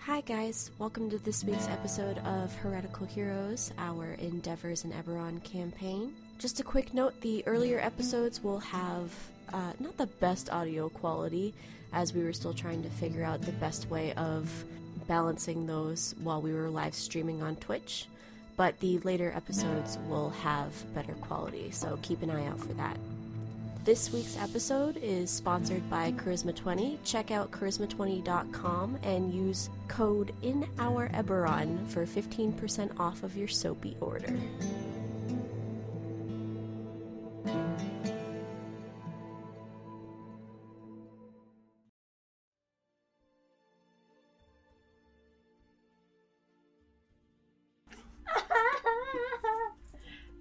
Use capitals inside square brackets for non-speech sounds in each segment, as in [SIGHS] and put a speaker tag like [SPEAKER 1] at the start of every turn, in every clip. [SPEAKER 1] Hi, guys. Welcome to this week's episode of Heretical Heroes, our Endeavors in Eberron campaign. Just a quick note the earlier episodes will have uh, not the best audio quality, as we were still trying to figure out the best way of balancing those while we were live streaming on Twitch. But the later episodes will have better quality, so keep an eye out for that. This week's episode is sponsored by Charisma20. Check out charisma20.com and use code in our Eberron for 15% off of your soapy order.
[SPEAKER 2] [LAUGHS]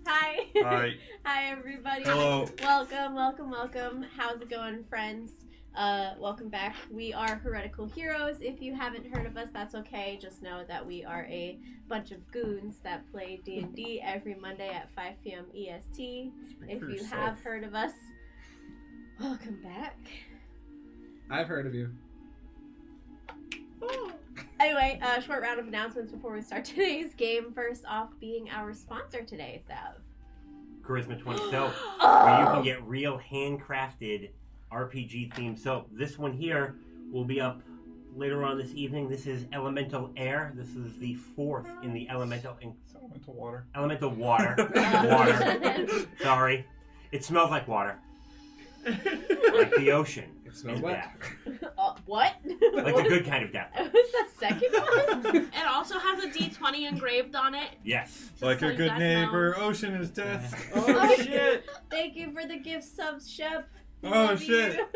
[SPEAKER 2] Hi.
[SPEAKER 3] Hi.
[SPEAKER 2] Hi, everybody.
[SPEAKER 3] Hello.
[SPEAKER 2] Welcome, welcome, welcome. How's it going, friends? Uh, welcome back. We are Heretical Heroes. If you haven't heard of us, that's okay. Just know that we are a bunch of goons that play D&D every Monday at 5 p.m. EST.
[SPEAKER 3] Speak
[SPEAKER 2] E If
[SPEAKER 3] for
[SPEAKER 2] you
[SPEAKER 3] yourself.
[SPEAKER 2] have heard of us, welcome back.
[SPEAKER 4] I've heard of you.
[SPEAKER 2] [LAUGHS] Anyway, a short round of announcements before we start [LAUGHS] today's game. First off, being our sponsor today, Sav.
[SPEAKER 5] Charisma 20 soap, where you
[SPEAKER 2] Oh!
[SPEAKER 5] can get real handcrafted RPG themed soap. This one here will be up later on this evening. This is Elemental Air. This is the fourth in the Elemental in,
[SPEAKER 3] Someone went to water.
[SPEAKER 5] Elemental Water.
[SPEAKER 2] Oh. Water.
[SPEAKER 5] Sorry, it smells like water, like the ocean,
[SPEAKER 4] It smells
[SPEAKER 5] And
[SPEAKER 4] wet.
[SPEAKER 2] [LAUGHS] Uh, what? [LAUGHS]
[SPEAKER 5] like the good kind of death.
[SPEAKER 2] What was that second one?
[SPEAKER 6] It also has a D20 engraved on it.
[SPEAKER 5] Yes.
[SPEAKER 6] just
[SPEAKER 3] Like
[SPEAKER 6] so
[SPEAKER 3] a
[SPEAKER 6] you
[SPEAKER 3] good
[SPEAKER 6] guys
[SPEAKER 3] neighbor, ocean
[SPEAKER 2] [LAUGHS]
[SPEAKER 4] [LAUGHS]
[SPEAKER 3] is death.
[SPEAKER 2] Oh,
[SPEAKER 3] shit!
[SPEAKER 2] Thank you for the gift subs, Shep. We
[SPEAKER 3] Oh,
[SPEAKER 2] love
[SPEAKER 3] shit.
[SPEAKER 2] you.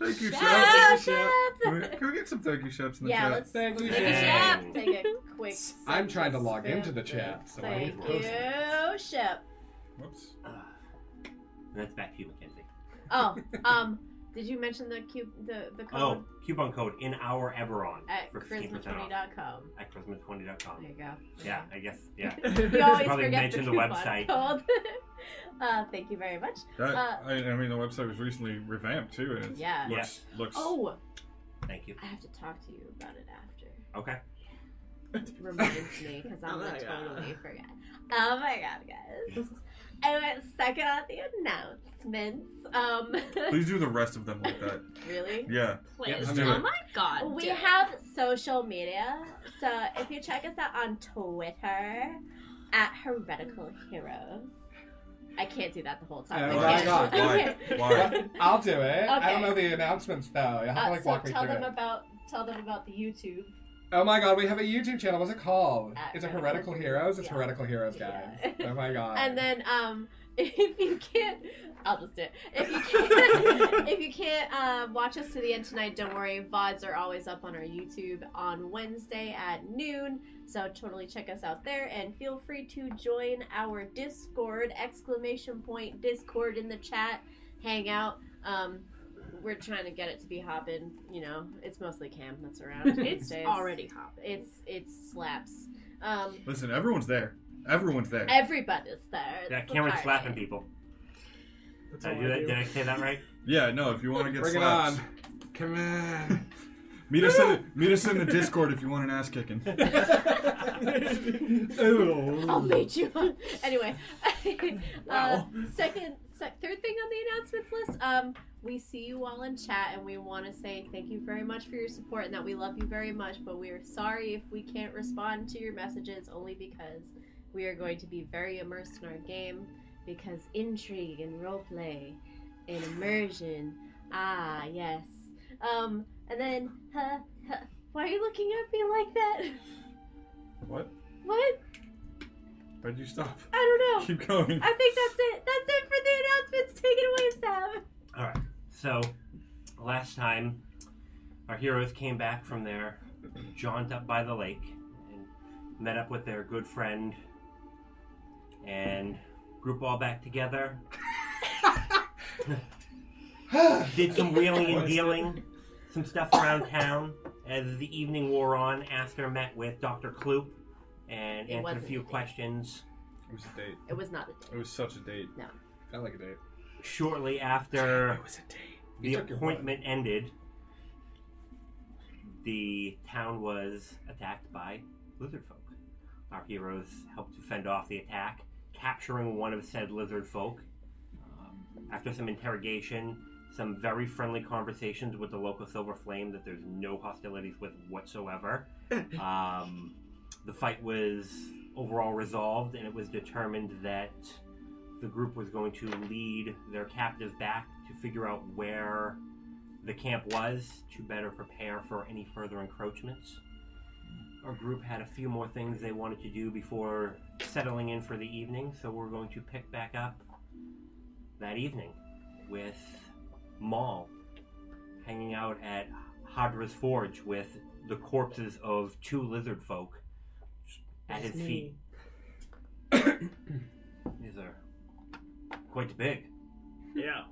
[SPEAKER 3] Thank you,
[SPEAKER 2] Shep.
[SPEAKER 3] Shep. Can we- can we get some thank you, Sheps in the
[SPEAKER 2] Yeah,
[SPEAKER 3] chat?
[SPEAKER 2] let's
[SPEAKER 4] Thank you,
[SPEAKER 2] take a
[SPEAKER 5] Shep.
[SPEAKER 2] Shep. Take a quick.
[SPEAKER 4] [LAUGHS] I'm trying to log
[SPEAKER 2] sip.
[SPEAKER 4] into the chat, so I
[SPEAKER 2] Thank
[SPEAKER 4] need to
[SPEAKER 2] you,
[SPEAKER 4] post it.
[SPEAKER 2] Shep.
[SPEAKER 3] Whoops.
[SPEAKER 5] Uh, and that's back to you, Mackenzie.
[SPEAKER 2] Oh, um, did you mention the cube the the
[SPEAKER 5] Oh,
[SPEAKER 2] code
[SPEAKER 5] coupon code in our Eberron
[SPEAKER 2] at
[SPEAKER 5] for 15% off
[SPEAKER 2] charisma20.com?
[SPEAKER 5] at charisma20.com.
[SPEAKER 2] There you go.
[SPEAKER 5] Yeah, I guess. Yeah. [LAUGHS]
[SPEAKER 2] We always
[SPEAKER 5] Probably
[SPEAKER 2] forget
[SPEAKER 5] mention
[SPEAKER 2] the,
[SPEAKER 5] the
[SPEAKER 2] coupon
[SPEAKER 5] website.
[SPEAKER 2] Code. [LAUGHS] uh, thank you very much.
[SPEAKER 3] That,
[SPEAKER 2] Uh,
[SPEAKER 3] I, I mean, the website was recently revamped too, and it
[SPEAKER 2] Yeah.
[SPEAKER 3] looks looks.
[SPEAKER 2] Oh,
[SPEAKER 5] Thank you.
[SPEAKER 2] I have to talk to you about it after.
[SPEAKER 5] Okay.
[SPEAKER 2] reminds me because I'm
[SPEAKER 4] Oh
[SPEAKER 2] gonna
[SPEAKER 4] my God.
[SPEAKER 2] totally forget. Oh my god, guys! Anyway, second on the announcements. Um,
[SPEAKER 3] Please do the rest of them like that. [LAUGHS]
[SPEAKER 2] [LAUGHS] really,
[SPEAKER 3] Yeah.
[SPEAKER 6] Please.
[SPEAKER 3] let's do
[SPEAKER 6] oh
[SPEAKER 3] it.
[SPEAKER 6] my god.
[SPEAKER 2] we
[SPEAKER 6] dude.
[SPEAKER 2] have social media, so if you check us out on Twitter at Heretical Heroes. I can't do that the whole time.
[SPEAKER 4] Oh
[SPEAKER 2] I
[SPEAKER 4] my
[SPEAKER 2] can't. [LAUGHS]
[SPEAKER 4] God,
[SPEAKER 2] I
[SPEAKER 3] why?
[SPEAKER 2] can't. [LAUGHS]
[SPEAKER 3] Why?
[SPEAKER 4] I'll do it. I
[SPEAKER 2] Okay.
[SPEAKER 4] don't know the announcements though. You have
[SPEAKER 2] Uh,
[SPEAKER 4] to like
[SPEAKER 2] so
[SPEAKER 4] walk me
[SPEAKER 2] tell
[SPEAKER 4] through
[SPEAKER 2] them
[SPEAKER 4] it.
[SPEAKER 2] about tell them about the YouTube.
[SPEAKER 4] Oh my god, we have a YouTube channel. What's it called?
[SPEAKER 2] At
[SPEAKER 4] It's a
[SPEAKER 2] Heretical
[SPEAKER 4] Heretical Heroes. It's
[SPEAKER 2] Uh, yeah.
[SPEAKER 4] Heretical Heroes, guys.
[SPEAKER 2] Yeah. [LAUGHS]
[SPEAKER 4] Oh my god.
[SPEAKER 2] And then um [LAUGHS] if you can't I'll just do it. If you can't [LAUGHS] if you can't uh, watch us to the end tonight, don't worry, VODs are always up on our YouTube on Wednesday at noon. So totally check us out there and feel free to join our Discord exclamation point Discord in the chat. Hang out. Um we're trying to get it to be hopping, you know. It's mostly Cam that's around.
[SPEAKER 6] It's
[SPEAKER 2] these days.
[SPEAKER 6] already hot.
[SPEAKER 2] it's it's slaps. Um
[SPEAKER 3] Listen, everyone's there. Everyone's there.
[SPEAKER 2] everybody's there.
[SPEAKER 5] Yeah,
[SPEAKER 2] It's the
[SPEAKER 5] Cameron's
[SPEAKER 2] party.
[SPEAKER 5] slapping people.
[SPEAKER 4] That's
[SPEAKER 5] Did I,
[SPEAKER 4] all
[SPEAKER 5] do
[SPEAKER 4] I
[SPEAKER 5] that?
[SPEAKER 4] do.
[SPEAKER 5] Did I say
[SPEAKER 4] [LAUGHS]
[SPEAKER 5] that right?
[SPEAKER 3] yeah. No, if you want to get
[SPEAKER 4] Bring it
[SPEAKER 3] slaps.
[SPEAKER 4] on. Come [LAUGHS] on.
[SPEAKER 3] Meet us in the, [LAUGHS] meet us in the Discord if you want an ass kicking.
[SPEAKER 2] I'll
[SPEAKER 3] Ew.
[SPEAKER 2] meet you. Mm. [LAUGHS] anyway,
[SPEAKER 4] [LAUGHS] Wow. [SIGHS]
[SPEAKER 2] uh, second, sec- third thing on the announcements list. Um, we see you all in chat, and we want to say thank you very much for your support, and that we love you very much. But we are sorry if we can't respond to your messages, only because we are going to be very immersed in our game, because intrigue and roleplay, and immersion. Ah, yes. Um, and then, huh, huh, why are you looking at me like that? [LAUGHS]
[SPEAKER 3] What?
[SPEAKER 2] What?
[SPEAKER 3] Why'd you stop?
[SPEAKER 2] I don't know.
[SPEAKER 3] Keep going.
[SPEAKER 2] I think that's it. That's it for the announcements. Take it away, Sam.
[SPEAKER 5] All right. So, last time, our heroes came back from their jaunt up by the lake and met up with their good friend and group all back together.
[SPEAKER 4] [LAUGHS]
[SPEAKER 5] Did some wheeling and dealing, some stuff around town. As the evening wore on, Aster met with Dr. Kloop and
[SPEAKER 2] It
[SPEAKER 5] answered
[SPEAKER 2] wasn't
[SPEAKER 5] a few
[SPEAKER 2] evening.
[SPEAKER 5] questions.
[SPEAKER 3] It was a date.
[SPEAKER 2] It was not the
[SPEAKER 3] It was such a date.
[SPEAKER 4] Felt like a date.
[SPEAKER 5] shortly after
[SPEAKER 4] was a date.
[SPEAKER 5] the
[SPEAKER 4] took your blood.
[SPEAKER 5] appointment ended, the town was attacked by lizard folk. Our heroes helped to fend off the attack, capturing one of said lizard folk. Um, after some interrogation, some very friendly conversations with the local Silver Flame that there's no hostilities with whatsoever. um, the fight was overall resolved, and it was determined that the group was going to lead their captive back to figure out where the camp was to better prepare for any further encroachments. Our group had a few more things they wanted to do before settling in for the evening, so we're going to pick back up that evening with Maul hanging out at Hadra's Forge with the corpses of two lizard folk at his feet. These are quite big.
[SPEAKER 7] Yeah.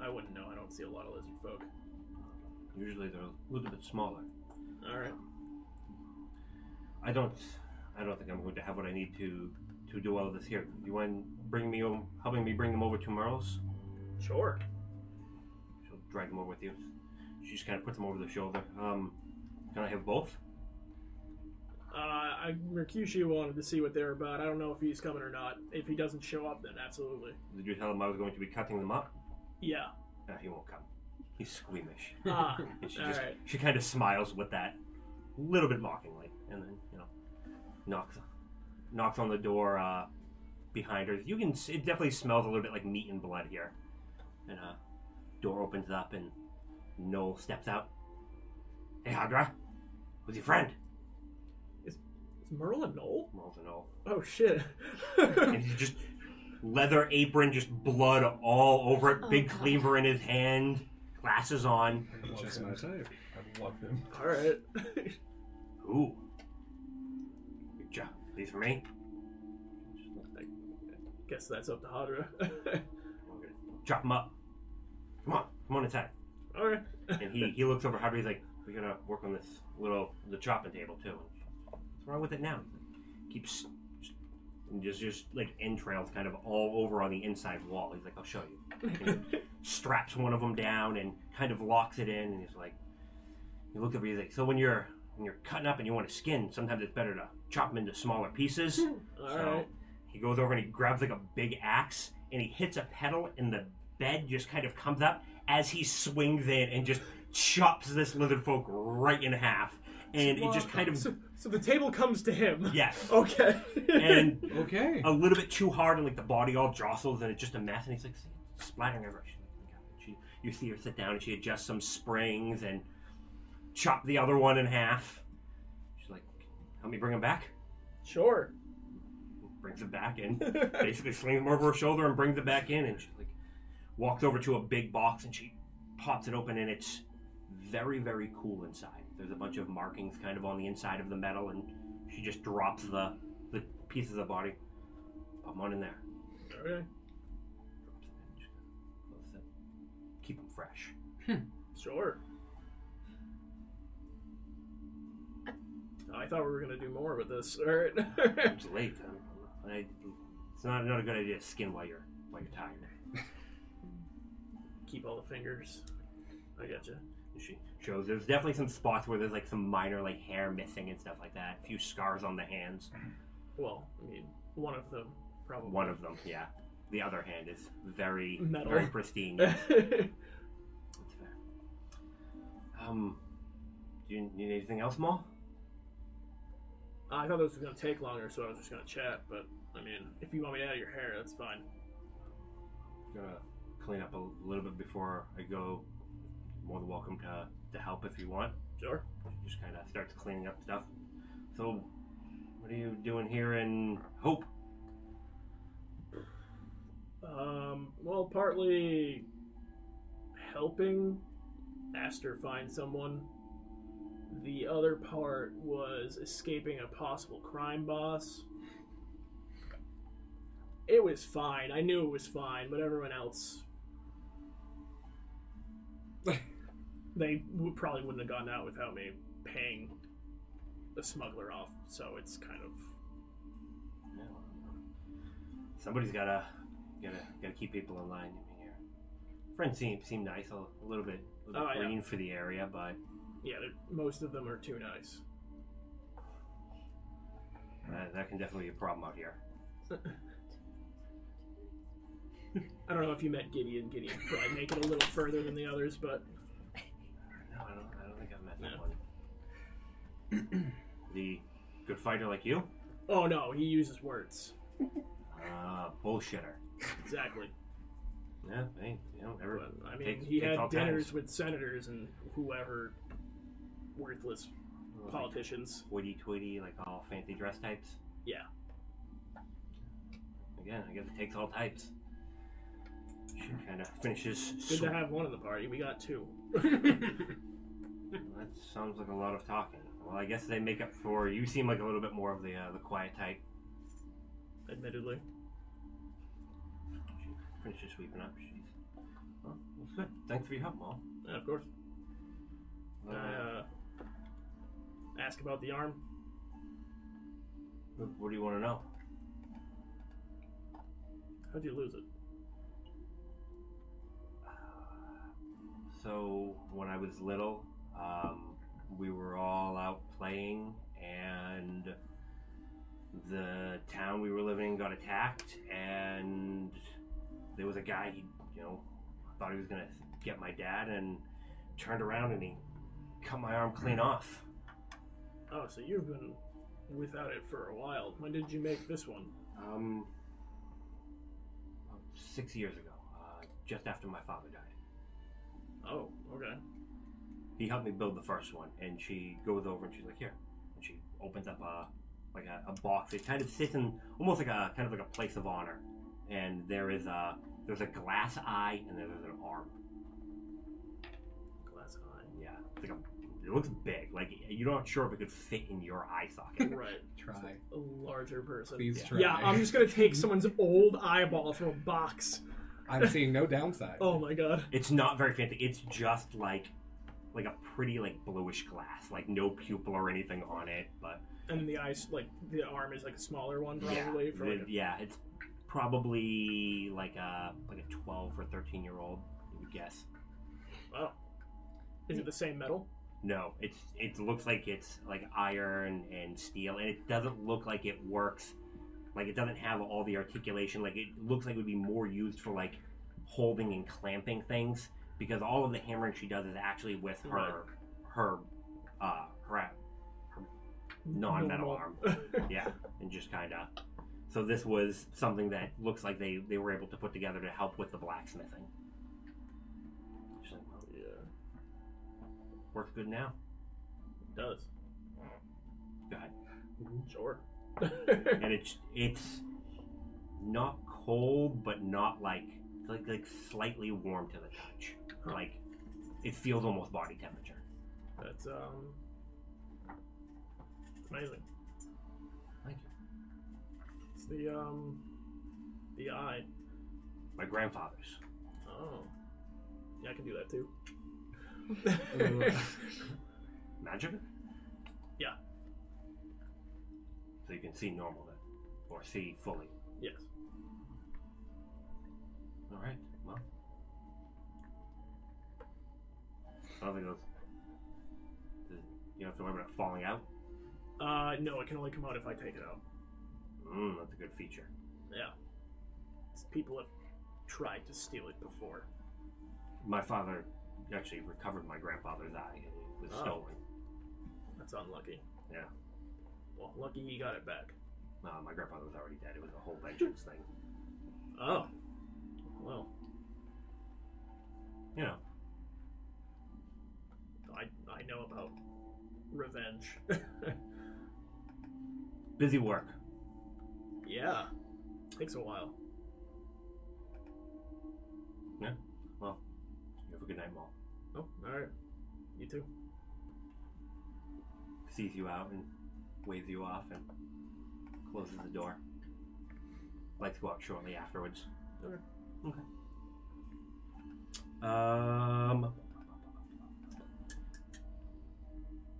[SPEAKER 7] I wouldn't know. I don't see a lot of lizard folk.
[SPEAKER 5] Usually they're a little bit smaller.
[SPEAKER 7] All right.
[SPEAKER 5] I don't. I don't think I'm going to have what I need to to do all of this here. You mind bringing me, o- helping me bring them over to Merle's?
[SPEAKER 7] Sure.
[SPEAKER 5] She'll drag them over with you. She just kind of puts them over the shoulder. Um, can I have both?
[SPEAKER 7] Uh, I, Mercutio wanted to see what they're about. I don't know if he's coming or not. If he doesn't show up, then absolutely.
[SPEAKER 5] Did you tell him I was going to be cutting them up?
[SPEAKER 7] Yeah. [LAUGHS]
[SPEAKER 5] No, he won't come. He's squeamish.
[SPEAKER 7] Ah.
[SPEAKER 5] And she
[SPEAKER 7] all
[SPEAKER 5] just
[SPEAKER 7] right.
[SPEAKER 5] she kind of smiles with that, a little bit mockingly, and then you know, knocks knocks on the door uh, behind her. You can s- it definitely smells a little bit like meat and blood here, and uh, door opens up and Noel steps out. Hey, Hadra, who's your friend?
[SPEAKER 7] Is Merle a knoll?
[SPEAKER 5] Rolls a
[SPEAKER 8] [LAUGHS]
[SPEAKER 5] Noel,
[SPEAKER 7] Oh [LAUGHS] shit.
[SPEAKER 5] and he just leather apron, just blood all over it,
[SPEAKER 8] Oh,
[SPEAKER 5] big
[SPEAKER 8] God.
[SPEAKER 5] cleaver in his hand, glasses on.
[SPEAKER 9] I love
[SPEAKER 10] Just
[SPEAKER 9] him.
[SPEAKER 10] my type.
[SPEAKER 9] I love him.
[SPEAKER 7] all right.
[SPEAKER 5] Ooh. Good job. These for me.
[SPEAKER 7] Guess that's up to Hadra. [LAUGHS]
[SPEAKER 5] We're gonna chop him up. Come on, come on inside.
[SPEAKER 7] all right.
[SPEAKER 5] And he, he looks over at Harvey. He's like, we gotta work on this little the chopping table too. And she's like, What's wrong with it now? Keeps and there's just like entrails kind of all over on the inside wall. He's like, I'll show you. And he straps one of them down and kind of locks it in. And he's like, he looks over. He's like, so when you're when you're cutting up and you want to skin, sometimes it's better to chop them into smaller pieces.
[SPEAKER 7] All
[SPEAKER 5] So
[SPEAKER 7] right.
[SPEAKER 5] he goes over and he grabs like a big axe and he hits a pedal and the bed just kind of comes up as he swings in and just chops this lizard folk right in half. And it just kind of
[SPEAKER 7] So, so the table comes to him.
[SPEAKER 5] yes.
[SPEAKER 7] [LAUGHS] Okay.
[SPEAKER 5] And
[SPEAKER 10] Okay.
[SPEAKER 5] a little bit too hard and like the body all jostles and it's just a mess and he's like "See, it's splattering everywhere. She's like, "Oh my God." she, you see her sit down and she adjusts some springs and chop the other one in half. She's like, help me bring him back.
[SPEAKER 7] [LAUGHS]
[SPEAKER 5] [LAUGHS]
[SPEAKER 7] sure.
[SPEAKER 5] Brings him back in. basically slings him over her shoulder and brings it back in and she like walks over to a big box and she pops it open and it's very very cool inside there's a bunch of markings kind of on the inside of the metal and she just drops the the pieces of the body pop 'em on in there
[SPEAKER 7] okay.
[SPEAKER 5] drops it in, just close it. keep them fresh
[SPEAKER 7] Sure. I thought we were gonna do more with this. All right.
[SPEAKER 5] it's late I, I, it's not, not a good idea to skin while you're while you're tired
[SPEAKER 7] [LAUGHS] Keep all the fingers. I gotcha.
[SPEAKER 5] And she shows there's definitely some spots where there's like some minor like hair missing and stuff like that a few scars on the hands
[SPEAKER 7] Well, I mean, one of them probably.
[SPEAKER 5] One
[SPEAKER 7] [LAUGHS]
[SPEAKER 5] of them, yeah. The other hand is very,
[SPEAKER 7] Metal.
[SPEAKER 5] very
[SPEAKER 7] [LAUGHS]
[SPEAKER 5] pristine.
[SPEAKER 7] them.
[SPEAKER 5] That's fair. Um, do you need anything else, Maul?
[SPEAKER 7] I thought this was gonna take longer, so I was just gonna chat. But I mean, if you want me out of your hair, that's fine.
[SPEAKER 5] Gonna clean up a little bit before I go. More than welcome to to help if you want.
[SPEAKER 7] Sure.
[SPEAKER 5] Just kind of starts cleaning up stuff. So, what are you doing here in Hope?
[SPEAKER 7] Um, well, partly helping Aster find someone. The other part was escaping a possible crime boss. It was fine. I knew it was fine, but everyone else. they w- probably wouldn't have gotten out without me paying the smuggler off, so it's kind of.
[SPEAKER 5] Somebody's gotta gotta gotta keep people in line. I mean, your friends seem seem nice, a, a little bit, a little bit
[SPEAKER 7] Oh, yeah.
[SPEAKER 5] green for the area, but
[SPEAKER 7] Yeah, they're- most of them are too nice.
[SPEAKER 5] Uh, that can definitely be a problem out here.
[SPEAKER 7] I don't know if you met Gideon. Gideon could probably make it a little further than the others, but
[SPEAKER 5] No, I don't. I don't think I've met that
[SPEAKER 7] No.
[SPEAKER 5] one.
[SPEAKER 7] [CLEARS THROAT]
[SPEAKER 5] the good fighter like you,
[SPEAKER 7] oh no, he uses words.
[SPEAKER 5] uh, bullshitter.
[SPEAKER 7] Exactly.
[SPEAKER 5] Yeah, hey, you know, every,
[SPEAKER 7] But, I mean,
[SPEAKER 5] Takes-
[SPEAKER 7] he
[SPEAKER 5] takes all
[SPEAKER 7] had dinners
[SPEAKER 5] kinds.
[SPEAKER 7] with senators and whoever worthless
[SPEAKER 5] like,
[SPEAKER 7] politicians.
[SPEAKER 5] hoity-toity, like all fancy dress types.
[SPEAKER 7] Yeah.
[SPEAKER 5] Again, I guess it takes all types. She kind of finishes.
[SPEAKER 7] Good
[SPEAKER 5] sw-
[SPEAKER 7] to have one in the party. We
[SPEAKER 5] [LAUGHS]
[SPEAKER 7] got two.
[SPEAKER 5] That sounds like a lot of talking. Well, I guess they make up for. You seem like a little bit more of the uh, the quiet type.
[SPEAKER 7] Admittedly,
[SPEAKER 5] She finishes sweeping up. She's. Well, that's good. Thanks for your help, Mom.
[SPEAKER 7] and of course. Uh, ask about the arm.
[SPEAKER 5] what, what do you want to know?
[SPEAKER 7] How'd you lose it?
[SPEAKER 5] Uh, So when I was little, um, we were all out playing, and the town we were living in got attacked, and there was a guy. He, you know, thought he was gonna get my dad, and turned around and he cut my arm clean off.
[SPEAKER 7] Oh, so you've been without it for a while. When did you make this one?
[SPEAKER 5] Um, about six years ago, uh, just after my father died.
[SPEAKER 7] Oh, okay.
[SPEAKER 5] he helped me build the first one and she goes over and she's like here and she opens up a like a, a box it kind of sits in almost like a kind of like a place of honor and there is a there's a glass eye and then there's an arm
[SPEAKER 7] Glass eye.
[SPEAKER 5] [LAUGHS] yeah it's like a, it looks big like you're not sure if it could fit in your eye socket
[SPEAKER 7] [LAUGHS] Right.
[SPEAKER 9] Try.
[SPEAKER 7] A larger person.
[SPEAKER 9] Please
[SPEAKER 5] Yeah.
[SPEAKER 9] try.
[SPEAKER 7] Yeah, I'm just gonna take someone's old eyeball from a box.
[SPEAKER 9] I'm seeing no downside.
[SPEAKER 4] [COUGHS]
[SPEAKER 2] [COUGHS]
[SPEAKER 7] Oh my god.
[SPEAKER 5] it's not very fancy it's just like like a pretty like bluish glass like no pupil or anything on it but
[SPEAKER 7] And then the eyes, like the arm, is like a smaller one,
[SPEAKER 5] yeah,
[SPEAKER 7] probably. for
[SPEAKER 5] the-
[SPEAKER 7] like a-
[SPEAKER 5] yeah it's probably like a like a 12 or 13 year old you would guess
[SPEAKER 7] Wow. oh. Is it the same metal?
[SPEAKER 5] No, it's it looks like it's like iron and steel, and it doesn't look like it works. Like it doesn't have all the articulation. Like it looks like it would be more used for like holding and clamping things because all of the hammering she does is actually with her
[SPEAKER 7] Right.
[SPEAKER 5] her uh her, her non-metal arm. Yeah, and just kind of. So this was something that looks like they they were able to put together to help with the blacksmithing. She's like, well,
[SPEAKER 7] [LAUGHS] yeah,
[SPEAKER 5] works good now.
[SPEAKER 7] it does.
[SPEAKER 5] Go ahead.
[SPEAKER 7] Sure. [LAUGHS]
[SPEAKER 5] and it's it's not cold, but not like like like slightly warm to the touch.
[SPEAKER 7] Huh.
[SPEAKER 5] Like it feels almost body temperature.
[SPEAKER 7] That's um amazing.
[SPEAKER 5] Thank you.
[SPEAKER 7] It's the um the eye.
[SPEAKER 5] My grandfather's.
[SPEAKER 7] Oh. Yeah, I can do that too.
[SPEAKER 5] Magic?
[SPEAKER 7] Yeah.
[SPEAKER 5] So you can see normal then. Or see fully.
[SPEAKER 7] [LAUGHS] yes.
[SPEAKER 5] Alright, well. I don't think those you don't have to worry about it falling out.
[SPEAKER 7] Uh no, it can only come out if I take it out.
[SPEAKER 5] Mm, that's a good feature.
[SPEAKER 7] Yeah. It's- People have tried to steal it before.
[SPEAKER 5] My father actually recovered my grandfather's eye and it was
[SPEAKER 7] Oh.
[SPEAKER 5] stolen.
[SPEAKER 7] That's unlucky.
[SPEAKER 5] Yeah.
[SPEAKER 7] Well, lucky he got it back.
[SPEAKER 5] Uh, my grandfather was already dead. It was a whole vengeance thing.
[SPEAKER 7] Oh. Well,
[SPEAKER 5] You know,
[SPEAKER 7] I I know about revenge. [LAUGHS]
[SPEAKER 5] busy work.
[SPEAKER 7] yeah. Takes a while.
[SPEAKER 5] You have a good night, Mom.
[SPEAKER 7] Oh, alright. You too.
[SPEAKER 5] Sees you out and waves you off and closes the door. Lights go out shortly afterwards.
[SPEAKER 7] Okay.
[SPEAKER 5] Okay. Um.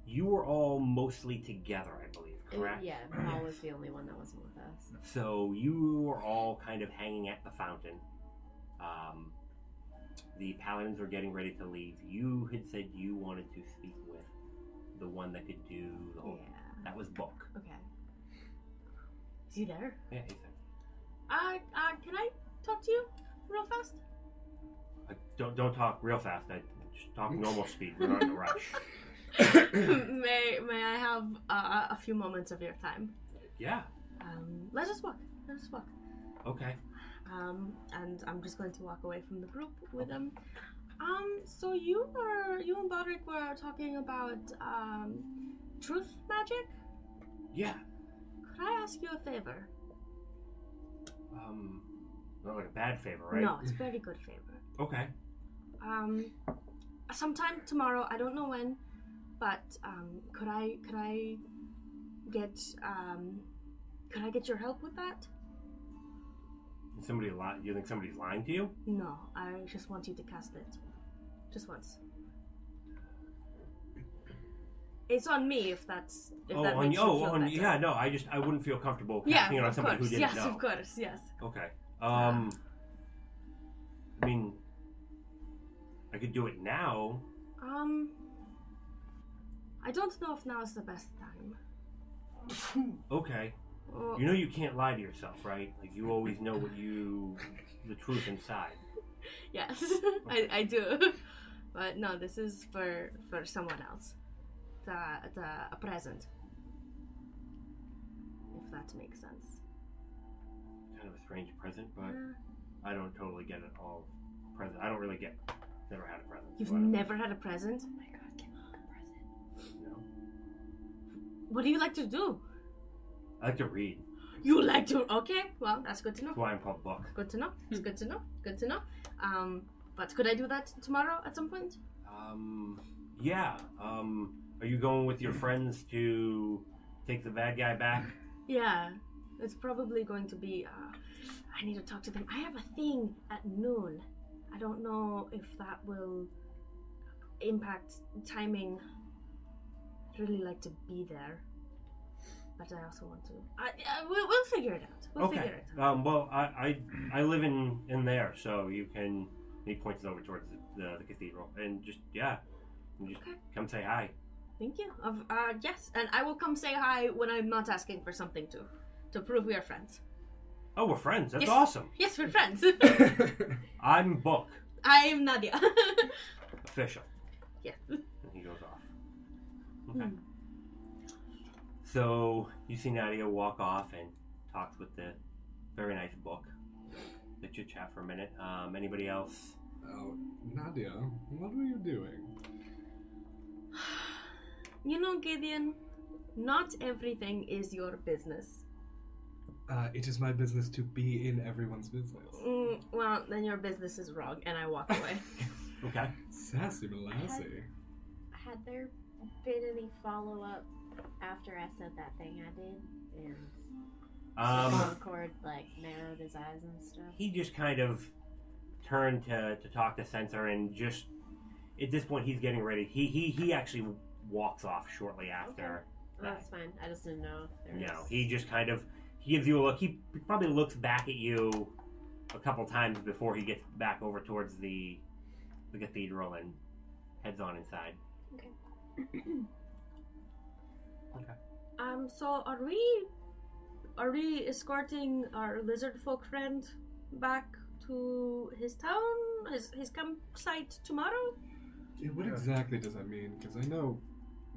[SPEAKER 5] You were all mostly together, I believe,
[SPEAKER 2] Uh,
[SPEAKER 5] correct?
[SPEAKER 3] Yeah, Paul was the only one that wasn't with us.
[SPEAKER 5] So you were all kind of hanging at the fountain. Um, the paladins were getting ready to leave. You had said you wanted to speak with the one that could do the whole.
[SPEAKER 8] Yeah.
[SPEAKER 5] That was Bulk.
[SPEAKER 8] Okay. Is he there?
[SPEAKER 5] Yeah, Ethan.
[SPEAKER 8] Uh, uh, can I talk to you real fast? [COUGHS]
[SPEAKER 5] I, don't don't talk real fast. I just talk normal speed. We're not in a [LAUGHS] rush.
[SPEAKER 8] may May I have uh, a few moments of your time?
[SPEAKER 5] Yeah.
[SPEAKER 8] Um, let's just walk. Let's just walk.
[SPEAKER 5] Okay.
[SPEAKER 8] Um, and I'm just going to walk away from the group with them. Um, so you were you and Bodrick were talking about um, truth magic.
[SPEAKER 5] Yeah.
[SPEAKER 8] Could I ask you a favor?
[SPEAKER 5] Um, not like a bad favor, right?
[SPEAKER 8] No, it's a very good favor.
[SPEAKER 5] Okay.
[SPEAKER 8] Um, sometime tomorrow, I don't know when, but um, could I could I get um, could I get your help with that?
[SPEAKER 5] Is Somebody li- You think somebody's lying to you?
[SPEAKER 8] No, I just want you to cast it, just once. It's on me if that's if
[SPEAKER 5] oh,
[SPEAKER 8] that
[SPEAKER 5] on
[SPEAKER 8] makes
[SPEAKER 5] you. Oh,
[SPEAKER 8] feel
[SPEAKER 5] on
[SPEAKER 8] better.
[SPEAKER 5] yeah. No, I just I wouldn't feel comfortable
[SPEAKER 8] yeah,
[SPEAKER 5] casting it on
[SPEAKER 8] of
[SPEAKER 5] somebody
[SPEAKER 8] course,
[SPEAKER 5] who didn't
[SPEAKER 8] yes,
[SPEAKER 5] know.
[SPEAKER 8] of course, yes.
[SPEAKER 5] Okay. Um. I mean, I could do it now.
[SPEAKER 8] Um, I don't know if now is the best time.
[SPEAKER 5] Okay.
[SPEAKER 8] Oh,
[SPEAKER 5] You know you can't lie to yourself, right? Like you always know what you, the truth inside.
[SPEAKER 8] Yes, [LAUGHS] I, I do. But no, this is for for someone else. The the a present. If that makes sense.
[SPEAKER 5] Kind of a strange present, but
[SPEAKER 8] Uh,
[SPEAKER 5] I don't totally get it all. Present. I don't really get. Never had a present. so
[SPEAKER 8] You've
[SPEAKER 5] I don't
[SPEAKER 8] never had a present.
[SPEAKER 3] Oh my god, give me a present.
[SPEAKER 5] really know.
[SPEAKER 8] What do you like to do?
[SPEAKER 5] I like to read.
[SPEAKER 8] You like to. Okay, well that's good to know.
[SPEAKER 5] That's why I'm called Buck.
[SPEAKER 8] Good to know. It's good to know. Good to know. Um, but could I do that tomorrow at some point?
[SPEAKER 5] Um, yeah. Um, are you going with your friends to take the bad guy back?
[SPEAKER 8] Yeah, it's probably going to be. Uh, I need to talk to them. I have a thing at noon. I don't know if that will impact timing. I'd really like to be there, but I also want to. I, I, we'll, we'll figure it out. We'll figure
[SPEAKER 5] okay.
[SPEAKER 8] it
[SPEAKER 5] Um, well, I, I I live in in there, so you can. He points over towards the, the, the cathedral, and just yeah, and just
[SPEAKER 8] Okay.
[SPEAKER 5] come say hi.
[SPEAKER 8] out. Thank you. Of uh, yes, and I will come say hi when I'm not asking for something to, to prove we are friends.
[SPEAKER 5] Oh, we're friends. That's
[SPEAKER 8] Yes.
[SPEAKER 5] awesome.
[SPEAKER 8] Yes, we're friends. [LAUGHS]
[SPEAKER 5] I'm Buck
[SPEAKER 8] I am Nadia. [LAUGHS]
[SPEAKER 5] official.
[SPEAKER 8] yes.
[SPEAKER 5] and he goes off.
[SPEAKER 3] Hmm.
[SPEAKER 5] Okay. So you see Nadia walk off and talks with the very nice book. The chit chat for a minute. Um, anybody else?
[SPEAKER 9] oh, Nadia, what are you doing?
[SPEAKER 8] You know, Gideon, not everything is your business.
[SPEAKER 9] Uh, it is my business to be in everyone's business.
[SPEAKER 8] Mm, well, then your business is wrong, and I walk
[SPEAKER 3] [LAUGHS]
[SPEAKER 8] away.
[SPEAKER 5] Okay.
[SPEAKER 9] Sassy Malassie.
[SPEAKER 3] Had there been any follow up after I said that thing I did? And
[SPEAKER 5] Um,
[SPEAKER 3] Concord, like, narrowed his eyes and stuff?
[SPEAKER 5] he just kind of turned to, to talk to Sensor and just at this point he's getting ready. He he he actually walks off shortly after
[SPEAKER 3] Well, that's fine. I just didn't know if there
[SPEAKER 5] that. No,
[SPEAKER 3] was.
[SPEAKER 5] he just kind of he gives you a look. He probably looks back at you a couple times before he gets back over towards the the cathedral and heads on inside.
[SPEAKER 8] um, so are we, are we escorting our lizard folk friend back to his town, his his campsite tomorrow?
[SPEAKER 9] Yeah, what
[SPEAKER 10] Yeah.
[SPEAKER 9] exactly does that mean? Because I know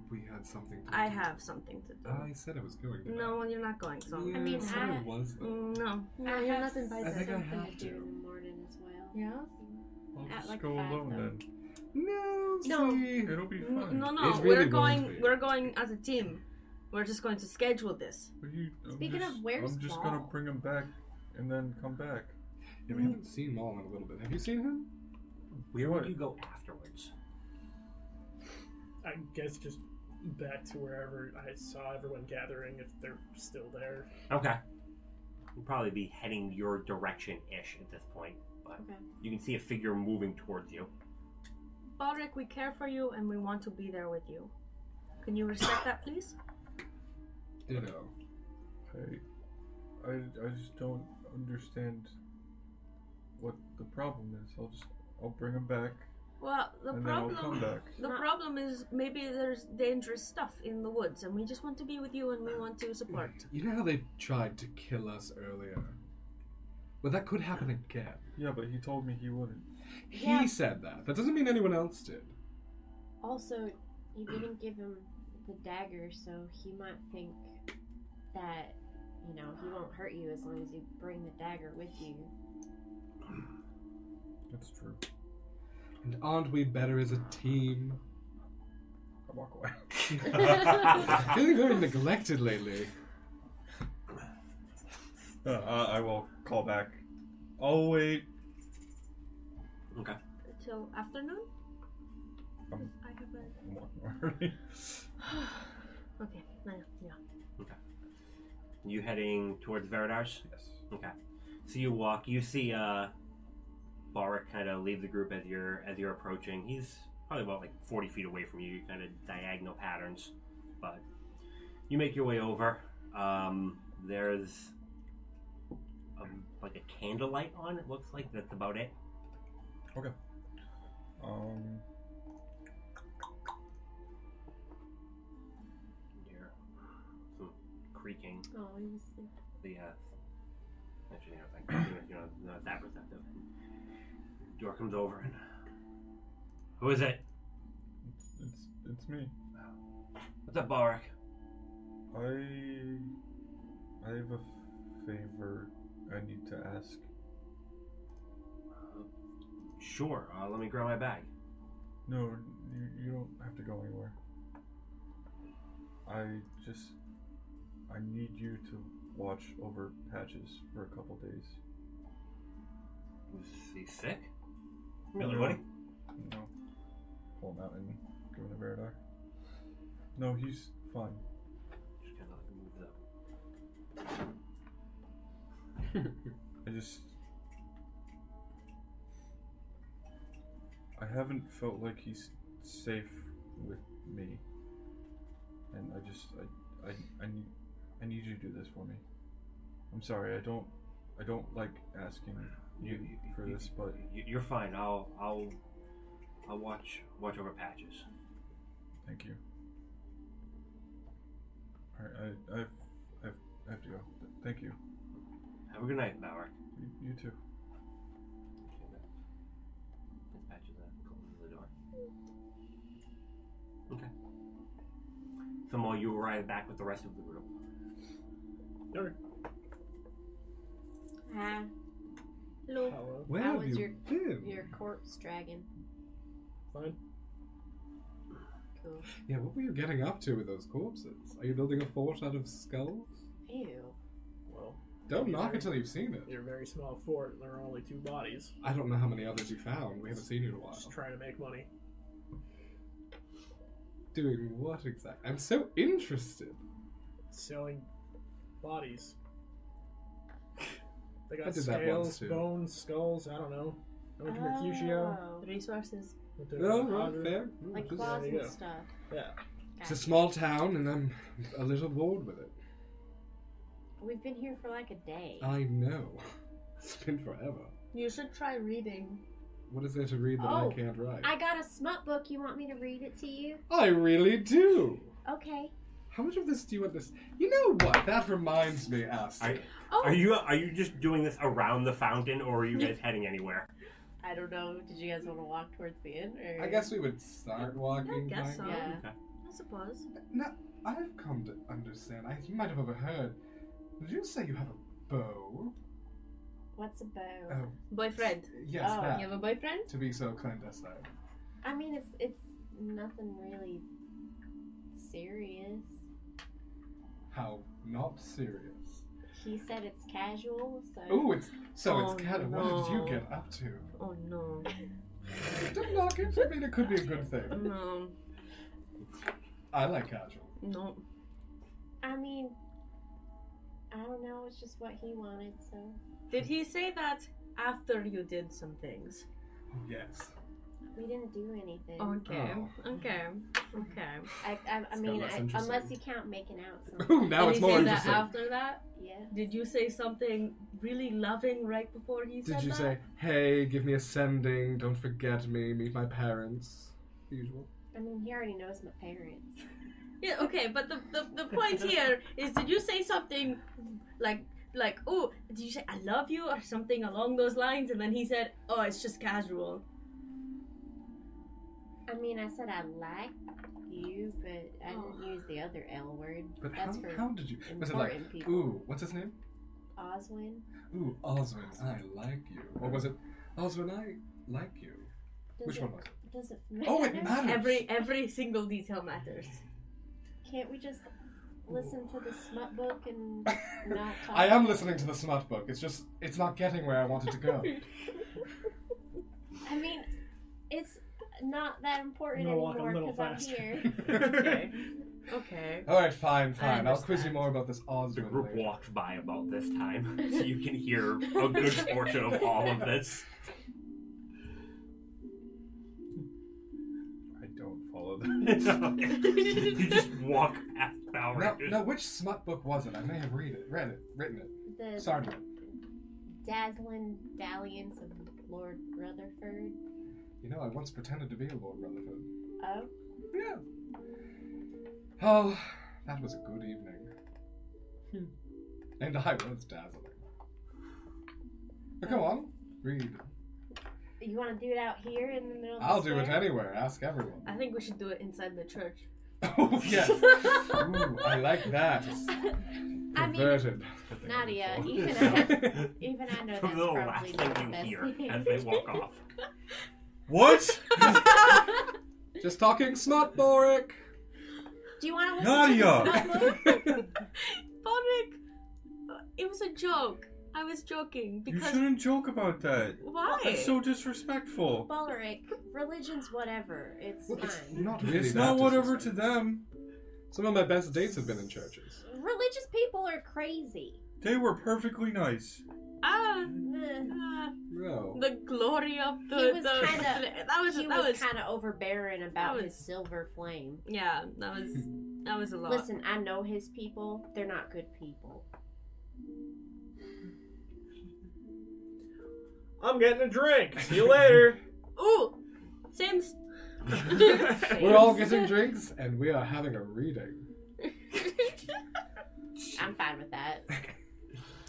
[SPEAKER 9] we had something to
[SPEAKER 8] I
[SPEAKER 9] do.
[SPEAKER 8] have something to do.
[SPEAKER 9] I said I was going to.
[SPEAKER 8] no, you're not going. So
[SPEAKER 9] Yeah,
[SPEAKER 3] I mean,
[SPEAKER 9] said
[SPEAKER 3] I-
[SPEAKER 9] was though.
[SPEAKER 8] Mm, no, no,
[SPEAKER 3] [CLEARS THROAT] I
[SPEAKER 8] you're
[SPEAKER 3] have
[SPEAKER 8] not invited.
[SPEAKER 9] I think I
[SPEAKER 3] something
[SPEAKER 9] have
[SPEAKER 3] to do
[SPEAKER 9] to.
[SPEAKER 3] in the morning as well. Mm-hmm.
[SPEAKER 8] yeah.
[SPEAKER 10] I'll
[SPEAKER 3] At
[SPEAKER 10] just
[SPEAKER 3] like
[SPEAKER 10] go
[SPEAKER 3] five,
[SPEAKER 10] alone
[SPEAKER 3] though. Mm,
[SPEAKER 10] then.
[SPEAKER 9] No.
[SPEAKER 8] No.
[SPEAKER 9] See?
[SPEAKER 10] It'll be
[SPEAKER 8] N-
[SPEAKER 10] fun.
[SPEAKER 8] No, no,
[SPEAKER 9] It
[SPEAKER 8] we're
[SPEAKER 9] really won't
[SPEAKER 8] going.
[SPEAKER 9] be.
[SPEAKER 8] We're going as a team. We're just going to schedule this.
[SPEAKER 10] Will you, I'm
[SPEAKER 3] Speaking
[SPEAKER 10] just-
[SPEAKER 3] of, where's
[SPEAKER 10] I'm just
[SPEAKER 3] Paul?
[SPEAKER 10] gonna bring him back and then come back.
[SPEAKER 9] Yeah, we haven't seen Maul in a little bit. Have you seen him?
[SPEAKER 5] Where
[SPEAKER 10] What?
[SPEAKER 5] would you go afterwards?
[SPEAKER 7] I guess just back to wherever I saw everyone gathering, if they're still there.
[SPEAKER 5] Okay. You'd probably be heading your direction ish at this point, but
[SPEAKER 3] Okay.
[SPEAKER 5] you can see a figure moving towards you. [LAUGHS]
[SPEAKER 8] Balric, we care for you and we want to be there with you. Can you respect that, please?
[SPEAKER 9] Ditto.
[SPEAKER 10] I, I, I just don't understand what the problem is. I'll just, I'll bring him back
[SPEAKER 8] Well, the
[SPEAKER 10] and then I'll
[SPEAKER 8] problem
[SPEAKER 10] come back.
[SPEAKER 8] The
[SPEAKER 11] Not-
[SPEAKER 8] problem is maybe there's dangerous stuff in the woods, and we just want to be with you and we want to support.
[SPEAKER 4] You know how they tried to kill us earlier? Well, that could happen again.
[SPEAKER 10] Yeah, but he told me he wouldn't.
[SPEAKER 8] Yeah.
[SPEAKER 4] He said that. That doesn't mean anyone else did.
[SPEAKER 2] Also, you didn't give him the dagger, so he might think that, you know, he won't hurt you as long as you bring the dagger with [LAUGHS] you.
[SPEAKER 10] That's true.
[SPEAKER 4] And aren't we better as a team?
[SPEAKER 10] I walk away. [LAUGHS]
[SPEAKER 4] Feeling very neglected lately.
[SPEAKER 10] Uh, I I will call back. Oh wait.
[SPEAKER 5] Okay.
[SPEAKER 8] Till afternoon?
[SPEAKER 10] Um.
[SPEAKER 8] 'Cause I have a.
[SPEAKER 10] I'm walking already.
[SPEAKER 8] [SIGHS] okay, no, yeah.
[SPEAKER 5] You heading towards Veridar's?
[SPEAKER 10] Yes.
[SPEAKER 5] So you walk. You see uh, Barak kind of leave the group as you're as you're approaching. He's probably about like 40 feet away from you. Kind of diagonal patterns, but you make your way over. Um, there's a, like a candlelight on. It looks like that's about it.
[SPEAKER 10] [LAUGHS] Um.
[SPEAKER 5] There, some creaking.
[SPEAKER 2] Oh, he was
[SPEAKER 5] The uh, actually, you know, like,
[SPEAKER 10] [CLEARS THROAT]
[SPEAKER 5] you know, you're not- not that receptive. Door comes over and who is it?
[SPEAKER 10] It's it's me.
[SPEAKER 5] What's up, Barak?
[SPEAKER 10] I I have a favor I need to ask.
[SPEAKER 5] Uh, Sure. Uh, let me grab my bag.
[SPEAKER 10] No, you, you don't have to go anywhere. I just I need you to watch over patches for a couple days.
[SPEAKER 5] Is he sick? Really,
[SPEAKER 10] No.
[SPEAKER 5] buddy?
[SPEAKER 10] No. Pull him out and give him a Veridar. No, he's fine.
[SPEAKER 5] Just kind of like moves up.
[SPEAKER 10] [LAUGHS] I just I haven't felt like he's safe with me. And I just I I I need I need you to do this for me. I'm sorry, I don't I don't like asking you for this, but
[SPEAKER 5] You- You're fine. I'll I'll I'll watch watch over patches.
[SPEAKER 10] thank you. Alright, I I've, I've I have to go. Th- Thank you.
[SPEAKER 5] Have a good night, Malric.
[SPEAKER 10] You, you too.
[SPEAKER 5] That's patches that closes the door. Okay. Somehow you arrive back with the rest of the group.
[SPEAKER 2] Ah,
[SPEAKER 8] Hello.
[SPEAKER 7] Hello.
[SPEAKER 4] Where
[SPEAKER 2] How
[SPEAKER 4] have
[SPEAKER 2] was
[SPEAKER 4] you been?
[SPEAKER 2] your corpse dragon.
[SPEAKER 7] Fine.
[SPEAKER 2] Cool.
[SPEAKER 4] Yeah, what were you getting up to with those corpses? Are you building a fort out of skulls?
[SPEAKER 2] Ew.
[SPEAKER 7] Well,
[SPEAKER 4] Don't
[SPEAKER 7] Yeah.
[SPEAKER 4] knock it till you've seen it.
[SPEAKER 7] you're a very small fort, and there are only two bodies.
[SPEAKER 4] I don't know how many others you found. We haven't seen you in a while.
[SPEAKER 7] Just trying to make money.
[SPEAKER 4] Doing what exactly? I'm so interested.
[SPEAKER 7] selling bodies. They
[SPEAKER 4] I
[SPEAKER 7] got
[SPEAKER 4] did that once,
[SPEAKER 7] scales,
[SPEAKER 4] too.
[SPEAKER 7] bones, skulls, I don't know. I went to Mercutio.
[SPEAKER 2] Oh,
[SPEAKER 8] Resources.
[SPEAKER 7] went to
[SPEAKER 4] No,
[SPEAKER 7] Agra.
[SPEAKER 4] right, fair. Mm,
[SPEAKER 2] Like
[SPEAKER 4] this-
[SPEAKER 2] claws
[SPEAKER 7] There you
[SPEAKER 2] and
[SPEAKER 7] go.
[SPEAKER 2] stuff.
[SPEAKER 7] Yeah.
[SPEAKER 4] It's
[SPEAKER 2] Gotcha.
[SPEAKER 4] a small town, and I'm a little bored with it.
[SPEAKER 2] We've been here for like a day.
[SPEAKER 4] I know. [LAUGHS] It's been forever.
[SPEAKER 8] You should try reading.
[SPEAKER 4] What is there to read that
[SPEAKER 2] Oh,
[SPEAKER 4] I can't write?
[SPEAKER 2] I got a smut book. You want me to read it to you?
[SPEAKER 4] I really do.
[SPEAKER 2] Okay.
[SPEAKER 4] How much of this do you want this? You know what? That reminds me, Aston.
[SPEAKER 5] Are,
[SPEAKER 2] Oh,
[SPEAKER 5] are you are you just doing this around the fountain, or are you
[SPEAKER 2] Yeah.
[SPEAKER 5] guys heading anywhere?
[SPEAKER 2] I don't know. Did you guys want to walk towards the end? Or...
[SPEAKER 4] I guess we would start walking.
[SPEAKER 8] Yeah, I guess
[SPEAKER 4] by-
[SPEAKER 8] so.
[SPEAKER 2] Yeah.
[SPEAKER 8] I suppose.
[SPEAKER 4] No, I've come to understand. I, you might have overheard. Did you say you have a bow?
[SPEAKER 2] What's a bow?
[SPEAKER 4] Oh,
[SPEAKER 8] Boyfriend.
[SPEAKER 4] yes,
[SPEAKER 2] Oh,
[SPEAKER 10] Ah.
[SPEAKER 4] that.
[SPEAKER 8] You have a boyfriend?
[SPEAKER 4] To be so clandestine.
[SPEAKER 2] I mean, it's it's nothing really serious.
[SPEAKER 4] How not serious.
[SPEAKER 2] He said it's casual, so
[SPEAKER 4] Oh, it's so
[SPEAKER 8] Oh,
[SPEAKER 4] it's kind of. What did
[SPEAKER 8] no.
[SPEAKER 4] you get up to?
[SPEAKER 8] Oh [LAUGHS] no.
[SPEAKER 4] Don't knock it. I mean, it could be a good thing.
[SPEAKER 8] No.
[SPEAKER 4] I like casual.
[SPEAKER 8] No.
[SPEAKER 2] I mean, I don't know. It's just what he wanted. So
[SPEAKER 8] Did he say that after you did some things?
[SPEAKER 4] Yes.
[SPEAKER 2] We didn't do anything.
[SPEAKER 8] Okay.
[SPEAKER 4] Oh.
[SPEAKER 8] Okay. Okay.
[SPEAKER 2] I, I, I
[SPEAKER 4] It's
[SPEAKER 2] mean,
[SPEAKER 4] got less
[SPEAKER 2] I,
[SPEAKER 4] interesting.
[SPEAKER 2] unless you count making
[SPEAKER 4] [LAUGHS]
[SPEAKER 2] out. Something.
[SPEAKER 4] Ooh, now
[SPEAKER 8] Did
[SPEAKER 4] it's
[SPEAKER 8] he
[SPEAKER 4] more
[SPEAKER 8] say that
[SPEAKER 4] interesting.
[SPEAKER 8] after that?
[SPEAKER 2] yeah.
[SPEAKER 8] Did you say something really loving right before he said
[SPEAKER 4] Did you
[SPEAKER 8] that?
[SPEAKER 4] say, "Hey, give me a sending. Don't forget me. Meet my parents." The usual.
[SPEAKER 2] I mean, he already knows my parents.
[SPEAKER 8] Yeah, okay, but the, the, the point here is did you say something like like oh did you say I love you or something along those lines and then he said, Oh, it's just casual.
[SPEAKER 2] I mean, I said I like you, but I
[SPEAKER 8] Oh.
[SPEAKER 2] didn't use the other L word.
[SPEAKER 4] But
[SPEAKER 2] That's
[SPEAKER 4] how,
[SPEAKER 2] for
[SPEAKER 4] how did you? Was it like,
[SPEAKER 2] Important people.
[SPEAKER 4] ooh, what's his name?
[SPEAKER 2] Oswin.
[SPEAKER 4] Ooh, Oswin, I like you. Or was it, Oswin, I like you?
[SPEAKER 2] Does
[SPEAKER 4] Which
[SPEAKER 2] it,
[SPEAKER 4] one was it?
[SPEAKER 2] Does it
[SPEAKER 4] Oh, it
[SPEAKER 2] matter?
[SPEAKER 4] matters.
[SPEAKER 8] Every every single detail matters.
[SPEAKER 2] [LAUGHS] Can't we just listen to the smut book and not talk?
[SPEAKER 4] [LAUGHS] I am listening to the smut book. It's just, it's not getting where I wanted to [LAUGHS] go.
[SPEAKER 2] I mean, it's not that important
[SPEAKER 7] I'm gonna walk a
[SPEAKER 2] anymore
[SPEAKER 7] little
[SPEAKER 2] because I'm
[SPEAKER 7] faster.
[SPEAKER 4] [LAUGHS]
[SPEAKER 2] here.
[SPEAKER 7] [LAUGHS]
[SPEAKER 8] Okay. okay.
[SPEAKER 4] All right, fine, fine. I'll quiz you
[SPEAKER 8] understand.
[SPEAKER 4] more about this Oswin.
[SPEAKER 5] The group
[SPEAKER 4] later.
[SPEAKER 5] walks by about this [LAUGHS] time, so you can hear a good portion of all of [LAUGHS] this.
[SPEAKER 10] I don't follow that.
[SPEAKER 5] you just walk past
[SPEAKER 4] No,
[SPEAKER 5] Balrog.
[SPEAKER 4] no, which smut book was it? I may have read it, read it, written
[SPEAKER 2] The
[SPEAKER 4] it. Sergeant.
[SPEAKER 2] dazzling dalliance of Lord Rutherford.
[SPEAKER 4] You know, I once pretended to be a Lord Rutherford.
[SPEAKER 2] Oh,
[SPEAKER 4] Yeah. Oh, that was a good evening. And I was dazzling. But go on, read.
[SPEAKER 2] you want to do it out here in the middle? Of the
[SPEAKER 4] I'll do it
[SPEAKER 2] square?
[SPEAKER 4] anywhere. Ask everyone.
[SPEAKER 8] I think we should do it inside the church.
[SPEAKER 4] [LAUGHS] oh yes. Ooh, I like that. It's
[SPEAKER 2] [LAUGHS] I mean-
[SPEAKER 4] perverted.
[SPEAKER 2] Nadia, even [LAUGHS] I,
[SPEAKER 5] Probably
[SPEAKER 2] even I know that's
[SPEAKER 5] the
[SPEAKER 2] probably
[SPEAKER 5] last
[SPEAKER 2] not the
[SPEAKER 5] thing you
[SPEAKER 2] best.
[SPEAKER 5] hear as they
[SPEAKER 2] [LAUGHS]
[SPEAKER 5] walk off.
[SPEAKER 10] What?
[SPEAKER 4] [LAUGHS] Just talking smut, Boric.
[SPEAKER 2] do you want to listen
[SPEAKER 10] Nadia!
[SPEAKER 8] Bodrick it was a joke. I was joking
[SPEAKER 10] You
[SPEAKER 8] because
[SPEAKER 10] shouldn't joke about that.
[SPEAKER 8] why?
[SPEAKER 4] Uh,
[SPEAKER 10] That's so
[SPEAKER 2] to
[SPEAKER 10] disrespectful.
[SPEAKER 2] Balric? Religion's whatever. It's
[SPEAKER 4] Well,
[SPEAKER 2] fine.
[SPEAKER 4] it's not really.
[SPEAKER 10] It's
[SPEAKER 4] that
[SPEAKER 10] not whatever to
[SPEAKER 4] disrespectful.
[SPEAKER 10] them.
[SPEAKER 4] Some of my best dates have been in churches.
[SPEAKER 2] Religious people are crazy.
[SPEAKER 10] They were perfectly nice.
[SPEAKER 8] ah,
[SPEAKER 2] Ugh.
[SPEAKER 8] ah.
[SPEAKER 4] No.
[SPEAKER 8] the glory of the.
[SPEAKER 2] He was
[SPEAKER 8] the-
[SPEAKER 2] kinda-
[SPEAKER 8] [LAUGHS] that was
[SPEAKER 2] he
[SPEAKER 8] that
[SPEAKER 2] was,
[SPEAKER 8] was,
[SPEAKER 2] kind of overbearing about
[SPEAKER 8] that
[SPEAKER 2] his
[SPEAKER 8] was-
[SPEAKER 2] silver flame.
[SPEAKER 8] yeah. That was that was a lot.
[SPEAKER 2] Listen, I know his people. They're not good people.
[SPEAKER 7] I'm getting a drink. See you later.
[SPEAKER 8] Ooh, Sims.
[SPEAKER 4] [LAUGHS] We're all
[SPEAKER 8] [LAUGHS]
[SPEAKER 4] getting drinks and we are having a reading.
[SPEAKER 2] I'm fine with that.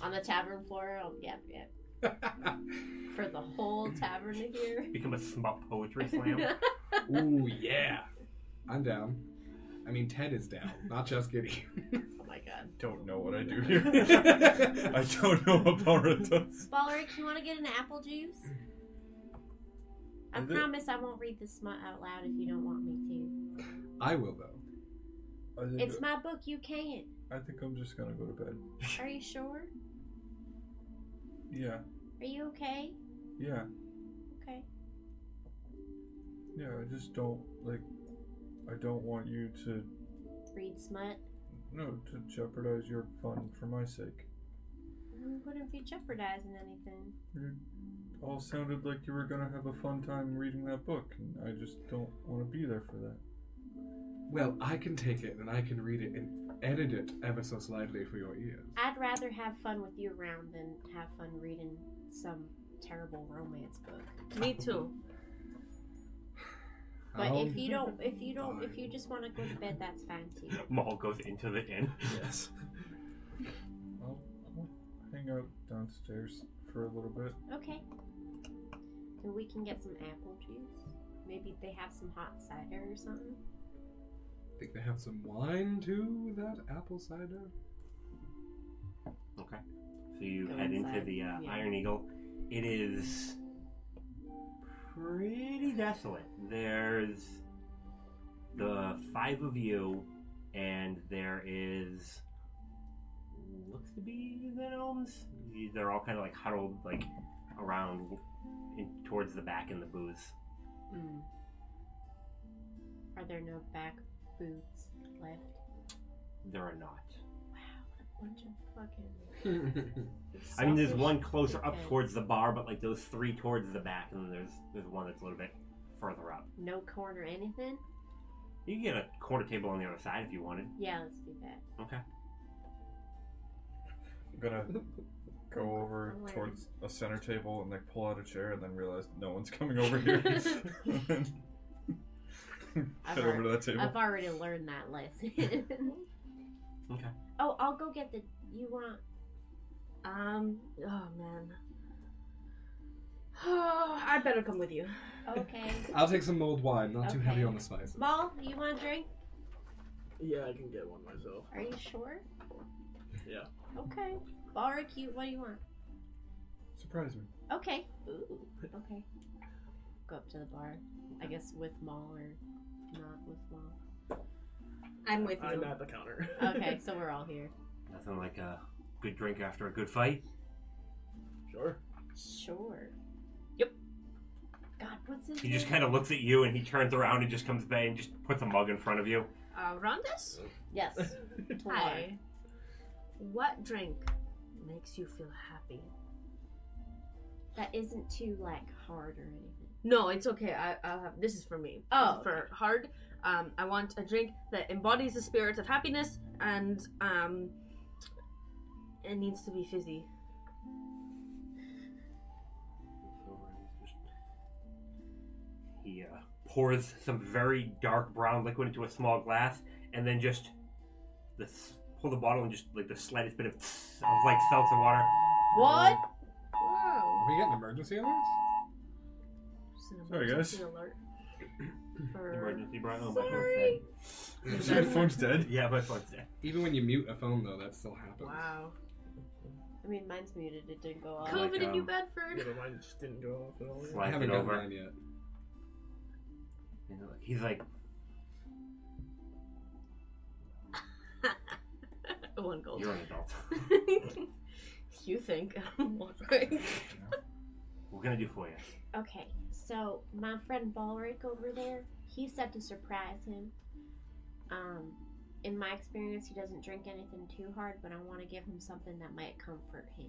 [SPEAKER 2] On the tavern floor, oh, yep, yep. For the whole tavern to hear.
[SPEAKER 5] Become a smut poetry slam.
[SPEAKER 2] [LAUGHS]
[SPEAKER 4] Ooh yeah. I'm down. I mean, Ted is down, not just
[SPEAKER 5] [LAUGHS]
[SPEAKER 4] Giddy.
[SPEAKER 2] oh my god.
[SPEAKER 10] Don't know what [LAUGHS] I do here. [LAUGHS] I don't know what Balrog does.
[SPEAKER 2] Balric, you want to get an apple juice?
[SPEAKER 10] [CLEARS THROAT]
[SPEAKER 2] I
[SPEAKER 10] Is it-
[SPEAKER 2] promise I won't read the smut out loud if you don't want me to.
[SPEAKER 4] I will though.
[SPEAKER 10] I think,
[SPEAKER 2] It's my book, you
[SPEAKER 10] [LAUGHS]
[SPEAKER 2] can't.
[SPEAKER 10] I think I'm just gonna go to bed.
[SPEAKER 2] Are you sure?
[SPEAKER 10] Yeah,
[SPEAKER 2] Are you okay?
[SPEAKER 10] yeah,
[SPEAKER 2] Okay.
[SPEAKER 10] yeah. I just don't like. I don't want you to
[SPEAKER 2] Read smut.
[SPEAKER 10] no to jeopardize your fun for my sake.
[SPEAKER 2] We wouldn't be jeopardizing anything.
[SPEAKER 10] You all sounded like you were gonna have a fun time reading that book, and I just don't want to be there for that.
[SPEAKER 4] Well, I can take it and I can read it and edit it ever so slightly for your ears.
[SPEAKER 2] I'd rather have fun with you around than have fun reading some terrible romance book.
[SPEAKER 8] Me too.
[SPEAKER 2] But
[SPEAKER 4] I'll-
[SPEAKER 10] Oh.
[SPEAKER 2] if you don't, if you don't, if you just want to go to bed, that's fine too.
[SPEAKER 10] [LAUGHS]
[SPEAKER 5] Maul goes into the inn.
[SPEAKER 4] yes,
[SPEAKER 10] I'll, I'll hang out downstairs for a little bit.
[SPEAKER 2] Okay. And we can get some apple juice. Maybe they have some hot cider or something.
[SPEAKER 4] I think they have some wine too. That apple cider.
[SPEAKER 5] Okay. So you
[SPEAKER 2] Go
[SPEAKER 5] head into
[SPEAKER 2] inside,
[SPEAKER 5] the uh,
[SPEAKER 2] yeah.
[SPEAKER 5] Iron Eagle. It is pretty desolate. There's the five of you, and there is looks to be the gnomes. They're all kind of like huddled like around in, towards the back in the booths.
[SPEAKER 2] Mm. Are there no back boots left?
[SPEAKER 5] There are not.
[SPEAKER 2] Wow, what a bunch of fucking.
[SPEAKER 5] I mean, there's
[SPEAKER 2] selfish
[SPEAKER 5] one closer up
[SPEAKER 2] dickheads.
[SPEAKER 5] towards the bar, but like those three towards the back, and then there's there's one that's a little bit further up.
[SPEAKER 2] No corner anything?
[SPEAKER 5] You can get a corner table on the other side if you wanted.
[SPEAKER 2] Yeah, let's do that.
[SPEAKER 5] Okay.
[SPEAKER 10] I'm gonna go over
[SPEAKER 2] Where?
[SPEAKER 10] towards a center table and like pull out a chair and then realize no one's coming
[SPEAKER 2] [LAUGHS]
[SPEAKER 10] over here. Head over to that table.
[SPEAKER 2] I've already learned that lesson.
[SPEAKER 5] Okay.
[SPEAKER 2] Oh, I'll go get the. You want.
[SPEAKER 8] Um. Oh man. [SIGHS] Oh, I better come with you.
[SPEAKER 2] Okay.
[SPEAKER 4] I'll take some mulled wine, not too heavy
[SPEAKER 2] Okay.
[SPEAKER 4] on the spices.
[SPEAKER 2] Ball, you want a drink?
[SPEAKER 7] Yeah, I can get one myself.
[SPEAKER 2] Are you sure?
[SPEAKER 7] Yeah.
[SPEAKER 2] Okay. Ball or cute, what do you want?
[SPEAKER 10] Surprise me.
[SPEAKER 2] Okay. Ooh. Okay. Go up to the bar. I guess with Maul or not with [LAUGHS] Maul.
[SPEAKER 8] I'm with you.
[SPEAKER 7] I'm at the counter.
[SPEAKER 2] Okay, so we're all here.
[SPEAKER 5] Nothing like a good drink after a good fight.
[SPEAKER 7] [LAUGHS]
[SPEAKER 2] [LAUGHS]
[SPEAKER 7] sure.
[SPEAKER 2] Sure.
[SPEAKER 8] Yep.
[SPEAKER 2] God, what's his
[SPEAKER 5] He just kind of looks at you and he turns around and just comes back and just puts a mug in front of you.
[SPEAKER 8] Uh, Rondas.
[SPEAKER 2] Yes. [LAUGHS] Tawar.
[SPEAKER 8] Hi. What drink makes you feel happy?
[SPEAKER 2] That isn't too like hard or anything.
[SPEAKER 8] No, it's okay. I, I'll have this is for me.
[SPEAKER 2] Oh,
[SPEAKER 8] for hard. Um, I want a drink that embodies the spirit of happiness, and um, it needs to be fizzy.
[SPEAKER 5] He uh, pours some very dark brown liquid into a small glass and then just the, s- pull the bottle and just like the slightest bit of, of like seltzer water.
[SPEAKER 2] What?
[SPEAKER 4] Are we getting emergency alerts?
[SPEAKER 8] Just an
[SPEAKER 10] Sorry, guys.
[SPEAKER 8] emergency Alert for-
[SPEAKER 5] Emergency brown. Oh, my
[SPEAKER 2] Sorry.
[SPEAKER 5] phone's
[SPEAKER 10] My phone's dead.
[SPEAKER 5] dead.
[SPEAKER 10] [LAUGHS]
[SPEAKER 5] Yeah, my phone's dead.
[SPEAKER 4] Even when you mute a phone, though, that still happens.
[SPEAKER 8] Wow.
[SPEAKER 2] I mean, mine's muted. It didn't go off.
[SPEAKER 5] Cool.
[SPEAKER 8] COVID
[SPEAKER 5] Like,
[SPEAKER 8] in New
[SPEAKER 5] um,
[SPEAKER 7] Yeah,
[SPEAKER 8] Bedford.
[SPEAKER 7] but mine just didn't go off at all.
[SPEAKER 5] It's
[SPEAKER 7] yeah.
[SPEAKER 4] I
[SPEAKER 5] like-
[SPEAKER 4] haven't
[SPEAKER 5] Knocked it
[SPEAKER 4] gotten
[SPEAKER 5] over.
[SPEAKER 4] mine yet. [LAUGHS]
[SPEAKER 5] And like, he's like,
[SPEAKER 8] [LAUGHS] One gold.
[SPEAKER 5] you're an adult. [LAUGHS]
[SPEAKER 8] [LAUGHS] you think? [LAUGHS] Why?
[SPEAKER 5] What can I do for you?
[SPEAKER 2] Okay, so my friend Balric over there, he said to surprise him. Um, in my experience, he doesn't drink anything too hard, but I want to give him something that might comfort him,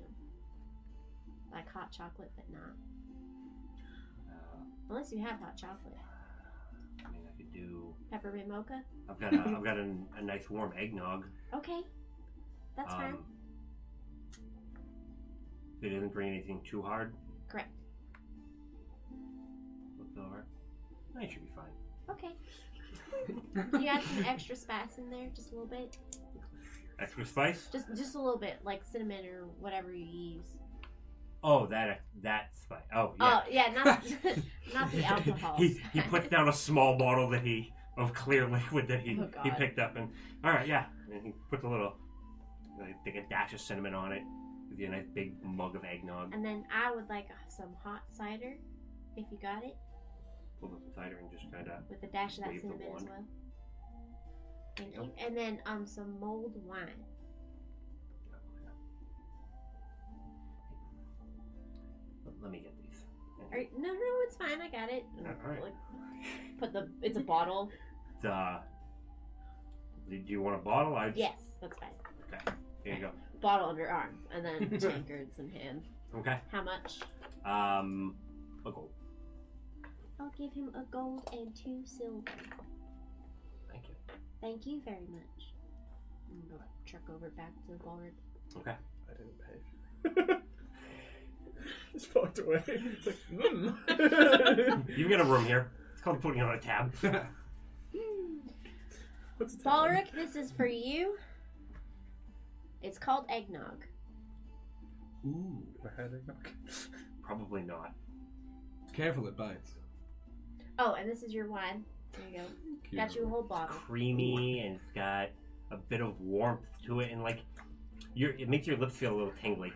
[SPEAKER 2] like hot chocolate, but not
[SPEAKER 5] Uh,
[SPEAKER 2] unless you have hot chocolate,
[SPEAKER 5] I mean, I could do.
[SPEAKER 2] peppermint mocha. [LAUGHS]
[SPEAKER 5] I've got a, I've got an, a nice warm eggnog.
[SPEAKER 2] Okay, that's fine.
[SPEAKER 5] Um, It doesn't bring anything too hard.
[SPEAKER 2] Correct.
[SPEAKER 5] Looked over. It should be fine.
[SPEAKER 2] Okay. Do you add
[SPEAKER 5] [LAUGHS]
[SPEAKER 2] some extra spice in there, just a little bit,
[SPEAKER 5] Extra spice?
[SPEAKER 2] just just a little bit, like cinnamon or whatever you use.
[SPEAKER 5] Oh, that that spice. Oh, yeah.
[SPEAKER 2] Oh yeah,
[SPEAKER 5] [LAUGHS]
[SPEAKER 2] not [LAUGHS] not the alcohol.
[SPEAKER 5] he he puts down a small bottle that he of clear liquid that he
[SPEAKER 2] Oh,
[SPEAKER 5] he
[SPEAKER 2] God.
[SPEAKER 5] picked up and all right, yeah. And he puts a little, I think a dash of cinnamon on it. Gives you a nice big mug of eggnog.
[SPEAKER 2] And then I would like some hot cider, if you got it,
[SPEAKER 5] Pull up the cider and just kind of.
[SPEAKER 2] with a dash of that
[SPEAKER 5] Wave the
[SPEAKER 2] cinnamon as
[SPEAKER 5] wand.
[SPEAKER 2] well. Thank you. And then um some mulled wine.
[SPEAKER 5] Let me get these.
[SPEAKER 2] All right, no, no, it's fine. I got it. And,
[SPEAKER 5] All right.
[SPEAKER 2] like, put the it's a bottle.
[SPEAKER 5] Uh, do you want a bottle? I
[SPEAKER 2] Yes, that's fine.
[SPEAKER 5] Here you go.
[SPEAKER 2] Bottle under arm, and
[SPEAKER 5] [LAUGHS]
[SPEAKER 2] then tankards in hand.
[SPEAKER 5] Okay.
[SPEAKER 2] How much?
[SPEAKER 5] Um, a gold.
[SPEAKER 2] I'll give him a gold and two silver.
[SPEAKER 5] Thank you.
[SPEAKER 2] Thank you very much. I'm gonna go truck over back to the ballroom.
[SPEAKER 5] Okay.
[SPEAKER 7] I didn't pay. [LAUGHS] just walked away. It's like,
[SPEAKER 5] [LAUGHS]
[SPEAKER 7] mm. [LAUGHS]
[SPEAKER 5] You've got a room here. It's called putting on a tab. [LAUGHS]
[SPEAKER 7] What's the time?
[SPEAKER 2] Balric, this is for you. It's called eggnog.
[SPEAKER 4] Ooh.
[SPEAKER 10] I had eggnog.
[SPEAKER 5] Probably not.
[SPEAKER 4] Careful, it bites.
[SPEAKER 2] Oh, and this is your wine. There you go.
[SPEAKER 4] Cute. [LAUGHS]
[SPEAKER 2] Got you a whole bottle.
[SPEAKER 5] Creamy and it's got a bit of warmth to it, and like, your it makes your lips feel a little tingly.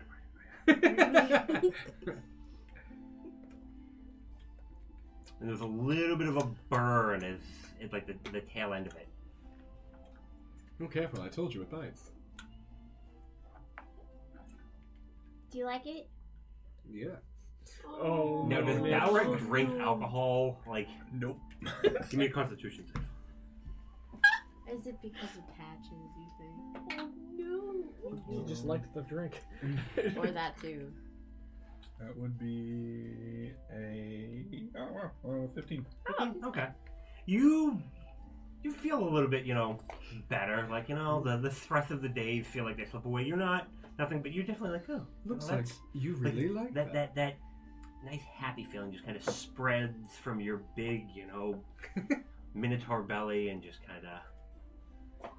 [SPEAKER 5] And there's a little bit of a burn as it's like the, the tail end of it.
[SPEAKER 4] Oh, careful, I told you it bites.
[SPEAKER 2] Do you like it?
[SPEAKER 4] Yeah.
[SPEAKER 7] Oh,
[SPEAKER 5] Now, does
[SPEAKER 7] man.
[SPEAKER 5] Balric drink alcohol? Like,
[SPEAKER 10] Nope.
[SPEAKER 5] [LAUGHS] give me a Constitution save.
[SPEAKER 2] Is it because of patches, you
[SPEAKER 12] [LAUGHS]
[SPEAKER 2] think?
[SPEAKER 7] [LAUGHS] You just liked the drink.
[SPEAKER 2] Or that too.
[SPEAKER 10] That would be a uh, uh, fifteen.
[SPEAKER 5] Um, Okay. You you feel a little bit, you know, better. Like, you know, the the stress of the day, you feel like they slip away. You're not nothing, but you're definitely like, oh,
[SPEAKER 4] Looks
[SPEAKER 5] well,
[SPEAKER 4] like
[SPEAKER 5] that's-
[SPEAKER 4] you really like
[SPEAKER 5] that,
[SPEAKER 4] that.
[SPEAKER 5] that that nice happy feeling just kind of spreads from your big,
[SPEAKER 4] [LAUGHS]
[SPEAKER 5] you know, minotaur belly and just kind of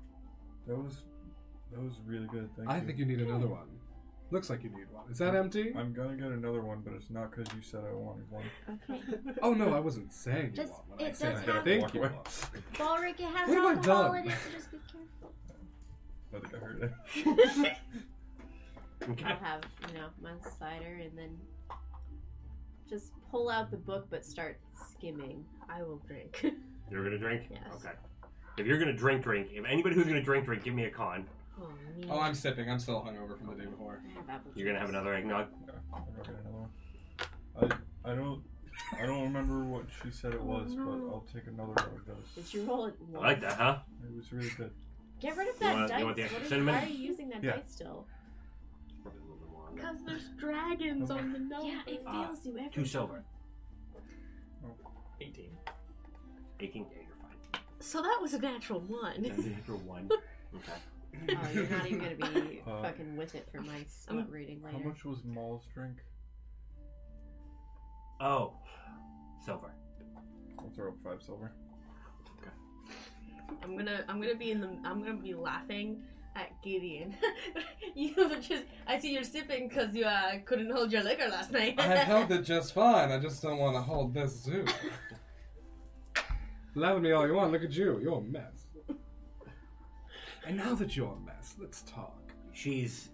[SPEAKER 10] That was that was really good. Thank
[SPEAKER 4] I
[SPEAKER 10] you.
[SPEAKER 4] think you need another one. Looks like you need one. Is that empty?
[SPEAKER 10] I'm gonna get another one, but it's not because you said I wanted one.
[SPEAKER 12] Okay.
[SPEAKER 4] Oh no, I wasn't saying you
[SPEAKER 2] Just-
[SPEAKER 4] want one.
[SPEAKER 2] it
[SPEAKER 4] I said
[SPEAKER 2] does
[SPEAKER 4] I
[SPEAKER 2] have-
[SPEAKER 4] think you
[SPEAKER 10] Walk away.
[SPEAKER 4] want.
[SPEAKER 2] [LAUGHS] Balric, it has
[SPEAKER 4] What have I
[SPEAKER 2] alcohol
[SPEAKER 4] done?
[SPEAKER 2] in it, so just be careful.
[SPEAKER 10] I think I heard it. [LAUGHS]
[SPEAKER 4] [LAUGHS]
[SPEAKER 12] [LAUGHS]
[SPEAKER 5] okay.
[SPEAKER 12] I'll have, you know, my cider and then just pull out the book but start skimming.
[SPEAKER 8] I will drink.
[SPEAKER 5] You're gonna drink?
[SPEAKER 8] Yes.
[SPEAKER 5] Okay. If you're gonna drink, drink. If anybody who's gonna drink, drink, give me a con.
[SPEAKER 8] Oh, me.
[SPEAKER 4] Oh,
[SPEAKER 2] [LAUGHS]
[SPEAKER 4] I'm sipping. I'm still hungover from the day before.
[SPEAKER 12] [LAUGHS] I have apple
[SPEAKER 5] You're gonna have
[SPEAKER 12] juice.
[SPEAKER 5] another eggnog.
[SPEAKER 10] I'll go get another one. I I don't I don't remember what she said
[SPEAKER 1] Oh,
[SPEAKER 10] it was, but I'll take another one of those.
[SPEAKER 12] Did you roll it
[SPEAKER 5] I
[SPEAKER 12] once?
[SPEAKER 5] like that, huh?
[SPEAKER 10] It was really good.
[SPEAKER 12] Get rid of
[SPEAKER 5] You
[SPEAKER 12] that
[SPEAKER 5] want- you
[SPEAKER 12] dice.
[SPEAKER 5] want the
[SPEAKER 12] What
[SPEAKER 5] extra
[SPEAKER 12] is-
[SPEAKER 5] cinnamon?
[SPEAKER 12] Why are you using that
[SPEAKER 10] Yeah.
[SPEAKER 12] dice still?
[SPEAKER 5] Probably a little bit more on that.
[SPEAKER 8] Because there's dragons on the number.
[SPEAKER 13] Yeah, it
[SPEAKER 5] Ah,
[SPEAKER 13] fails you every
[SPEAKER 5] Two silver.
[SPEAKER 7] 18.
[SPEAKER 5] 18. Yeah, you're fine. [LAUGHS]
[SPEAKER 8] So that was a natural one.
[SPEAKER 5] That's it for one. Okay.
[SPEAKER 12] Oh, you're not even gonna be
[SPEAKER 10] Uh,
[SPEAKER 12] fucking with it for my smut reading later.
[SPEAKER 10] How much was Maul's drink?
[SPEAKER 5] [LAUGHS] Oh, silver.
[SPEAKER 10] I'll throw up five silver.
[SPEAKER 8] I'm gonna I'm gonna be in the I'm gonna be laughing at Gideon. [LAUGHS] you were just I see you're sipping because you uh, couldn't hold your liquor last night.
[SPEAKER 4] I held it just fine. I just don't want to hold this
[SPEAKER 2] [LAUGHS]
[SPEAKER 4] too. Laugh at me all you want. Look at you. You're a mess. And now that you're a mess, let's talk.
[SPEAKER 5] She's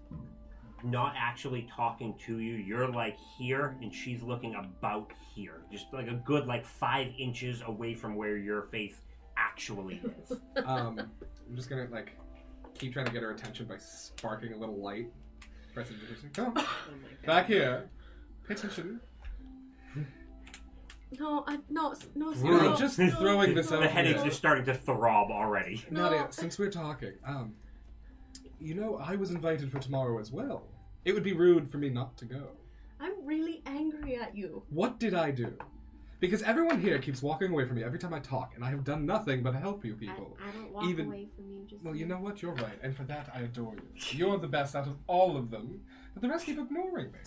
[SPEAKER 5] not actually talking to you. You're like here, and she's looking about here, just like a good like five inches away from where your face actually
[SPEAKER 12] [LAUGHS]
[SPEAKER 5] is.
[SPEAKER 4] Um, I'm just gonna like keep trying to get her attention by sparking a little light. Prestidigitation. Come
[SPEAKER 12] [LAUGHS] Oh my god.
[SPEAKER 4] back here. Pay attention.
[SPEAKER 8] [LAUGHS] No, I, no, s- no,
[SPEAKER 4] We're
[SPEAKER 8] no,
[SPEAKER 4] just
[SPEAKER 8] no,
[SPEAKER 4] throwing this
[SPEAKER 8] no,
[SPEAKER 4] out
[SPEAKER 5] the
[SPEAKER 4] here.
[SPEAKER 5] headaches are starting to throb already.
[SPEAKER 8] No.
[SPEAKER 4] Nadia, since we're talking, um, you know, I was invited for tomorrow as well. It would be rude for me not to go.
[SPEAKER 8] I'm really angry at you.
[SPEAKER 4] What did I do? Because everyone here keeps walking away from me every time I talk, and I have done nothing but help you
[SPEAKER 2] I,
[SPEAKER 4] people.
[SPEAKER 2] I don't walk
[SPEAKER 4] Even-
[SPEAKER 2] away from you. Just
[SPEAKER 4] Well, you know what? You're right, and for that I adore you. You're the best out of all of them, but the rest keep ignoring me.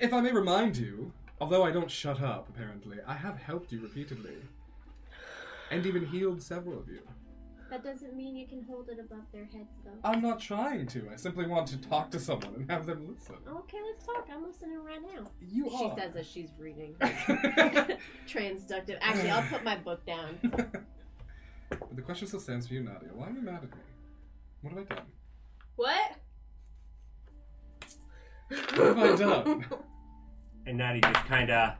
[SPEAKER 4] If I may remind you, although I don't shut up, apparently, I have helped you repeatedly. And even healed several of you.
[SPEAKER 2] That doesn't mean you can hold it above their heads, though.
[SPEAKER 4] I'm not trying to, I simply want to talk to someone and have them listen.
[SPEAKER 2] Okay, let's talk. I'm listening right now.
[SPEAKER 4] You
[SPEAKER 12] She
[SPEAKER 4] are.
[SPEAKER 12] [LAUGHS] says as she's reading.
[SPEAKER 4] that.
[SPEAKER 12] Transductive. Actually, I'll put my book down.
[SPEAKER 4] [LAUGHS] but the question still stands for you, Nadia. Why are you mad at me? What have I done? What
[SPEAKER 5] [LAUGHS]
[SPEAKER 8] What?
[SPEAKER 4] have I done?
[SPEAKER 5] And Natty just kind of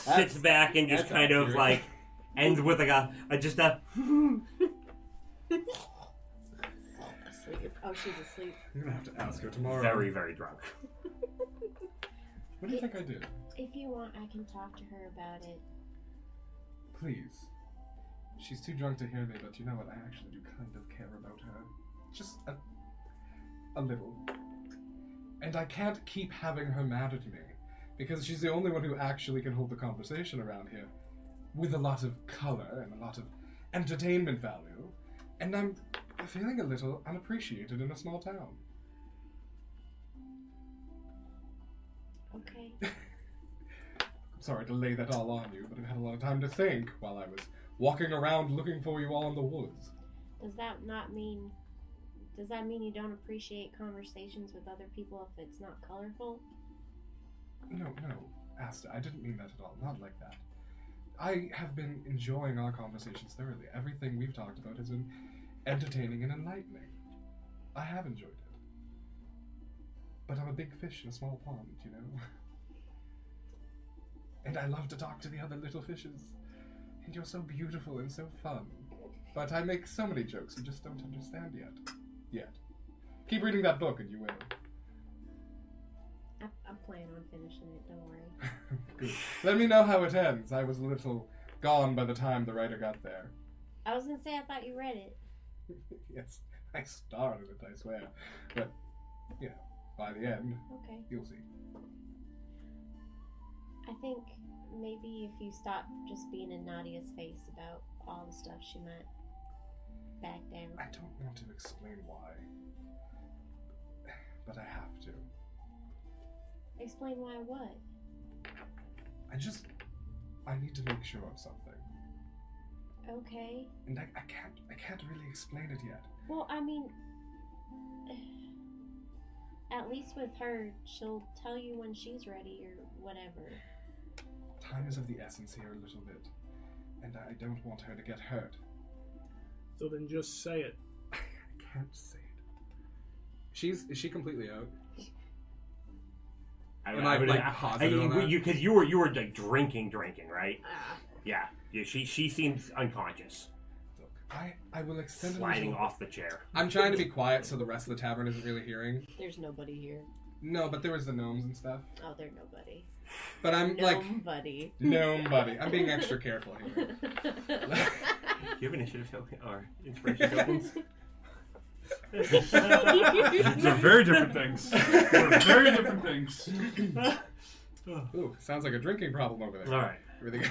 [SPEAKER 5] sits back and just
[SPEAKER 4] that's
[SPEAKER 5] kind of
[SPEAKER 4] accurate.
[SPEAKER 5] like ends with like a, a just a.
[SPEAKER 12] Asleep. Oh, she's asleep.
[SPEAKER 4] [LAUGHS] You're gonna have to ask her tomorrow.
[SPEAKER 5] Very, very drunk.
[SPEAKER 4] What do you think I did?
[SPEAKER 2] If you want, I can talk to her about it.
[SPEAKER 4] Please. She's too drunk to hear me, but you know what? I actually do kind of care about her. Just a, a little. And I can't keep having her mad at me, because she's the only one who actually can hold the conversation around here with a lot of color and a lot of entertainment value. And I'm feeling a little unappreciated in a small town.
[SPEAKER 2] Okay.
[SPEAKER 4] I'm sorry to lay that all on you, but I've had a lot of time to think while I was walking around looking for you all in the woods.
[SPEAKER 2] Does that not mean? Does that mean you don't appreciate conversations with other people if it's not colorful?
[SPEAKER 4] No, no, Asta, I didn't mean that at all. Not like that. I have been enjoying our conversations thoroughly. Everything we've talked about has been entertaining and enlightening. I have enjoyed it. But I'm a big fish in a small pond, you know? [LAUGHS] and I love to talk to the other little fishes. And you're so beautiful and so fun. But I make so many jokes you just don't understand yet. Yet. Keep reading that book and you will.
[SPEAKER 2] I, I'm planning on finishing it. Don't worry.
[SPEAKER 4] Good. Let me know how it ends. I was a little gone by the time the writer got there. [LAUGHS]
[SPEAKER 2] I was gonna say I thought you read it.
[SPEAKER 4] yes, I started it, I swear. But, you know, by the end,
[SPEAKER 2] Okay.
[SPEAKER 4] you'll see.
[SPEAKER 2] I think maybe if you stop just being in Nadia's face about all the stuff, she might back down.
[SPEAKER 4] I don't want to explain why, [SIGHS] but I have to.
[SPEAKER 2] Explain why what?
[SPEAKER 4] I just. I need to make sure of something.
[SPEAKER 2] Okay.
[SPEAKER 4] And I, I can't I can't really explain it yet.
[SPEAKER 2] Well, I mean, [SIGHS] at least with her, she'll tell you when she's ready or whatever.
[SPEAKER 4] Time is of the essence here a little bit. And I don't want her to get hurt. [LAUGHS]
[SPEAKER 7] So then just say it.
[SPEAKER 4] I can't say it. She's is she completely out?
[SPEAKER 5] I
[SPEAKER 4] Am I,
[SPEAKER 5] would-
[SPEAKER 4] like,
[SPEAKER 5] I-
[SPEAKER 4] positive
[SPEAKER 5] I-
[SPEAKER 4] on that?
[SPEAKER 5] you because you were you were like drinking, drinking, right?
[SPEAKER 8] Ah,
[SPEAKER 5] Yeah. Yeah. She she seems unconscious,
[SPEAKER 4] Look, I, I will extend a
[SPEAKER 5] sliding
[SPEAKER 4] little-
[SPEAKER 5] off the chair.
[SPEAKER 4] I'm trying to be quiet so the rest of the tavern isn't really hearing.
[SPEAKER 1] There's nobody here.
[SPEAKER 4] No, but there was the gnomes and stuff.
[SPEAKER 1] Oh, there's nobody.
[SPEAKER 4] But I'm like [LAUGHS]
[SPEAKER 1] nobody.
[SPEAKER 4] gnome buddy. I'm being extra careful here.
[SPEAKER 2] [LAUGHS]
[SPEAKER 5] Do you have initiative token or inspiration tokens?
[SPEAKER 10] These are very
[SPEAKER 4] [LAUGHS]
[SPEAKER 10] different things. They're very different things.
[SPEAKER 4] Ooh, sounds like a drinking problem over
[SPEAKER 5] All
[SPEAKER 4] there.
[SPEAKER 5] right.
[SPEAKER 4] Everything.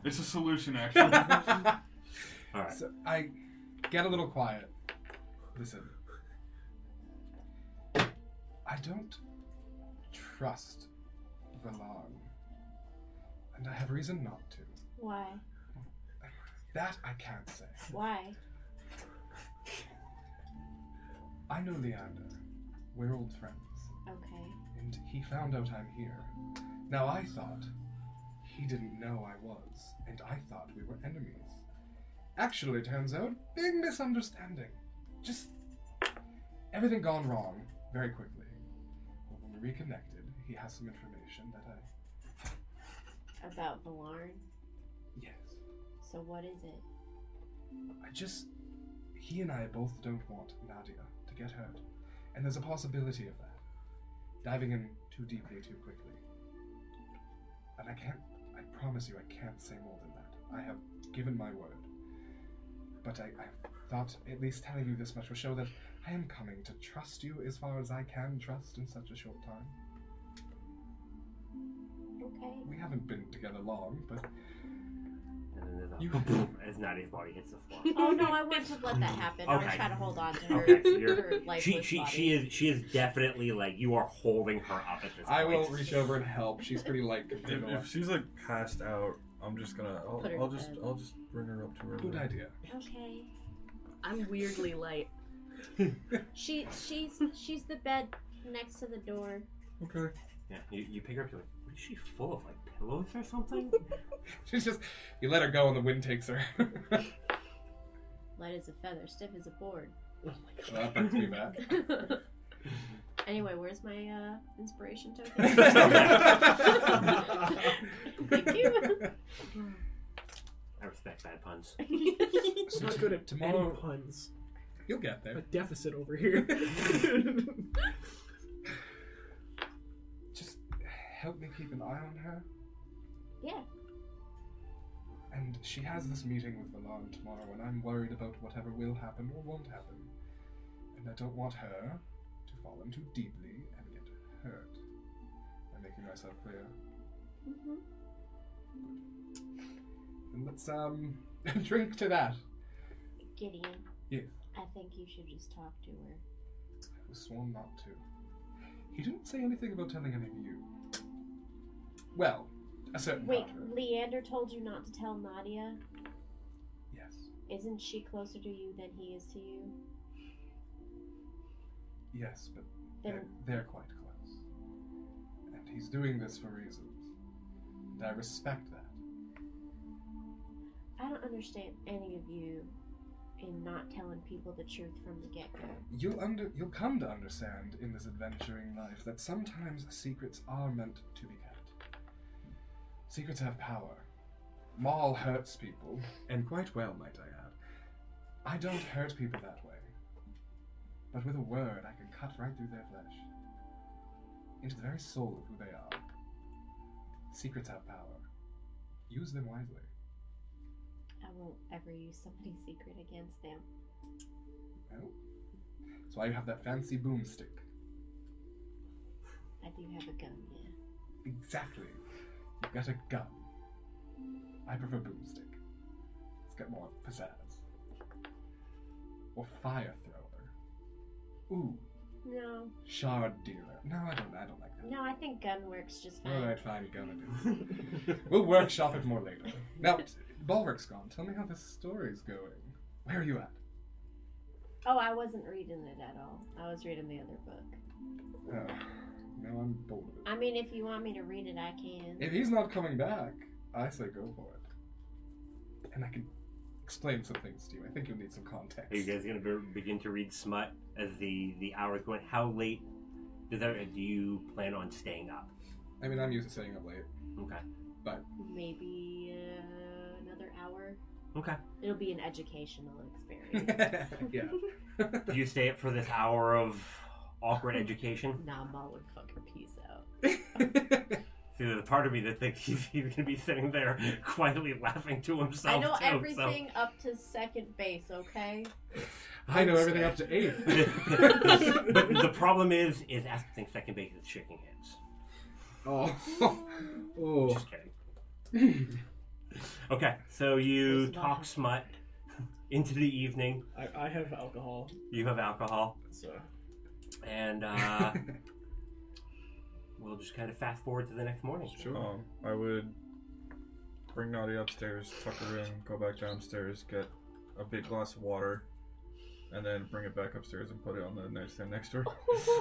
[SPEAKER 4] [LAUGHS]
[SPEAKER 10] It's a [LAUGHS] solution, actually.
[SPEAKER 5] All right.
[SPEAKER 4] So I get a little quiet. Listen. I don't trust Valan. And I have reason not to.
[SPEAKER 2] Why?
[SPEAKER 4] That I can't say.
[SPEAKER 2] Why?
[SPEAKER 4] I know Leander. We're old friends.
[SPEAKER 2] Okay.
[SPEAKER 4] and he found out I'm here. Now I thought he didn't know I was, and I thought we were enemies. Actually, turns out, big misunderstanding. Just everything gone wrong very quickly. But when we reconnected, he has some information that I.
[SPEAKER 1] About Valarn.
[SPEAKER 4] Yes.
[SPEAKER 1] So what is it?
[SPEAKER 4] I just. He and I both don't want Nadia to get hurt, and there's a possibility of that. Diving in too deeply too quickly. And I can't. I promise you, I can't say more than that. I have given my word. But I, I thought at least telling you this much will show that I am coming to trust you as far as I can trust in such a short time.
[SPEAKER 2] Okay.
[SPEAKER 4] We haven't been together long, but
[SPEAKER 5] And then there's a
[SPEAKER 4] You-
[SPEAKER 5] boom as Nadia's body hits the floor.
[SPEAKER 1] Oh
[SPEAKER 3] Um,
[SPEAKER 1] no, I wouldn't have let that happen. I would
[SPEAKER 5] Mm-hmm. Okay.
[SPEAKER 1] try to hold on to her,
[SPEAKER 5] Okay, so you're-
[SPEAKER 1] her lifeless
[SPEAKER 5] She she
[SPEAKER 1] body.
[SPEAKER 5] she is she is definitely like you are holding her up at this point.
[SPEAKER 4] I will reach over and help. She's pretty light.
[SPEAKER 10] [LAUGHS] if, if she's like passed out, I'm just gonna. I'll,
[SPEAKER 1] Put her
[SPEAKER 10] I'll
[SPEAKER 1] to
[SPEAKER 10] just.
[SPEAKER 1] bed.
[SPEAKER 10] I'll just bring her up to her.
[SPEAKER 4] Good
[SPEAKER 10] room.
[SPEAKER 4] idea.
[SPEAKER 2] Okay.
[SPEAKER 8] [LAUGHS] I'm weirdly light.
[SPEAKER 2] She [LAUGHS] she's she's the bed next to the door.
[SPEAKER 4] Okay.
[SPEAKER 5] Yeah, you, you pick her up. You're like, what is she full of? Like pillows or something?
[SPEAKER 4] She's just you let her go and the wind takes her. [LAUGHS]
[SPEAKER 1] Light as a feather, stiff as a board. [LAUGHS]
[SPEAKER 4] well, that brings me back.
[SPEAKER 1] anyway, where's my uh, inspiration
[SPEAKER 2] [LAUGHS]
[SPEAKER 1] token?
[SPEAKER 4] Thank
[SPEAKER 5] I respect bad puns.
[SPEAKER 7] It's not good at
[SPEAKER 4] Tomorrow-
[SPEAKER 7] any puns.
[SPEAKER 4] You'll get
[SPEAKER 7] A
[SPEAKER 4] there.
[SPEAKER 7] deficit over here.
[SPEAKER 4] Just help me keep an eye on her.
[SPEAKER 2] Yeah.
[SPEAKER 4] And she has this meeting with Valan tomorrow, and I'm worried about whatever will happen or won't happen. And I don't want her to fall in too deeply and get hurt. Am i making myself clear.
[SPEAKER 2] hmm
[SPEAKER 4] And let's um [LAUGHS] drink to that.
[SPEAKER 2] Gideon.
[SPEAKER 4] Yeah.
[SPEAKER 2] I think you should just talk to her.
[SPEAKER 4] I was sworn not to. He didn't say anything about telling any of you. Well, a certain
[SPEAKER 2] Wait,
[SPEAKER 4] part of it.
[SPEAKER 2] Leander told you not to tell Nadia.
[SPEAKER 4] Yes.
[SPEAKER 2] Isn't she closer to you than he is to you?
[SPEAKER 4] Yes, but
[SPEAKER 2] Then
[SPEAKER 4] they're, they're quite close. And he's doing this for reasons. And I respect that.
[SPEAKER 2] I don't understand any of you in not telling people the truth from the get go.
[SPEAKER 4] You'll under you'll come to understand in this adventuring life that sometimes secrets are meant to be kept. Secrets have power. Maul hurts people, and quite well, might I add. I don't hurt people that way. But with a word, I can cut right through their flesh. Into the very soul of who they are. Secrets have power. Use them wisely.
[SPEAKER 2] I won't ever use somebody's secret against them.
[SPEAKER 4] Well, that's why you have that fancy boomstick.
[SPEAKER 2] you have a gun, yeah.
[SPEAKER 9] Exactly. You've got a gun. I prefer boomstick. It's got more pizzazz. Or fire thrower. Ooh,
[SPEAKER 2] No.
[SPEAKER 9] shard dealer. No, I don't. I don't like that.
[SPEAKER 2] No, I think gun works just fine.
[SPEAKER 9] All right, fine, gun it is. we'll workshop it more later. Now, Balric's gone. Tell me how this story's going. Where are you at?
[SPEAKER 2] Oh, I wasn't reading it at all. I was reading the other book.
[SPEAKER 9] Oh, now I'm bored of it.
[SPEAKER 2] I mean, if you want me to read it, I can.
[SPEAKER 9] If he's not coming back, I say go for it. And I can explain some things to you. I think you'll need some context.
[SPEAKER 5] Are you guys going to be- begin to read smut as the the hours going? How late does that? Do you plan on staying up?
[SPEAKER 9] I mean, I'm used to staying up late.
[SPEAKER 5] Okay.
[SPEAKER 2] Maybe uh, another hour.
[SPEAKER 5] Okay.
[SPEAKER 2] It'll be an educational experience.
[SPEAKER 9] yeah.
[SPEAKER 5] Do you stay up for this hour of awkward education?
[SPEAKER 2] nah, Ma would fuck her piece out.
[SPEAKER 5] See, there's a part of me that thinks he's [LAUGHS] going to be sitting there quietly laughing to himself.
[SPEAKER 3] I know
[SPEAKER 5] too,
[SPEAKER 3] everything up to second base, okay?
[SPEAKER 9] [LAUGHS] I know everything up to eight.
[SPEAKER 5] So. [LAUGHS] but the problem is, is asking second base is shaking hands.
[SPEAKER 9] oh. [LAUGHS] oh.
[SPEAKER 5] Just kidding. Okay, so you
[SPEAKER 2] Please,
[SPEAKER 5] talk
[SPEAKER 2] why?
[SPEAKER 5] smut into the evening.
[SPEAKER 7] I, I have alcohol,
[SPEAKER 5] You have alcohol,
[SPEAKER 7] so
[SPEAKER 5] and uh, [LAUGHS] we'll just kind of fast forward to the next morning. Uh,
[SPEAKER 9] sure.
[SPEAKER 10] Um, I would bring Nadia upstairs, tuck her in, go back downstairs, get a big glass of water, and then bring it back upstairs and put it on the nightstand next to her.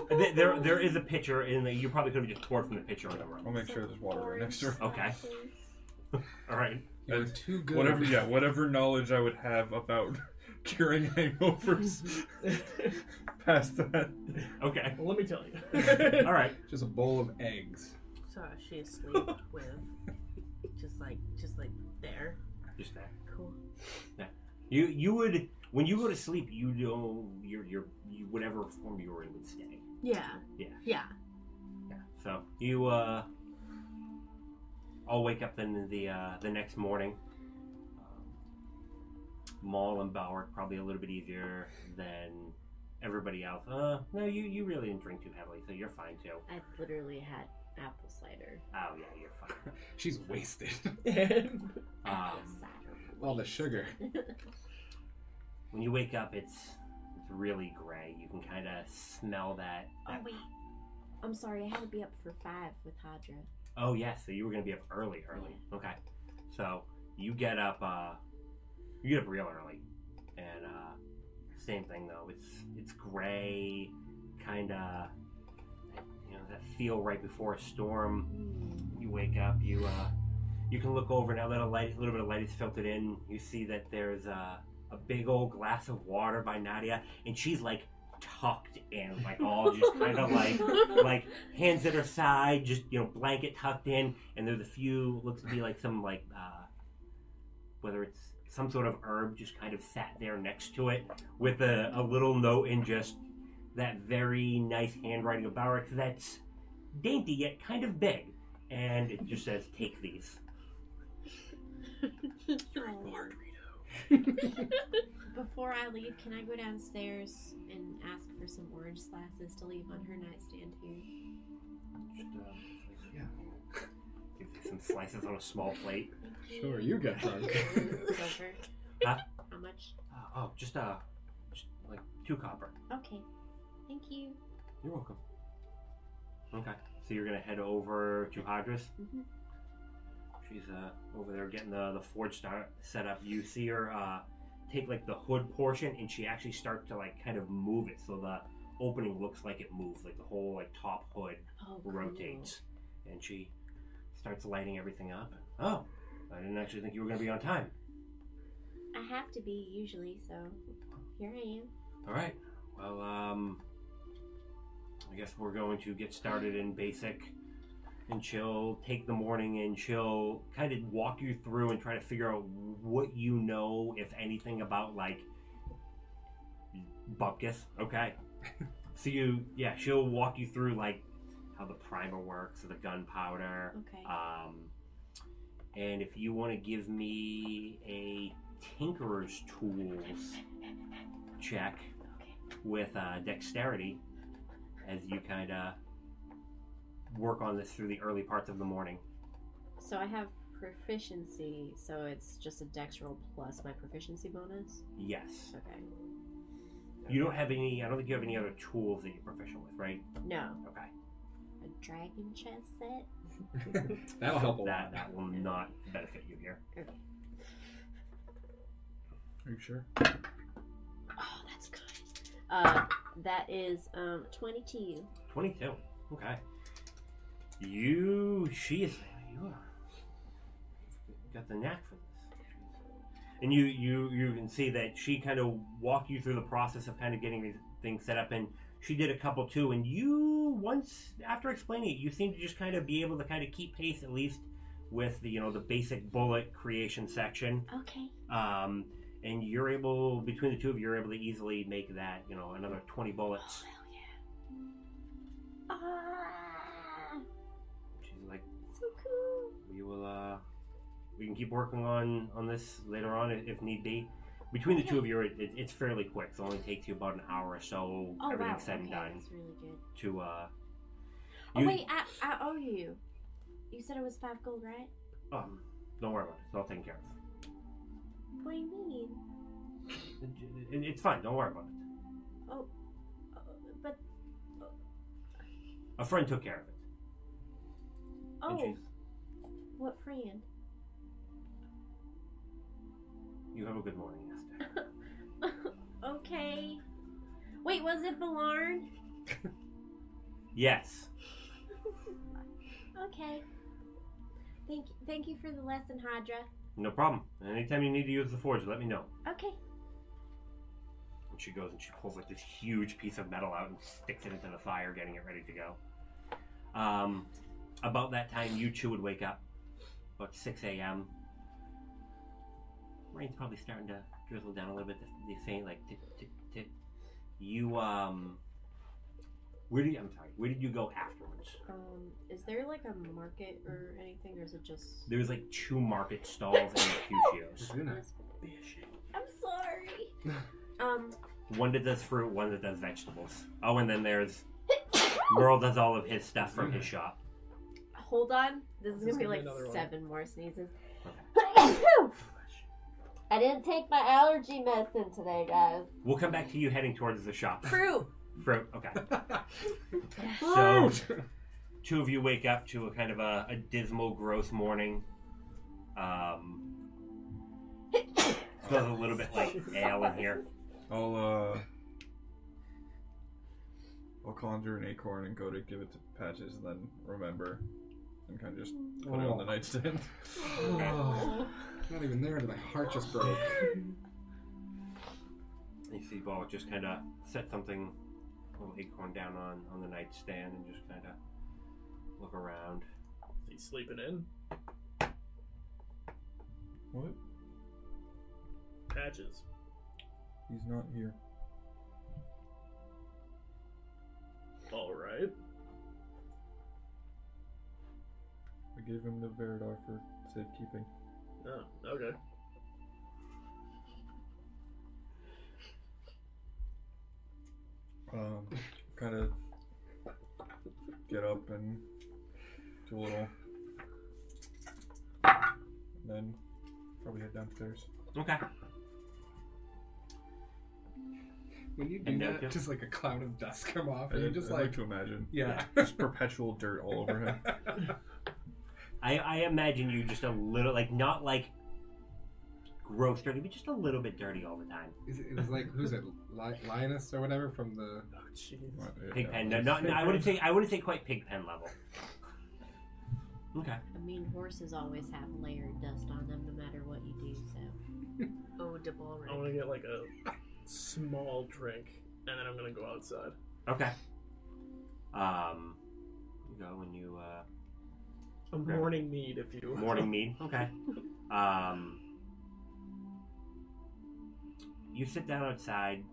[SPEAKER 5] Th- There, there is a pitcher in the. You probably could have just poured from the pitcher in the room.
[SPEAKER 10] I'll make sure there's water right next to her.
[SPEAKER 5] Okay. All right.
[SPEAKER 9] You were too good.
[SPEAKER 10] Whatever, yeah, whatever knowledge I would have about [LAUGHS] curing
[SPEAKER 9] [LAUGHS]
[SPEAKER 10] hangovers past that.
[SPEAKER 5] Okay.
[SPEAKER 7] well, let me tell you.
[SPEAKER 5] [LAUGHS]
[SPEAKER 7] [LAUGHS]
[SPEAKER 5] All right.
[SPEAKER 9] Just a bowl of eggs.
[SPEAKER 8] Sorry, she is asleep
[SPEAKER 5] [LAUGHS]
[SPEAKER 8] with just like just like there.
[SPEAKER 5] Just that.
[SPEAKER 8] Cool.
[SPEAKER 5] You, you would when you go to sleep, you know your your you, whatever form you were in would stay.
[SPEAKER 8] Yeah.
[SPEAKER 5] Yeah.
[SPEAKER 8] Yeah.
[SPEAKER 5] Yeah. So you uh, I'll wake up then the uh, the next morning. Maul and Bauer probably a little bit easier than everybody else. Uh, no, you you really didn't drink too heavily, so you're fine too.
[SPEAKER 2] I literally had apple cider.
[SPEAKER 5] Oh yeah, you're fine.
[SPEAKER 9] She's wasted.
[SPEAKER 5] Um,
[SPEAKER 2] Apple cider.
[SPEAKER 9] All the sugar.
[SPEAKER 5] when you wake up, it's it's really gray. You can kind of smell that.
[SPEAKER 2] Oh wait. [LAUGHS] I'm sorry, I had to be up for five with Hadra.
[SPEAKER 5] Oh yeah, so you were gonna be up early, early. Okay. So you get up uh you get up real early. And uh same thing though. It's it's gray, kinda you know, that feel right before a storm. You wake up, you uh you can look over now that a light a little bit of light is filtered in, you see that there's uh a big old glass of water by Nadia, and she's like tucked in, like all just kind of
[SPEAKER 8] [LAUGHS]
[SPEAKER 5] like like hands at her side, just you know, blanket tucked in, and there's a few looks to be like some like uh, whether it's some sort of herb just kind of sat there next to it with a, a little note in just that very nice handwriting of Barrick that's dainty yet kind of big. And it just says, Take these.
[SPEAKER 2] [LAUGHS] Before I leave, can I go downstairs and ask for some orange slices to leave on her nightstand here?
[SPEAKER 5] Just, uh, gives you some slices on a small plate.
[SPEAKER 9] Sure, you got
[SPEAKER 3] [LAUGHS]
[SPEAKER 9] drunk.
[SPEAKER 2] Silver.
[SPEAKER 5] Huh?
[SPEAKER 2] How much?
[SPEAKER 5] Uh, oh, just uh, just like two copper.
[SPEAKER 2] Okay. Thank you.
[SPEAKER 5] You're welcome. Okay, so you're gonna head over to Hadris.
[SPEAKER 2] Mhm.
[SPEAKER 5] She's uh, over there getting the the forge start set up. You see her uh, take like the hood portion, and she actually starts to like kind of move it, so the opening looks like it moves, like the whole like top hood
[SPEAKER 2] Oh, cool.
[SPEAKER 5] rotates, and she starts lighting everything up. Oh, I didn't actually think you were gonna be on time.
[SPEAKER 2] I have to be usually, so here I am.
[SPEAKER 5] All right. Well, um, I guess we're going to get started in basic, and she'll take the morning and she'll kind of walk you through and try to figure out what you know, if anything, about like Bupkis. Okay. so you, yeah, she'll walk you through like how the primer works, the gunpowder.
[SPEAKER 2] Okay.
[SPEAKER 5] Um, and if you want to give me a tinkerer's tools check
[SPEAKER 2] Okay.
[SPEAKER 5] with uh, dexterity, as you kind of work on this through the early parts of the morning.
[SPEAKER 3] So I have proficiency, so it's just a dex roll plus my proficiency bonus.
[SPEAKER 5] Yes.
[SPEAKER 3] Okay.
[SPEAKER 5] You don't have any, I don't think you have any other tools that you're proficient with, right?
[SPEAKER 3] No,
[SPEAKER 5] Okay.
[SPEAKER 3] a dragon chess
[SPEAKER 2] [LAUGHS]
[SPEAKER 3] set.
[SPEAKER 4] That'll help a
[SPEAKER 5] That,
[SPEAKER 4] lot.
[SPEAKER 5] that will not benefit you here.
[SPEAKER 3] Okay.
[SPEAKER 10] Are you sure?
[SPEAKER 3] Oh, that's good. Uh, that is um twenty-two.
[SPEAKER 5] 22. Okay. You, she is, you are, got the knack for this. And you, you, you can see that she kind of walked you through the process of kind of getting these things set up, and she did a couple too. And you, once after explaining it, you seem to just kind of be able to kind of keep pace at least with the, you know, the basic bullet creation section.
[SPEAKER 2] Okay.
[SPEAKER 5] Um, and you're able, between the two of you, you're able to easily make that, you know, another 20
[SPEAKER 2] Oh,
[SPEAKER 5] bullets.
[SPEAKER 2] Ah,
[SPEAKER 5] She's like,
[SPEAKER 2] so cool.
[SPEAKER 5] we will uh we can keep working on on this later on if, if need be between the two of you it, it, it's fairly quick so it only takes you about an hour or so
[SPEAKER 2] Oh,
[SPEAKER 5] everything
[SPEAKER 2] wow.
[SPEAKER 5] said and
[SPEAKER 2] okay,
[SPEAKER 5] done
[SPEAKER 2] That's really good.
[SPEAKER 5] to uh
[SPEAKER 2] Oh,
[SPEAKER 5] you-
[SPEAKER 2] wait, I, I owe you. You said it was five gold, right?
[SPEAKER 5] oh, don't worry about it it's all taken care of
[SPEAKER 2] What do you mean?
[SPEAKER 5] It- it- it's fine don't worry about it
[SPEAKER 2] Oh, uh, but.
[SPEAKER 5] a friend took care of it and
[SPEAKER 2] Oh,
[SPEAKER 5] she's-
[SPEAKER 2] what friend?
[SPEAKER 5] you have a good morning esther [LAUGHS]
[SPEAKER 2] okay. Wait, was it Valarn?
[SPEAKER 5] yes
[SPEAKER 2] Okay. Thank you, thank you for the lesson, Hydra.
[SPEAKER 5] no problem anytime you need to use the forge let me know
[SPEAKER 2] Okay.
[SPEAKER 5] and she goes and she pulls like this huge piece of metal out and sticks it into the fire, getting it ready to go. Um, about that time, you two would wake up, about 6 a.m. Rain's probably starting to drizzle down a little bit. The, the faint, like tick, tick, tick. You um, where did you, I'm sorry, where did you go afterwards?
[SPEAKER 3] Um, is there like a market or anything, or is it just?
[SPEAKER 5] There's like two market stalls and Mercutio's.
[SPEAKER 9] Zuna.
[SPEAKER 2] I'm sorry.
[SPEAKER 3] Um,
[SPEAKER 5] One that does fruit, one that does vegetables. Oh, and then there's [COUGHS] Merle does all of his stuff from his shop.
[SPEAKER 3] hold on. This is
[SPEAKER 7] This
[SPEAKER 3] gonna be
[SPEAKER 7] is gonna be
[SPEAKER 3] like
[SPEAKER 7] another one.
[SPEAKER 3] seven
[SPEAKER 2] [COUGHS]
[SPEAKER 3] more sneezes.
[SPEAKER 2] I didn't take my allergy medicine today, guys.
[SPEAKER 5] We'll come back to you heading towards the shop.
[SPEAKER 3] Fruit.
[SPEAKER 5] Fruit. Okay. so,
[SPEAKER 9] Fruit!
[SPEAKER 5] two of you wake up to a kind of a, a dismal, gross morning. Um, [COUGHS] smells a little bit like ale in here.
[SPEAKER 10] I'll uh, I'll conjure an acorn and go to give it to Patches, and then remember, and kind of just put it on the nightstand.
[SPEAKER 3] Mm.
[SPEAKER 9] Oh, [SIGHS] not even there, and my heart just broke.
[SPEAKER 5] You see, Ball just kind of set something, a little acorn down on on the nightstand, and just kind of look around.
[SPEAKER 7] He's sleeping in.
[SPEAKER 10] What?
[SPEAKER 7] Patches.
[SPEAKER 10] He's not here.
[SPEAKER 7] All right.
[SPEAKER 10] I gave him the Veridar for safekeeping.
[SPEAKER 7] Oh, okay.
[SPEAKER 10] Um, kind of get up and do a little, and then probably head downstairs.
[SPEAKER 5] Okay.
[SPEAKER 9] When you do
[SPEAKER 5] And no
[SPEAKER 9] that,
[SPEAKER 5] kill.
[SPEAKER 9] just like a cloud of dust come off,
[SPEAKER 10] I
[SPEAKER 9] and you just like,
[SPEAKER 10] to imagine
[SPEAKER 9] yeah.
[SPEAKER 10] just perpetual dirt all over him.
[SPEAKER 5] I, I imagine you just a little, like not like gross dirty, but just a little bit dirty all the time.
[SPEAKER 9] [LAUGHS] Is it, it was like who's it, Li- Linus or whatever from the
[SPEAKER 7] Oh, jeez.
[SPEAKER 5] Pigpen. No, not, no, I wouldn't say. I wouldn't say quite pigpen level. Okay.
[SPEAKER 3] I mean, horses always have layered dust on them, no matter what you do.
[SPEAKER 2] [LAUGHS]
[SPEAKER 3] So, oh, de Balric.
[SPEAKER 7] I want to get like a small drink, and then I'm gonna go outside.
[SPEAKER 5] Okay. Um, you go and you uh,
[SPEAKER 7] A
[SPEAKER 5] Okay.
[SPEAKER 7] morning need, if you
[SPEAKER 5] [LAUGHS]
[SPEAKER 7] will.
[SPEAKER 5] morning mead. Okay. Um, you sit down outside,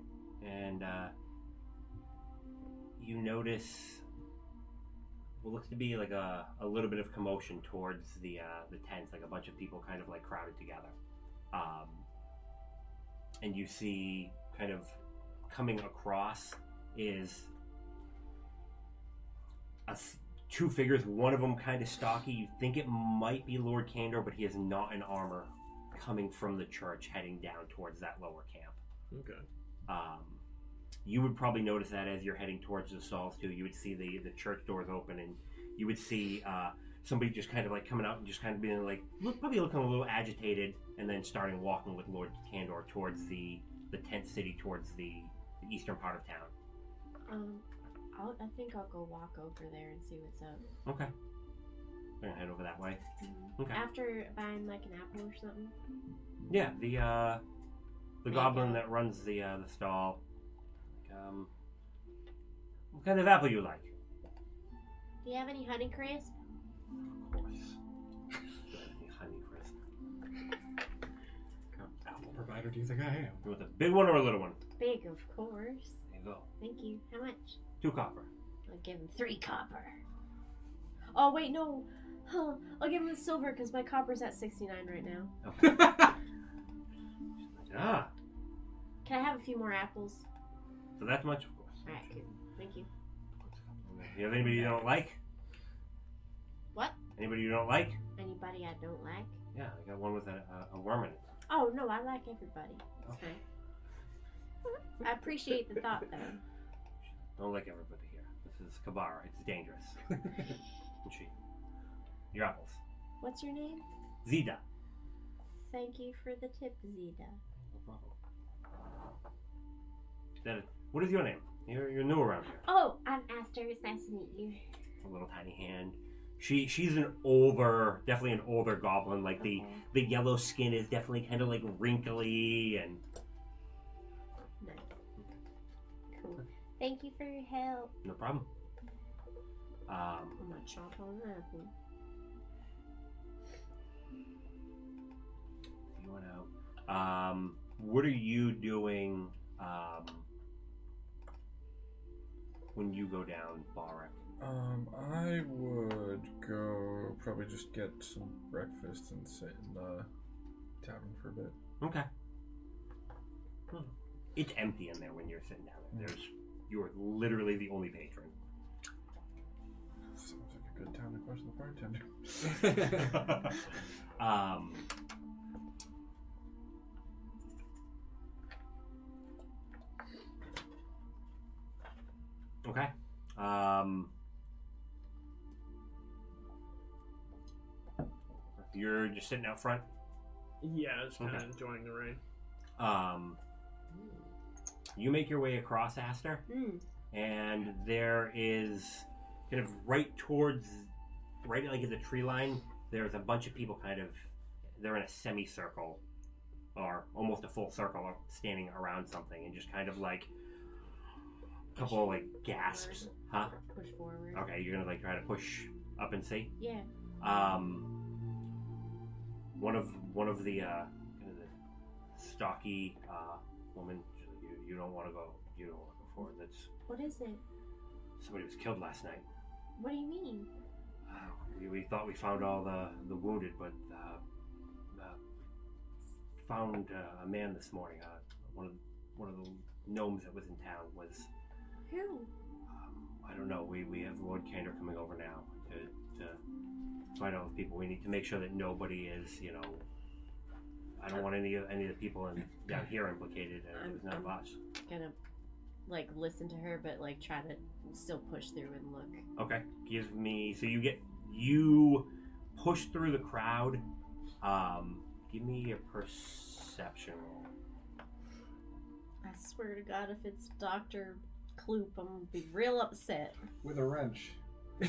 [SPEAKER 5] and uh, you notice what looks to be like a, a little bit of commotion towards the uh, the tents, like a bunch of people kind of like crowded together. Um, and you see kind of coming across is a s- two figures, one of them kind of stocky. You think it might be Lord Kandor, but he is not in armor, coming from the church, heading down towards that lower camp.
[SPEAKER 7] [LAUGHS] Okay.
[SPEAKER 5] Um, you would probably notice that as you're heading towards the stalls too. You would see the the church doors open, and you would see uh, somebody just kind of like coming out and just kind of being like, look, probably looking a little agitated, and then starting walking with Lord Candor towards the the tent city, towards the, the eastern part of town.
[SPEAKER 2] Um, I'll, I think I'll go walk over there and see what's up.
[SPEAKER 5] Okay, we're gonna head over that way.
[SPEAKER 2] Mm-hmm.
[SPEAKER 5] Okay.
[SPEAKER 2] After buying like an apple or something.
[SPEAKER 5] Yeah, the uh, the goblin that runs the uh, the stall. Um, what kind of apple you like?
[SPEAKER 2] Do you have any Honeycrisp?
[SPEAKER 5] Of course. Honeycrisp. Apple.
[SPEAKER 4] Provider, do you think I am?
[SPEAKER 5] You want a big one or a little one?
[SPEAKER 2] Big, of course.
[SPEAKER 5] There you go.
[SPEAKER 2] Thank you. How much?
[SPEAKER 5] Two copper.
[SPEAKER 2] I'll give him three copper. Oh wait, no. Huh. I'll give him a silver because my copper's at sixty nine right now.
[SPEAKER 5] [LAUGHS] Okay. ah,
[SPEAKER 2] Can I have a few more apples?
[SPEAKER 5] so that much, of course.
[SPEAKER 2] All right, cool. Thank you.
[SPEAKER 5] You have anybody you don't like?
[SPEAKER 2] What?
[SPEAKER 5] Anybody you don't like?
[SPEAKER 2] Anybody I don't like?
[SPEAKER 5] Yeah, I got one with a, a, a worm in it.
[SPEAKER 2] Oh no, I like everybody. It's fine. I appreciate the thought though.
[SPEAKER 5] Don't like everybody here. This is Kabara. It's dangerous. and she. Your apples.
[SPEAKER 2] What's your name?
[SPEAKER 5] Zida.
[SPEAKER 2] Thank you for the tip, Zeta.
[SPEAKER 5] No problem. That- What is your name? You're, you're new around here.
[SPEAKER 2] Oh, I'm Aster. It's nice to meet you.
[SPEAKER 5] A little tiny hand. She she's an older, definitely an older goblin. Like the
[SPEAKER 2] Okay.
[SPEAKER 5] the yellow skin is definitely kind of like wrinkly and
[SPEAKER 2] Nice. Cool. Thank you for your help.
[SPEAKER 5] no problem. Um,
[SPEAKER 2] I'm gonna chop on an apple.
[SPEAKER 5] you went out. Um, what are you doing um, when you go down, Barak?
[SPEAKER 10] Um, I would go probably just get some breakfast and sit in the tavern for a bit.
[SPEAKER 5] Okay. Hmm. It's empty in there when you're sitting down there. There's you are literally the only patron.
[SPEAKER 10] Sounds like a good time to question the bartender.
[SPEAKER 5] [LAUGHS] um, okay. Um, you're just sitting out front.
[SPEAKER 7] Yeah, just kind of
[SPEAKER 5] Okay.
[SPEAKER 7] enjoying the rain.
[SPEAKER 5] Um, you make your way across Aster,
[SPEAKER 2] Mm.
[SPEAKER 5] and there is kind of right towards, right like at the tree line. There's a bunch of people kind of, they're in a semicircle, or almost a full circle, standing around something, and just kind of like a couple like gasps, huh?
[SPEAKER 2] Push forward.
[SPEAKER 5] Okay, you're gonna like try to push up and see.
[SPEAKER 2] Yeah.
[SPEAKER 5] Um, one of one of the, uh, kind of the stocky uh, woman. she's like, You, you don't want to go. You don't want to go forward. That's
[SPEAKER 2] What is it?
[SPEAKER 5] somebody was killed last night.
[SPEAKER 2] What do you mean?
[SPEAKER 5] Uh, we, we thought we found all the the wounded, but uh, uh, found uh, a man this morning. Uh, one of one of the gnomes that was in town was
[SPEAKER 2] Who?
[SPEAKER 5] Um, I don't know. We, we have Lord Kander coming over now to, to find out with people. We need to make sure that nobody is, you know. I don't want any of any of the people in, down here implicated. And it was none of us.
[SPEAKER 3] Gonna like listen to her, but like try to still push through and look.
[SPEAKER 5] Okay, give me. So you get you push through the crowd. Um, give me a perception roll.
[SPEAKER 3] I swear to God, if it's Doctor Kloop, I'm gonna be real
[SPEAKER 2] [LAUGHS]
[SPEAKER 3] upset. [LAUGHS]
[SPEAKER 9] With a wrench.
[SPEAKER 2] Oh,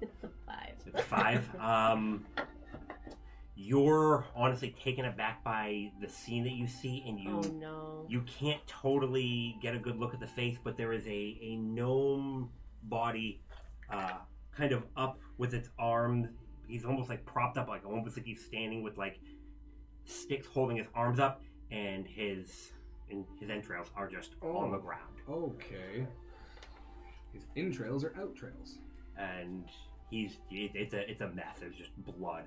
[SPEAKER 3] it's a five.
[SPEAKER 5] Is it Five. um, you're honestly taken aback by the scene that you see, and you
[SPEAKER 3] Oh no.
[SPEAKER 5] You can't totally get a good look at the face, but there is a, a gnome body uh, kind of up with its arms. He's almost like propped up, like almost like he's standing with like sticks holding his arms up, and his and his entrails are just on the
[SPEAKER 4] Oh.
[SPEAKER 5] ground.
[SPEAKER 4] Okay. His entrails are out trails.
[SPEAKER 5] and he's it, it's a it's a mess. There's just blood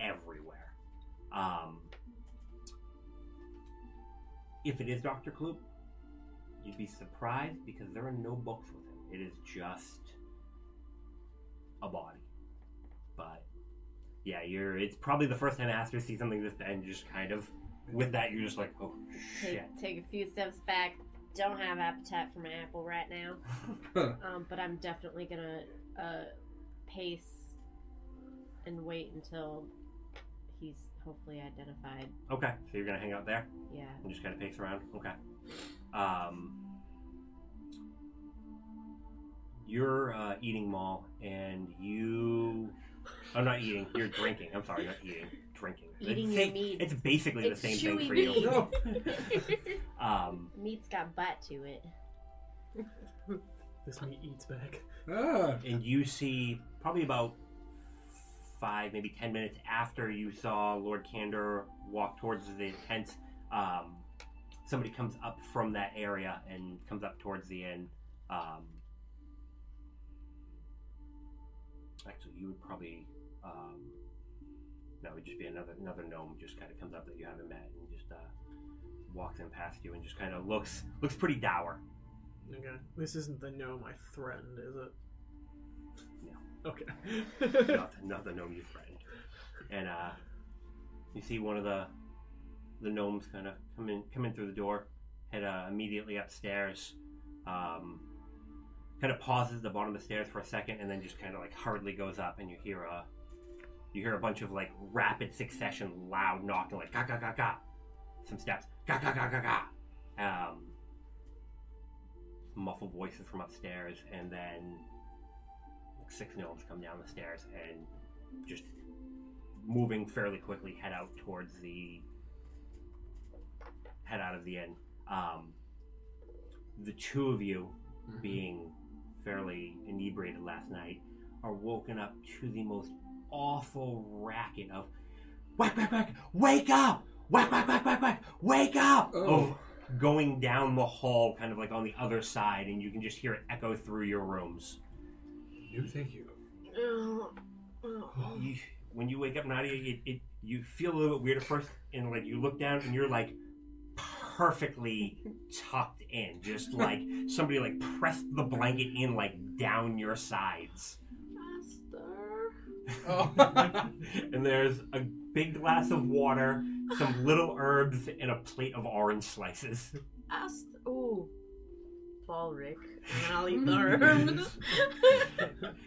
[SPEAKER 5] everywhere. Um, if it is Doctor Kloop, You'd be surprised because there are no books with him. It is just a body. But yeah, you're. It's probably the first time Aster sees something this bad and just kind of with that you're just like, oh
[SPEAKER 2] Take,
[SPEAKER 5] shit. [LAUGHS]
[SPEAKER 2] take a few steps back. Don't have appetite for my apple right now. Um, but I'm definitely gonna uh, pace and wait until he's hopefully identified.
[SPEAKER 5] Okay, so you're gonna hang out there.
[SPEAKER 2] Yeah.
[SPEAKER 5] and just kind of pace around. Okay. Um, you're uh, eating mall, and you. I'm not eating. You're drinking. I'm sorry, not eating. Drinking.
[SPEAKER 2] Eating
[SPEAKER 5] it's
[SPEAKER 2] your
[SPEAKER 5] same-
[SPEAKER 2] meat.
[SPEAKER 5] It's basically
[SPEAKER 2] It's
[SPEAKER 5] the same thing for
[SPEAKER 2] chewy
[SPEAKER 5] you.
[SPEAKER 2] meat.
[SPEAKER 4] No.
[SPEAKER 2] [LAUGHS]
[SPEAKER 5] [LAUGHS] Um,
[SPEAKER 2] Meat's got butt to it.
[SPEAKER 7] This meat eats back.
[SPEAKER 4] Ah.
[SPEAKER 5] and you see probably about five, maybe ten minutes after you saw Lord Candor walk towards the tent, um, somebody comes up from that area and comes up towards the end. Um, actually, you would probably um, that would just be another another gnome just kind of comes up that you haven't met and just uh, walks in past you and just kind of looks looks pretty dour.
[SPEAKER 7] Okay. This isn't the gnome I threatened, is it? No. Okay.
[SPEAKER 5] not, not the gnome you friend. And uh, you see one of the the gnomes kind of come in come in through the door, head uh, immediately upstairs. Um, kind of pauses at the bottom of the stairs for a second, and then just kind of like hurriedly goes up, and you hear a you hear a bunch of like rapid succession, loud knocking, like ga ga ga ga, some steps, ga ga ga ga ga. Um, muffled voices from upstairs, and then like six gnomes come down the stairs and just moving fairly quickly head out towards the head out of the inn. Um, the two of you, being fairly inebriated last night, are woken up to the most awful racket of whack whack whack wake up whack whack whack whack whack wake up
[SPEAKER 4] Oh.
[SPEAKER 5] of going down the hall kind of like on the other side and you can just hear it echo through your rooms
[SPEAKER 4] No, thank you.
[SPEAKER 8] Oh,
[SPEAKER 5] you, when you wake up, Nadia, it, it you feel a little bit weird at first, and like you look down and you're like perfectly tucked in, just like somebody like pressed the blanket in like down your sides.
[SPEAKER 8] Master.
[SPEAKER 5] [LAUGHS] and there's a big glass of water, some little herbs, and a plate of orange slices.
[SPEAKER 8] Ask. Ooh. Fall Rick. And
[SPEAKER 5] [LAUGHS]
[SPEAKER 8] I'll eat the herbs.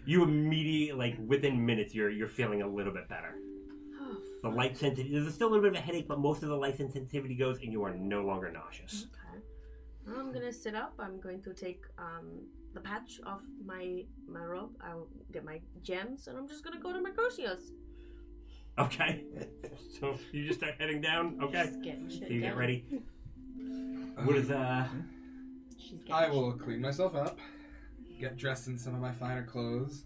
[SPEAKER 5] You immediately, like within minutes, you're you're feeling a little bit better.
[SPEAKER 8] [LAUGHS]
[SPEAKER 5] The light sensitivity there's still a little bit of a headache, but most of the light sensitivity goes, and you are no longer nauseous.
[SPEAKER 8] Okay. I'm gonna sit up. I'm going to take um, the patch off my my robe. I'll get my gems, and I'm just gonna go to Mercutio's.
[SPEAKER 3] Mm-hmm.
[SPEAKER 5] Okay. [LAUGHS] so you just start heading down. Okay.
[SPEAKER 2] She's getting
[SPEAKER 5] So
[SPEAKER 2] shit
[SPEAKER 5] you get
[SPEAKER 2] done.
[SPEAKER 5] ready. What is uh?
[SPEAKER 2] She's getting
[SPEAKER 4] I will clean myself up, get dressed in some of my finer clothes,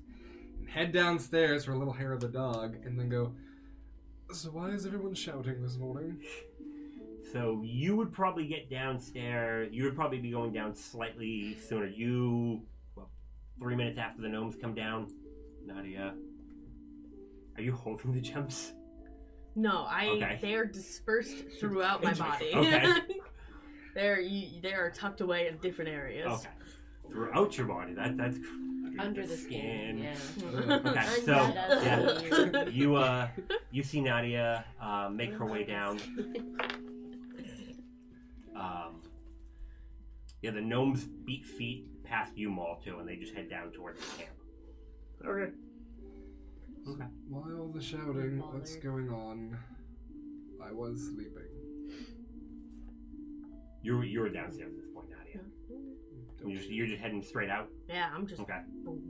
[SPEAKER 4] and head downstairs for a little hair of the dog, and then go. So why is everyone shouting this morning?
[SPEAKER 3] Mm-hmm.
[SPEAKER 5] So you would probably get downstairs. You would probably be going down slightly sooner. You, well, three minutes after the gnomes come down, Nadia. Are you holding the gems?
[SPEAKER 8] No, I.
[SPEAKER 5] Okay.
[SPEAKER 8] They are dispersed
[SPEAKER 5] [LAUGHS]
[SPEAKER 8] throughout my body.
[SPEAKER 5] Okay.
[SPEAKER 8] [LAUGHS] They're you, they are tucked away in different areas.
[SPEAKER 5] Okay. Throughout your body. That that's
[SPEAKER 3] Under the skin. Yeah.
[SPEAKER 8] [LAUGHS]
[SPEAKER 5] Okay, so yeah, you
[SPEAKER 3] [LAUGHS]
[SPEAKER 5] uh, you see Nadia uh, make her way down. Um, yeah, the gnomes beat feet past you, Maul, too, and they just head down towards the camp.
[SPEAKER 7] [LAUGHS] okay.
[SPEAKER 4] Why all the shouting?
[SPEAKER 2] Bother.
[SPEAKER 4] What's going on? I was sleeping.
[SPEAKER 5] You're you're downstairs at this point, Nadia. You're just, you're just heading straight out.
[SPEAKER 8] Yeah, I'm just.
[SPEAKER 5] Okay,
[SPEAKER 8] boom.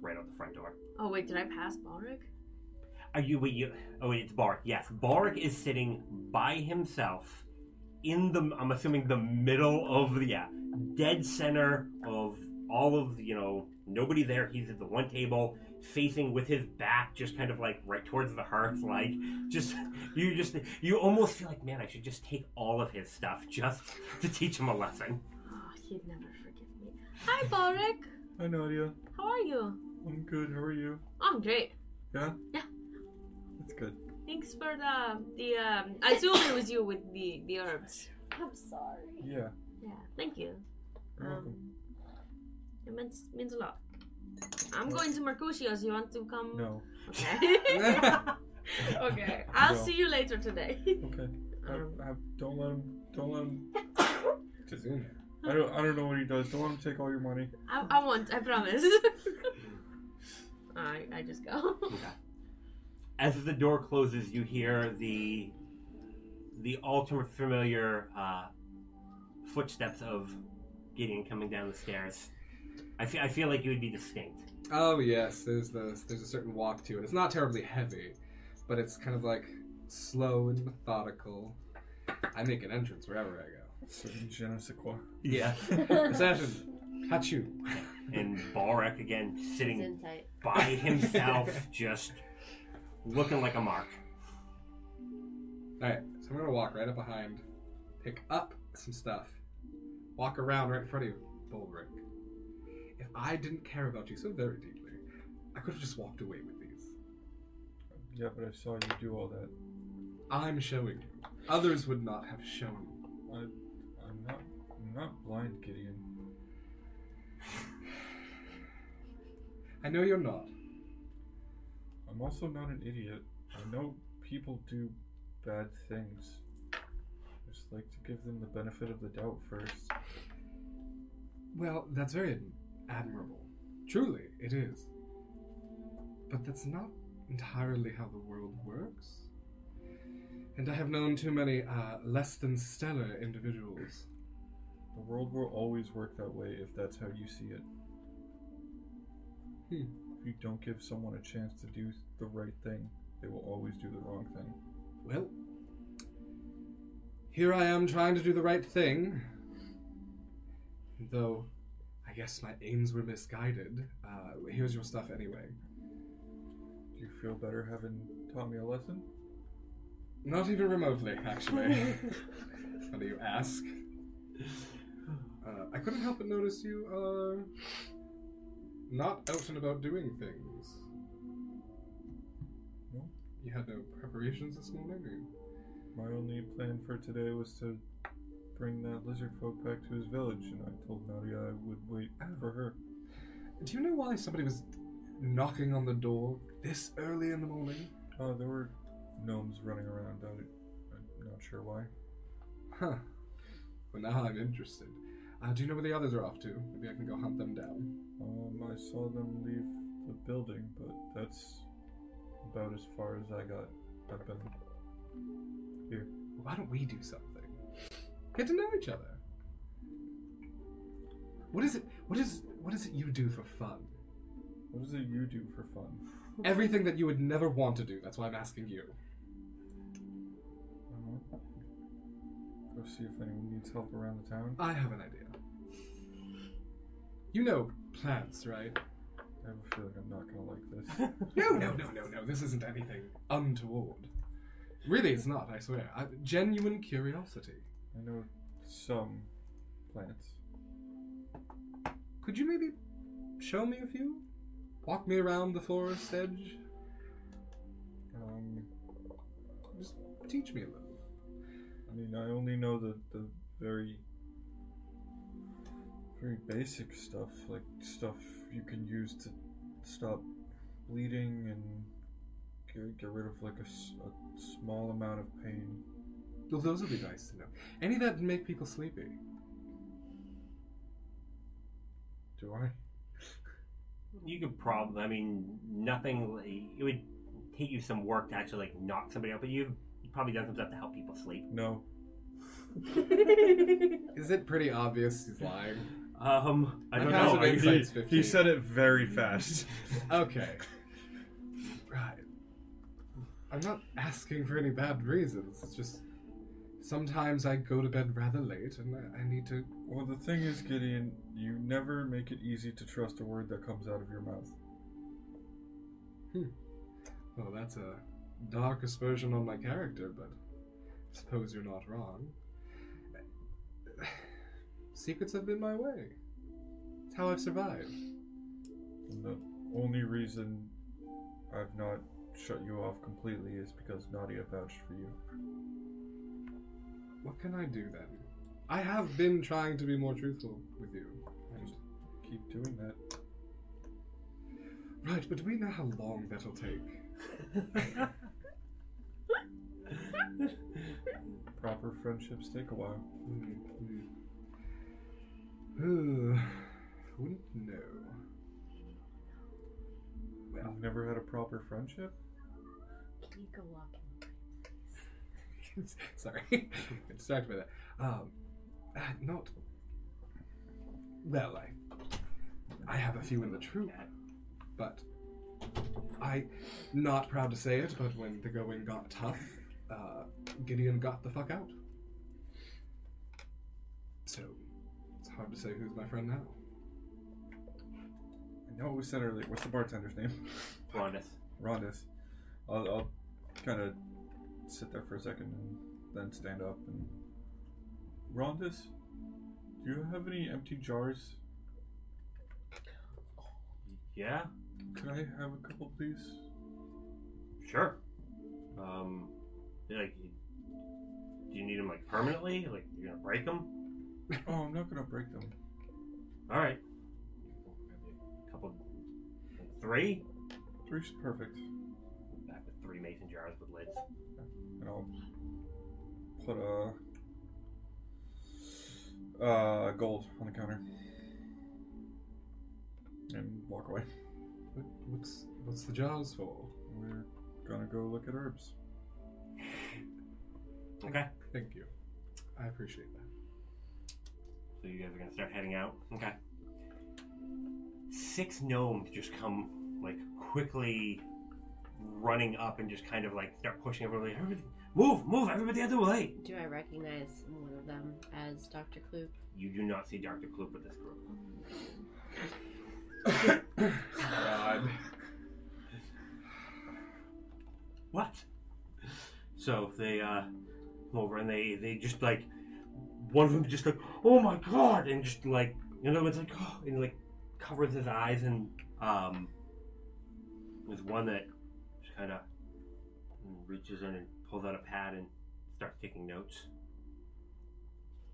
[SPEAKER 5] right out the front door.
[SPEAKER 8] Oh wait, did I pass Balric?
[SPEAKER 5] Are you? Wait, you? Oh, wait, it's Barak. Yes, Barak is sitting by himself in the. I'm assuming the middle of the yeah, dead center of all of you know nobody there. He's at the one table, facing with his back, just kind of like right towards the hearth. Like just you just you almost feel like man, I should just take all of his stuff just to teach him a lesson.
[SPEAKER 8] Oh, he'd never forgive me. Hi, Balric.
[SPEAKER 10] [LAUGHS] Hi, Nadia.
[SPEAKER 8] How are you?
[SPEAKER 10] I'm good. How are you?
[SPEAKER 8] I'm great.
[SPEAKER 10] Yeah?
[SPEAKER 8] Yeah.
[SPEAKER 10] That's good.
[SPEAKER 8] Thanks for the the. Um, I assume it was you with the the herbs.
[SPEAKER 2] I'm sorry.
[SPEAKER 10] Yeah.
[SPEAKER 8] Yeah, thank you. Um,
[SPEAKER 10] You're welcome.
[SPEAKER 8] It means, means a lot. I'm going to Mercutio's. You want to come?
[SPEAKER 10] No.
[SPEAKER 8] Okay. [LAUGHS] okay. I'll
[SPEAKER 10] No.
[SPEAKER 8] see you later
[SPEAKER 10] [LAUGHS]
[SPEAKER 8] today. Um,
[SPEAKER 10] Okay. I, I, don't let him. Don't let him.
[SPEAKER 4] Just in there.
[SPEAKER 10] I don't. I don't know what he does. Don't let him take all your money.
[SPEAKER 8] I, I won't. I promise. [LAUGHS] I I just go.
[SPEAKER 5] As the door closes, you hear the the ultimate familiar uh, footsteps of Gideon coming down the stairs. I feel I feel like you would be distinct.
[SPEAKER 4] Oh yes, there's the there's a certain walk to it. It's not terribly heavy, but it's kind of like slow and methodical. I make an entrance wherever I go.
[SPEAKER 10] So, je ne sais quoi.
[SPEAKER 4] Yeah. Assassin, hachu.
[SPEAKER 5] And Balrek again
[SPEAKER 2] It's
[SPEAKER 5] sitting
[SPEAKER 2] insight.
[SPEAKER 5] by himself, just looking like a mark.
[SPEAKER 4] All right, so I'm gonna walk right up behind, pick up some stuff, walk around right in front of you, Bulbrick. If I didn't care about you so very deeply, I could have just walked away with these.
[SPEAKER 10] Yeah, but I saw you do all that.
[SPEAKER 4] I'm showing you. Others would not have shown you.
[SPEAKER 10] I'm not. I'm not blind, Gideon.
[SPEAKER 4] I know you're not.
[SPEAKER 10] I'm also not an idiot. I know people do bad things. I just like to give them the benefit of the doubt first.
[SPEAKER 4] Well, that's very admirable. Truly, it is. But that's not entirely how the world works. And I have known too many uh, less than stellar individuals.
[SPEAKER 10] The world will always work that way if that's how you see it.
[SPEAKER 4] Hmm.
[SPEAKER 10] If you don't give someone a chance to do the right thing, they will always do the wrong thing.
[SPEAKER 4] Well, here I am trying to do the right thing. Though, I guess my aims were misguided. Uh, here's your stuff anyway.
[SPEAKER 10] Do you feel better having taught me a lesson?
[SPEAKER 4] Not even remotely, actually. How do you ask? Uh, I couldn't help but notice you are not out and about doing things.
[SPEAKER 10] No.
[SPEAKER 4] You had no preparations this morning? or-
[SPEAKER 10] My only plan for today was to bring that lizard folk back to his village, and I told Nadia I would wait for her.
[SPEAKER 4] Do you know why somebody was knocking on the door this early in the morning?
[SPEAKER 10] Uh, there were gnomes running around. I, I'm not sure why.
[SPEAKER 4] Huh. Well, now I'm interested. Uh, do you know where the others are off to? Maybe I can go hunt them down.
[SPEAKER 10] Um, I saw them leave the building, but that's about as far as I got. I've been.
[SPEAKER 4] Why don't we do something? Get to know each other. What is it? What is what is it you do for fun?
[SPEAKER 10] What does it you do for fun?
[SPEAKER 4] Everything that you would never want to do. That's why I'm asking you.
[SPEAKER 10] Uh-huh. Go see if anyone needs help around the town.
[SPEAKER 4] I have an idea. You know plants, right?
[SPEAKER 10] I have a feeling I'm not gonna like this.
[SPEAKER 4] No, no, no, no, no. This isn't anything untoward. Really, it's not. I swear. I, genuine curiosity.
[SPEAKER 10] I know some plants.
[SPEAKER 4] Could you maybe show me a few? Walk me around the forest edge?
[SPEAKER 10] Um,
[SPEAKER 4] Just teach me a little.
[SPEAKER 10] I mean, I only know the, the very, very basic stuff, like stuff you can use to stop bleeding and get, get rid of like a, s- a small amount of pain.
[SPEAKER 4] Well, those would be nice to know. Any that make people sleepy.
[SPEAKER 10] Do I?
[SPEAKER 5] You could probably, I mean, nothing. like- It would take you some work to actually like knock somebody out, but you've probably done some stuff to help people sleep.
[SPEAKER 10] No.
[SPEAKER 4] Is it pretty obvious he's lying?
[SPEAKER 5] Um, I
[SPEAKER 4] My
[SPEAKER 5] don't know.
[SPEAKER 4] passive
[SPEAKER 5] I-
[SPEAKER 4] He- insight- Inside's he 15. said
[SPEAKER 10] it very fast.
[SPEAKER 4] Okay. Right. I'm not asking for any bad reasons. It's just sometimes I go to bed rather late and I- I need to.
[SPEAKER 10] well, the thing is, Gideon, you never make it easy to trust a word that comes out of your mouth.
[SPEAKER 4] Well, that's a dark aspersion on my character, but I suppose you're not wrong. Secrets have been my way. It's how I've survived.
[SPEAKER 10] And the only reason I've not shut you off completely is because Nadia vouched for you.
[SPEAKER 4] What can I do then? I have been trying to be more truthful with you. And,
[SPEAKER 10] Keep doing that.
[SPEAKER 4] right, but we know how long that'll take.
[SPEAKER 10] Proper friendships take a while.
[SPEAKER 4] Mm, mm. Uh, wouldn't know. Well,
[SPEAKER 10] You've never had a proper friendship?
[SPEAKER 2] Can you go walk in?
[SPEAKER 4] [LAUGHS] Sorry, I distracted by that. Um, uh, not. Well, I, I have a few in the troop, but I, not proud to say it, but when the going got tough, uh, Gideon got the fuck out. So, it's hard to say who's my friend now.
[SPEAKER 10] I know it was said earlier. What's the bartender's name?
[SPEAKER 5] Rondus.
[SPEAKER 10] Rondis. I'll, I'll kind of sit there for a second and then stand up. And Rondis, do you have any empty jars?
[SPEAKER 5] Yeah,
[SPEAKER 10] Could I have a couple, please?
[SPEAKER 5] sure. Um, like, do you need them like permanently? Like, you're gonna break them?
[SPEAKER 10] [LAUGHS] Oh, I'm not gonna break them.
[SPEAKER 5] All right. Couple, three.
[SPEAKER 10] Three's perfect.
[SPEAKER 5] Back with three mason jars with lids.
[SPEAKER 10] And I'll put a uh, gold on the counter and walk away.
[SPEAKER 4] What, what's what's the jars for?
[SPEAKER 10] We're gonna go look at [LAUGHS] herbs.
[SPEAKER 5] Okay.
[SPEAKER 4] Thank you. I appreciate that.
[SPEAKER 5] So you guys are gonna start heading out. Okay. Six gnomes just come like quickly running up and just kind of like start pushing everybody. Everybody, move, move, everybody out of the way.
[SPEAKER 2] Do I recognize one of them as Dr. Kloop?
[SPEAKER 5] You do not see Doctor Kloop with this group.
[SPEAKER 7] [LAUGHS] Oh,
[SPEAKER 4] God.
[SPEAKER 5] What? So they uh come over and they they just like one of them just like oh my god and just like you know it's like [GASPS] oh and like covers his eyes and um with one that just kind of reaches in and pulls out a pad and starts taking notes.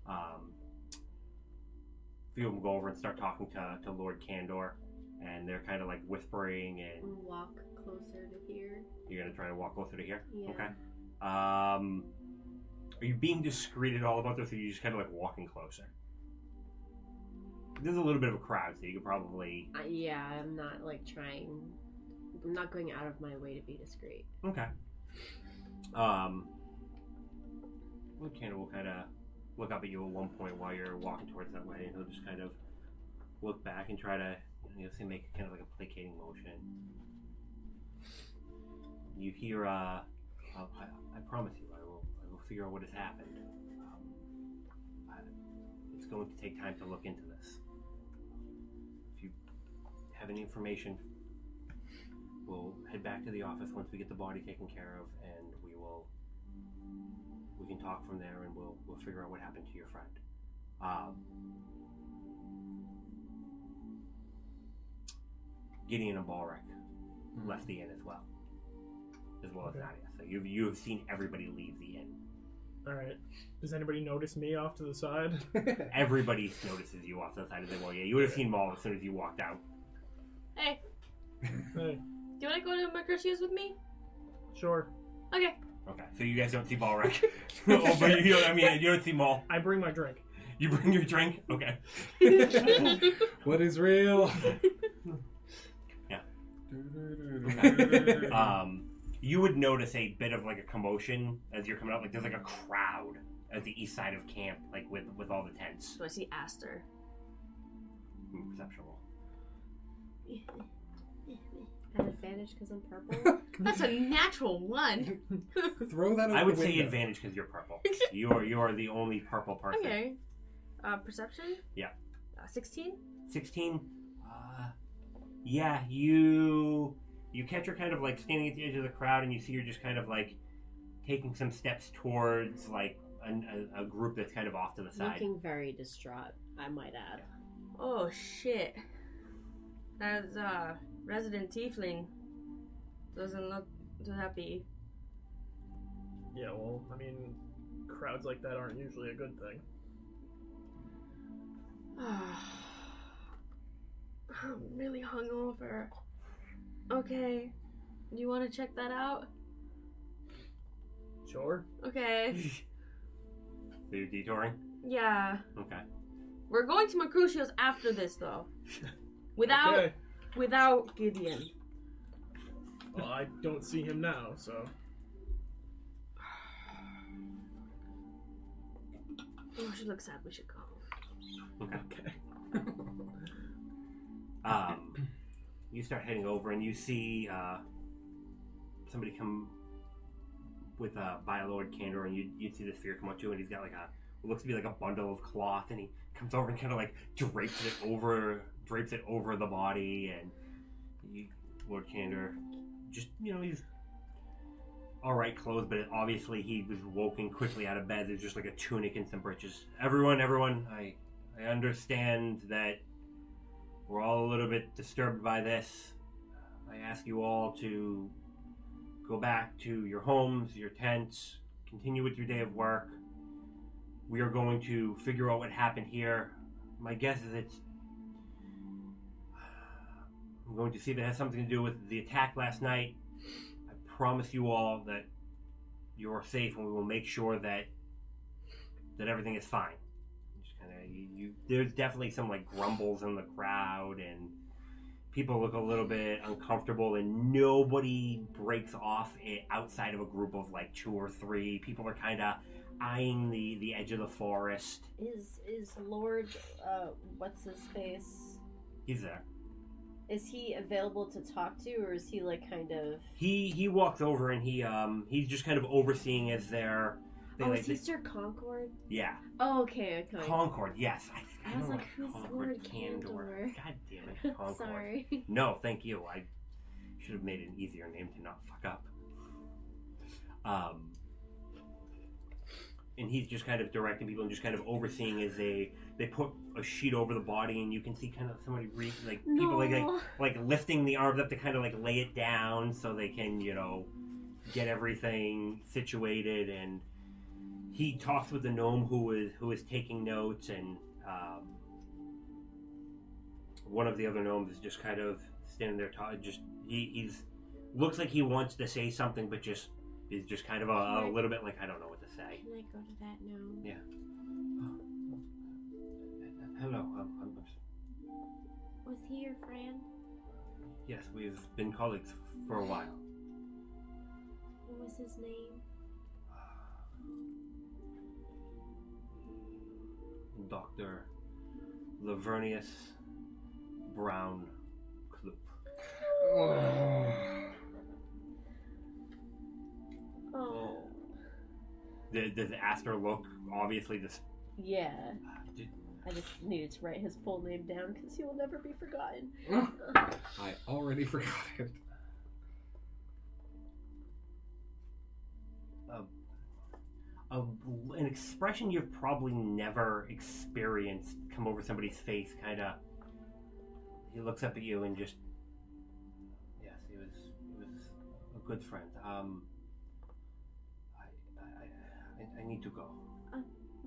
[SPEAKER 5] Um, a few of them go over and start talking to to Lord Candor, and they're kind of like whispering and
[SPEAKER 3] We walk closer to here.
[SPEAKER 5] you're gonna try and walk closer to here.
[SPEAKER 3] Yeah.
[SPEAKER 5] Okay. Um, are you being discreet at all about this, or are you just kind of like walking closer? There's a little bit of a crowd, so you could probably
[SPEAKER 3] Uh, yeah, I'm not like trying. I'm not going out of my way to be discreet.
[SPEAKER 5] okay. Um, Lord Candor will kind of look up at you at one point while you're walking towards that way, and he'll just kind of look back and try to you know, see make kind of like a placating motion. You hear, uh, uh, I, I promise you, I will, I will figure out what has happened. Um, I, it's going to take time to look into this. If you have any information, we'll head back to the office once we get the body taken care of, and we will, we can talk from there, and we'll, we'll figure out what happened to your friend. Um, Gideon and Balric left the inn as well, as well
[SPEAKER 7] Okay.
[SPEAKER 5] as Nadia. So you you have seen everybody leave the inn.
[SPEAKER 7] All right. Does anybody notice me off to the side?
[SPEAKER 5] Everybody notices you off to the side of the wall. Yeah, you would have seen Maul as soon as you walked out.
[SPEAKER 8] Hey,
[SPEAKER 7] hey,
[SPEAKER 8] do you want to go to Mercutio's with me?
[SPEAKER 7] sure.
[SPEAKER 8] Okay.
[SPEAKER 5] Okay, so you guys don't see Balric. [LAUGHS] oh, but you, I mean, you don't see Maul.
[SPEAKER 7] I bring my drink.
[SPEAKER 5] You bring your drink. Okay.
[SPEAKER 4] what is real? [LAUGHS]
[SPEAKER 5] Um, you would notice a bit of like a commotion as you're coming up. Like there's like a crowd at the east side of camp, like with with all the tents.
[SPEAKER 8] So I see Aster.
[SPEAKER 5] Ooh, Perception roll.
[SPEAKER 3] An advantage because I'm purple.
[SPEAKER 8] That's a natural one.
[SPEAKER 4] Throw that. Out
[SPEAKER 5] I would
[SPEAKER 4] the
[SPEAKER 5] say
[SPEAKER 4] window.
[SPEAKER 5] advantage because you're purple. you are you are the only purple person.
[SPEAKER 8] Okay. Uh, perception?
[SPEAKER 5] Yeah.
[SPEAKER 8] Uh, 16?
[SPEAKER 5] 16 uh, yeah you you catch her kind of like standing at the edge of the crowd and you see her just kind of like taking some steps towards like an, a, a group that's kind of off to the side
[SPEAKER 2] Looking very distraught, I might add.
[SPEAKER 8] Oh, shit. That's, uh, resident tiefling. Doesn't look too happy. [SIGHS]
[SPEAKER 7] Yeah. Well, I mean, crowds like that aren't usually a good thing.
[SPEAKER 8] I'm really hungover. Okay. You want to check that out?
[SPEAKER 7] Sure.
[SPEAKER 8] Okay.
[SPEAKER 7] Mm.
[SPEAKER 5] Are you detouring?
[SPEAKER 8] Yeah.
[SPEAKER 5] Okay.
[SPEAKER 8] We're going to Mercutio's after this, though. Without
[SPEAKER 7] Okay.
[SPEAKER 8] without Gideon.
[SPEAKER 7] Well, I don't see him now, so
[SPEAKER 8] Oh, she looks sad. We should go.
[SPEAKER 7] okay.
[SPEAKER 5] Um, you start heading over, and you see uh, somebody come with a by Lord Candor, and you you see the sphere come up to, him, and he's got like a what looks to be like a bundle of cloth, and he comes over and kind of like drapes it over drapes it over the body, and you, Lord Candor just you know he's all right clothes, but obviously he was woken quickly out of bed. There's just like a tunic and some breeches. Everyone, everyone, I I understand that we're all a little bit disturbed by this. I ask you all to go back to your homes, your tents, continue with your day of work. We are going to figure out what happened here. My guess is it's. I'm going to see if it has something to do with the attack last night. I promise you all that you are safe, and we will make sure that that everything is fine. Just kind of you, you. There's definitely some like grumbles in the crowd, and people look a little bit uncomfortable, and nobody breaks off it outside of a group of like two or three. People are kind of eyeing the the edge of the forest.
[SPEAKER 2] Is is Lord uh what's his face?
[SPEAKER 5] He's there.
[SPEAKER 2] Is he available to talk to or is he like kind of
[SPEAKER 5] He he walks over and he um he's just kind of overseeing as their. They,
[SPEAKER 2] Oh,
[SPEAKER 5] like,
[SPEAKER 2] is he Sir Concord?
[SPEAKER 5] yeah,
[SPEAKER 2] Oh, okay, okay. [LAUGHS]
[SPEAKER 5] Concord. Yes, I,
[SPEAKER 2] I
[SPEAKER 5] don't
[SPEAKER 2] was
[SPEAKER 5] know
[SPEAKER 2] like,
[SPEAKER 5] what
[SPEAKER 2] who's Lord Candor?
[SPEAKER 5] God damn it, Concord.
[SPEAKER 2] [LAUGHS] Sorry.
[SPEAKER 5] No, thank you. I should have made an easier name to not fuck up. Um, and he's just kind of directing people and just kind of overseeing as they they put a sheet over the body, and you can see kind of somebody re- like people like, like
[SPEAKER 2] No.
[SPEAKER 5] like lifting the arms up to kind of like lay it down so they can you know get everything situated and he talks with the gnome who is who is taking notes and um, one of the other gnomes is just kind of standing there ta- just he, he's looks like he wants to say something but just is just kind of a, a little bit like i don't know what to say
[SPEAKER 2] Can I go to that now?
[SPEAKER 5] [GASPS] hello um, um,
[SPEAKER 2] Was he your friend?
[SPEAKER 5] yes we've been colleagues for a while
[SPEAKER 2] What was his name?
[SPEAKER 5] Dr. Lavernius Brown Kloop.
[SPEAKER 9] Oh.
[SPEAKER 2] Oh.
[SPEAKER 5] Th- Does Aster look obviously this? uh,
[SPEAKER 2] Yeah.
[SPEAKER 5] did-
[SPEAKER 2] I just needed to write his full name down because he will never be forgotten.
[SPEAKER 4] I already forgot it.
[SPEAKER 5] A, an expression you've probably never experienced come over somebody's face, kind of. He looks up at you and just. Yes, he was. He was a good friend. Um. I. I. I, I need to go.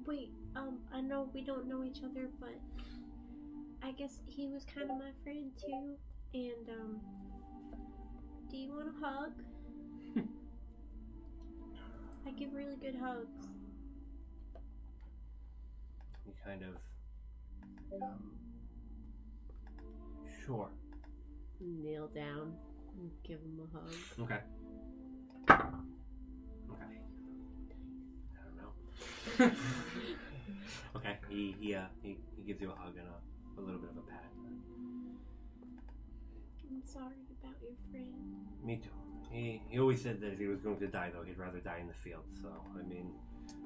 [SPEAKER 2] Wait, um, I know we don't know each other, but I guess he was kind of my friend too. And, um, do you want a hug? [LAUGHS] I give really good hugs.
[SPEAKER 5] He kind of. Um, sure.
[SPEAKER 2] Kneel down and give him a hug.
[SPEAKER 5] Okay. Okay. I don't know. [LAUGHS] okay. He he uh, he, he gives you a hug and a, a little bit of a pat.
[SPEAKER 2] I'm sorry about your friend.
[SPEAKER 5] Me too. He he always said that if he was going to die though, he'd rather die in the field. So I mean,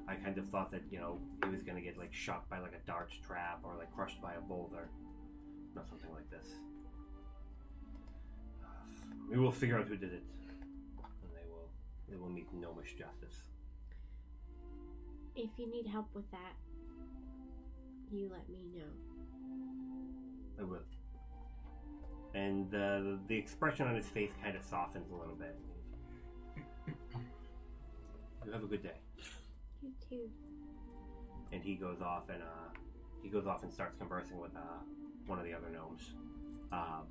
[SPEAKER 5] I kind of thought that you know he was gonna get like shot by like a dart trap or like crushed by a boulder, not something like this. We will figure out who did it, and they will they will meet gnomish justice.
[SPEAKER 2] If you need help with that, you let me know.
[SPEAKER 5] I will. And uh, the expression on his face kind of softens a little bit. You have a good day.
[SPEAKER 2] You too.
[SPEAKER 5] And he goes off and uh, He goes off and starts conversing with uh, one of the other gnomes. Um,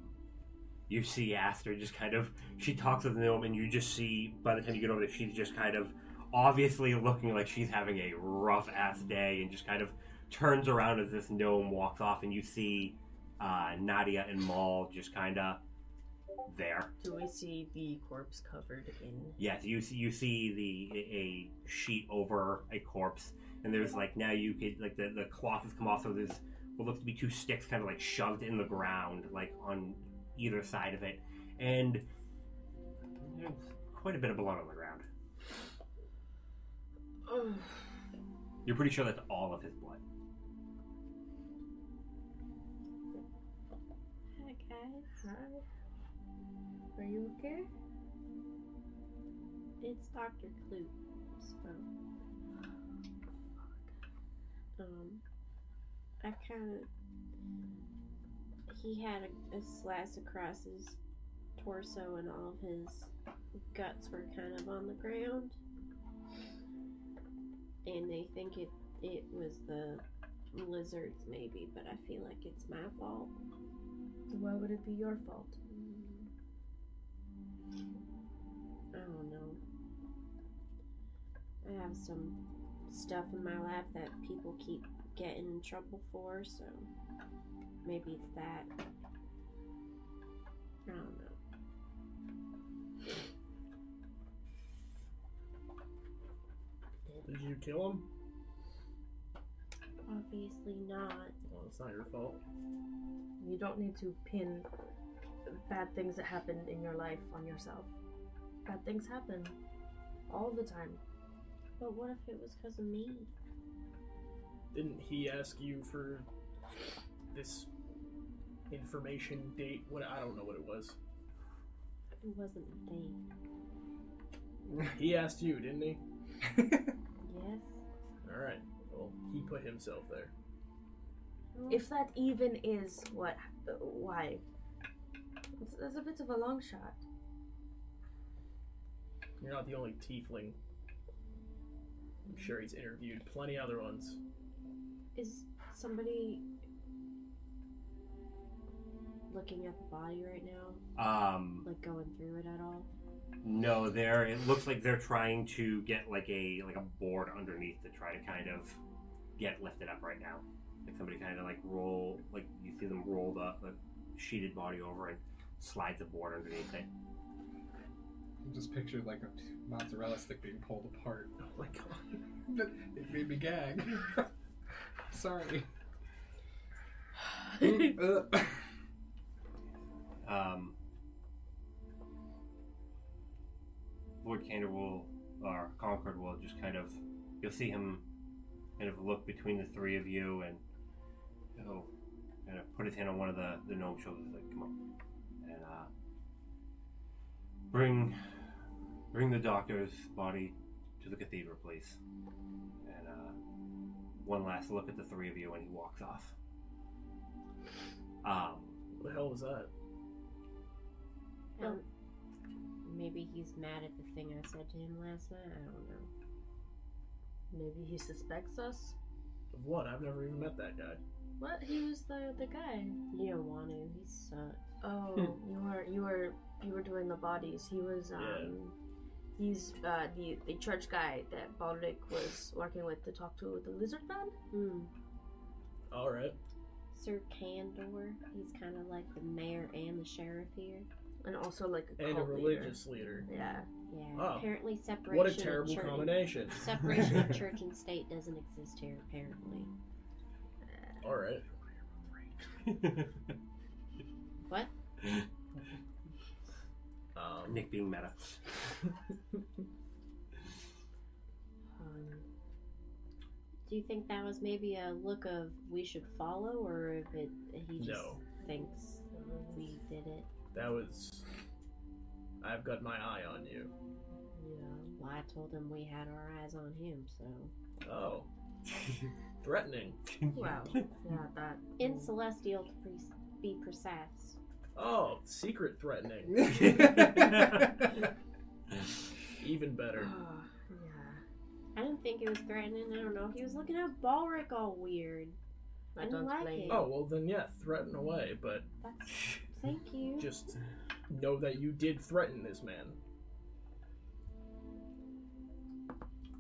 [SPEAKER 5] you see Aster just kind of, she talks with the gnome, and you just see, by the time you get over there, she's just kind of obviously looking like she's having a rough ass day and just kind of turns around as this gnome walks off, and you see uh, Nadia and Maul just kind of there.
[SPEAKER 2] Do we see the corpse covered in?
[SPEAKER 5] Yes, you see, you see the a sheet over a corpse, and there's like now you could like the, the cloth has come off, so there's what looks to be two sticks kind of like shoved in the ground, like on either side of it, and there's quite a bit of blood on the ground.
[SPEAKER 8] Ugh.
[SPEAKER 5] You're pretty sure that's all of his blood.
[SPEAKER 2] Hi guys,
[SPEAKER 8] Hi.
[SPEAKER 2] are you okay? It's Doctor Clute's phone. Um, I kind of he had a, a slice across his torso, and all of his guts were kind of on the ground, and they think it it was the lizards maybe, but I feel like it's my fault.
[SPEAKER 8] Why would it be your fault?
[SPEAKER 2] I don't know. I have some stuff in my life that people keep getting in trouble for, so maybe it's that. I don't know.
[SPEAKER 7] Did you kill him?
[SPEAKER 2] Obviously not.
[SPEAKER 7] Well, it's not your fault.
[SPEAKER 8] [SIGHS] You don't need to pin bad things that happened in your life on yourself. Bad things happen all the time.
[SPEAKER 2] But what if it was because of me?
[SPEAKER 7] Didn't he ask you for this information, date, what? I don't know what it was.
[SPEAKER 2] It wasn't me.
[SPEAKER 7] He asked you, didn't he?
[SPEAKER 2] Yes.
[SPEAKER 7] All right. Well, he put himself there.
[SPEAKER 8] If that even is what, why? It's, it's a bit of a long shot.
[SPEAKER 7] You're not the only tiefling. I'm sure he's interviewed plenty other ones.
[SPEAKER 2] Is somebody looking at the body right now?
[SPEAKER 5] Um,
[SPEAKER 2] Like going through it at all?
[SPEAKER 5] No, they're. It looks like they're trying to get like a like a board underneath to try to kind of get lifted up right now. Like somebody kind of like roll, like you see them roll the, the sheeted body over and slide the board underneath it.
[SPEAKER 9] Just picture like a mozzarella stick being pulled apart.
[SPEAKER 7] Oh my god.
[SPEAKER 9] it made me
[SPEAKER 4] [LAUGHS]
[SPEAKER 9] gag. Sorry.
[SPEAKER 7] [LAUGHS]
[SPEAKER 9] Mm, uh.
[SPEAKER 5] Um, Lord Candor will, or Concord will just kind of, you'll see him kind of look between the three of you and he'll kind of put his hand on one of the, the gnome shoulders, like, come on. And, uh, bring, bring the doctor's body to the cathedral, please. And, uh, one last look at the three of you and he walks off. Um,
[SPEAKER 7] What the hell was that?
[SPEAKER 2] Um, maybe he's mad at the thing I said to him last night. I don't know.
[SPEAKER 8] Maybe he suspects us.
[SPEAKER 7] Of what? I've never even met that guy.
[SPEAKER 8] What? He was the the guy.
[SPEAKER 2] You don't want to. He sucks.
[SPEAKER 7] [LAUGHS]
[SPEAKER 8] Oh, you were you were you were doing the bodies. He was um, he's uh, the the church guy that Baldric was working with to talk to the lizard man.
[SPEAKER 2] Hmm.
[SPEAKER 7] All right.
[SPEAKER 2] Sir Candor. He's kind of like the mayor and the sheriff here.
[SPEAKER 8] and also like a
[SPEAKER 7] And a
[SPEAKER 8] cult
[SPEAKER 7] religious leader.
[SPEAKER 8] Leader. Yeah,
[SPEAKER 2] Yeah.
[SPEAKER 7] Oh.
[SPEAKER 2] Apparently, separation.
[SPEAKER 7] What a
[SPEAKER 2] of [LAUGHS]
[SPEAKER 7] terrible
[SPEAKER 2] church-
[SPEAKER 7] combination.
[SPEAKER 2] Separation
[SPEAKER 7] [LAUGHS]
[SPEAKER 2] of church and state doesn't exist here, apparently.
[SPEAKER 7] All right.
[SPEAKER 2] What?
[SPEAKER 7] Um,
[SPEAKER 5] Nick being meta.
[SPEAKER 2] Um, do you think that was maybe a look of we should follow, or if it he just
[SPEAKER 7] No.
[SPEAKER 2] thinks we did it?
[SPEAKER 7] that was. I've got my eye on you.
[SPEAKER 2] Yeah. Well, I told him we had our eyes on him, so
[SPEAKER 7] Oh. Threatening.
[SPEAKER 8] wow,
[SPEAKER 7] [LAUGHS]
[SPEAKER 8] yeah, that
[SPEAKER 2] in celestial to pre- be precise.
[SPEAKER 7] Oh, secret threatening. [LAUGHS] Even better.
[SPEAKER 8] Ah, [SIGHS] yeah.
[SPEAKER 2] I didn't think it was threatening. I don't know. He was looking at Balric all weird.
[SPEAKER 8] I
[SPEAKER 2] And
[SPEAKER 8] don't
[SPEAKER 2] like
[SPEAKER 8] blame
[SPEAKER 2] it.
[SPEAKER 8] you. [LAUGHS]
[SPEAKER 7] Oh well, then yeah, threaten away, but
[SPEAKER 2] That's, thank you.
[SPEAKER 7] just know that you did threaten this man.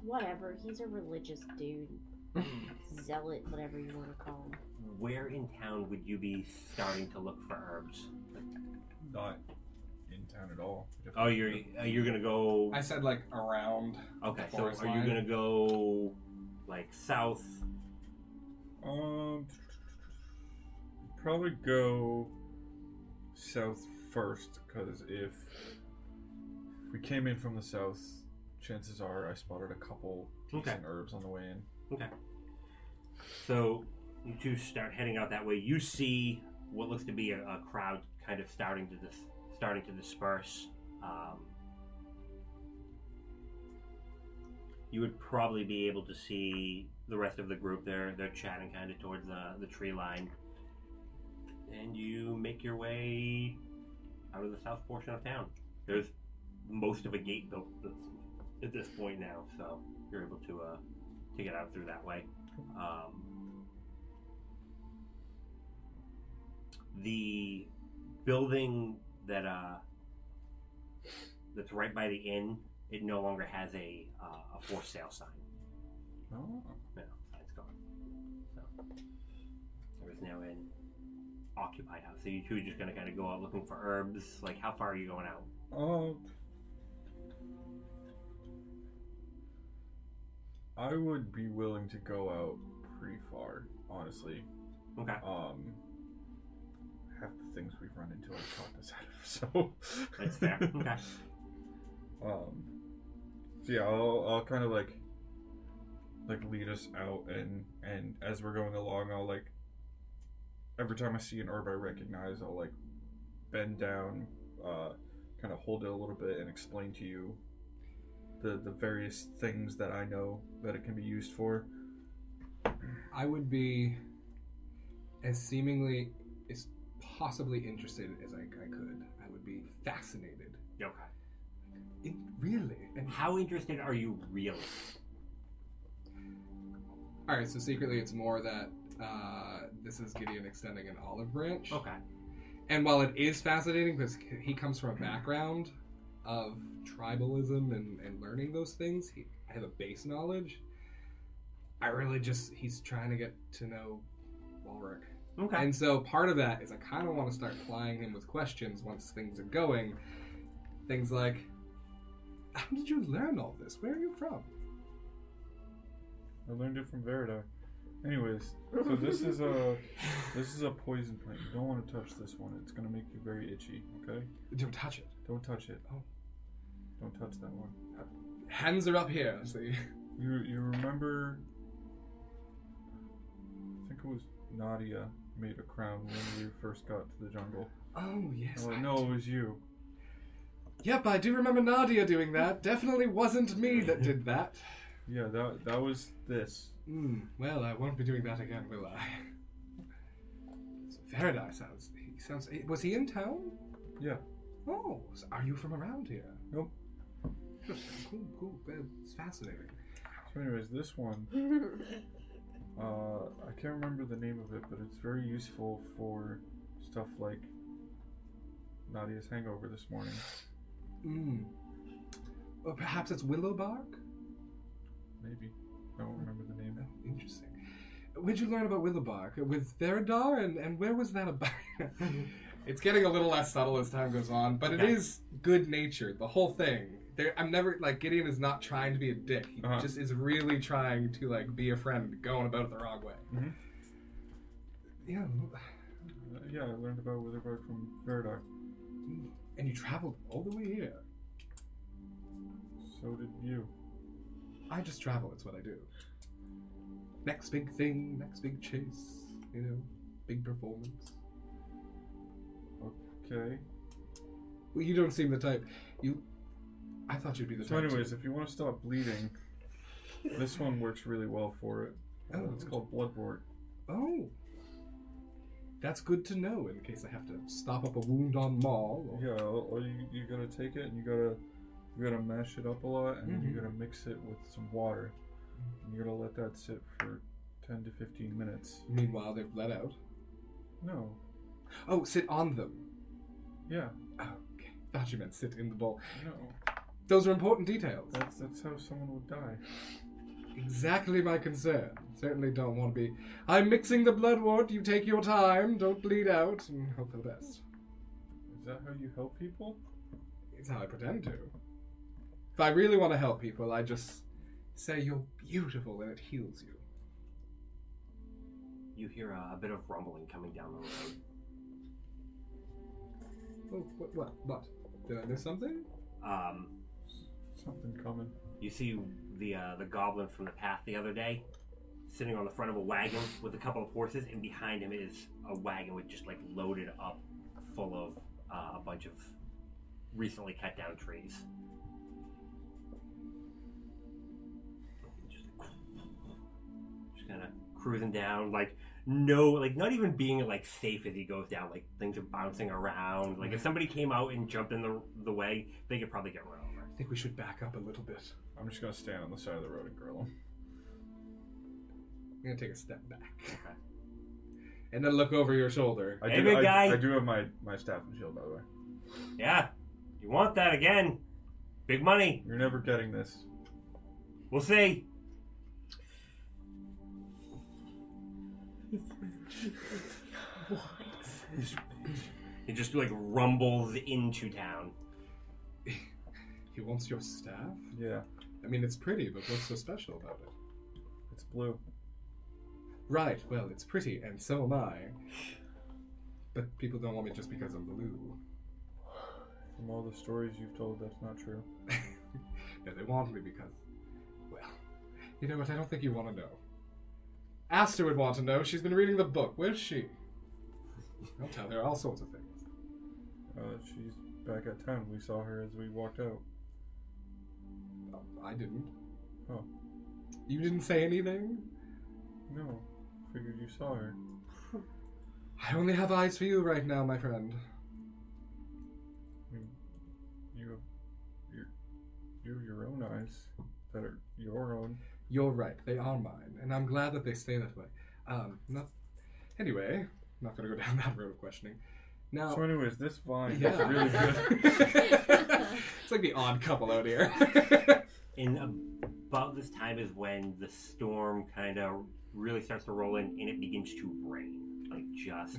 [SPEAKER 2] Whatever. He's a religious
[SPEAKER 8] [LAUGHS]
[SPEAKER 2] dude. Zealot, whatever you want to call him.
[SPEAKER 5] [LAUGHS] Where in town would you be starting to look for herbs?
[SPEAKER 3] Not in town at all.
[SPEAKER 5] Oh, you're uh, you're gonna go.
[SPEAKER 14] I said like around.
[SPEAKER 5] Okay, so
[SPEAKER 14] Forest
[SPEAKER 5] are you
[SPEAKER 14] line.
[SPEAKER 5] gonna go like south?
[SPEAKER 3] Um, probably go south first because if we came in from the south, chances are I spotted a couple decent herbs on the way in.
[SPEAKER 5] So you two start heading out that way. You see what looks to be a, a crowd kind of starting to dis- starting to disperse. Um, you would probably be able to see the rest of the group. They're they're chatting kind of towards the the tree line, and you make your way out of the south portion of town. There's most of a gate built that's- at this point now, so you're able to uh, to get out through that way. Um, the building that uh, that's right by the inn, it no longer has a uh, a for sale sign.
[SPEAKER 3] Oh,
[SPEAKER 5] No, it's gone. So there is now an occupied house. So you two are just gonna kind of go out looking for herbs. Like, how far are you going out?
[SPEAKER 10] Oh,
[SPEAKER 3] Uh, I would be willing to go out pretty far, honestly.
[SPEAKER 5] Okay. [LAUGHS]
[SPEAKER 3] Um, half the things we've run into, I've talked us [LAUGHS] out of, so
[SPEAKER 5] That's
[SPEAKER 3] [LAUGHS]
[SPEAKER 5] fair. Okay.
[SPEAKER 3] Um, so yeah, I'll, I'll kind of like like lead us out, and and as we're going along, I'll like every time I see an herb I recognize, I'll like bend down, uh, kind of hold it a little bit, and explain to you the the various things that I know that it can be used for.
[SPEAKER 4] I would be as seemingly as possibly interested as I, I could. I would be fascinated.
[SPEAKER 5] Okay.
[SPEAKER 4] It, really? And,
[SPEAKER 5] How interested are you really?
[SPEAKER 4] all right, so secretly it's more that uh, this is Gideon extending an olive branch.
[SPEAKER 5] Okay.
[SPEAKER 4] And while it is fascinating because he comes from a background of tribalism and, and learning those things, he, I have a base knowledge. I really just, he's trying to get to know Walrick.
[SPEAKER 5] Okay.
[SPEAKER 4] And so part of that is I kind of want to start plying him with questions once things are going. Things like, how did you learn all this? Where are you from?
[SPEAKER 3] I learned it from Veridar. Anyways, so this
[SPEAKER 4] [LAUGHS]
[SPEAKER 3] is a this is a poison plant. You don't want to touch this one. It's gonna make you very itchy. Okay,
[SPEAKER 4] Don't touch it.
[SPEAKER 3] don't touch it.
[SPEAKER 4] Oh.
[SPEAKER 3] don't touch that one.
[SPEAKER 4] Hands are up here. So you-
[SPEAKER 3] You you remember? I think it was Nadia made a crown when we first got to the jungle.
[SPEAKER 4] oh, yes.
[SPEAKER 3] Oh
[SPEAKER 4] I
[SPEAKER 3] no,
[SPEAKER 4] do.
[SPEAKER 3] it was you.
[SPEAKER 4] Yep, I do remember Nadia doing that. Definitely wasn't me that did that.
[SPEAKER 3] Yeah, that that was this.
[SPEAKER 4] Hmm, well, I won't be doing that again, will I? So Faraday sounds. He sounds. eh, Was he in town?
[SPEAKER 3] Yeah.
[SPEAKER 4] Oh, so are you from around here?
[SPEAKER 3] Nope.
[SPEAKER 4] Interesting. Cool, cool. Well, It's fascinating.
[SPEAKER 3] So, anyways, this one. Uh, I can't remember the name of it, but it's very useful for stuff like Nadia's hangover this morning.
[SPEAKER 4] Hmm. Or perhaps it's willow bark.
[SPEAKER 3] Maybe I don't remember the
[SPEAKER 4] Oh,
[SPEAKER 3] name.
[SPEAKER 4] interesting. Where'd you learn about willow bark with Feridar, and and where was that about? [LAUGHS] it's getting a little less subtle as time goes on, but it
[SPEAKER 5] Okay.
[SPEAKER 4] is good natured. The whole thing. There, I'm never like Gideon is not trying to be a dick. He
[SPEAKER 3] Uh-huh.
[SPEAKER 4] just is really trying to like be a friend, going about it the wrong way.
[SPEAKER 3] Mhm.
[SPEAKER 4] Yeah,
[SPEAKER 3] Uh, yeah, I learned about Witherbark from Veridar.
[SPEAKER 4] and you traveled all the way here.
[SPEAKER 3] So did you.
[SPEAKER 4] I just travel. It's what I do. Next big thing, next big chase. You know, big performance.
[SPEAKER 3] Okay.
[SPEAKER 4] Well, you don't seem the type. You, I thought you'd be the
[SPEAKER 3] So,
[SPEAKER 4] type. to-
[SPEAKER 3] anyways, if you want to stop bleeding, this one works really well for it. Uh,
[SPEAKER 4] Oh.
[SPEAKER 3] It's called Bloodwort.
[SPEAKER 4] Oh. That's good to know in case I have to stop up a wound on Maul. Or...
[SPEAKER 3] Yeah, all all you, you gotta take it and you gotta you gotta
[SPEAKER 5] Mm-hmm.
[SPEAKER 3] mash it up a lot, and then
[SPEAKER 4] Mhm.
[SPEAKER 3] you gotta mix it with some water. And you gotta let that sit for
[SPEAKER 10] ten to fifteen minutes.
[SPEAKER 4] Meanwhile, they've let out.
[SPEAKER 10] No.
[SPEAKER 4] Oh, sit on them.
[SPEAKER 10] Yeah.
[SPEAKER 4] Oh, okay. Thought you meant sit in the bowl.
[SPEAKER 10] No.
[SPEAKER 4] Those are important details.
[SPEAKER 10] That's that's how someone would die.
[SPEAKER 4] Exactly my concern. Certainly don't want to be. I'm mixing the blood wort. You take your time. Don't bleed out, and hope for the best.
[SPEAKER 10] Is that how you help people?
[SPEAKER 4] It's how I pretend to. If I really want to help people, I just say you're beautiful and it heals you.
[SPEAKER 5] You hear uh, a bit of rumbling coming down the road.
[SPEAKER 4] Oh, what? What? what? Did I miss something?
[SPEAKER 5] Um,
[SPEAKER 10] Something coming.
[SPEAKER 5] You see the uh, the goblin from the path the other day, sitting on the front of a wagon with a couple of horses, and behind him is a wagon with just like loaded up, full of uh, a bunch of recently cut down trees. Just, just kind of cruising down, like no, like not even being like safe as he goes down. Like things are bouncing around. Like if somebody came out and jumped in the the way, they could probably get run over.
[SPEAKER 4] I think we should back up a little bit.
[SPEAKER 10] I'm just gonna stand on the side of the road and grill him.
[SPEAKER 4] I'm gonna take a step back
[SPEAKER 5] Okay.
[SPEAKER 4] and then look over your shoulder. [LAUGHS]
[SPEAKER 10] I
[SPEAKER 5] Hey,
[SPEAKER 10] do,
[SPEAKER 5] big
[SPEAKER 10] I,
[SPEAKER 5] guy.
[SPEAKER 10] I do have my my staff and shield, by the way.
[SPEAKER 5] Yeah, you want that again? Big money.
[SPEAKER 10] You're never getting this.
[SPEAKER 5] We'll see. It just like rumbles into town.
[SPEAKER 4] He wants your staff.
[SPEAKER 10] Yeah.
[SPEAKER 4] I mean, it's pretty, but what's so special about it?
[SPEAKER 10] It's blue.
[SPEAKER 4] Right, well, it's pretty, and so am I. But people don't want me just because I'm blue. [LAUGHS]
[SPEAKER 10] From all the stories you've told, that's not true.
[SPEAKER 4] no, they want me because, well, you know what? I don't think you want to know. Asta would want to know. She's been reading the book. Where's she? I'll tell her all sorts of things.
[SPEAKER 10] Uh, she's back at town. We saw her as we walked out.
[SPEAKER 4] Um, I didn't.
[SPEAKER 10] Oh.
[SPEAKER 4] You didn't say anything?
[SPEAKER 10] No. Figured you saw her.
[SPEAKER 4] I only have eyes for you right now, my friend.
[SPEAKER 10] I mean, you have your, you have your own eyes that are your own.
[SPEAKER 4] You're right. They are mine, and I'm glad that they stay that way. Um, not... Anyway, I'm not going to go [LAUGHS] down that road of questioning. Now,
[SPEAKER 10] So, anyways, this vine is
[SPEAKER 4] Yeah.
[SPEAKER 10] really good.
[SPEAKER 4] it's like the odd couple out here.
[SPEAKER 5] And about this time is when the storm kind of really starts to roll in, and it begins to rain, like just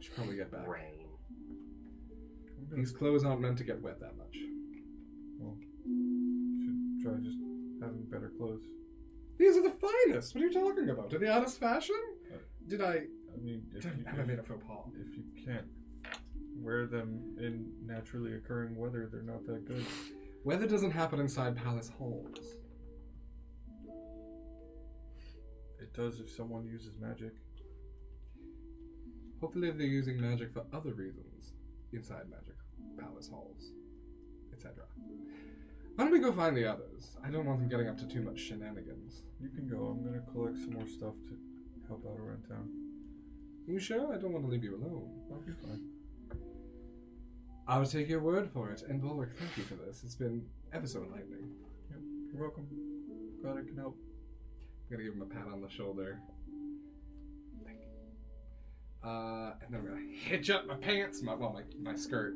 [SPEAKER 4] Should probably get back.
[SPEAKER 5] rain.
[SPEAKER 10] I'm gonna
[SPEAKER 4] These clothes aren't meant to get wet that much.
[SPEAKER 10] should try just having better clothes.
[SPEAKER 4] These are the finest. What are you talking about? Are they out of fashion? Did I?
[SPEAKER 10] I mean, Uh, if you,
[SPEAKER 4] Have I made a
[SPEAKER 10] if,
[SPEAKER 4] faux pas?
[SPEAKER 10] if you can't wear them in naturally occurring weather, they're not that good.
[SPEAKER 4] Weather doesn't happen inside palace halls.
[SPEAKER 10] It does if someone uses magic.
[SPEAKER 4] Hopefully, they're using magic for other reasons inside magic palace halls, etc. Why don't we go find the others? I don't want them getting up to too much shenanigans.
[SPEAKER 10] You can go. I'm gonna collect some more stuff to help out around town.
[SPEAKER 4] You sure? I don't want to leave you alone.
[SPEAKER 10] I'll be fine.
[SPEAKER 4] I'll take your word for it. And Bulwark, thank you for this. It's been ever so enlightening.
[SPEAKER 10] You're welcome. Glad I can help.
[SPEAKER 4] I'm gonna give him a pat on the shoulder. Thank you. Uh, and then I'm gonna hitch up my pants, my well, my, my skirt,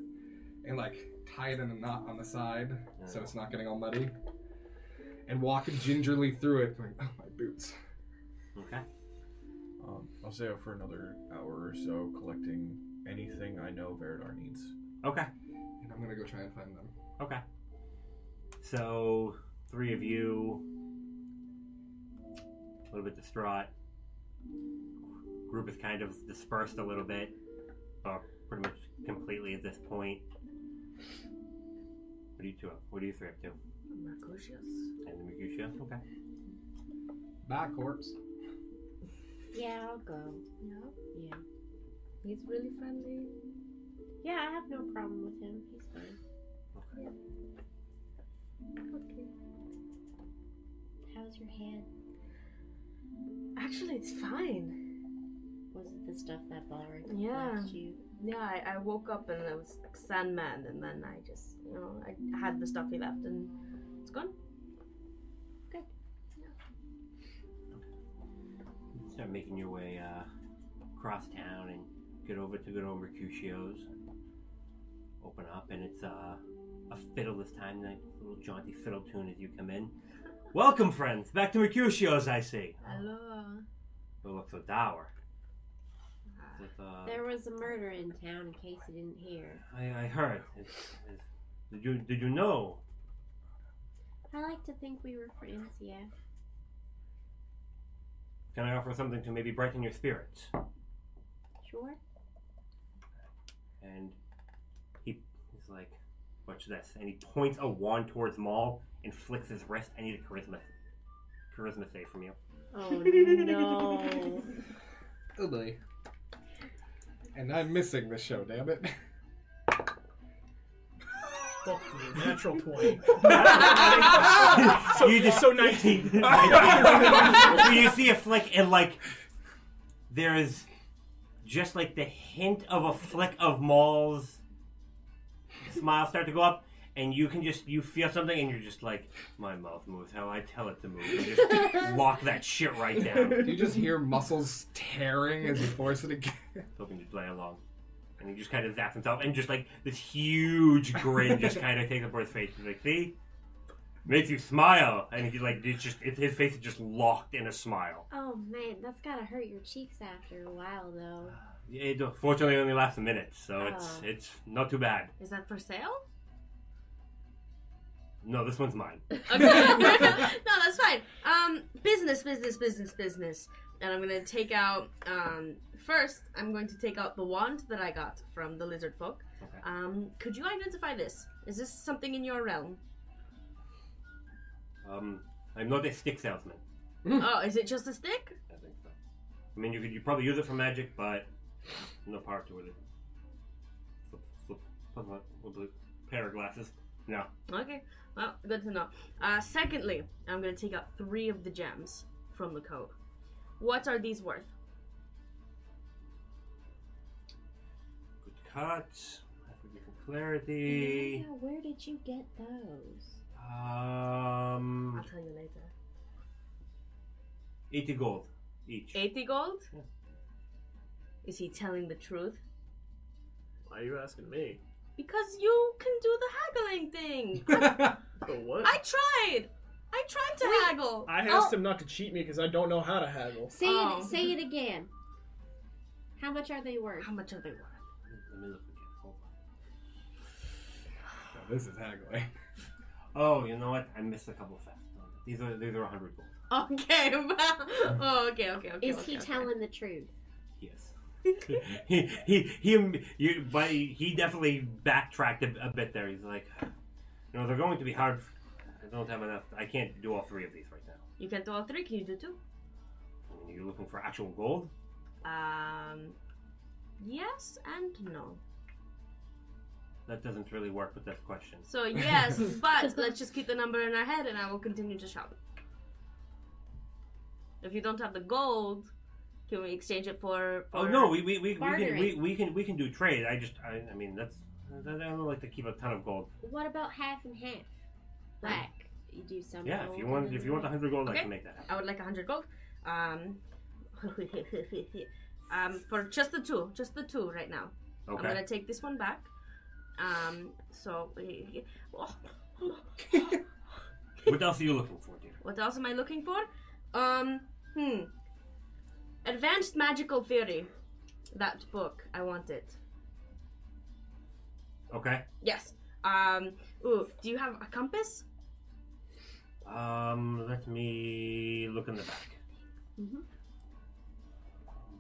[SPEAKER 4] and like tie it in a knot on the side so it's not getting all muddy. And walk gingerly through it, like oh my boots.
[SPEAKER 5] Okay.
[SPEAKER 10] Um, I'll stay out for another hour or so, collecting anything I know Veridar needs.
[SPEAKER 5] Okay.
[SPEAKER 4] And I'm gonna go try and find them.
[SPEAKER 5] Okay. So, three of you, a little bit distraught. Group is kind of dispersed a little bit, or pretty much completely at this point. What are you two up? What are you three up to?
[SPEAKER 8] Mercutius.
[SPEAKER 5] And the Mercutio? Okay.
[SPEAKER 4] Bye, corpse.
[SPEAKER 2] Yeah, I'll go.
[SPEAKER 8] Yeah,
[SPEAKER 2] Yeah.
[SPEAKER 8] he's really friendly.
[SPEAKER 2] Yeah, I have no problem with him. He's fine.
[SPEAKER 8] Okay.
[SPEAKER 2] How's your hand?
[SPEAKER 8] Actually, it's fine.
[SPEAKER 2] Was it the stuff that Balric
[SPEAKER 8] Yeah.
[SPEAKER 2] left you?
[SPEAKER 8] Yeah, I, I woke up and I was like Sandman, and then I just, you know, I had the stuff he left, and it's gone.
[SPEAKER 5] start making your way uh, across town and get over to good old Mercutio's. Open up, and it's uh, a fiddle this time, nice little jaunty fiddle tune as you come in. Welcome, friends, back to Mercutio's, I see.
[SPEAKER 8] Hello.
[SPEAKER 5] Don't look so dour.
[SPEAKER 8] Ah,
[SPEAKER 5] With, uh,
[SPEAKER 2] There was a murder in town, in case you didn't hear.
[SPEAKER 5] I, I heard. It's- it's- did, you, did you know?
[SPEAKER 2] I like to think we were friends, yeah.
[SPEAKER 5] Can I offer something to maybe brighten your spirits?
[SPEAKER 2] Sure.
[SPEAKER 5] and he he's like, "Watch this!" And he points a wand towards Maul and flicks his wrist. I need a charisma charisma save from you.
[SPEAKER 2] [LAUGHS] Oh no.
[SPEAKER 4] Oh boy. And I'm missing the show, damn it. [LAUGHS]
[SPEAKER 7] Fuck me, natural [LAUGHS] 20.
[SPEAKER 5] you just
[SPEAKER 7] so
[SPEAKER 5] [LAUGHS]
[SPEAKER 7] 19.
[SPEAKER 5] so you see a flick and like there is just like the hint of a flick of Maul's smile start to go up. And you can just you feel something, and you're just like, my mouth moves how I tell it to move. You just lock that shit right down.
[SPEAKER 4] Do you just hear muscles tearing as you force it again?
[SPEAKER 5] hoping to play along. And he just kind of zaps himself, and just like this huge grin just kind of takes up his face. He's like, see? Makes you smile. And he's like, it's just, it's, his face is just locked in a smile.
[SPEAKER 2] [LAUGHS] Oh man, that's gotta hurt your cheeks after a while though.
[SPEAKER 5] It fortunately only lasts a minute, so it's
[SPEAKER 2] Oh.
[SPEAKER 5] it's not too bad.
[SPEAKER 8] Is that for sale?
[SPEAKER 2] [LAUGHS]
[SPEAKER 8] [LAUGHS]
[SPEAKER 5] No, this one's mine.
[SPEAKER 8] Okay. no, that's fine. Um, business, business, business, business. And I'm gonna take out. Um, first, I'm going to take out the wand that I got from the lizard folk.
[SPEAKER 5] Okay.
[SPEAKER 8] Um, could you identify this? Is this something in
[SPEAKER 2] [LAUGHS]
[SPEAKER 8] your realm?
[SPEAKER 5] Um, I'm not a stick salesman.
[SPEAKER 8] Oh, is it just a stick?
[SPEAKER 5] I think so. I mean, you could you probably use it for magic, but no power to it. Flip, flip, flip, flip, flip, pair of glasses. No.
[SPEAKER 8] Okay. Well, good to know. Uh, secondly, I'm gonna take out three of the gems from the coat. What are these worth?
[SPEAKER 5] Good cuts. Hyperbeacon clarity.
[SPEAKER 2] Yeah, where did you get those?
[SPEAKER 8] I'll
[SPEAKER 5] Um,
[SPEAKER 8] tell you later.
[SPEAKER 5] 80 gold each.
[SPEAKER 8] 80 gold?
[SPEAKER 5] Yeah.
[SPEAKER 8] Is he telling the truth?
[SPEAKER 7] Why are you asking me?
[SPEAKER 8] Because you can do the haggling thing.
[SPEAKER 7] For what?
[SPEAKER 8] I tried. I tried to
[SPEAKER 2] Wait.
[SPEAKER 8] haggle.
[SPEAKER 7] I asked him not to cheat me because I don't know how to haggle.
[SPEAKER 2] Say
[SPEAKER 8] Oh.
[SPEAKER 2] it say it again. How much are they worth?
[SPEAKER 8] How much are they worth? [LAUGHS]
[SPEAKER 5] Let me look again. Hold on.
[SPEAKER 4] Now, this is haggling.
[SPEAKER 5] Oh, you know what? I missed a couple fast. Hold on. These are these are 100 gold.
[SPEAKER 8] Okay. well, oh, okay, okay, okay.
[SPEAKER 2] Is
[SPEAKER 8] okay,
[SPEAKER 2] he
[SPEAKER 8] okay.
[SPEAKER 2] telling the truth?
[SPEAKER 5] Yes. he he he you, but he definitely backtracked a, a bit there. He's like, you know, they're going to be hard. I don't have enough. I can't do all three of these right now.
[SPEAKER 8] You can do all three. Can you do two?
[SPEAKER 5] I mean, You're looking for actual gold.
[SPEAKER 8] Um. Yes and no.
[SPEAKER 5] That doesn't really work with this question.
[SPEAKER 8] So yes, but let's just keep the number in our head, and I will continue to shop. If you don't have the gold, can we exchange it for?
[SPEAKER 5] Oh
[SPEAKER 8] for-
[SPEAKER 5] no, we we, we, we can we,
[SPEAKER 2] bartering.
[SPEAKER 5] we can we can do trade. I just I, I mean that's I don't like to keep a ton of gold.
[SPEAKER 2] What about half and half? Like you do some
[SPEAKER 5] Yeah, if
[SPEAKER 2] gold
[SPEAKER 5] you
[SPEAKER 2] and
[SPEAKER 5] want
[SPEAKER 2] then
[SPEAKER 5] if you want
[SPEAKER 2] half.
[SPEAKER 5] hundred gold, I
[SPEAKER 8] Okay.
[SPEAKER 5] can make that. happen.
[SPEAKER 8] I would like hundred gold. Um. [LAUGHS] um. For just the two, just the two right now.
[SPEAKER 5] Okay.
[SPEAKER 8] I'm gonna take this one back. Um,
[SPEAKER 5] [LAUGHS]
[SPEAKER 8] so oh,
[SPEAKER 5] What else are you looking for, dear?
[SPEAKER 8] what else am I looking for? Um, hmm. Advanced magical theory. That book, I want it.
[SPEAKER 5] Okay.
[SPEAKER 8] Yes. Um, ooh, do you have a compass?
[SPEAKER 5] Um, let me look in the back.
[SPEAKER 8] Mm-hmm.
[SPEAKER 2] Mhm.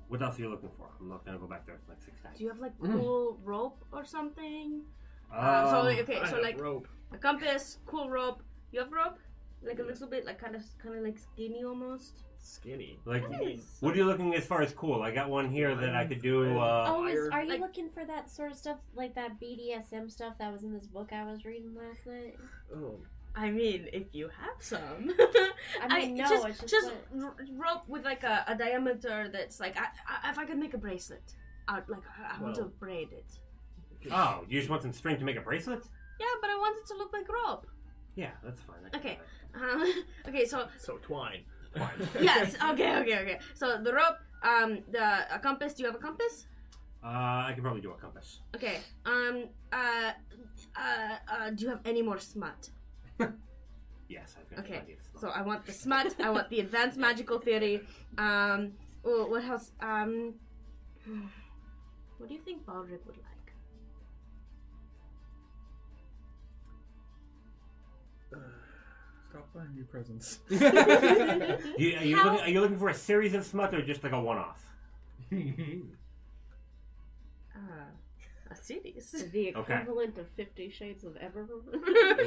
[SPEAKER 5] What else are you looking for? I'm not gonna go back there like six times.
[SPEAKER 8] Do you have like
[SPEAKER 4] Mm.
[SPEAKER 8] cool rope or something?
[SPEAKER 5] Um,
[SPEAKER 8] uh, so okay,
[SPEAKER 7] I
[SPEAKER 8] so
[SPEAKER 7] have
[SPEAKER 8] like
[SPEAKER 7] rope.
[SPEAKER 8] a compass, cool rope. You have rope? Like a
[SPEAKER 7] Mm.
[SPEAKER 8] little bit, like kind of, kind of like skinny almost.
[SPEAKER 7] Skinny.
[SPEAKER 5] like,
[SPEAKER 8] Nice.
[SPEAKER 5] what are you looking as far as cool? I got one here that I could do. Uh,
[SPEAKER 2] Oh, is,
[SPEAKER 7] Fire.
[SPEAKER 2] are you
[SPEAKER 8] Like-
[SPEAKER 2] looking for that sort of stuff, like that BDSM stuff that was in this book I was reading last night?
[SPEAKER 7] Oh,
[SPEAKER 8] I mean, if you have some. [LAUGHS]
[SPEAKER 2] I mean, no,
[SPEAKER 8] just,
[SPEAKER 2] it's just, what-
[SPEAKER 8] r- rope with like a, a diameter that's like, I, I, if I could make a bracelet, I'd like, I, I want to
[SPEAKER 7] Well.
[SPEAKER 8] braid it.
[SPEAKER 7] Ah.
[SPEAKER 5] oh, you just want some string to make a bracelet?
[SPEAKER 8] Yeah, but I want it to look like rope.
[SPEAKER 5] Yeah, that's fine. I can do
[SPEAKER 8] [LAUGHS] Okay.
[SPEAKER 5] that.
[SPEAKER 8] Um, okay, so
[SPEAKER 7] so twine. [LAUGHS]
[SPEAKER 8] yes. Okay. Okay. Okay. So the rope, um, the a compass. Do you have a compass?
[SPEAKER 5] Uh, I can probably do a compass.
[SPEAKER 8] Okay. Um. Uh. Uh. uh do you have any more smut?
[SPEAKER 5] Yes, I've got
[SPEAKER 8] Okay,
[SPEAKER 5] plenty of stuff.
[SPEAKER 8] So I want the smut. I want the advanced magical theory. Um. Oh, what else? Um. What do you think Baldric would like?
[SPEAKER 4] Stop buying me presents.
[SPEAKER 5] You- are, you
[SPEAKER 8] How-
[SPEAKER 5] looking, are you looking for a series of smut or just like a
[SPEAKER 8] [LAUGHS]
[SPEAKER 5] one-off?
[SPEAKER 8] Uh, a series.
[SPEAKER 2] The
[SPEAKER 5] Okay.
[SPEAKER 2] equivalent of Fifty Shades of Evermore.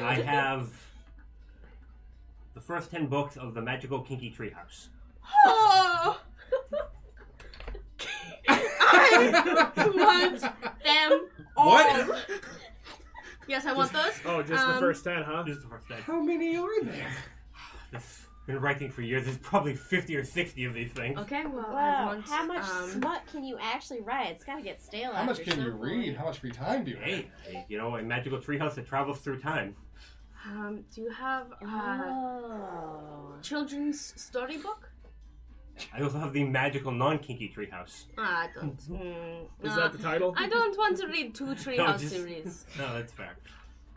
[SPEAKER 5] I have the first ten books of the Magical Kinky Treehouse.
[SPEAKER 8] Oh! I want them all.
[SPEAKER 4] What?
[SPEAKER 8] Yes, I want those.
[SPEAKER 7] Oh, just the
[SPEAKER 8] Um,
[SPEAKER 7] first ten, huh?
[SPEAKER 5] This is the first thing.
[SPEAKER 4] How many are there?
[SPEAKER 5] This been writing for years. There's probably fifty or sixty of these things.
[SPEAKER 8] Okay, well, I
[SPEAKER 2] Wow,
[SPEAKER 8] want.
[SPEAKER 2] how much
[SPEAKER 8] um,
[SPEAKER 2] smut can you actually write? It's gotta get stale.
[SPEAKER 9] How much
[SPEAKER 2] after
[SPEAKER 9] can you
[SPEAKER 2] some
[SPEAKER 9] read?
[SPEAKER 2] point.
[SPEAKER 9] How much free time do you have?
[SPEAKER 5] Hey, hey, you know, a magical treehouse that travels through time.
[SPEAKER 8] um, do you have
[SPEAKER 2] Uh,
[SPEAKER 8] a
[SPEAKER 2] Oh.
[SPEAKER 8] children's storybook?
[SPEAKER 5] I also have the magical non-kinky treehouse.
[SPEAKER 8] Ah, I don't. Mm,
[SPEAKER 7] Hmm. Is
[SPEAKER 8] nah.
[SPEAKER 7] that the title?
[SPEAKER 8] I don't want to read two Treehouse
[SPEAKER 5] No,
[SPEAKER 8] House
[SPEAKER 5] just-
[SPEAKER 8] series.
[SPEAKER 5] No, that's fair.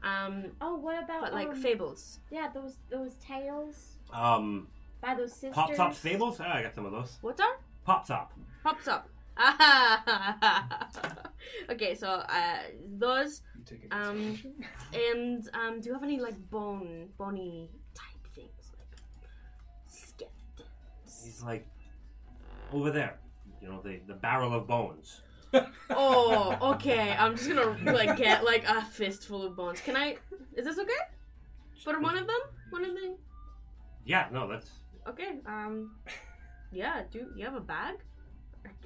[SPEAKER 8] Um,
[SPEAKER 2] Oh, what about
[SPEAKER 8] but like
[SPEAKER 2] um,
[SPEAKER 8] fables.
[SPEAKER 2] Yeah, those those tales
[SPEAKER 5] Um,
[SPEAKER 2] by those sisters.
[SPEAKER 5] Pop Top Fables? Ah, I got some of those.
[SPEAKER 8] What are?
[SPEAKER 5] Pop Top.
[SPEAKER 8] Pops up. [LAUGHS] okay, so uh, those
[SPEAKER 9] You take it.
[SPEAKER 8] Um,
[SPEAKER 9] [LAUGHS]
[SPEAKER 8] and um, do you have any like bone, bony type things like
[SPEAKER 5] He's
[SPEAKER 8] skeletons?
[SPEAKER 5] like, over there. You know, the, the barrel of bones.
[SPEAKER 8] Oh,
[SPEAKER 9] [LAUGHS]
[SPEAKER 8] okay. I'm just gonna like get like a fistful of bones. Can I? Is this okay? For one of them? One of them?
[SPEAKER 5] Yeah, no, that's...
[SPEAKER 8] Okay. Um. Yeah. Do you have a bag?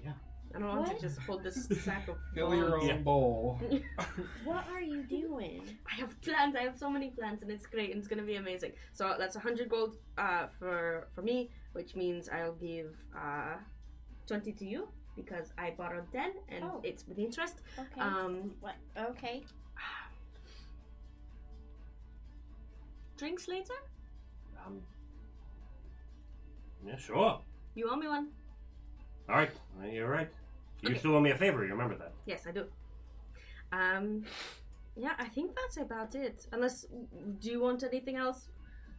[SPEAKER 5] Yeah.
[SPEAKER 8] I don't want
[SPEAKER 2] What?
[SPEAKER 8] to just hold this sack of.
[SPEAKER 9] [LAUGHS] Fill your own
[SPEAKER 5] Yeah.
[SPEAKER 9] bowl.
[SPEAKER 2] What are you doing?
[SPEAKER 8] I have plans. I have so many plans, and it's great, and it's gonna be amazing. So that's hundred gold uh, for for me, which means I'll give uh, twenty to you because I borrowed ten, and
[SPEAKER 2] Oh.
[SPEAKER 8] it's with interest.
[SPEAKER 2] Okay.
[SPEAKER 8] Um,
[SPEAKER 2] what? Okay.
[SPEAKER 8] drinks later.
[SPEAKER 5] Um, yeah, sure.
[SPEAKER 8] You owe me one.
[SPEAKER 5] All right, well, you're right. You
[SPEAKER 8] Okay.
[SPEAKER 5] still owe me a favor, you remember that.
[SPEAKER 8] Yes, I do. Um, yeah, I think that's about it. Unless, do you want anything else?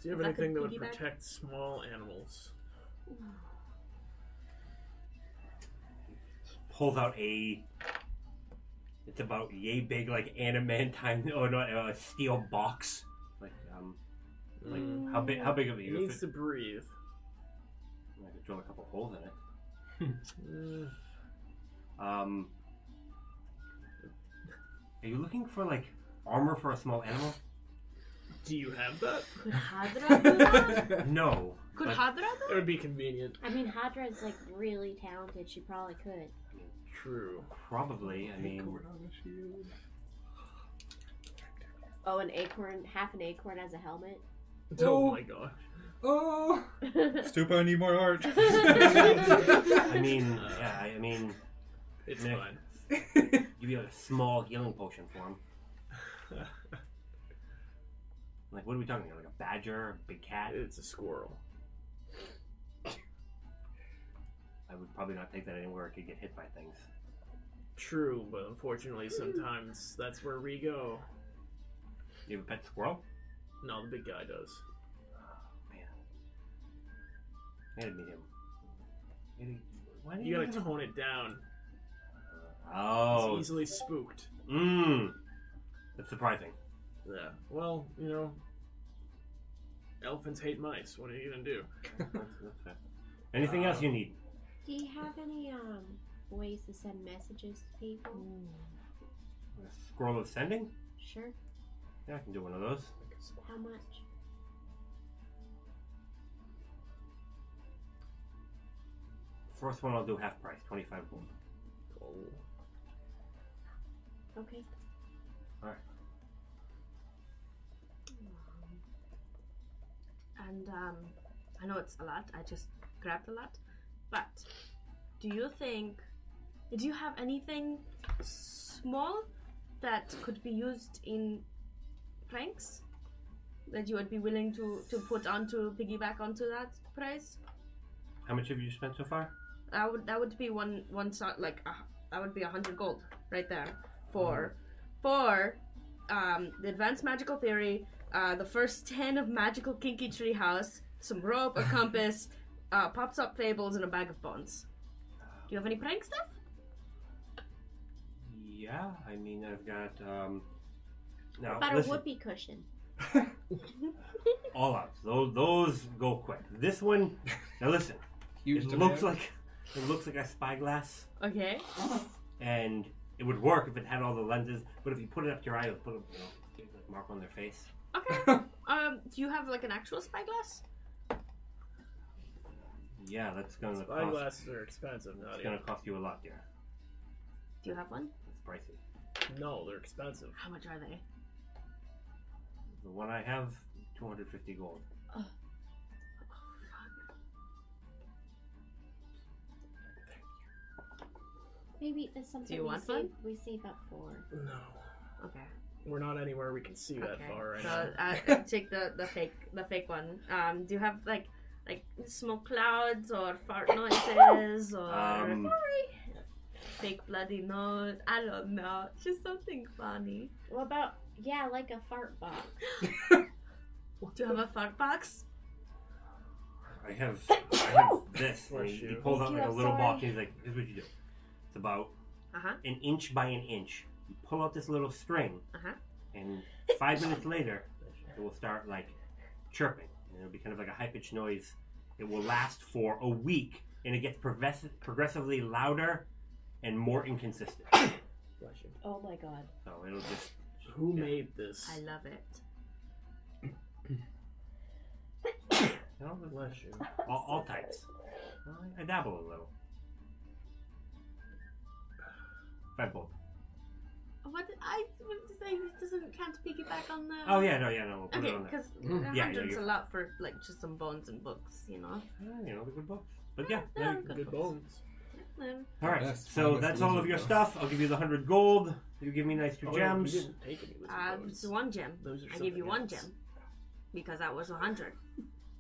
[SPEAKER 7] Do you have
[SPEAKER 8] Like a
[SPEAKER 7] anything that would
[SPEAKER 8] piggyback?
[SPEAKER 7] protect small animals?
[SPEAKER 5] Pulls out a... It's about yay big, like adamantine, [LAUGHS] or not, uh, steel box. Like, um, like how big? How big of a
[SPEAKER 7] It
[SPEAKER 5] you?
[SPEAKER 7] Mm, needs to breathe.
[SPEAKER 5] I could drill a couple holes in it.
[SPEAKER 7] [LAUGHS] Mm,
[SPEAKER 5] Um, are you looking for like armor for a small animal?
[SPEAKER 7] [LAUGHS] Do you have that?
[SPEAKER 8] Could Hadra do [LAUGHS] that?
[SPEAKER 5] No.
[SPEAKER 8] Could
[SPEAKER 5] but-
[SPEAKER 8] Hadra? do-
[SPEAKER 7] It would be convenient.
[SPEAKER 2] I mean, Hadra's like really talented. She probably could.
[SPEAKER 7] True.
[SPEAKER 5] probably. I mean,
[SPEAKER 4] Cord on a shield.
[SPEAKER 2] Oh, an acorn, half an acorn as a [LAUGHS] helmet.
[SPEAKER 7] Oh
[SPEAKER 4] Oh.
[SPEAKER 7] my gosh.
[SPEAKER 4] Oh.
[SPEAKER 10] Stupa, I need more art.
[SPEAKER 5] I mean, yeah. I mean,
[SPEAKER 7] It's
[SPEAKER 5] Nick.
[SPEAKER 7] fine. [LAUGHS]
[SPEAKER 5] give you a small healing potion for him. Like, what are we talking about? Like a badger, a big cat?
[SPEAKER 7] It's a squirrel.
[SPEAKER 5] I would probably not take that anywhere. I could get hit by things.
[SPEAKER 7] True, but unfortunately, sometimes that's where we go.
[SPEAKER 5] You have a pet squirrel? Oh,
[SPEAKER 7] No, the big guy does.
[SPEAKER 5] Man, I gotta meet him. Maybe- Why did
[SPEAKER 7] You gotta tone it down.
[SPEAKER 5] Oh,
[SPEAKER 7] It's easily spooked.
[SPEAKER 5] Mmm. That's surprising.
[SPEAKER 7] Yeah. Well, you know, elephants hate mice. What are you gonna do?
[SPEAKER 5] [LAUGHS] That's- that's fair. Uh, Anything else you need?
[SPEAKER 2] Do you have any um ways to send messages to people?
[SPEAKER 5] A scroll of sending?
[SPEAKER 2] Sure.
[SPEAKER 5] Yeah, I can do one of those.
[SPEAKER 2] How much?
[SPEAKER 5] First one I'll do half price, 25 gold.
[SPEAKER 2] Okay.
[SPEAKER 5] Alright.
[SPEAKER 8] And um, I know it's a lot. I just grabbed a lot. But do you think? Do you have anything small that could be used in pranks that you would be willing to to put onto piggyback onto that price?
[SPEAKER 5] How much have you spent so far?
[SPEAKER 8] That would that would be one one so, like uh, that would be a hundred gold right there for for um, the advanced magical theory, uh, the first ten of magical kinky treehouse, some rope, a compass, uh, pops up fables, and a bag of bones. Do you have any prank stuff?
[SPEAKER 5] Yeah, I mean, I've got. Um, now,
[SPEAKER 2] About
[SPEAKER 5] listen,
[SPEAKER 2] a whoopee cushion.
[SPEAKER 5] all out. Those, those go quick. This one, now listen,
[SPEAKER 4] Huge
[SPEAKER 5] it looks
[SPEAKER 4] demand.
[SPEAKER 5] like it looks like a spyglass,
[SPEAKER 8] Okay.
[SPEAKER 5] and it would work if it had all the lenses. But if you put it up to your eye, it'll put a you know, big, like, mark on their face.
[SPEAKER 8] Okay. um, do you have like an actual spyglass?
[SPEAKER 5] Yeah, that's gonna cost.
[SPEAKER 7] Eyeglasses are expensive,
[SPEAKER 5] That's
[SPEAKER 7] Nadia.
[SPEAKER 5] gonna cost you a lot, dear.
[SPEAKER 8] Do you have one?
[SPEAKER 5] It's pricey.
[SPEAKER 7] No, they're expensive.
[SPEAKER 8] How much are they?
[SPEAKER 5] The one I have, two hundred fifty gold.
[SPEAKER 2] Maybe it's something
[SPEAKER 8] you
[SPEAKER 2] we,
[SPEAKER 8] want
[SPEAKER 2] save,
[SPEAKER 8] one?
[SPEAKER 2] we save up for.
[SPEAKER 7] No,
[SPEAKER 8] Okay.
[SPEAKER 7] we're not anywhere we can see that
[SPEAKER 8] okay.
[SPEAKER 7] far right
[SPEAKER 8] so
[SPEAKER 7] now.
[SPEAKER 8] uh,
[SPEAKER 5] [LAUGHS]
[SPEAKER 8] take the the fake the fake one. Um, do you have like like smoke clouds or
[SPEAKER 5] [COUGHS]
[SPEAKER 8] fart noises or?
[SPEAKER 5] Um,
[SPEAKER 8] Big bloody nose. I don't know. Just something funny.
[SPEAKER 2] What about yeah, like a fart box?
[SPEAKER 8] Do you have a fart box?
[SPEAKER 5] I have, I have this.
[SPEAKER 7] Bless
[SPEAKER 5] and he, he
[SPEAKER 7] you.
[SPEAKER 5] pulls out
[SPEAKER 2] Thank
[SPEAKER 5] like
[SPEAKER 2] you,
[SPEAKER 5] a
[SPEAKER 2] I'm
[SPEAKER 5] little box
[SPEAKER 2] sorry.
[SPEAKER 5] and he's like, here's what you do. It's about
[SPEAKER 8] Uh huh.
[SPEAKER 5] an inch by an inch. You pull out this little string,
[SPEAKER 8] Uh-huh.
[SPEAKER 5] and five minutes later, it will start like chirping. And it'll be kind of like a high pitched noise. It will last for a week, and it gets progress- progressively louder and more inconsistent. [COUGHS]
[SPEAKER 2] Oh my god.
[SPEAKER 5] So it'll just.
[SPEAKER 7] Who
[SPEAKER 5] Yeah.
[SPEAKER 7] made this?
[SPEAKER 8] I love it.
[SPEAKER 5] Oh, You know, there's
[SPEAKER 7] Bless you.
[SPEAKER 5] all, all types. I, I dabble a little. Fedbolt.
[SPEAKER 8] What I was saying, it doesn't count to piggyback on the.
[SPEAKER 5] Oh, yeah, no, yeah, no, we'll put
[SPEAKER 8] Okay,
[SPEAKER 5] it on there.
[SPEAKER 8] because
[SPEAKER 4] Mm.
[SPEAKER 5] Yeah, yeah,
[SPEAKER 8] hundreds
[SPEAKER 5] you-
[SPEAKER 8] a lot for like just some bones and books, you know.
[SPEAKER 5] Yeah, Oh, you know, the good books. But yeah,
[SPEAKER 8] Yeah,
[SPEAKER 5] there
[SPEAKER 8] they're
[SPEAKER 5] you
[SPEAKER 8] good
[SPEAKER 7] Good bones.
[SPEAKER 8] Then
[SPEAKER 5] All right,
[SPEAKER 4] Best,
[SPEAKER 5] so
[SPEAKER 4] finest
[SPEAKER 5] that's all of
[SPEAKER 4] lizard
[SPEAKER 5] your
[SPEAKER 4] though.
[SPEAKER 5] stuff. I'll give you the hundred gold. You give me nice two
[SPEAKER 7] Oh, wait,
[SPEAKER 5] gems.
[SPEAKER 7] we didn't take any lizard
[SPEAKER 8] uh,
[SPEAKER 7] bones.
[SPEAKER 8] it's one gem.
[SPEAKER 7] Those are
[SPEAKER 8] I give
[SPEAKER 7] something
[SPEAKER 8] you one
[SPEAKER 7] else.
[SPEAKER 8] gem because that was a hundred.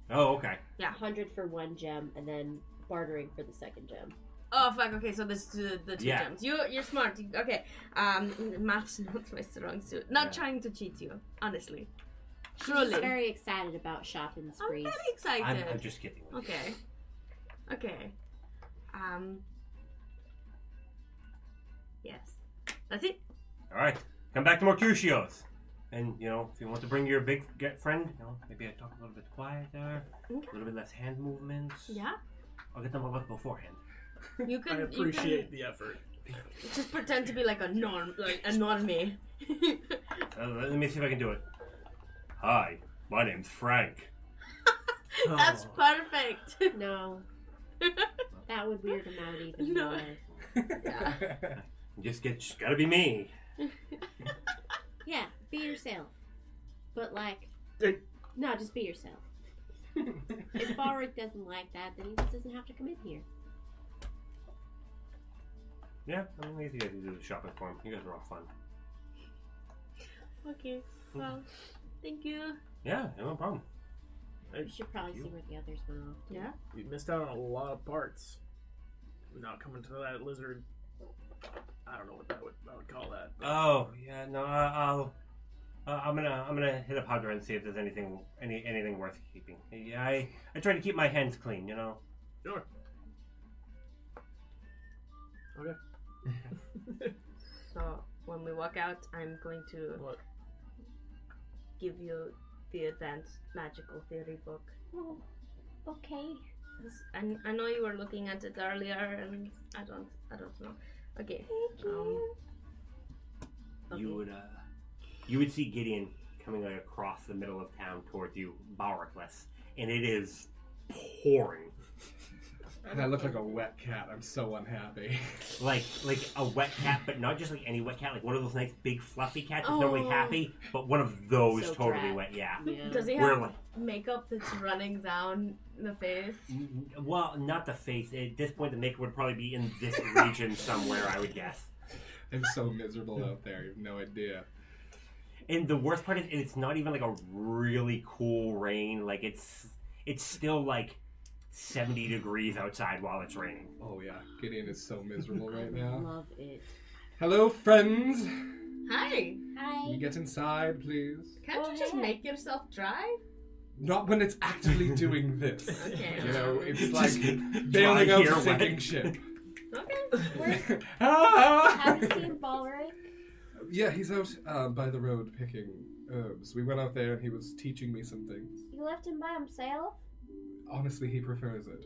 [SPEAKER 5] Oh, okay.
[SPEAKER 2] A hundred for one gem and then bartering for the second gem.
[SPEAKER 8] Oh fuck! Okay, so this the, the two
[SPEAKER 5] Yeah.
[SPEAKER 8] gems. You you're smart. You- Okay, um, math's [LAUGHS] not my strong suit. Not
[SPEAKER 5] Yeah.
[SPEAKER 8] trying to cheat you, honestly.
[SPEAKER 2] She's
[SPEAKER 8] Truly,
[SPEAKER 2] very excited about shopping
[SPEAKER 8] I'm
[SPEAKER 2] sprees.
[SPEAKER 8] very excited.
[SPEAKER 5] I'm, I'm just kidding.
[SPEAKER 8] Okay, okay, um, yes, that's it.
[SPEAKER 5] All right, come back to more Cushios. And you know, if you want to bring your big get friend, you know, maybe I talk a little bit quieter,
[SPEAKER 8] Okay.
[SPEAKER 5] a little bit less hand movements.
[SPEAKER 8] Yeah,
[SPEAKER 5] I'll get them all up beforehand.
[SPEAKER 8] you
[SPEAKER 7] I
[SPEAKER 8] can. you
[SPEAKER 7] appreciate the effort.
[SPEAKER 8] can just pretend to be like a norm, like a normie. [LAUGHS]
[SPEAKER 5] Uh, let me see if I can do it. Hi, my name's Frank.
[SPEAKER 8] [LAUGHS] that's
[SPEAKER 5] Oh.
[SPEAKER 8] perfect. [LAUGHS]
[SPEAKER 2] No. that would weird him out even
[SPEAKER 8] No.
[SPEAKER 2] more.
[SPEAKER 5] [LAUGHS]
[SPEAKER 7] [LAUGHS]
[SPEAKER 5] Just get, just gotta be me.
[SPEAKER 2] Yeah, be yourself. But like
[SPEAKER 7] Hey.
[SPEAKER 2] No, just be [LAUGHS] yourself. if Balric doesn't like that, then he just doesn't have to come in here.
[SPEAKER 5] Yeah, I mean, I guess you guys can do the shopping for him. You guys are all fun.
[SPEAKER 8] okay, well, thank you.
[SPEAKER 5] Yeah, no problem.
[SPEAKER 2] We should probably see where the others went off. to.
[SPEAKER 8] Yeah.
[SPEAKER 7] You missed out on a lot of parts. Not coming to that lizard. I don't know what that would I would call that.
[SPEAKER 5] Oh yeah, no, I- I'll. Uh, I'm gonna I'm gonna hit up Hadra and see if there's anything any anything worth keeping. Yeah, I I try to keep my hands clean, you know.
[SPEAKER 7] Sure. Okay.
[SPEAKER 8] So when we walk out, I'm going to
[SPEAKER 7] [LAUGHS] What?
[SPEAKER 8] give you the advanced magical theory book.
[SPEAKER 2] Oh, okay.
[SPEAKER 8] 'Cause I, I know you were looking at it earlier, and I don't I don't know. Okay. Um, okay.
[SPEAKER 5] You would uh, you would see Gideon coming like, across the middle of town towards you, Balricless, and it is pouring
[SPEAKER 4] And I look like a wet cat. I'm so unhappy. [LAUGHS]
[SPEAKER 5] like like a wet cat, but not just like any wet cat, like one of those nice big fluffy cats that's normally
[SPEAKER 8] Oh.
[SPEAKER 5] happy, but one of those
[SPEAKER 2] So
[SPEAKER 5] totally
[SPEAKER 2] drab.
[SPEAKER 5] wet. Yeah,
[SPEAKER 2] Yeah.
[SPEAKER 8] Does he
[SPEAKER 5] Where
[SPEAKER 8] have
[SPEAKER 5] am
[SPEAKER 8] makeup that's running down the face?
[SPEAKER 5] N- n- well, not the face. At this point, the makeup would probably be in this region somewhere, I would guess.
[SPEAKER 4] I'm so miserable out there. You have no idea.
[SPEAKER 5] And the worst part is it's not even like a really cool rain. Like it's it's still like 70 degrees outside while it's raining.
[SPEAKER 4] Oh yeah, Gideon is so miserable right now.
[SPEAKER 2] Love it.
[SPEAKER 4] Hello, friends.
[SPEAKER 8] Hi.
[SPEAKER 4] Can you get inside, please?
[SPEAKER 8] Can't
[SPEAKER 2] Oh,
[SPEAKER 8] you just
[SPEAKER 2] hey.
[SPEAKER 8] make yourself dry?
[SPEAKER 4] Not when it's actively doing this.
[SPEAKER 8] Okay.
[SPEAKER 4] You know, it's
[SPEAKER 5] [LAUGHS] Just
[SPEAKER 4] like bailing out
[SPEAKER 5] here
[SPEAKER 4] a sinking
[SPEAKER 5] wet.
[SPEAKER 4] ship.
[SPEAKER 8] Okay.
[SPEAKER 2] [LAUGHS]
[SPEAKER 4] [LAUGHS] Ah!
[SPEAKER 1] Have you seen Balric?
[SPEAKER 4] yeah, he's out uh, by the road picking herbs. We went out there and he was teaching me some things.
[SPEAKER 2] You left him by himself?
[SPEAKER 4] Honestly, he prefers it.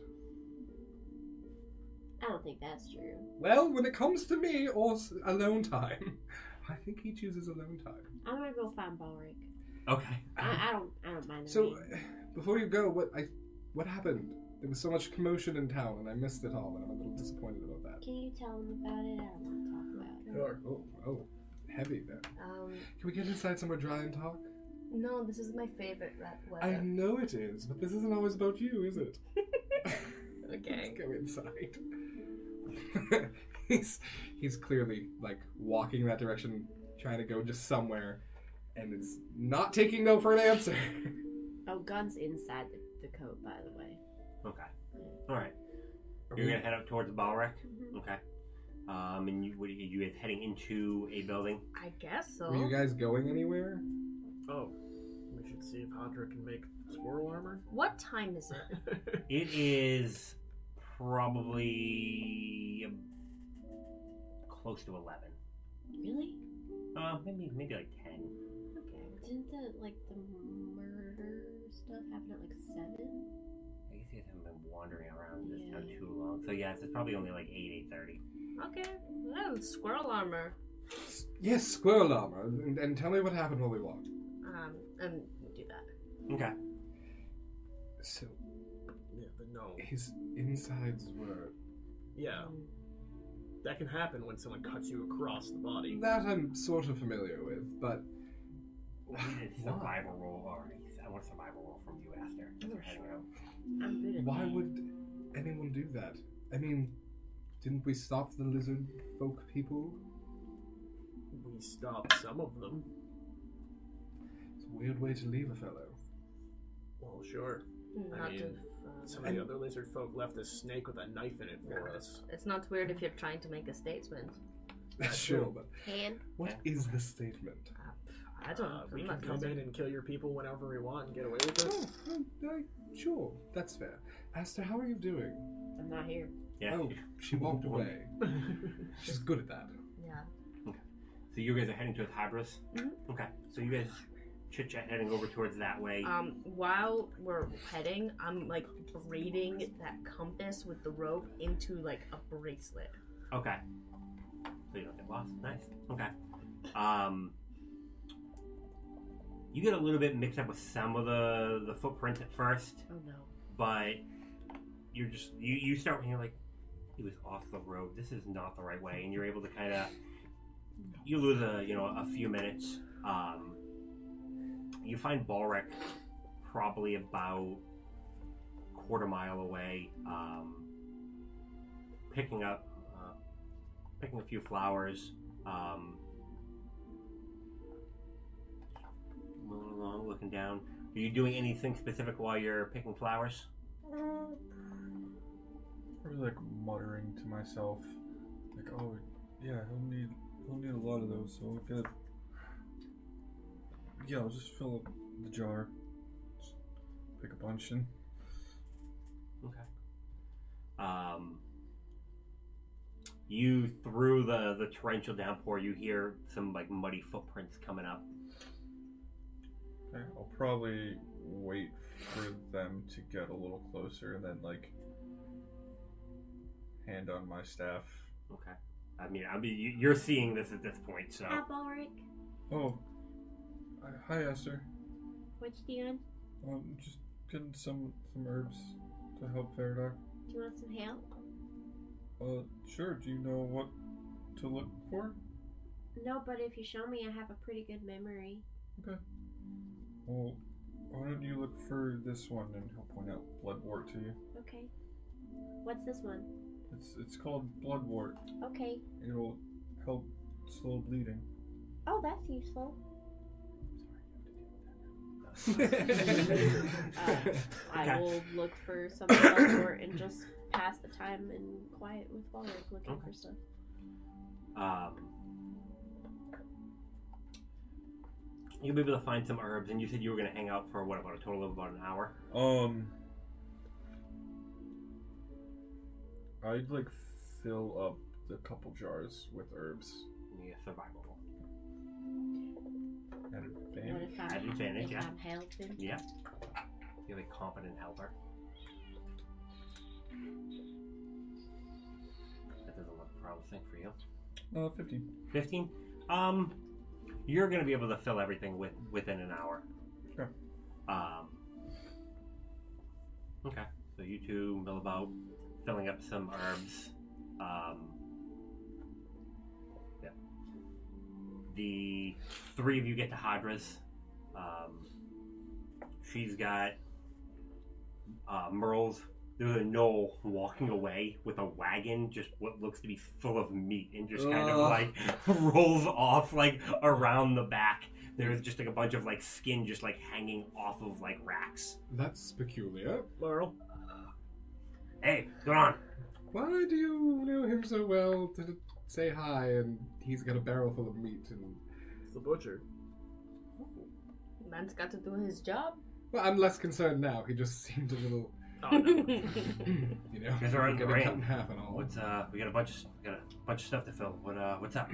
[SPEAKER 2] I don't think that's true.
[SPEAKER 4] Well, when it comes to me or s- alone time, [LAUGHS] I think he chooses alone time.
[SPEAKER 2] I'm gonna go find Balric.
[SPEAKER 5] Okay.
[SPEAKER 2] I, I don't. I don't mind. the
[SPEAKER 4] So, [SIGHS]
[SPEAKER 2] rain.
[SPEAKER 4] uh, before you go, what I what happened? There was so much commotion in town, and I missed it all, and I'm a little disappointed about that.
[SPEAKER 2] can you tell him about it? I don't want to talk about it.
[SPEAKER 4] Oh, oh, heavy then.
[SPEAKER 8] Um,
[SPEAKER 4] Can we get inside somewhere dry and talk?
[SPEAKER 8] no, this is my favorite rat
[SPEAKER 4] I
[SPEAKER 8] weather.
[SPEAKER 4] know it is, but this isn't always about you, is it?
[SPEAKER 8] Okay.
[SPEAKER 4] Let's go inside. [LAUGHS] he's he's clearly like walking that direction, trying to go just somewhere, and is not taking no for an answer. [LAUGHS]
[SPEAKER 2] Oh, gun's inside the, the coat, by the way.
[SPEAKER 5] Okay. All right. You're gonna head up towards Balric.
[SPEAKER 2] Mm-hmm.
[SPEAKER 5] Okay. Um, and you, what are you, you guys heading into a building?
[SPEAKER 8] I guess so.
[SPEAKER 4] Were you guys going anywhere?
[SPEAKER 7] Oh, we should see if Hadra can make squirrel armor.
[SPEAKER 8] What time is it?
[SPEAKER 5] It is probably um, close to eleven.
[SPEAKER 2] Really?
[SPEAKER 5] Uh, maybe maybe like ten.
[SPEAKER 2] Okay. Didn't the like the murder stuff happen at like seven?
[SPEAKER 5] I guess you guys haven't been wandering around this town
[SPEAKER 2] Yeah.
[SPEAKER 5] too long. So yeah, it's probably only like eight eight thirty.
[SPEAKER 8] okay. Well, squirrel armor.
[SPEAKER 4] Yes, squirrel armor, and, and tell me what happened while we walked.
[SPEAKER 8] Um, and we'll do that.
[SPEAKER 5] Okay.
[SPEAKER 4] So
[SPEAKER 7] Yeah, but no.
[SPEAKER 4] his insides were
[SPEAKER 7] Yeah, that can happen when someone cuts you across the body.
[SPEAKER 4] that I'm sort of familiar with, but
[SPEAKER 5] We [LAUGHS] did a survival roll already. I want a survival roll from you, Aster. as we're heading out.
[SPEAKER 2] I'm good at
[SPEAKER 4] Why
[SPEAKER 2] that.
[SPEAKER 4] would anyone do that? I mean, didn't we stop the lizard folk people?
[SPEAKER 7] We stopped some of them.
[SPEAKER 4] It's a weird way to leave a fellow. [LAUGHS]
[SPEAKER 7] Well, sure.
[SPEAKER 8] Not
[SPEAKER 7] mean,
[SPEAKER 8] if,
[SPEAKER 7] Some
[SPEAKER 8] uh,
[SPEAKER 7] of the other lizard folk left a snake with a knife in it for us.
[SPEAKER 8] it's not weird if you're trying to make a statement.
[SPEAKER 4] That's sure, but
[SPEAKER 2] Hand.
[SPEAKER 4] what is the statement?
[SPEAKER 8] Uh, I don't
[SPEAKER 7] Uh,
[SPEAKER 8] know.
[SPEAKER 7] we
[SPEAKER 8] I'm
[SPEAKER 7] can
[SPEAKER 8] not
[SPEAKER 7] come
[SPEAKER 8] lizard.
[SPEAKER 7] in and kill your people whenever we want and get away with it.
[SPEAKER 4] Oh, well, I- sure, that's fair. Aster, how are you doing?
[SPEAKER 2] I'm not here.
[SPEAKER 5] Yeah.
[SPEAKER 4] Oh, she walked away.
[SPEAKER 7] [LAUGHS]
[SPEAKER 4] She's good at that.
[SPEAKER 8] Yeah.
[SPEAKER 5] So you guys are heading towards Hybris? Okay. So you guys chit chat heading over towards that way.
[SPEAKER 8] Um, while we're heading, I'm like braiding that compass with the rope into like a bracelet.
[SPEAKER 5] Okay. So you don't get lost. Nice. Okay. Um, you get a little bit mixed up with some of the the footprints at first,
[SPEAKER 2] Oh no.
[SPEAKER 5] but you're just you you start when you're like, it was off the road. This is not the right way, and you're able to kind of you lose a you know a few minutes. Um, you find Balric probably about quarter mile away, um, picking up uh, picking a few flowers. Um, moving along, looking down. Are you doing anything specific while you're picking flowers?
[SPEAKER 10] Probably like muttering to myself, like, "Oh, yeah, he'll need he'll need a lot of those, so I'll get." Yeah, I'll just fill up the jar, just pick a bunch, and
[SPEAKER 5] Okay. Um, you through the the torrential downpour, you hear some like muddy footprints coming up.
[SPEAKER 10] okay, I'll probably wait for them to get a little closer, and then like hand on my staff.
[SPEAKER 5] Okay. I mean, I mean, you- you're seeing this at this point, so
[SPEAKER 2] Hi, Balric.
[SPEAKER 10] Oh, uh, hi, Esther.
[SPEAKER 2] What you doing?
[SPEAKER 10] Um, just getting some some herbs to help Faradoc.
[SPEAKER 2] Do you want some help?
[SPEAKER 10] Uh, sure. Do you know what to look for?
[SPEAKER 2] No, but if you show me, I have a pretty good memory.
[SPEAKER 10] Well, why don't you look for this one and he'll point out bloodwort to you.
[SPEAKER 2] Okay. What's this one?
[SPEAKER 10] It's it's called bloodwort.
[SPEAKER 2] Okay.
[SPEAKER 10] It'll help slow bleeding.
[SPEAKER 2] Oh, that's useful.
[SPEAKER 5] Sorry, you have to deal with that now.
[SPEAKER 3] I
[SPEAKER 5] Okay.
[SPEAKER 3] will look for something of that sort and just pass the time in quiet with Walrick looking
[SPEAKER 5] Okay.
[SPEAKER 3] for stuff.
[SPEAKER 5] Um, you'll be able to find some herbs, and you said you were going to hang out for what about a total of about an hour?
[SPEAKER 10] Um, I'd like fill up the couple jars with herbs
[SPEAKER 5] Yeah, survival. roll.
[SPEAKER 10] and
[SPEAKER 2] What
[SPEAKER 10] advantage.
[SPEAKER 2] if
[SPEAKER 5] At
[SPEAKER 2] I'm,
[SPEAKER 5] advantage,
[SPEAKER 2] if
[SPEAKER 5] yeah.
[SPEAKER 2] I'm helping?
[SPEAKER 5] Yeah. You have a competent helper. That doesn't look promising for you.
[SPEAKER 10] Uh, fifteen.
[SPEAKER 5] 15 um you're gonna be able to fill everything with within an hour
[SPEAKER 10] Sure.
[SPEAKER 5] um okay so you two mill about filling up some herbs um yeah the three of you get to hadra's um she's got uh merle's there's a knoll walking away with a wagon, just what looks to be full of meat, and just kind of
[SPEAKER 4] Ugh.
[SPEAKER 5] like [LAUGHS] rolls off like around the back. There's just like a bunch of like skin just like hanging off of like racks.
[SPEAKER 4] [LAUGHS] That's peculiar.
[SPEAKER 7] Laurel,
[SPEAKER 5] Hey, what's going on?
[SPEAKER 4] Why do you know him so well to say hi and he's got a barrel full of meat and.
[SPEAKER 7] it's the butcher.
[SPEAKER 8] Man's got to do his job.
[SPEAKER 4] Well, I'm less concerned now. He just seemed a little.
[SPEAKER 7] Oh, no.
[SPEAKER 8] [LAUGHS]
[SPEAKER 4] you know,
[SPEAKER 5] Guys are on
[SPEAKER 4] gonna
[SPEAKER 5] the
[SPEAKER 4] cut
[SPEAKER 5] rain.
[SPEAKER 4] in half and all.
[SPEAKER 5] What's uh? We got a bunch of we got a bunch of stuff to fill. What uh? What's up?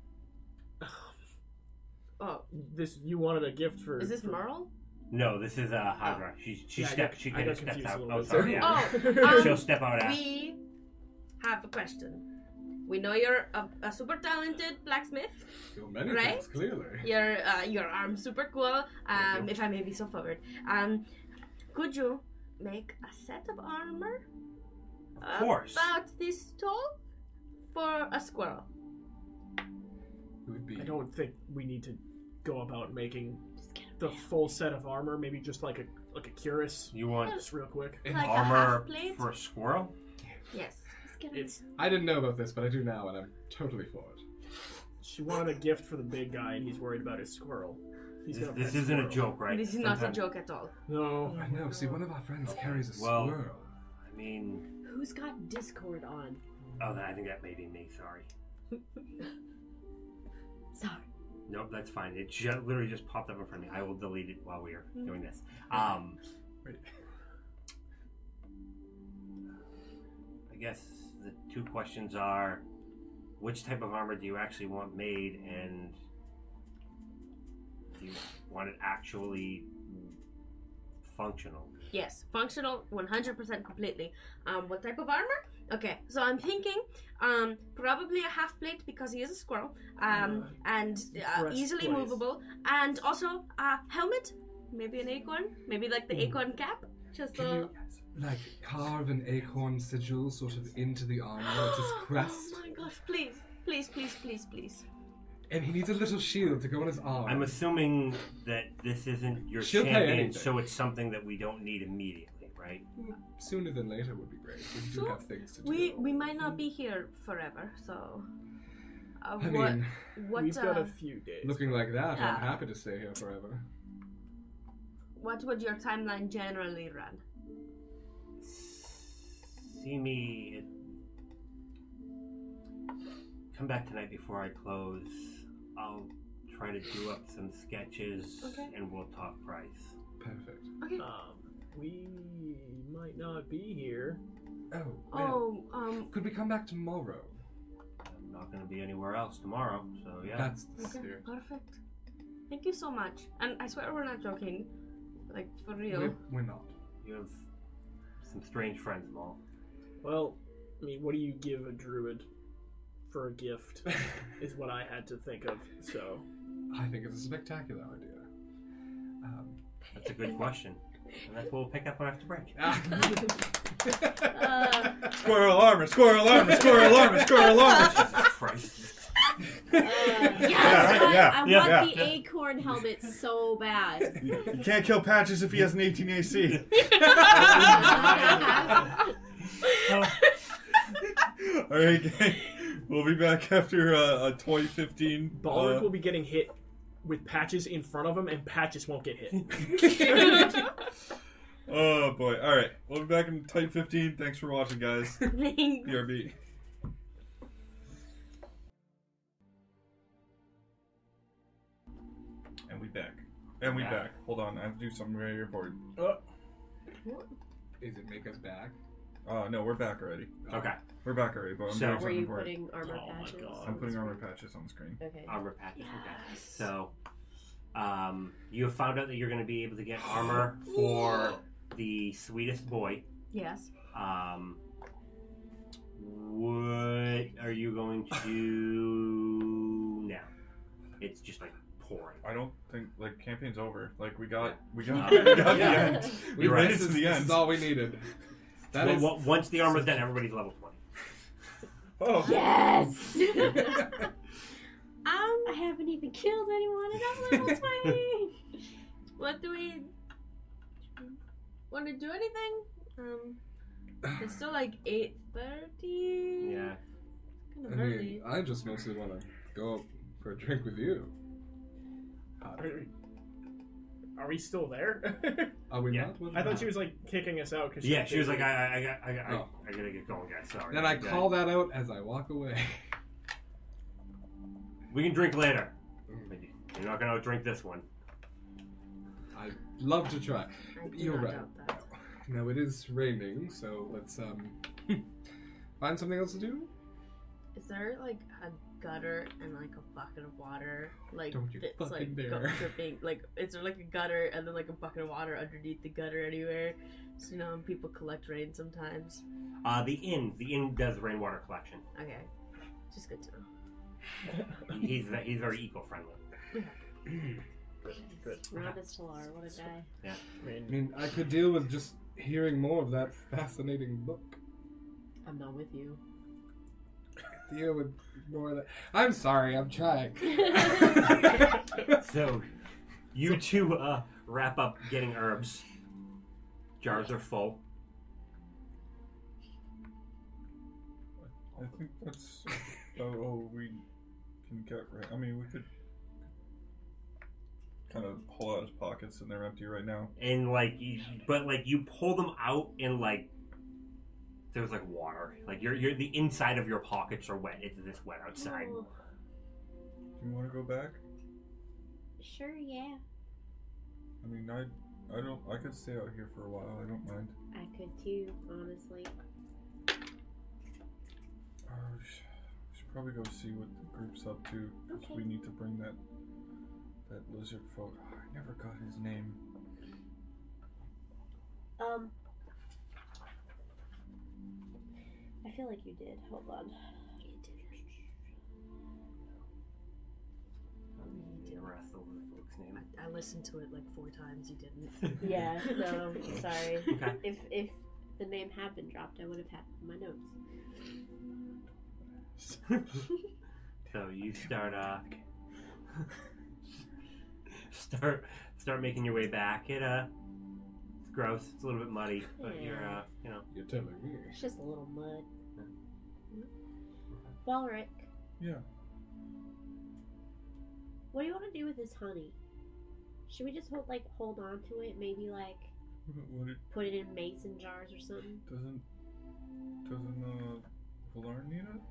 [SPEAKER 5] [CLEARS THROAT]
[SPEAKER 8] Oh,
[SPEAKER 7] [SIGHS] this you wanted a gift for.
[SPEAKER 8] is this
[SPEAKER 7] for-
[SPEAKER 8] Merle?
[SPEAKER 5] No, this is uh Hadra. She she
[SPEAKER 7] Yeah, I
[SPEAKER 5] stepped
[SPEAKER 7] got-
[SPEAKER 5] she
[SPEAKER 7] I
[SPEAKER 5] kind
[SPEAKER 7] got
[SPEAKER 5] of stepped
[SPEAKER 7] confused a
[SPEAKER 5] out.
[SPEAKER 7] little
[SPEAKER 5] Oh,
[SPEAKER 7] bit.
[SPEAKER 5] sorry. Yeah. [LAUGHS]
[SPEAKER 8] Oh, um,
[SPEAKER 5] She'll step out. After.
[SPEAKER 8] We have a question. We know you're a, a super talented blacksmith.
[SPEAKER 4] Your many
[SPEAKER 8] Right?
[SPEAKER 4] things, clearly.
[SPEAKER 8] Your uh, your arm's super cool.
[SPEAKER 5] Thank
[SPEAKER 8] Um, if I may be so forward, um, could you make a set of armor
[SPEAKER 5] Of course.
[SPEAKER 8] uh, about this tall for a squirrel?
[SPEAKER 4] It would be.
[SPEAKER 7] I don't think we need to go about making the full set of armor. Maybe just like a like a cuirass,
[SPEAKER 5] You want
[SPEAKER 7] just real quick.
[SPEAKER 4] And
[SPEAKER 8] Like a
[SPEAKER 5] armor
[SPEAKER 8] half plate?
[SPEAKER 5] for a squirrel?
[SPEAKER 8] Yes.
[SPEAKER 7] It's
[SPEAKER 4] I didn't know about this, but I do now, and I'm totally for it.
[SPEAKER 7] she wanted a gift for the big guy, and he's worried about his squirrel. He's
[SPEAKER 5] This,
[SPEAKER 7] got
[SPEAKER 5] this
[SPEAKER 7] pet
[SPEAKER 5] isn't a
[SPEAKER 7] squirrel.
[SPEAKER 5] joke, right?
[SPEAKER 8] This is not
[SPEAKER 5] Sometimes-
[SPEAKER 8] a joke at all.
[SPEAKER 7] No,
[SPEAKER 4] Oh, I know. See, one of our friends carries a
[SPEAKER 5] Well-
[SPEAKER 4] squirrel.
[SPEAKER 5] I mean,
[SPEAKER 2] Who's got Discord on?
[SPEAKER 5] oh, that, I think that may be me. Sorry.
[SPEAKER 10] [LAUGHS]
[SPEAKER 2] Sorry.
[SPEAKER 5] Nope, that's fine. It ju- literally just popped up in front of me. I will delete it while we are
[SPEAKER 4] Mm.
[SPEAKER 5] doing this. Um,
[SPEAKER 4] Wait.
[SPEAKER 5] I guess the two questions are which type of armor do you actually want made, and do you want it actually functional?
[SPEAKER 8] Yes, functional, 100% completely. Um, what type of armor? Okay, so I'm thinking um, probably a half plate because he is a squirrel um, and uh,
[SPEAKER 7] breastplate.
[SPEAKER 8] easily movable, and also a helmet, maybe an acorn, maybe like the acorn cap. Just
[SPEAKER 4] Hmm. Can
[SPEAKER 8] a...
[SPEAKER 4] you, like, carve an acorn sigil sort of into the armor?
[SPEAKER 8] [GASPS]
[SPEAKER 4] It's his crest.
[SPEAKER 8] Oh my gosh, please, please, please, please, please.
[SPEAKER 4] And he needs a little shield to go on his arm.
[SPEAKER 5] I'm assuming that this isn't your
[SPEAKER 4] She'll pay
[SPEAKER 5] champion,
[SPEAKER 4] anything.
[SPEAKER 5] so it's something that we don't need immediately, right?
[SPEAKER 4] Sooner than later would be great. We do
[SPEAKER 8] Sure.
[SPEAKER 4] have things to do. Hmm.
[SPEAKER 8] We we might not be here forever, so. Uh,
[SPEAKER 4] I
[SPEAKER 8] what,
[SPEAKER 4] mean,
[SPEAKER 8] what,
[SPEAKER 7] we've got
[SPEAKER 8] uh,
[SPEAKER 7] a few days.
[SPEAKER 4] looking like that,
[SPEAKER 8] Yeah.
[SPEAKER 4] I'm happy to stay here forever.
[SPEAKER 8] what would your timeline generally run?
[SPEAKER 5] See me. at- Come back tonight before I close. I'll try to do up some sketches
[SPEAKER 8] Okay.
[SPEAKER 5] and we'll talk price.
[SPEAKER 4] Perfect.
[SPEAKER 8] Okay.
[SPEAKER 5] Uh,
[SPEAKER 7] Um, we might not be here.
[SPEAKER 4] Oh, well,
[SPEAKER 8] oh, um,
[SPEAKER 4] could we come back tomorrow?
[SPEAKER 5] I'm not going to be anywhere else tomorrow, so yeah.
[SPEAKER 4] That's the
[SPEAKER 8] Okay,
[SPEAKER 4] spirit.
[SPEAKER 8] perfect. Thank you so much. And I swear we're not joking. Like, for real.
[SPEAKER 4] We're, we're not. [LAUGHS]
[SPEAKER 5] You have some strange friends, Maul.
[SPEAKER 7] Well, I mean, what do you give a druid for a
[SPEAKER 5] [LAUGHS]
[SPEAKER 7] gift? is what I had to think of. So
[SPEAKER 5] Uh,
[SPEAKER 4] I think it's a spectacular idea. Um,
[SPEAKER 8] [LAUGHS]
[SPEAKER 4] [LAUGHS]
[SPEAKER 5] That's a good question. And that's what we'll pick up after break.
[SPEAKER 8] Uh,
[SPEAKER 10] Squirrel armor, squirrel armor, squirrel armor, squirrel armor.
[SPEAKER 5] [LAUGHS]
[SPEAKER 10] [LAUGHS]
[SPEAKER 5] Jesus Christ.
[SPEAKER 3] Uh,
[SPEAKER 10] Yeah, right,
[SPEAKER 3] I-
[SPEAKER 10] yeah,
[SPEAKER 3] I
[SPEAKER 5] yeah,
[SPEAKER 3] want the acorn helmet so
[SPEAKER 10] [LAUGHS]
[SPEAKER 3] bad.
[SPEAKER 10] You can't kill Patches if he has an 18 AC.
[SPEAKER 5] Mm-hmm.
[SPEAKER 10] All right, gang. We'll be back after uh, a 2015.
[SPEAKER 7] Balric
[SPEAKER 10] uh,
[SPEAKER 7] will be getting hit with patches in front of him, and patches won't
[SPEAKER 5] [LAUGHS]
[SPEAKER 7] get hit.
[SPEAKER 10] Oh boy. All right. We'll be back in Type 15. Thanks for watching, guys. BRB. And we back. And we
[SPEAKER 5] Yeah.
[SPEAKER 10] back. Hold on. I have to do something very important.
[SPEAKER 9] Is it make us back?
[SPEAKER 10] Uh, no, we're back already.
[SPEAKER 5] Okay.
[SPEAKER 10] We're back already, but I'm
[SPEAKER 5] So-
[SPEAKER 10] doing
[SPEAKER 5] Were
[SPEAKER 3] Were
[SPEAKER 10] something
[SPEAKER 3] you putting
[SPEAKER 10] important.
[SPEAKER 3] armor
[SPEAKER 7] Oh my
[SPEAKER 3] patches?
[SPEAKER 7] God.
[SPEAKER 10] I'm putting armor patches on the screen.
[SPEAKER 3] Okay.
[SPEAKER 5] Armor patches. Okay. So, um, you have found out that you're going to be able to get armor for the sweetest boy.
[SPEAKER 8] [LAUGHS] Yes.
[SPEAKER 5] Um, what are you going to do now? It's just like pouring.
[SPEAKER 10] I don't think like campaign's over. Like we got we
[SPEAKER 5] Yeah.
[SPEAKER 10] got, we got the
[SPEAKER 5] Yeah.
[SPEAKER 10] [LAUGHS] end. We
[SPEAKER 5] You're right.
[SPEAKER 10] made it
[SPEAKER 9] This
[SPEAKER 10] to
[SPEAKER 9] is,
[SPEAKER 10] the
[SPEAKER 9] this
[SPEAKER 10] end.
[SPEAKER 9] is all we needed. That
[SPEAKER 5] Well,
[SPEAKER 9] is.
[SPEAKER 5] well, once the armor's done, everybody's level twenty.
[SPEAKER 10] Oh,
[SPEAKER 2] Yes! um, I haven't even killed anyone and
[SPEAKER 5] [LAUGHS]
[SPEAKER 2] I'm level 20!
[SPEAKER 8] What do we want to do? Anything? Um, it's still like eight thirty.
[SPEAKER 5] Yeah.
[SPEAKER 8] Kind
[SPEAKER 4] I
[SPEAKER 8] of
[SPEAKER 4] mean, uh,
[SPEAKER 8] early.
[SPEAKER 4] I just mostly want to go up for a drink with you.
[SPEAKER 7] Are, are we still
[SPEAKER 5] [LAUGHS]
[SPEAKER 7] there?
[SPEAKER 4] Are we
[SPEAKER 5] Yeah.
[SPEAKER 4] not? What
[SPEAKER 7] I
[SPEAKER 4] the
[SPEAKER 7] thought
[SPEAKER 4] hell?
[SPEAKER 7] she was like kicking us out because
[SPEAKER 5] Yeah, she was like, I, I, I, got- I, got- I,
[SPEAKER 4] Oh.
[SPEAKER 5] I gotta get going, guys. Sorry.
[SPEAKER 4] Then I
[SPEAKER 5] Okay.
[SPEAKER 4] call that out as I walk away.
[SPEAKER 7] [LAUGHS]
[SPEAKER 5] We can drink later. You're not gonna drink this one.
[SPEAKER 4] I love to try.
[SPEAKER 8] I do
[SPEAKER 4] You're
[SPEAKER 8] not
[SPEAKER 4] right.
[SPEAKER 8] doubt that.
[SPEAKER 4] Now it is raining, so let's um find something else to do.
[SPEAKER 8] Is there like a gutter and like a bucket of water? Like
[SPEAKER 4] Don't you
[SPEAKER 8] that's
[SPEAKER 4] fucking
[SPEAKER 8] like go-
[SPEAKER 4] dare.
[SPEAKER 8] dripping. Like is there like a gutter and then like a bucket of water underneath the gutter anywhere? So you know when people collect rain sometimes.
[SPEAKER 5] Uh, the inn. The inn does rainwater collection.
[SPEAKER 8] Okay, just good to know.
[SPEAKER 5] He's he's very eco-friendly.
[SPEAKER 2] Rob is Talar, what a guy.
[SPEAKER 7] I mean,
[SPEAKER 4] I mean, I could deal with just hearing more of that fascinating book.
[SPEAKER 3] I'm not with you.
[SPEAKER 4] Deal with more of that. I'm sorry, I'm trying. [LAUGHS]
[SPEAKER 5] So, you two uh, wrap up getting herbs. Jars are full.
[SPEAKER 10] I think that's about all we can get right. I mean, we could kind of pull out his pockets, and they're empty right now.
[SPEAKER 5] and like you, but like you pull them out and like there's like water like your your the inside of your pockets are wet it's this wet outside
[SPEAKER 2] Oh,
[SPEAKER 10] Do you want to go back?
[SPEAKER 2] Sure, yeah.
[SPEAKER 10] I mean, I, I don't. I could stay out here for a while. I don't mind.
[SPEAKER 2] I could too, honestly.
[SPEAKER 10] Uh, we sh- we should probably go see what the group's up to. 'cause
[SPEAKER 2] Okay.
[SPEAKER 10] We need to bring that that lizard folk. Ah, I never got his name.
[SPEAKER 2] Um. I feel like you did. Hold on. You did.
[SPEAKER 5] The rest of the folks' name.
[SPEAKER 8] I, I listened to it like four times. You didn't.
[SPEAKER 3] [LAUGHS]
[SPEAKER 2] Yeah, no, sorry.
[SPEAKER 5] okay
[SPEAKER 2] If if the name had been dropped, I would have had it in my notes.
[SPEAKER 5] [LAUGHS] so you start uh [LAUGHS] start start making your way back it uh it's gross it's a little bit muddy but you're uh you know
[SPEAKER 4] You're telling me.
[SPEAKER 2] It's just a little mud.
[SPEAKER 5] Yeah.
[SPEAKER 2] Walrick,
[SPEAKER 10] Yeah.
[SPEAKER 2] what do you want to do with this honey? Should we just hold like hold on to it? Maybe like
[SPEAKER 10] What- What it
[SPEAKER 2] put it in mason jars or something?
[SPEAKER 10] doesn't doesn't uh Valar need it?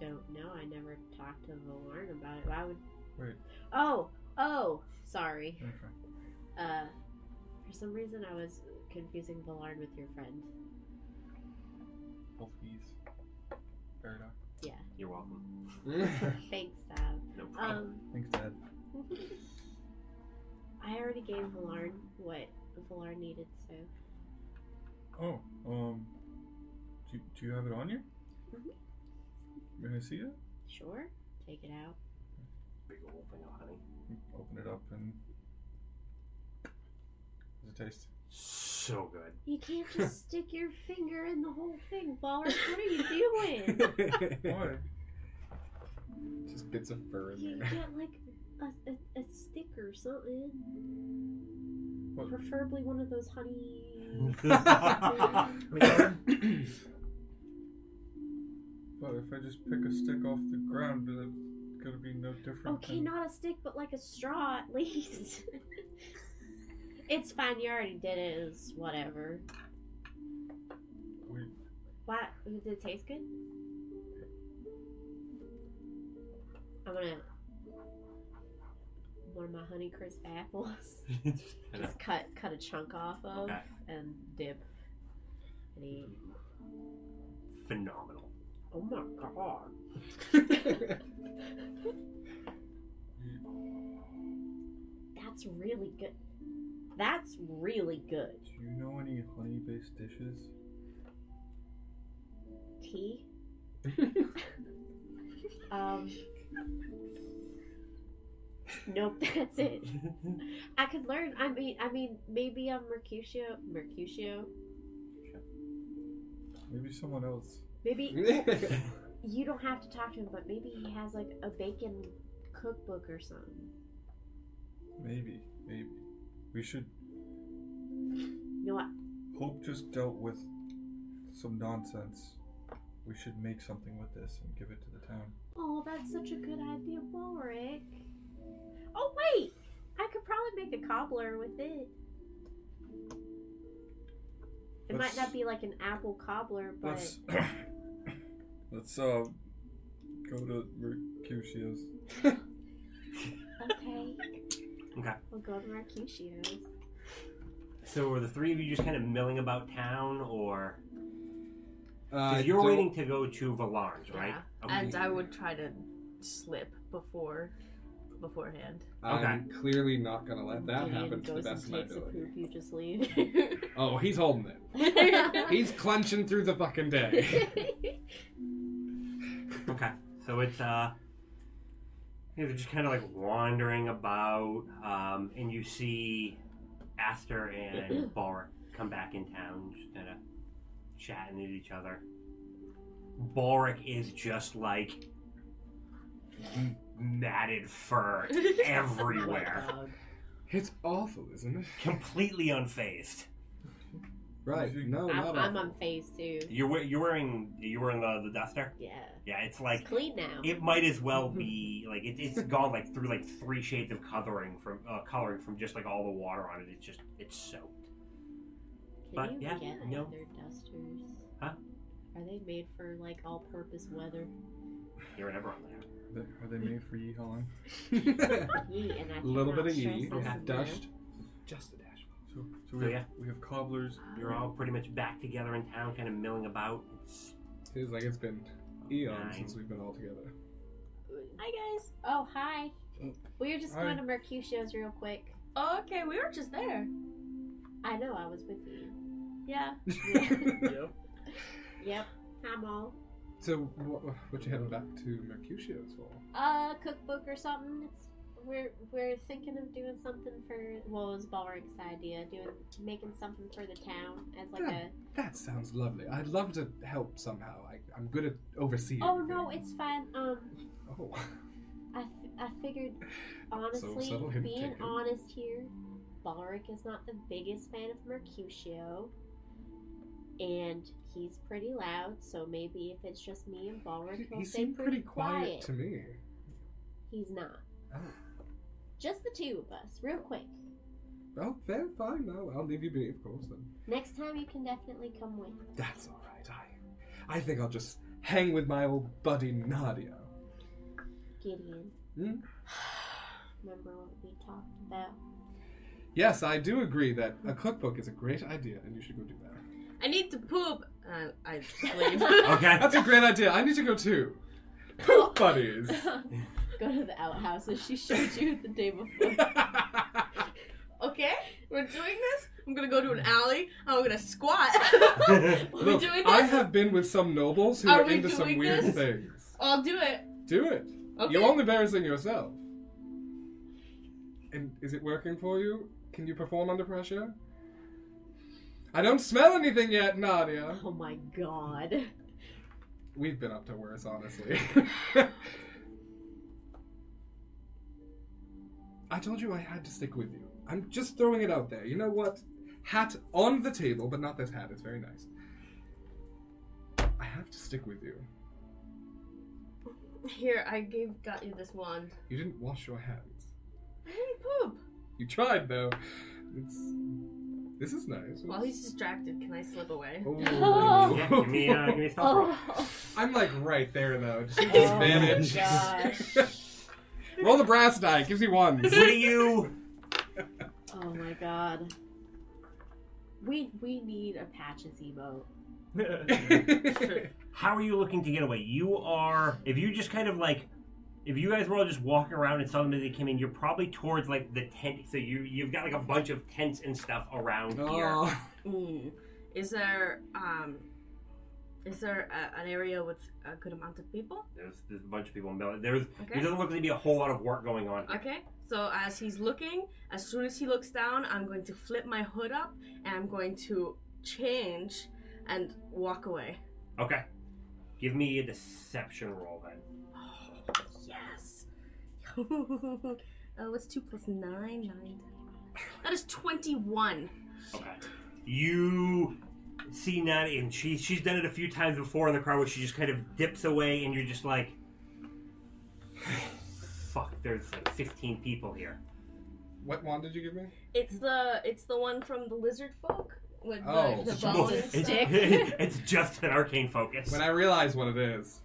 [SPEAKER 2] Don't know. I never talked to Valarn about it. Why would?
[SPEAKER 10] Wait.
[SPEAKER 2] Oh, oh, sorry.
[SPEAKER 10] Okay.
[SPEAKER 2] Uh, for some reason, I was confusing Valarn with your friend.
[SPEAKER 10] Both these. Paradox.
[SPEAKER 2] Yeah,
[SPEAKER 5] you're welcome [LAUGHS]
[SPEAKER 2] thanks, Sab.
[SPEAKER 5] no problem
[SPEAKER 2] Um, [LAUGHS]
[SPEAKER 10] Thanks, Dad.
[SPEAKER 2] I already gave Valarn what Valarn needed, so
[SPEAKER 10] Oh, um, do, do you have it on you?
[SPEAKER 2] Mhm.
[SPEAKER 10] May I see it?
[SPEAKER 2] sure, take it out.
[SPEAKER 5] big old thing of honey
[SPEAKER 10] Open it up and. Does it taste?
[SPEAKER 5] so
[SPEAKER 10] [LAUGHS]
[SPEAKER 5] good [LAUGHS]
[SPEAKER 2] You can't [LAUGHS] just stick your finger in the whole thing, Valarn. What are you [LAUGHS] doing?
[SPEAKER 10] Why?
[SPEAKER 4] Just bits of fur
[SPEAKER 2] You
[SPEAKER 4] in there.
[SPEAKER 2] get like a, a, a stick or something.
[SPEAKER 10] What?
[SPEAKER 2] Preferably one of those honey. [LAUGHS]
[SPEAKER 10] But if I just pick a stick off the ground, will it gonna be no different.
[SPEAKER 2] Okay,
[SPEAKER 10] than-
[SPEAKER 2] not a stick, but like a straw at [LAUGHS] least. it's fine. You already did it. It's whatever.
[SPEAKER 10] We,
[SPEAKER 2] What? Did it taste good? I'm gonna one of my Honeycrisp
[SPEAKER 5] [LAUGHS]
[SPEAKER 2] apples.
[SPEAKER 5] Kinda-
[SPEAKER 2] Just cut cut a chunk off of
[SPEAKER 5] Okay.
[SPEAKER 2] and dip. And eat.
[SPEAKER 5] Phenomenal.
[SPEAKER 2] Oh my god. That's really good. That's really good.
[SPEAKER 10] do you know any honey-based dishes?
[SPEAKER 2] tea. um, nope, [LAUGHS] that's it. I could learn. I mean, I mean, maybe I'm Mercutio. Mercutio.
[SPEAKER 10] Maybe someone else.
[SPEAKER 2] Maybe you don't have to talk to him, but maybe he has like a bacon cookbook or something.
[SPEAKER 10] Maybe, maybe. We should.
[SPEAKER 2] You know what?
[SPEAKER 10] Hope just dealt with some nonsense. We should make something with this and give it to the town.
[SPEAKER 2] Oh, that's such a good idea, Warwick. Oh wait, I could probably make a cobbler with it. It
[SPEAKER 10] Let's-
[SPEAKER 2] might not be like an apple cobbler, but
[SPEAKER 10] Let's
[SPEAKER 4] [COUGHS]
[SPEAKER 10] let's [LAUGHS] uh go to Mercutio's.
[SPEAKER 2] Okay.
[SPEAKER 5] [LAUGHS] Okay.
[SPEAKER 2] We'll go to Mercutio's.
[SPEAKER 5] So were the three of you just kind of milling about town, or
[SPEAKER 4] [LAUGHS]
[SPEAKER 5] 'cause
[SPEAKER 4] Uh,
[SPEAKER 5] you're
[SPEAKER 4] don't-
[SPEAKER 5] waiting to go to Valarn's, right?
[SPEAKER 3] Yeah. And I would try to slip before beforehand.
[SPEAKER 4] I'm clearly not gonna let that
[SPEAKER 2] Gideon
[SPEAKER 4] happen to the
[SPEAKER 2] goes
[SPEAKER 4] best
[SPEAKER 2] and
[SPEAKER 4] of my
[SPEAKER 2] takes a
[SPEAKER 4] ability.
[SPEAKER 2] poop, you just leave.
[SPEAKER 4] Oh, he's holding it.
[SPEAKER 3] [LAUGHS]
[SPEAKER 8] [LAUGHS]
[SPEAKER 4] He's clenching through the fucking day.
[SPEAKER 2] [LAUGHS]
[SPEAKER 5] Okay, so it's uh, yeah, they're just kind of like wandering about, um, and you see
[SPEAKER 4] [CLEARS THROAT]
[SPEAKER 5] Aster and Balric come back in town, just kind of chatting at each other. Balric is just like m- matted
[SPEAKER 3] [LAUGHS]
[SPEAKER 5] fur
[SPEAKER 3] Oh
[SPEAKER 5] everywhere,
[SPEAKER 4] It's awful, isn't it?
[SPEAKER 5] completely unfazed.
[SPEAKER 4] Right? No,
[SPEAKER 5] Oh,
[SPEAKER 4] not
[SPEAKER 2] I'm, I'm
[SPEAKER 4] awful.
[SPEAKER 2] on phase two.
[SPEAKER 5] You're we- you're wearing you're wearing the, the duster.
[SPEAKER 2] Yeah.
[SPEAKER 5] Yeah, it's like
[SPEAKER 2] it's clean now.
[SPEAKER 5] It might as well
[SPEAKER 2] Mm-hmm.
[SPEAKER 5] be like it, it's gone like through like three shades of coloring from uh, coloring from just like all the water on it. It's just it's soaked.
[SPEAKER 2] Can
[SPEAKER 5] but,
[SPEAKER 2] you
[SPEAKER 5] yeah,
[SPEAKER 2] get
[SPEAKER 5] no.
[SPEAKER 2] their dusters?
[SPEAKER 5] Huh?
[SPEAKER 2] Are they made for like all purpose weather?
[SPEAKER 5] You're an Eberron there.
[SPEAKER 10] Th- Are they made for Yeehaw?
[SPEAKER 2] Yee, and I
[SPEAKER 4] A little
[SPEAKER 2] cannot
[SPEAKER 4] bit of
[SPEAKER 2] stress
[SPEAKER 4] ye,
[SPEAKER 2] this enough.
[SPEAKER 4] dust, just a dash.
[SPEAKER 10] So, so
[SPEAKER 5] So,
[SPEAKER 10] we have,
[SPEAKER 5] Oh, yeah.
[SPEAKER 10] we have cobblers.
[SPEAKER 5] You're all pretty much back together in town, kind of milling about. It's
[SPEAKER 4] Feels like it's been eons
[SPEAKER 5] Nine.
[SPEAKER 4] since we've been all
[SPEAKER 2] [LAUGHS]
[SPEAKER 4] together. [LAUGHS]
[SPEAKER 2] Hi guys. Oh hi. We were just
[SPEAKER 10] Hi.
[SPEAKER 2] going to Mercutio's real quick.
[SPEAKER 8] Oh, okay, we were just there.
[SPEAKER 2] I know I was with you.
[SPEAKER 8] Yeah.
[SPEAKER 5] [LAUGHS]
[SPEAKER 7] Yep.
[SPEAKER 2] Yep. I'm all.
[SPEAKER 4] so, what, what you heading back to Mercutio's for?
[SPEAKER 2] uh cookbook or something. It's we're we're thinking of doing something for well, it was Balrig's idea, doing making something for the town as like
[SPEAKER 4] Yeah. That sounds lovely. I'd love to help somehow. I, I'm good at overseeing.
[SPEAKER 2] a oh no,
[SPEAKER 4] everything.
[SPEAKER 2] it's fine. Um,
[SPEAKER 4] Oh.
[SPEAKER 2] I, f- I
[SPEAKER 4] [LAUGHS]
[SPEAKER 2] figured honestly,
[SPEAKER 4] subtle hint
[SPEAKER 2] being
[SPEAKER 4] taken.
[SPEAKER 2] honest here, Balric is not the biggest fan of Mercutio. And he's pretty loud, so maybe if it's just me and Balric,
[SPEAKER 4] [LAUGHS]
[SPEAKER 2] he'll
[SPEAKER 4] He
[SPEAKER 2] stay
[SPEAKER 4] seemed pretty quiet,
[SPEAKER 2] quiet.
[SPEAKER 4] to me.
[SPEAKER 2] He's not.
[SPEAKER 4] Oh.
[SPEAKER 2] Just the two of us, real quick.
[SPEAKER 4] Well, Oh, fair, fine. No, I'll leave you be, of course. Then
[SPEAKER 2] Next time you can definitely come with.
[SPEAKER 4] that's all right. I, I think I'll just hang with my old buddy Nadia.
[SPEAKER 2] Gideon.
[SPEAKER 4] Hmm?
[SPEAKER 2] [SIGHS] Remember what we talked about?
[SPEAKER 4] Yes, I do agree that a cookbook is a great idea, and you should go do that.
[SPEAKER 3] I need to poop. Uh, I [LAUGHS] just leave.
[SPEAKER 2] [LAUGHS]
[SPEAKER 4] [LAUGHS]
[SPEAKER 5] okay.
[SPEAKER 4] That's a great idea. I need to go too. Poop buddies.
[SPEAKER 3] [LAUGHS]
[SPEAKER 4] [LAUGHS]
[SPEAKER 2] Go to the outhouse that she showed you the day before.
[SPEAKER 3] okay, we're doing this. I'm gonna go to an alley. I'm
[SPEAKER 4] [LAUGHS]
[SPEAKER 3] gonna
[SPEAKER 8] [LAUGHS]
[SPEAKER 3] squat. Are we
[SPEAKER 4] Look,
[SPEAKER 3] doing
[SPEAKER 4] I
[SPEAKER 3] this?
[SPEAKER 4] have been with some nobles who
[SPEAKER 3] Are
[SPEAKER 4] are
[SPEAKER 3] we
[SPEAKER 4] into some
[SPEAKER 3] doing
[SPEAKER 4] weird
[SPEAKER 3] this?
[SPEAKER 4] things.
[SPEAKER 3] I'll do it.
[SPEAKER 4] Do it.
[SPEAKER 3] Okay.
[SPEAKER 4] You're only embarrassing yourself. And is it working for you? Can you perform under pressure? I don't smell anything yet, Nadia.
[SPEAKER 2] Oh my god.
[SPEAKER 4] We've been up to worse, honestly. [LAUGHS] I told you I had to stick with you. I'm just throwing it out there. You know what? Hat on the table, but not this hat. It's very nice. I have to stick with you.
[SPEAKER 8] Here, I gave got you this wand.
[SPEAKER 4] You didn't wash your hands.
[SPEAKER 8] I didn't poop.
[SPEAKER 4] You tried though. It's this is nice.
[SPEAKER 8] While he's distracted, can I slip away?
[SPEAKER 4] Oh.
[SPEAKER 5] Yeah, give me, uh, give me a stealth roll.
[SPEAKER 4] [LAUGHS] I'm like right there though. Just
[SPEAKER 2] Oh my
[SPEAKER 4] advantage.
[SPEAKER 2] gosh.
[SPEAKER 4] [LAUGHS] Roll the brass die. It gives you
[SPEAKER 2] [LAUGHS]
[SPEAKER 4] ones.
[SPEAKER 5] What do you?
[SPEAKER 2] Oh my god. We we need a patches emote.
[SPEAKER 5] How are you looking to get away? You are. If you just kind of like, if you guys were all just walking around and suddenly they came in, you're probably towards like the tent. So you you've got like a bunch of tents and stuff around here.
[SPEAKER 4] oh.
[SPEAKER 8] Mm. Is there um, is there a, an area with a good amount of people?
[SPEAKER 5] There's, there's a bunch of people in Bel There's there
[SPEAKER 8] Okay.
[SPEAKER 5] doesn't look to be a whole lot of work going on. here.
[SPEAKER 8] Okay. So as he's looking, as soon as he looks down, I'm going to flip my hood up and I'm going to change and walk away.
[SPEAKER 5] Okay. Give me a deception roll then.
[SPEAKER 8] Yes. [LAUGHS] oh, what's two plus nine? Nine. That is twenty-one.
[SPEAKER 5] Okay. You see Natty, and she she's done it a few times before in the car where she just kind of dips away, and you're just like, [SIGHS] "Fuck!" There's like 15 people here.
[SPEAKER 4] What wand did you give me?
[SPEAKER 8] It's the it's the one from the lizard folk with
[SPEAKER 4] Oh.
[SPEAKER 5] [LAUGHS]
[SPEAKER 8] the, the
[SPEAKER 5] It's
[SPEAKER 8] bones.
[SPEAKER 5] just-
[SPEAKER 8] and stuff.
[SPEAKER 5] It's, it's just an arcane focus.
[SPEAKER 4] When I realize what it is,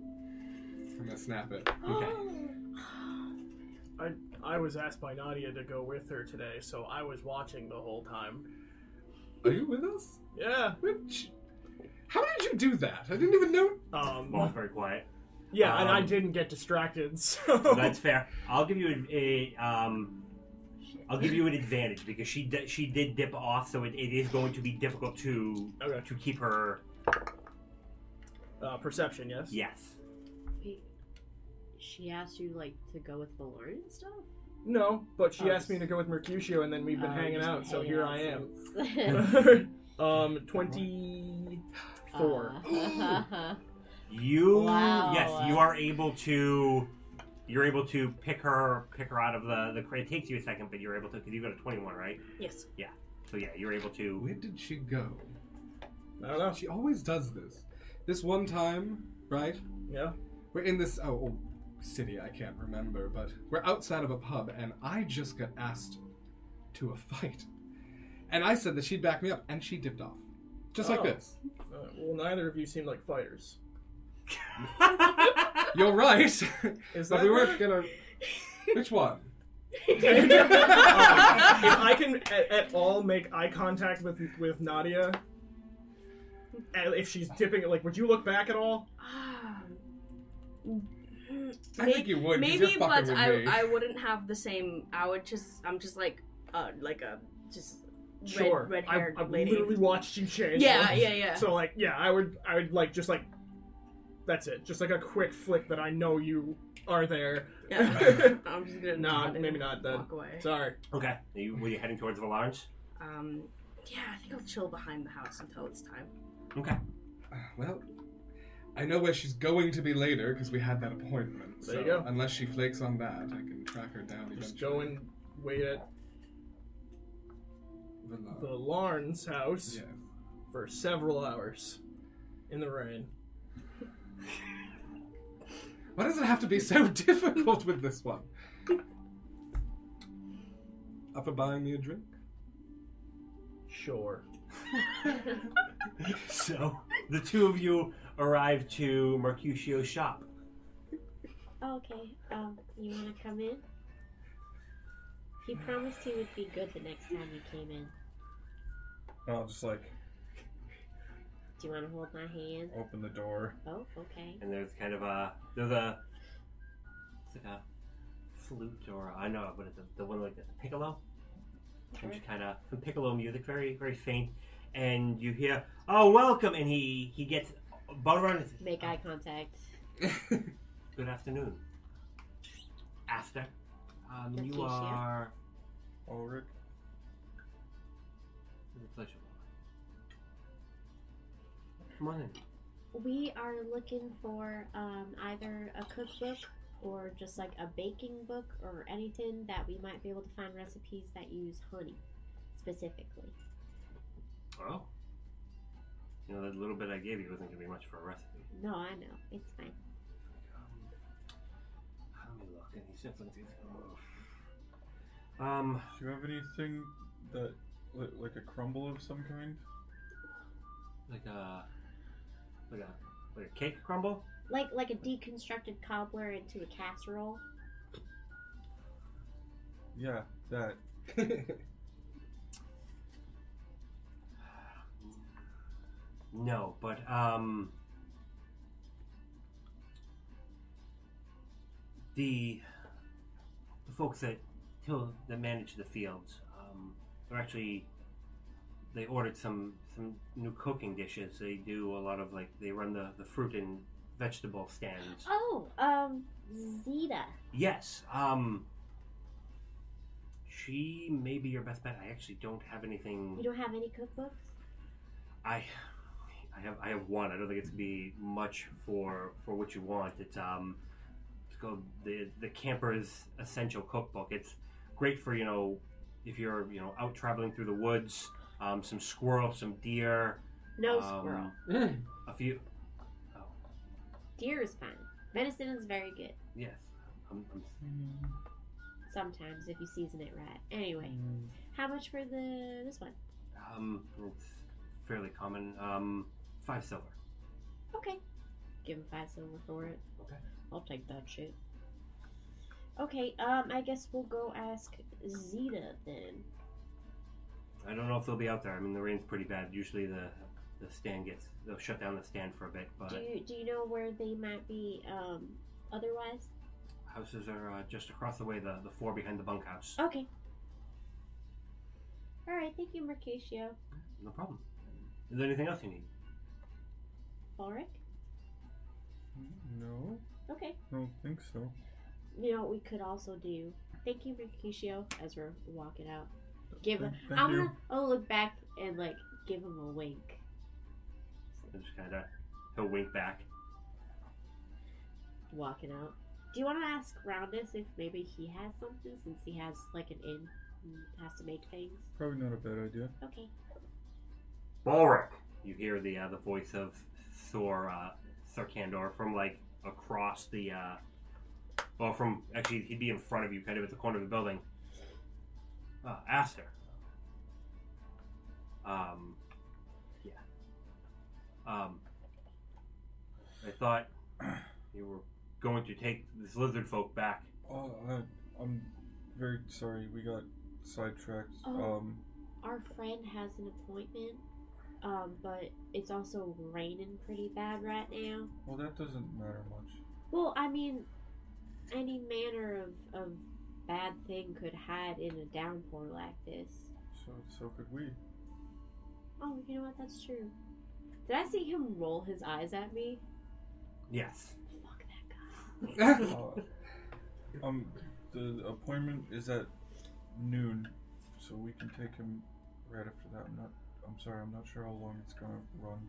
[SPEAKER 4] I'm gonna snap it.
[SPEAKER 2] [GASPS]
[SPEAKER 5] okay.
[SPEAKER 7] I was asked by Nadia to go with her today, so I was watching the whole time.
[SPEAKER 4] Are you with us?
[SPEAKER 7] Yeah.
[SPEAKER 4] Which? How did you do that? I didn't even know.
[SPEAKER 5] Well, it's
[SPEAKER 7] Um.
[SPEAKER 5] very quiet.
[SPEAKER 7] Yeah, and I
[SPEAKER 5] Um,
[SPEAKER 7] didn't get distracted. [LAUGHS] So
[SPEAKER 5] That's fair. I'll give you a, a um, I'll give you an advantage because she di- she did dip off, so it, it is going to be difficult to
[SPEAKER 7] okay.
[SPEAKER 5] to keep her.
[SPEAKER 7] Uh, perception, yes.
[SPEAKER 5] Yes.
[SPEAKER 2] Wait, she asked you like to go with Valorn and stuff?
[SPEAKER 7] No, but she
[SPEAKER 2] Oh,
[SPEAKER 7] asked me to go with Mercutio, and then we've been
[SPEAKER 2] Oh,
[SPEAKER 7] hanging
[SPEAKER 2] just
[SPEAKER 7] out. So
[SPEAKER 2] hanging
[SPEAKER 7] here
[SPEAKER 2] out
[SPEAKER 7] I am. [LAUGHS]
[SPEAKER 2] since- [LAUGHS]
[SPEAKER 7] um,
[SPEAKER 8] Uh-huh.
[SPEAKER 7] twenty-four.
[SPEAKER 2] Uh, [LAUGHS]
[SPEAKER 5] You
[SPEAKER 2] Wow.
[SPEAKER 5] yes, you are able to you're able to pick her pick her out of the the crate. It takes you a second, but you're able to because you got a 21, right?
[SPEAKER 8] Yes. [LAUGHS]
[SPEAKER 5] So yeah, you're able to [LAUGHS]
[SPEAKER 4] Where did she go?
[SPEAKER 7] I don't know.
[SPEAKER 4] She always does this. This one time, right?
[SPEAKER 7] Yeah.
[SPEAKER 4] We're in this oh, oh city I can't remember, but we're outside of a pub, and I just got asked to a [LAUGHS] fight, and I said that she'd back me up, and she dipped off, just like
[SPEAKER 7] Oh.
[SPEAKER 4] this.
[SPEAKER 7] Uh, well, neither of you seem like fighters.
[SPEAKER 4] You're
[SPEAKER 8] [LAUGHS]
[SPEAKER 4] right, [LAUGHS]
[SPEAKER 7] Is
[SPEAKER 4] but
[SPEAKER 7] that
[SPEAKER 4] we
[SPEAKER 7] [LAUGHS]
[SPEAKER 4] weren't gonna. Which one?
[SPEAKER 7] if I can at, at all make eye contact with with Nadia, and if she's dipping, like, would you look back at all?
[SPEAKER 8] Ah.
[SPEAKER 4] I think you would. 'cause
[SPEAKER 8] Maybe,
[SPEAKER 4] you're fucking
[SPEAKER 8] but
[SPEAKER 4] with
[SPEAKER 8] I,
[SPEAKER 4] me.
[SPEAKER 8] I wouldn't have the same. I would just I'm just like uh like a just
[SPEAKER 7] sure.
[SPEAKER 8] red
[SPEAKER 7] I,
[SPEAKER 8] haired
[SPEAKER 7] I
[SPEAKER 8] lady.
[SPEAKER 7] literally
[SPEAKER 8] [LAUGHS]
[SPEAKER 7] watched you change. [LAUGHS]
[SPEAKER 8] yeah,
[SPEAKER 7] once.
[SPEAKER 8] yeah, yeah.
[SPEAKER 7] So like, yeah, I would, I would like just like, that's it, just like a quick flick that I know you are there.
[SPEAKER 8] yeah. I'm just
[SPEAKER 7] [LAUGHS]
[SPEAKER 8] gonna
[SPEAKER 7] Nah,
[SPEAKER 8] nod and
[SPEAKER 7] maybe not then.
[SPEAKER 8] Walk away.
[SPEAKER 7] Sorry.
[SPEAKER 5] Okay. Are you, were you heading towards Valarns?
[SPEAKER 8] Um, yeah, I think I'll chill behind the house until it's time.
[SPEAKER 5] Okay.
[SPEAKER 4] Uh, [SIGHS] Well, I know where she's going to be later because we had that appointment.
[SPEAKER 7] There
[SPEAKER 4] so
[SPEAKER 7] you go.
[SPEAKER 4] Unless she flakes on that, I can track her down.
[SPEAKER 7] Just go
[SPEAKER 4] eventually.
[SPEAKER 7] and wait at the
[SPEAKER 4] Villa.
[SPEAKER 7] Larn's house
[SPEAKER 4] uh, Yeah.
[SPEAKER 7] for several hours in the rain.
[SPEAKER 4] Why does it have to be so [LAUGHS] difficult with this one? Up for buying me a drink?
[SPEAKER 7] Sure.
[SPEAKER 5] So the two of you arrive to Mercutio's shop.
[SPEAKER 2] okay. Um, you wanna come in? He promised he would be good the next time you came in.
[SPEAKER 10] And I'll just like
[SPEAKER 2] Do you wanna hold my hand?
[SPEAKER 10] open the door.
[SPEAKER 2] Oh, okay.
[SPEAKER 5] And there's kind of a there's a it's like a flute or I know but it's a, the one like the piccolo. and just kind of some piccolo music, very very faint, and you hear, "Oh, welcome!" and he he gets about around. and says,
[SPEAKER 2] Make eye contact.
[SPEAKER 5] "Oh, Good afternoon. After, um, you
[SPEAKER 2] Letitia.
[SPEAKER 5] are
[SPEAKER 10] Ulrich,
[SPEAKER 5] it's a pleasure. Come on in.
[SPEAKER 2] We are looking for um, either a cookbook or just like a baking book or anything that we might be able to find recipes that use honey specifically.
[SPEAKER 5] Oh, you know that little bit I gave you wasn't gonna be much for a recipe.
[SPEAKER 2] No, I know. It's fine.
[SPEAKER 5] Um, And he steps into Um,
[SPEAKER 10] Do you have anything that, like, like a crumble of some kind?
[SPEAKER 5] like a, like a, like a cake crumble.
[SPEAKER 2] Like like a deconstructed cobbler into a casserole.
[SPEAKER 10] Yeah, that.
[SPEAKER 5] No, but um, the the folks that till that manage the fields, um, they're actually they ordered some some new cooking dishes. They do a lot of like they run the the fruit and vegetable stands.
[SPEAKER 2] Oh, um, Zeta.
[SPEAKER 5] Yes. Um, she may be your best bet. I actually don't have anything.
[SPEAKER 2] You don't have any cookbooks?
[SPEAKER 5] I I have I have one. I don't think it's gonna be much for for what you want. It's um it's called the the camper's essential cookbook. It's great for, you know, if you're, you know, out traveling through the woods, um, some squirrel, some deer,
[SPEAKER 2] No
[SPEAKER 5] um,
[SPEAKER 2] squirrel.
[SPEAKER 5] a few oh,
[SPEAKER 2] Deer is fine. Venison is very good.
[SPEAKER 5] yes. um, I'm, I'm,
[SPEAKER 2] Sometimes if you season it right. Anyway, how much for the this one?
[SPEAKER 5] um it's fairly common. Um five silver.
[SPEAKER 2] Okay. Give him five silver for it.
[SPEAKER 5] Okay.
[SPEAKER 2] I'll take that shit. Okay, um, I guess we'll go ask Zeta then.
[SPEAKER 5] I don't know if they'll be out there. I mean the rain's pretty bad. Usually the the stand gets they'll shut down the stand for a bit, but
[SPEAKER 2] Do you do you know where they might be um otherwise?
[SPEAKER 5] houses are uh, just across the way, the, the four behind the bunkhouse.
[SPEAKER 2] Okay. Alright, thank you, Mercutio.
[SPEAKER 5] No problem. Is there anything else you need?
[SPEAKER 2] Ulrich?
[SPEAKER 10] No,
[SPEAKER 2] Okay.
[SPEAKER 10] I don't think so.
[SPEAKER 2] You know what we could also do? Thank you, Mercutio, as we're walking out. Give
[SPEAKER 10] Thank,
[SPEAKER 2] him
[SPEAKER 10] thank
[SPEAKER 3] I'm
[SPEAKER 10] you.
[SPEAKER 3] gonna-
[SPEAKER 2] I'll oh, look back and like give him a wink.
[SPEAKER 5] He'll just kind of he'll wink back.
[SPEAKER 2] Walking out. Do you want to ask Roundus if maybe he has something since he has like an inn and has to make things?
[SPEAKER 10] Probably not a bad idea.
[SPEAKER 2] Okay.
[SPEAKER 5] Balric. You hear the uh, the voice of Thor uh, Sarkandor from like across the uh, well from actually he'd be in front of you, kind of at the corner of the building. Uh, Aster. Um, yeah. Um, I thought [CLEARS THROAT] you were going to take this lizard folk back.
[SPEAKER 10] Oh, I, I'm very sorry. We got sidetracked.
[SPEAKER 2] Oh.
[SPEAKER 10] Um,
[SPEAKER 2] Our friend has an appointment, um, but it's also raining pretty bad right now.
[SPEAKER 10] well, that doesn't matter much.
[SPEAKER 2] Well, I mean, any manner of, of bad thing could hide in a downpour like this.
[SPEAKER 10] So, so could we.
[SPEAKER 2] Oh, you know what? That's true. Did I see him roll his eyes at me?
[SPEAKER 5] Yes.
[SPEAKER 2] Fuck that guy.
[SPEAKER 10] Uh, um, the appointment is at noon, so we can take him right after that. I'm not. I'm sorry. I'm not sure how long it's gonna run.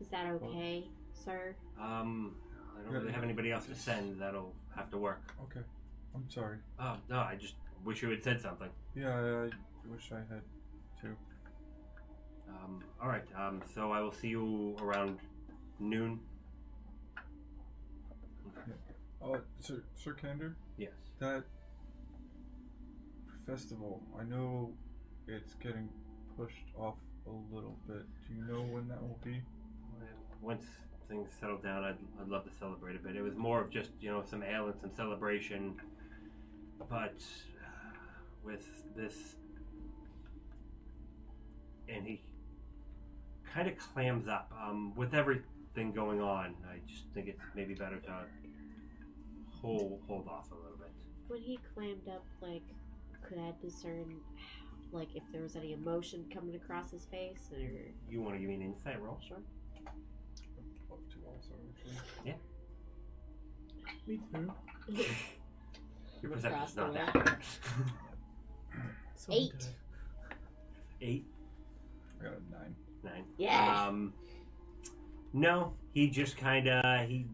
[SPEAKER 2] Is that okay, sir?
[SPEAKER 5] Um, I don't really have anybody else to send. That'll have to work.
[SPEAKER 10] Okay. I'm sorry.
[SPEAKER 5] Oh, no, I just wish you had said something.
[SPEAKER 10] Yeah, I, I wish I had too.
[SPEAKER 5] Um, all right, um, so I will see you around noon.
[SPEAKER 10] Oh, Sir, Sir Kander,
[SPEAKER 5] Yes.
[SPEAKER 10] that festival. I know it's getting pushed off a little bit. Do you know when that will be?
[SPEAKER 5] Once things settle down, I'd, I'd love to celebrate it, but it was more of just, you know, some ale and some celebration. But uh, with this. And he kind of clams up. Um, with everything going on, I just think it's maybe better to hold, hold off a little bit.
[SPEAKER 2] When he clammed up, like, could I discern, like, if there was any emotion coming across his face? Or
[SPEAKER 5] You want to give me an insight roll? Sure.
[SPEAKER 10] I'd love to also. Actually.
[SPEAKER 7] Me too.
[SPEAKER 5] Your perception's
[SPEAKER 2] Across the
[SPEAKER 5] not that. [LAUGHS]
[SPEAKER 2] Eight.
[SPEAKER 5] Eight,
[SPEAKER 10] I got a nine.
[SPEAKER 5] nine.
[SPEAKER 2] yeah,
[SPEAKER 5] Um, no, he just kind of he.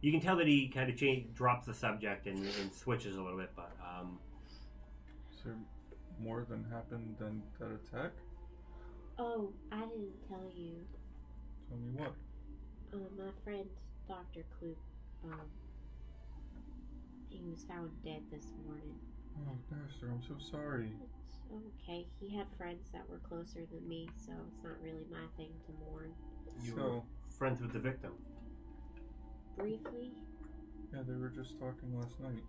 [SPEAKER 5] You can tell that he kind of change, drops the subject and, and switches a little bit, but um,
[SPEAKER 10] So more than happened than that attack.
[SPEAKER 2] oh, I didn't tell you.
[SPEAKER 10] Tell me what.
[SPEAKER 2] Uh, my friend Doctor Kloop, um, he He was found dead this morning.
[SPEAKER 10] Oh, Nestor, I'm so sorry.
[SPEAKER 2] It's okay. He had friends that were closer than me, so it's not really my thing to mourn.
[SPEAKER 5] You
[SPEAKER 10] so,
[SPEAKER 5] were friends with the victim.
[SPEAKER 2] Briefly,
[SPEAKER 10] yeah, they were just talking last night.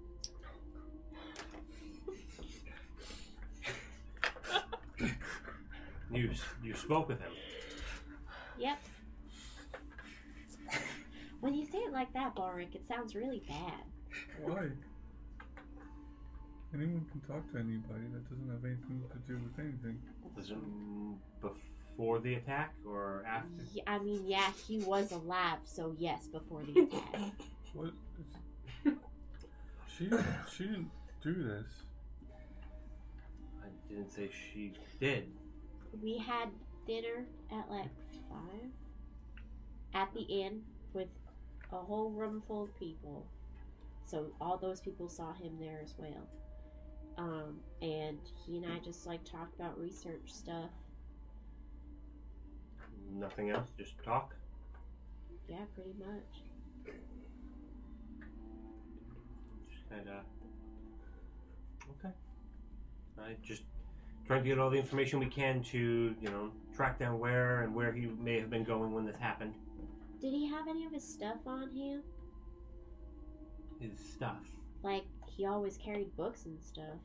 [SPEAKER 5] You you spoke with him.
[SPEAKER 2] Yep. When you say it like that, Balric, it sounds really bad.
[SPEAKER 10] Why? Anyone can talk to anybody. That doesn't have anything to do with anything.
[SPEAKER 5] Was it mm, before the attack or after?
[SPEAKER 2] Ye- I mean, yeah, he was alive, so yes, before the attack.
[SPEAKER 10] What? is- she didn't- she didn't do this.
[SPEAKER 5] I didn't say she did.
[SPEAKER 2] we had dinner at like five at the inn with a whole room full of people. So all those people saw him there as well. Um, and he and I just like talked about research stuff.
[SPEAKER 5] Nothing else. Just talk.
[SPEAKER 2] Yeah, pretty much.
[SPEAKER 5] Just kind of. uh, Okay. I just trying to get all the information we can to you know track down where and where he may have been going when this happened.
[SPEAKER 2] Did he have any of his stuff on him?
[SPEAKER 5] His stuff.
[SPEAKER 2] Like he always carried books and stuff.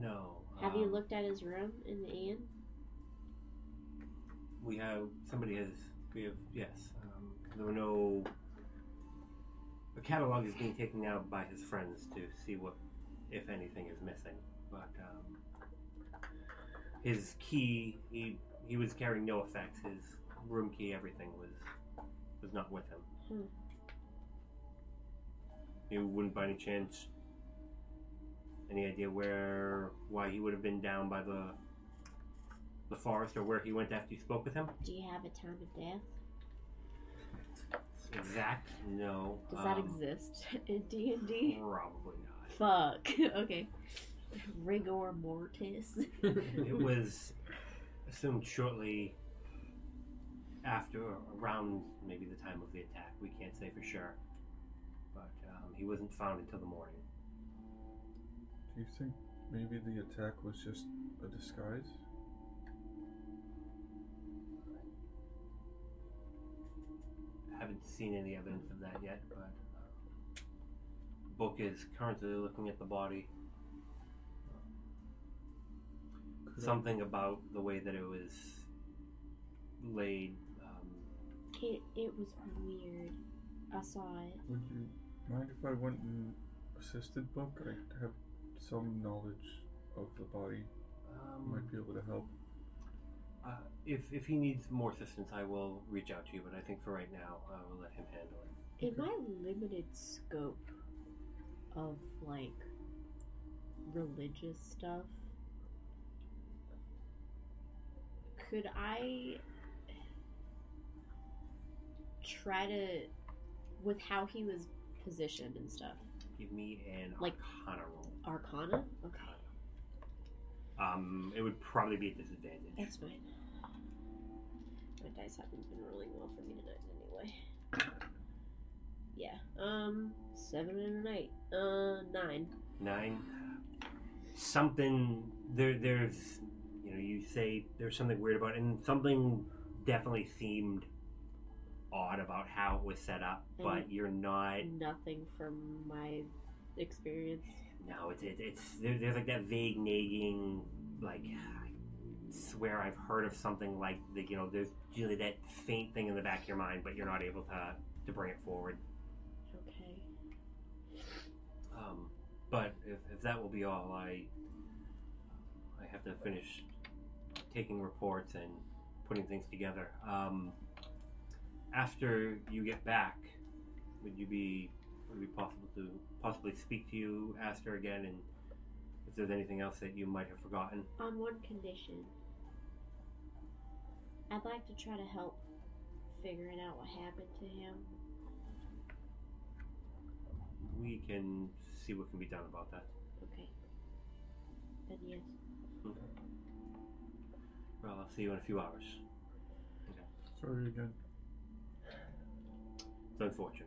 [SPEAKER 5] No.
[SPEAKER 2] Have you
[SPEAKER 5] um,
[SPEAKER 2] looked at his room in the inn?
[SPEAKER 5] We have somebody has we have yes. Um, there were no. A catalog is being taken out by his friends to see what, if anything, is missing. But um, his key, he he was carrying no effects. His room key, everything was was not with him.
[SPEAKER 2] Hmm.
[SPEAKER 5] You wouldn't by any chance. Any idea where, why he would have been down by the the forest, or where he went after you spoke with him?
[SPEAKER 2] Do you have a time of death?
[SPEAKER 5] Exact? No.
[SPEAKER 2] Does that
[SPEAKER 5] Um,
[SPEAKER 2] exist [LAUGHS] in D and D?
[SPEAKER 5] Probably not.
[SPEAKER 2] Fuck. [LAUGHS] Okay. Rigor [LAUGHS] mortis.
[SPEAKER 5] It was assumed shortly after, or around maybe the time of the attack. We can't say for sure. But um, he wasn't found until the morning.
[SPEAKER 10] Do you think maybe the attack was just a disguise?
[SPEAKER 5] haven't seen any evidence of that yet, but uh, book is currently looking at the body.
[SPEAKER 10] Could I-
[SPEAKER 5] Something about the way that it was laid. Um,
[SPEAKER 2] It it was weird. I saw it.
[SPEAKER 10] Would you mind if I went and assisted Book? I have some knowledge of the body. Might be able to help.
[SPEAKER 5] Uh, if if he needs more assistance, I will reach out to you. But I think for right now, I will let him handle it.
[SPEAKER 2] In my limited scope of like religious stuff, could I try to with how he was positioned and stuff?
[SPEAKER 5] Give me an
[SPEAKER 2] Like-
[SPEAKER 5] Arcana roll.
[SPEAKER 2] Arcana? Okay.
[SPEAKER 5] Um, it would probably be a disadvantage.
[SPEAKER 2] That's fine. My dice haven't been rolling well for me tonight anyway. Yeah. Um seven and an eight. Uh nine.
[SPEAKER 5] nine. Something there. There's you know you say there's something weird about it, and something definitely seemed odd about how it was set up. But
[SPEAKER 2] Mhm.
[SPEAKER 5] you're not.
[SPEAKER 2] Nothing from my experience.
[SPEAKER 5] No, it's it's, it's there, there's like that vague nagging like. I Swear I've heard of something like the you know there's usually that faint thing in the back of your mind, but you're not able to to bring it forward.
[SPEAKER 2] Okay.
[SPEAKER 5] Um, but if, if that will be all, I I have to finish taking reports and putting things together. Um, after you get back, would you be would it be possible to possibly speak to you, ask her again, and if there's anything else that you might have forgotten?
[SPEAKER 2] On one condition. I'd like to try to help figuring out what happened to him.
[SPEAKER 5] We can see what can be done about that.
[SPEAKER 2] Okay. Then yes.
[SPEAKER 5] Well, I'll see you in a few hours.
[SPEAKER 10] Sorry again.
[SPEAKER 5] It's unfortunate.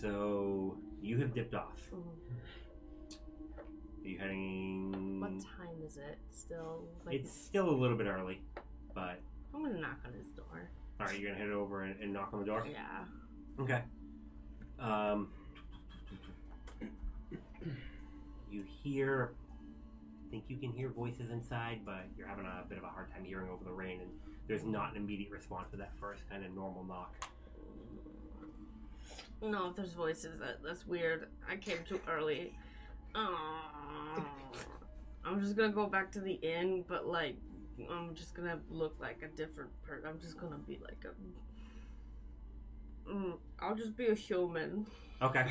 [SPEAKER 5] So you have dipped off.
[SPEAKER 2] Mhm.
[SPEAKER 5] Are you heading?
[SPEAKER 2] What time is it? Still like
[SPEAKER 5] It's still a little bit early, but
[SPEAKER 2] I'm gonna knock on his door.
[SPEAKER 5] all right, you're gonna head over and, and knock on the door.
[SPEAKER 2] Yeah.
[SPEAKER 5] Okay. Um, you hear. I think you can hear voices inside, but you're having a bit of a hard time hearing over the rain, and there's not an immediate response to that first kind of normal knock.
[SPEAKER 8] No, if there's voices, that, that's weird. I came too early. Oh, I'm just gonna go back to the inn, but like, I'm just gonna look like a different person. I'm just gonna be like a. Mm, I'll just be a human.
[SPEAKER 5] Okay.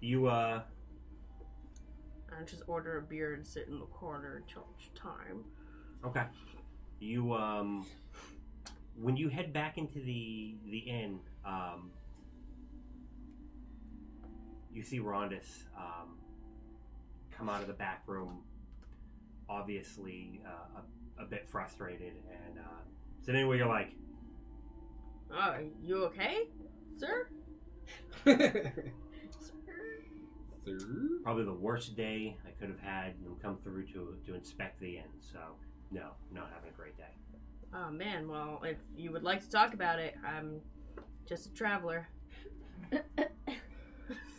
[SPEAKER 5] You uh,
[SPEAKER 8] and just order a beer and sit in the corner until it's time.
[SPEAKER 5] Okay. You um when you head back into the the inn, um you see Rondis um come out of the back room obviously uh, a, a bit frustrated and uh so anyway you're like
[SPEAKER 8] Uh, you okay, sir?
[SPEAKER 4] Sir?
[SPEAKER 5] probably the worst day I could have had and come through to to inspect the inn so no not having a great day
[SPEAKER 8] Oh man, well, if you would like to talk about it, I'm just a traveler.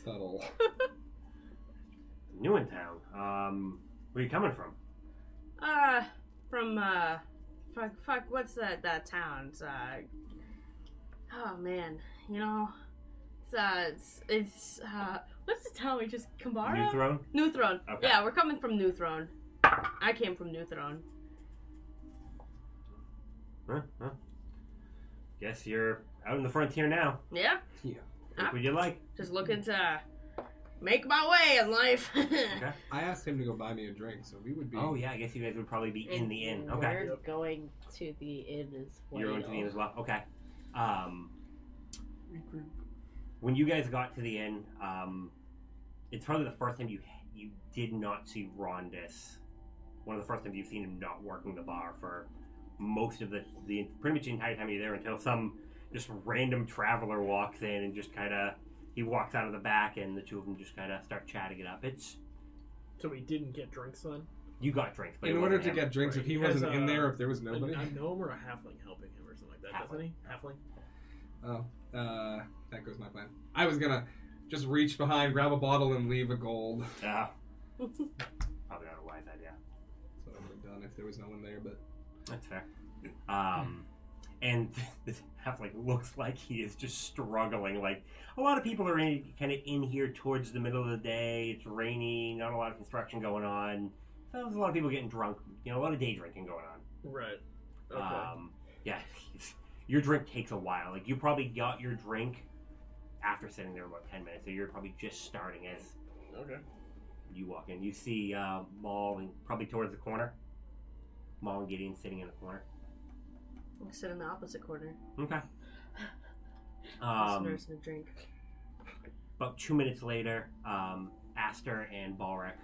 [SPEAKER 4] Subtle.
[SPEAKER 5] new in town um where you coming from
[SPEAKER 8] Uh, from, uh, fuck, fuck, what's that, that town? It's, uh, oh man, you know, it's, uh, it's, it's uh, what's the town we just, Kambara?
[SPEAKER 5] new throne
[SPEAKER 8] New Throne.
[SPEAKER 5] Okay.
[SPEAKER 8] Yeah, we're coming from New Throne. I came from New Throne.
[SPEAKER 5] Huh, huh. Guess you're out in the frontier now.
[SPEAKER 8] Yeah,
[SPEAKER 5] Take what you like.
[SPEAKER 8] just looking to make my way in life. [LAUGHS]
[SPEAKER 5] Okay.
[SPEAKER 4] I asked him to go buy me a drink, so we would be.
[SPEAKER 5] Oh yeah, I guess you guys would probably be in the inn.
[SPEAKER 2] And
[SPEAKER 5] Okay.
[SPEAKER 2] We're going to the inn as well.
[SPEAKER 5] You're going to the inn
[SPEAKER 4] oh.
[SPEAKER 5] as well. Okay. Um, when you guys got to the inn, um, it's probably the first time you you did not see Rondis. One of the first times you've seen him not working the bar for most of the the pretty much the entire time you're there until some just random traveler walks in and just kind of he walks out of the back and the two of them just kind of start chatting it up. It's
[SPEAKER 7] So we didn't get drinks then.
[SPEAKER 5] You got drinks, but
[SPEAKER 4] In
[SPEAKER 5] it
[SPEAKER 4] order
[SPEAKER 5] wasn't
[SPEAKER 4] to
[SPEAKER 5] him.
[SPEAKER 4] get drinks, if he
[SPEAKER 7] Because,
[SPEAKER 4] wasn't in
[SPEAKER 7] uh,
[SPEAKER 4] there, if there was
[SPEAKER 7] I-
[SPEAKER 4] nobody.
[SPEAKER 7] I know we're a halfling helping him or something like that, doesn't he? Halfling.
[SPEAKER 4] Oh, uh, that goes my plan. I was gonna just reach behind, grab a bottle, and leave a gold.
[SPEAKER 5] Yeah. Uh, Probably not a wise idea.
[SPEAKER 4] That's what I would have done if there was no one there, but
[SPEAKER 5] That's fair. Um, and [LAUGHS] this halfling looks like he is just struggling. Like a lot of people are in kind of in here towards the middle of the day. It's rainy. Not a lot of construction going on. So there's a lot of people getting drunk. You know, a lot of day drinking going on.
[SPEAKER 7] Right. Okay.
[SPEAKER 5] Um, yeah, [LAUGHS] your drink takes a while. Like you probably got your drink after sitting there about ten minutes, so you're probably just starting as
[SPEAKER 7] okay.
[SPEAKER 5] You walk in. You see uh, Maul and probably towards the corner. Maul and Gideon sitting in the corner.
[SPEAKER 8] I'll sit in the opposite corner.
[SPEAKER 5] Okay.
[SPEAKER 10] [SIGHS]
[SPEAKER 8] Um,
[SPEAKER 5] Um,
[SPEAKER 8] and a drink.
[SPEAKER 5] about two minutes later, um, Aster and Balrek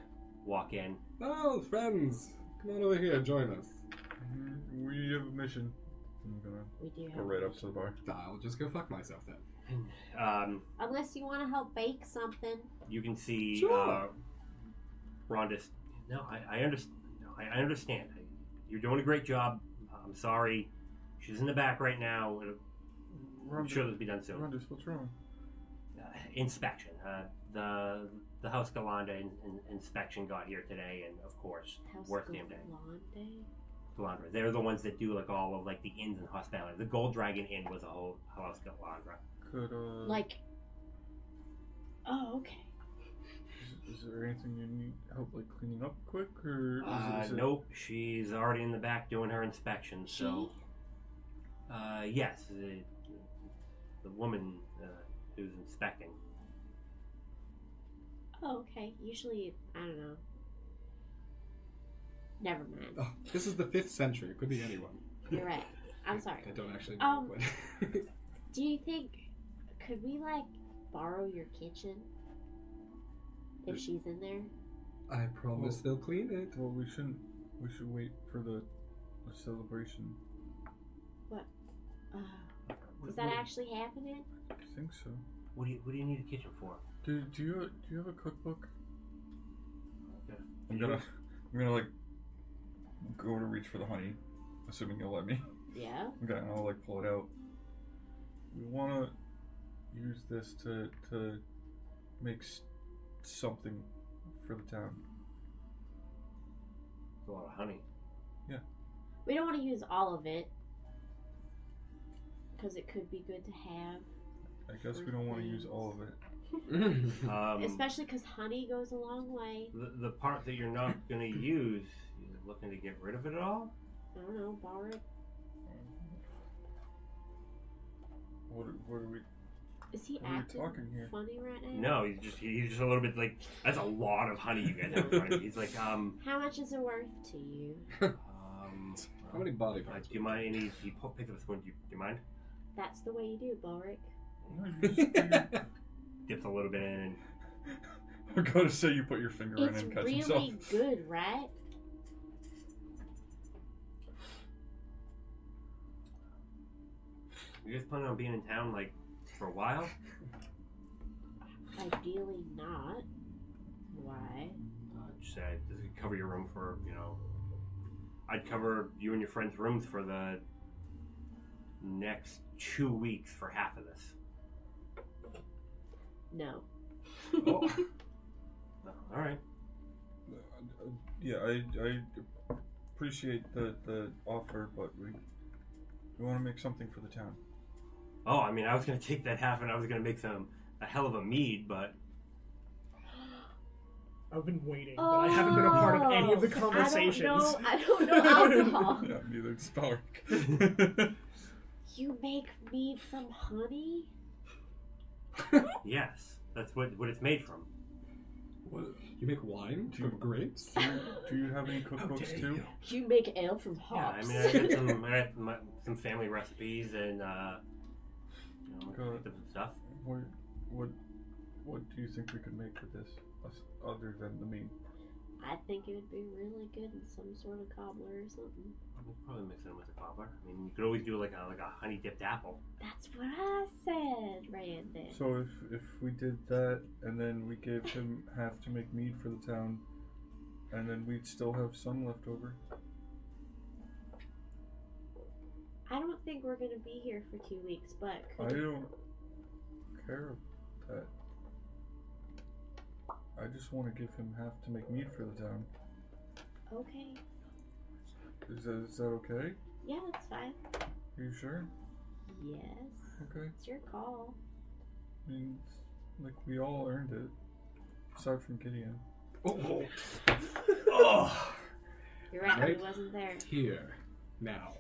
[SPEAKER 5] walk in.
[SPEAKER 4] oh, friends, come on over here, join us.
[SPEAKER 10] We have a mission. I'm gonna
[SPEAKER 2] We do
[SPEAKER 10] go
[SPEAKER 2] have.
[SPEAKER 10] right up to the bar.
[SPEAKER 4] I'll just go fuck myself then. [LAUGHS]
[SPEAKER 5] Um,
[SPEAKER 2] Unless you want to help bake something.
[SPEAKER 5] you can see uh,
[SPEAKER 4] Sure.
[SPEAKER 5] Rondis. No, I, I understand. No, I, I understand. You're doing a great job. I'm sorry. She's in the back right now. It'll- I'm
[SPEAKER 10] Rhonda-
[SPEAKER 5] sure this will be done soon.
[SPEAKER 10] Rhonda, what's wrong?
[SPEAKER 5] uh, inspection. Uh, the the House Galanda in, in, inspection got here today, and of course,
[SPEAKER 2] House
[SPEAKER 5] Worst damn day.
[SPEAKER 2] Lawn Day.
[SPEAKER 5] Galandra. They're the ones that do like all of like the inns and hospitality. The Gold Dragon Inn was a whole House Galandra.
[SPEAKER 10] Could uh,
[SPEAKER 5] Mm.
[SPEAKER 2] Like. Oh, okay.
[SPEAKER 10] is, is there anything you need help like cleaning up quick or? Is
[SPEAKER 5] Uh,
[SPEAKER 10] it, is it-
[SPEAKER 5] nope, she's already in the back doing her inspection.
[SPEAKER 2] She.
[SPEAKER 5] So, uh, yes, the, the woman uh, who's inspecting.
[SPEAKER 2] Oh, okay. Usually, I don't know. Never mind.
[SPEAKER 4] Oh, this is the fifth century. It could be anyone.
[SPEAKER 2] You're right. I'm sorry.
[SPEAKER 4] I don't actually know.
[SPEAKER 2] Um,
[SPEAKER 4] what-
[SPEAKER 2] Do you think could we like borrow your kitchen if she's in there?
[SPEAKER 4] [LAUGHS] I promise they'll clean it.
[SPEAKER 10] Well, we shouldn't. We should wait for the, the celebration.
[SPEAKER 2] Uh, is that actually happening?
[SPEAKER 10] I think so.
[SPEAKER 5] What do you What do you need a kitchen for?
[SPEAKER 10] Do, do you do you have a cookbook?
[SPEAKER 5] Okay.
[SPEAKER 10] I'm gonna I'm gonna like go to reach for the honey, assuming you'll let me.
[SPEAKER 2] Yeah.
[SPEAKER 10] Okay, and I'll like pull it out. We wanna use this to to make s- something for the town.
[SPEAKER 5] It's a lot of honey.
[SPEAKER 2] We don't want to use all of it because it could be good to have,
[SPEAKER 10] I guess we don't want to use all of it.
[SPEAKER 5] Um,
[SPEAKER 2] especially because honey goes a long way.
[SPEAKER 5] the, the part that you're not going to use. You're looking to get rid of it at all?
[SPEAKER 2] I don't know, borrow it.
[SPEAKER 10] What are- what are we?
[SPEAKER 2] Is he
[SPEAKER 10] What are you
[SPEAKER 2] acting
[SPEAKER 10] talking here?
[SPEAKER 2] funny right now?
[SPEAKER 5] No, he's just he's just a little bit like that's a lot of honey you guys have in front of you. He's like um
[SPEAKER 2] How much is it worth to you?
[SPEAKER 5] um.
[SPEAKER 4] How many body
[SPEAKER 5] uh,
[SPEAKER 4] parts?
[SPEAKER 5] do you mind? And he, he pu- picked up a spoon. Do you, do you mind?
[SPEAKER 2] That's the way you do, Boric.
[SPEAKER 5] Dips a little bit in and
[SPEAKER 10] I'm gonna say you put your finger in
[SPEAKER 2] It's
[SPEAKER 10] and catch
[SPEAKER 2] really
[SPEAKER 10] himself.
[SPEAKER 2] good, right?
[SPEAKER 5] You guys planning on being in town like for a while?
[SPEAKER 2] Ideally not. Why?
[SPEAKER 5] Uh, just say this could cover your room for you know. I'd cover you and your friend's rooms for the next two weeks for half of this.
[SPEAKER 2] No.
[SPEAKER 5] Oh. All right.
[SPEAKER 10] Uh, uh, Yeah, I, I appreciate the, the offer, but we we want to make something for the town.
[SPEAKER 5] Oh, I mean, I was gonna take that half and I was gonna make some a hell of a mead, but
[SPEAKER 7] I've been waiting, but I haven't been a part of any of the conversations.
[SPEAKER 2] I don't Oh. know. I don't know alcohol.
[SPEAKER 10] Yeah, neither does Balric.
[SPEAKER 2] you make mead from honey?
[SPEAKER 5] yes, that's what what it's made from.
[SPEAKER 4] What? You make wine
[SPEAKER 10] Do you-
[SPEAKER 4] from grapes?
[SPEAKER 10] Do you have any cookbooks
[SPEAKER 4] dare
[SPEAKER 10] too?
[SPEAKER 4] Oh, you.
[SPEAKER 2] You make ale from
[SPEAKER 5] Yeah, I
[SPEAKER 2] hops.
[SPEAKER 5] mean, I got some I got my, some family recipes and uh, you know,
[SPEAKER 10] Go.
[SPEAKER 5] picked up some stuff.
[SPEAKER 10] What, what what do you think we could make with this us- other than the meat?
[SPEAKER 2] [LAUGHS] I think it would be really good in some sort of cobbler or something.
[SPEAKER 5] We'll probably mix it in with a cobbler. I mean, you could always do like a like a honey dipped apple.
[SPEAKER 2] That's what I said, Brandon.
[SPEAKER 10] So if if we did that and then we gave him half to make mead for the town, and then we'd still have some left over.
[SPEAKER 2] I don't think we're gonna be here for two weeks, but
[SPEAKER 10] I
[SPEAKER 2] could
[SPEAKER 10] don't care that. I just want to give him half to make mead for the town.
[SPEAKER 2] okay.
[SPEAKER 10] Is that, is that okay?
[SPEAKER 2] Yeah, that's fine.
[SPEAKER 10] Are you sure?
[SPEAKER 2] Yes.
[SPEAKER 10] [LAUGHS] Okay.
[SPEAKER 2] It's your call.
[SPEAKER 10] I mean, it's like we all earned it, aside from Gideon.
[SPEAKER 4] Oh,
[SPEAKER 2] You're right,
[SPEAKER 4] Right.
[SPEAKER 2] he wasn't
[SPEAKER 10] oh. [LAUGHS]
[SPEAKER 2] there.
[SPEAKER 4] here, now.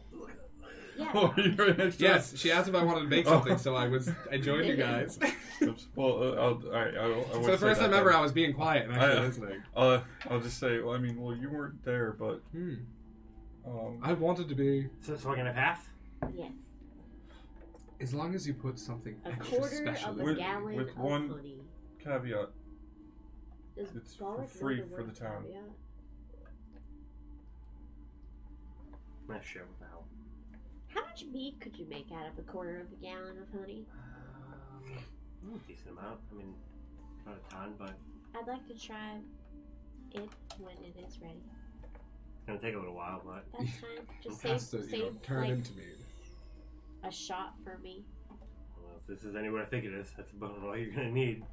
[SPEAKER 2] Yeah.
[SPEAKER 10] you're an extra.
[SPEAKER 4] Yes, she [LAUGHS] asked if I wanted to
[SPEAKER 10] Oh.
[SPEAKER 4] make something, so I
[SPEAKER 10] [LAUGHS]
[SPEAKER 4] was I joined you [LAUGHS] guys.
[SPEAKER 10] Oops. Well, uh, I'll, all right. I, will
[SPEAKER 4] So
[SPEAKER 10] I won't
[SPEAKER 4] the
[SPEAKER 10] say
[SPEAKER 4] first
[SPEAKER 10] that
[SPEAKER 4] time ever,
[SPEAKER 10] then.
[SPEAKER 4] I was being quiet and
[SPEAKER 10] I, uh,
[SPEAKER 4] actually listening.
[SPEAKER 10] Uh, I'll just say. Well, I mean, well, you weren't there, but
[SPEAKER 4] Hmm.
[SPEAKER 10] um,
[SPEAKER 4] I wanted to be
[SPEAKER 5] So, so we're gonna pass.
[SPEAKER 10] [LAUGHS]
[SPEAKER 2] yes.
[SPEAKER 4] as long as you put something
[SPEAKER 2] A
[SPEAKER 4] extra
[SPEAKER 2] quarter
[SPEAKER 4] special.
[SPEAKER 2] of
[SPEAKER 4] in
[SPEAKER 2] a
[SPEAKER 4] it.
[SPEAKER 10] With-
[SPEAKER 2] gallon
[SPEAKER 10] with
[SPEAKER 2] of
[SPEAKER 10] one-
[SPEAKER 2] honey.
[SPEAKER 10] caveat.
[SPEAKER 2] Does
[SPEAKER 10] It's for
[SPEAKER 2] Balric know
[SPEAKER 10] free for
[SPEAKER 2] word
[SPEAKER 10] the town.
[SPEAKER 2] caveat?
[SPEAKER 5] I'm not sure what the hell.
[SPEAKER 2] How much mead could you make out of a quarter of a gallon of honey?
[SPEAKER 5] Um, a decent amount. I mean, not a ton, but it's
[SPEAKER 2] I'd like to try it when it is ready.
[SPEAKER 5] gonna take a little while. But
[SPEAKER 2] That's fine.
[SPEAKER 10] [LAUGHS]
[SPEAKER 2] Just
[SPEAKER 4] It
[SPEAKER 2] save,
[SPEAKER 4] has to you
[SPEAKER 2] save
[SPEAKER 4] know, turn
[SPEAKER 2] like,
[SPEAKER 4] into me.
[SPEAKER 2] a shot for me.
[SPEAKER 5] I don't know if this is any what I think it is. That's about all you're gonna need.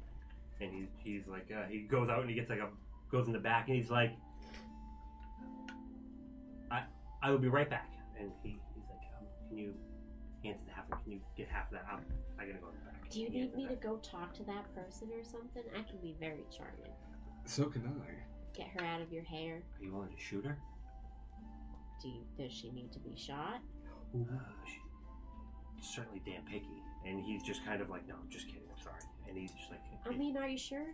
[SPEAKER 5] And he's he's like uh, he goes out and he gets like a goes in the back and he's like, I I will be right back. And he he's like, um, can you he hands it to half? Can you get half of that? I'm, I gotta go in the back.
[SPEAKER 2] Do you
[SPEAKER 5] He hands
[SPEAKER 2] need
[SPEAKER 5] it
[SPEAKER 2] me to
[SPEAKER 5] back.
[SPEAKER 2] go talk to that person or something? I can be very charming.
[SPEAKER 4] So can I.
[SPEAKER 2] Get her out of your hair.
[SPEAKER 5] Are you willing to shoot her?
[SPEAKER 2] Do you, does she need to be shot?
[SPEAKER 5] Uh, she's certainly damn picky. And he's just kind of like, no, I'm just kidding. I'm sorry. And he's just like,
[SPEAKER 2] I mean, are you sure?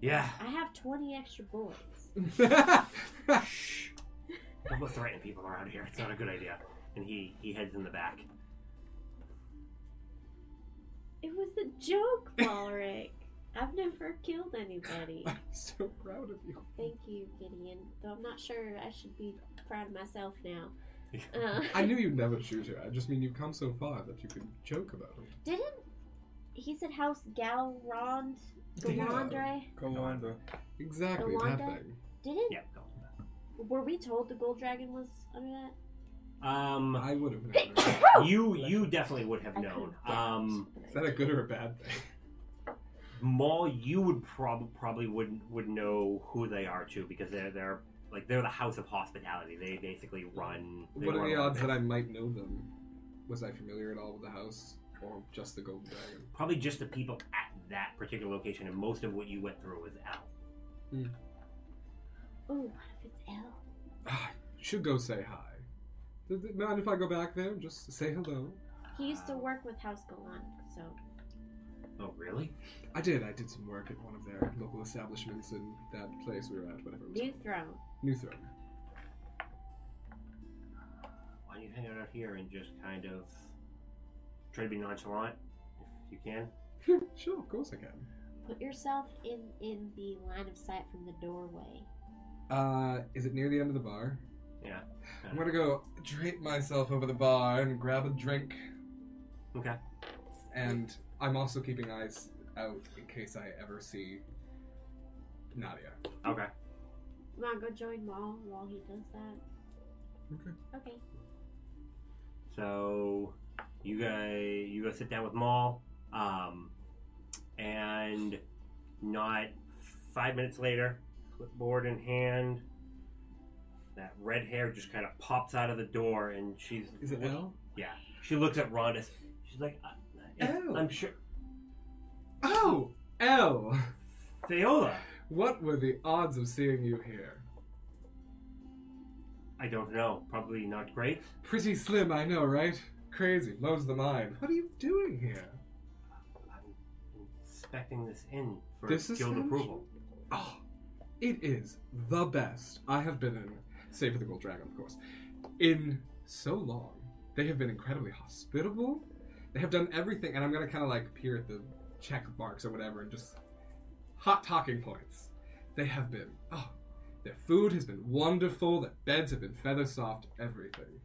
[SPEAKER 5] yeah,
[SPEAKER 2] I have 20 extra bullets.
[SPEAKER 4] [LAUGHS]
[SPEAKER 10] [LAUGHS]
[SPEAKER 5] shh. Don't go threatening people around here. It's not a good idea. And he he heads in the back.
[SPEAKER 2] It was a joke, Balric. I've never killed
[SPEAKER 4] [LAUGHS]
[SPEAKER 2] anybody.
[SPEAKER 4] I'm so proud of you.
[SPEAKER 2] Thank you, Gideon. Though I'm not sure I should be proud of myself now.
[SPEAKER 5] Yeah.
[SPEAKER 2] Uh,
[SPEAKER 4] I knew you'd never shoot her. I just mean you've come so far that you could joke about it.
[SPEAKER 2] [LAUGHS] Didn't he said House Galrond, Galandre.
[SPEAKER 10] Go on, though.
[SPEAKER 4] Exactly that
[SPEAKER 2] Yolanda?
[SPEAKER 4] thing.
[SPEAKER 2] Didn't
[SPEAKER 5] Yeah, go.
[SPEAKER 2] were we told the gold dragon was under that?
[SPEAKER 5] Um,
[SPEAKER 4] I would have
[SPEAKER 2] [COUGHS]
[SPEAKER 4] known.
[SPEAKER 5] you you definitely would have
[SPEAKER 2] I
[SPEAKER 5] known.
[SPEAKER 2] couldn't get
[SPEAKER 5] Um,
[SPEAKER 2] it.
[SPEAKER 4] Is that a good or a bad thing?
[SPEAKER 5] Maul, you would prob- probably would would know who they are too because they're they're like they're the house of hospitality. They basically run. They
[SPEAKER 4] What are
[SPEAKER 5] run
[SPEAKER 4] the
[SPEAKER 5] all
[SPEAKER 4] odds
[SPEAKER 5] of it.
[SPEAKER 4] that I might know them? Was I familiar at all with the house, or just the Golden Dragon? [SIGHS]
[SPEAKER 5] Probably just the people at that particular location, and most of what you went through was out.
[SPEAKER 2] Ooh, what if it's L?
[SPEAKER 4] Ah, should go say hi. Does it mind if I go back there? Just say hello.
[SPEAKER 2] He used to work with House Galan, so
[SPEAKER 5] Oh, really?
[SPEAKER 4] I did. I did some work at one of their local establishments in that place we were at, whatever it was.
[SPEAKER 2] new throne.
[SPEAKER 4] New Throne.
[SPEAKER 5] Why don't you hang out out here and just kind of try to be nonchalant if you can?
[SPEAKER 4] Sure, of course I can.
[SPEAKER 2] Put yourself in in the line of sight from the doorway.
[SPEAKER 4] Uh, is it near the end of the bar?
[SPEAKER 5] Yeah.
[SPEAKER 4] I'm gonna go drape myself over the bar and grab a drink,
[SPEAKER 5] Okay.
[SPEAKER 4] and I'm also keeping eyes out in case I ever see Nadia.
[SPEAKER 5] Okay.
[SPEAKER 2] Come on, go join Maul while he does that.
[SPEAKER 4] Okay.
[SPEAKER 2] Okay.
[SPEAKER 5] So you guys, you go sit down with Maul, um, and not five minutes later, clipboard in hand, that red hair just kind of pops out of the door, and she's
[SPEAKER 4] Is it L?
[SPEAKER 5] yeah. She looks at Rhonda. She's like, I,
[SPEAKER 4] Oh.
[SPEAKER 5] I'm sure
[SPEAKER 4] Oh, L.
[SPEAKER 5] Theola.
[SPEAKER 4] What were the odds of seeing you here?
[SPEAKER 5] I don't know. Probably not great.
[SPEAKER 4] Pretty slim, I know, right? Crazy, blows the mind. What are you doing here?
[SPEAKER 5] I'm inspecting this in for
[SPEAKER 4] This is
[SPEAKER 5] guild
[SPEAKER 4] finished?
[SPEAKER 5] approval.
[SPEAKER 4] Oh, it is the best I have been in, save for the Gold Dragon, of course, in so long. They have been incredibly hospitable. They have done everything, and I'm gonna kind of like peer at the check marks or whatever and just hot talking points. They have been, oh, their food has been wonderful, their beds have been feather soft, everything.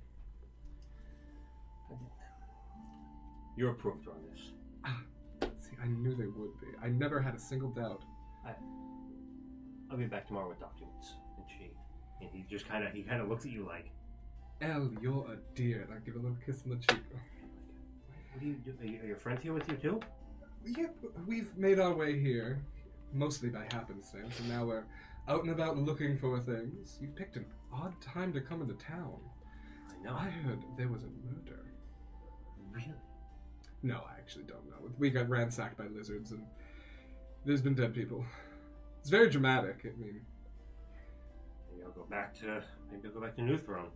[SPEAKER 5] You're approved on this.
[SPEAKER 4] See, I knew they would be. I never had a single doubt.
[SPEAKER 5] I'll be back tomorrow with documents. And she, and he just kind of, he kind of looks at you like,
[SPEAKER 4] Elle, you're a dear. And I give her a little kiss on the cheek.
[SPEAKER 5] what do you do? Are, you, are your friends here with you too?
[SPEAKER 4] Yep, we've made our way here, mostly by happenstance, and now we're out and about looking for things. You picked an odd time to come into town.
[SPEAKER 5] I know.
[SPEAKER 4] I heard there was a murder.
[SPEAKER 5] Really?
[SPEAKER 4] No, I actually don't know. We got ransacked by lizards, and there's been dead people. It's very dramatic. I mean,
[SPEAKER 5] Maybe I'll go back to, maybe I'll go back to New Throne.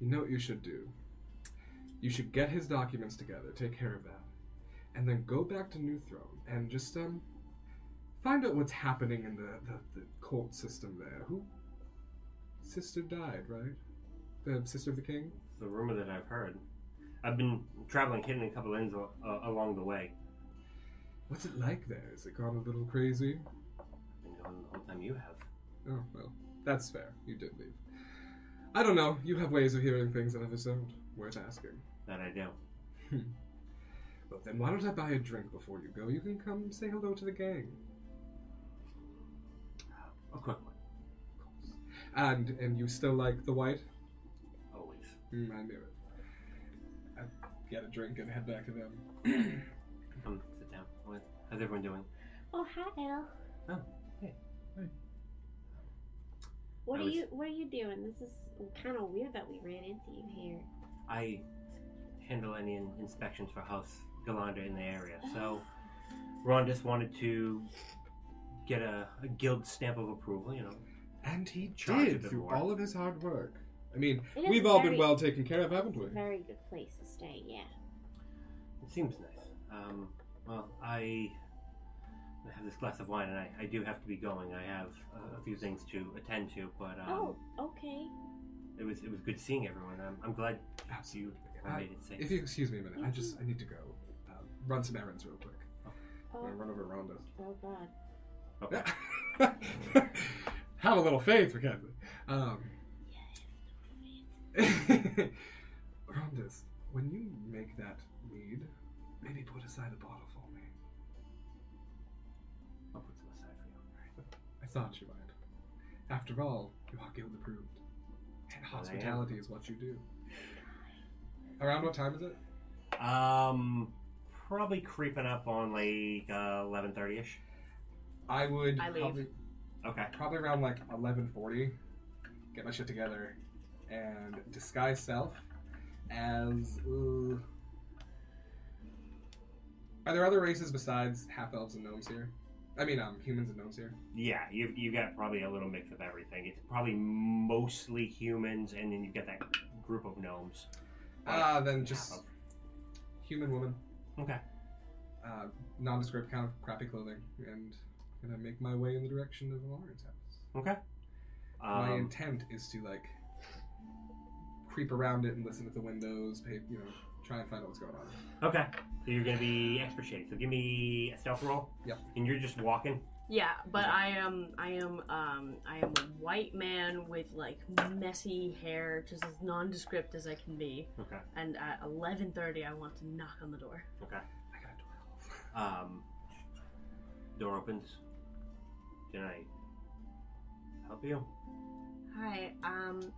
[SPEAKER 4] You know what you should do? You should get his documents together, take care of that, and then go back to New Throne and just um find out what's happening in the, the, the court system there. Who sister died, right? The sister of the king?
[SPEAKER 5] It's the rumor that I've heard. I've been traveling, hitting a couple inns al- uh, along the way.
[SPEAKER 4] What's it like there? Is it gone a little crazy?
[SPEAKER 5] I've been gone the whole time you have.
[SPEAKER 4] Oh well, that's fair. You did leave. I don't know. You have ways of hearing things that others don't. Worth asking.
[SPEAKER 5] That I do.
[SPEAKER 4] Well then why don't I buy a drink before you go? You can come say hello to the gang.
[SPEAKER 5] A quick one,
[SPEAKER 4] And and you still like the white?
[SPEAKER 5] always.
[SPEAKER 4] Mm, I knew it. I get a drink and head back to them. [CLEARS THROAT]
[SPEAKER 5] Come sit down. What, how's everyone doing?
[SPEAKER 2] Oh hi L.
[SPEAKER 5] Oh, hey.
[SPEAKER 10] Hey.
[SPEAKER 2] What
[SPEAKER 5] I
[SPEAKER 2] are
[SPEAKER 5] was-
[SPEAKER 2] you what are you doing? This is kinda weird that we ran into you here.
[SPEAKER 5] I handle any in- inspections for House Galanda in the area. So Rondis wanted to get a, a guild stamp of approval, you know.
[SPEAKER 4] and he
[SPEAKER 5] Charge a
[SPEAKER 4] did
[SPEAKER 5] bit
[SPEAKER 4] through
[SPEAKER 5] more.
[SPEAKER 4] all of his hard work. I mean,
[SPEAKER 2] It is
[SPEAKER 4] we've all
[SPEAKER 2] very-
[SPEAKER 4] been well taken care of, haven't
[SPEAKER 2] It's
[SPEAKER 4] we?
[SPEAKER 2] a very good place to stay, yeah.
[SPEAKER 5] It seems nice. Um, well, I have this glass of wine and I, I do have to be going. I have a, a few things to attend to, but um,
[SPEAKER 2] oh, okay.
[SPEAKER 5] it was it was good seeing everyone. I'm, I'm glad you
[SPEAKER 4] I-
[SPEAKER 5] made it safe.
[SPEAKER 4] Uh, if you excuse me a minute, I just I need to go uh, run some errands real quick. I'm
[SPEAKER 2] Oh,
[SPEAKER 4] gonna run over Rhonda.
[SPEAKER 2] oh god.
[SPEAKER 5] Okay.
[SPEAKER 4] [LAUGHS] Have a little faith, we can't. we? Um, [LAUGHS] Rhondas, when you make that mead, maybe put aside a bottle for me. thought you might. After all, you are guild approved. And hospitality is what you do. Around what time is it?
[SPEAKER 5] Um, probably creeping up on like uh, eleven thirty ish.
[SPEAKER 4] I would
[SPEAKER 3] I leave.
[SPEAKER 4] probably
[SPEAKER 5] Okay.
[SPEAKER 4] probably around like eleven forty, get my shit together, and disguise self as. Uh, are there other races besides half elves and gnomes here? I mean, um, humans and gnomes here.
[SPEAKER 5] Yeah, you've, you've got probably a little mix of everything. It's probably mostly humans, and then you've got that group of gnomes.
[SPEAKER 4] Ah, then just human woman.
[SPEAKER 5] Okay.
[SPEAKER 4] Uh, nondescript kind of crappy clothing, and gonna make my way in the direction of Lauren's house.
[SPEAKER 5] Okay.
[SPEAKER 4] My
[SPEAKER 5] Um,
[SPEAKER 4] intent is to like creep around it and listen at the windows, pay, you know, try and find out what's going on.
[SPEAKER 5] okay. So you're gonna be expert shade. So give me a stealth roll.
[SPEAKER 4] Yep.
[SPEAKER 5] And you're just walking.
[SPEAKER 8] Yeah, but I am I am um I am a white man with like messy hair, just as nondescript as I can be.
[SPEAKER 5] Okay.
[SPEAKER 8] And at eleven thirty, I want to knock on the door.
[SPEAKER 5] Okay.
[SPEAKER 4] I got a twelve. [LAUGHS]
[SPEAKER 5] Um, door opens. Can I help you?
[SPEAKER 8] Hi, um,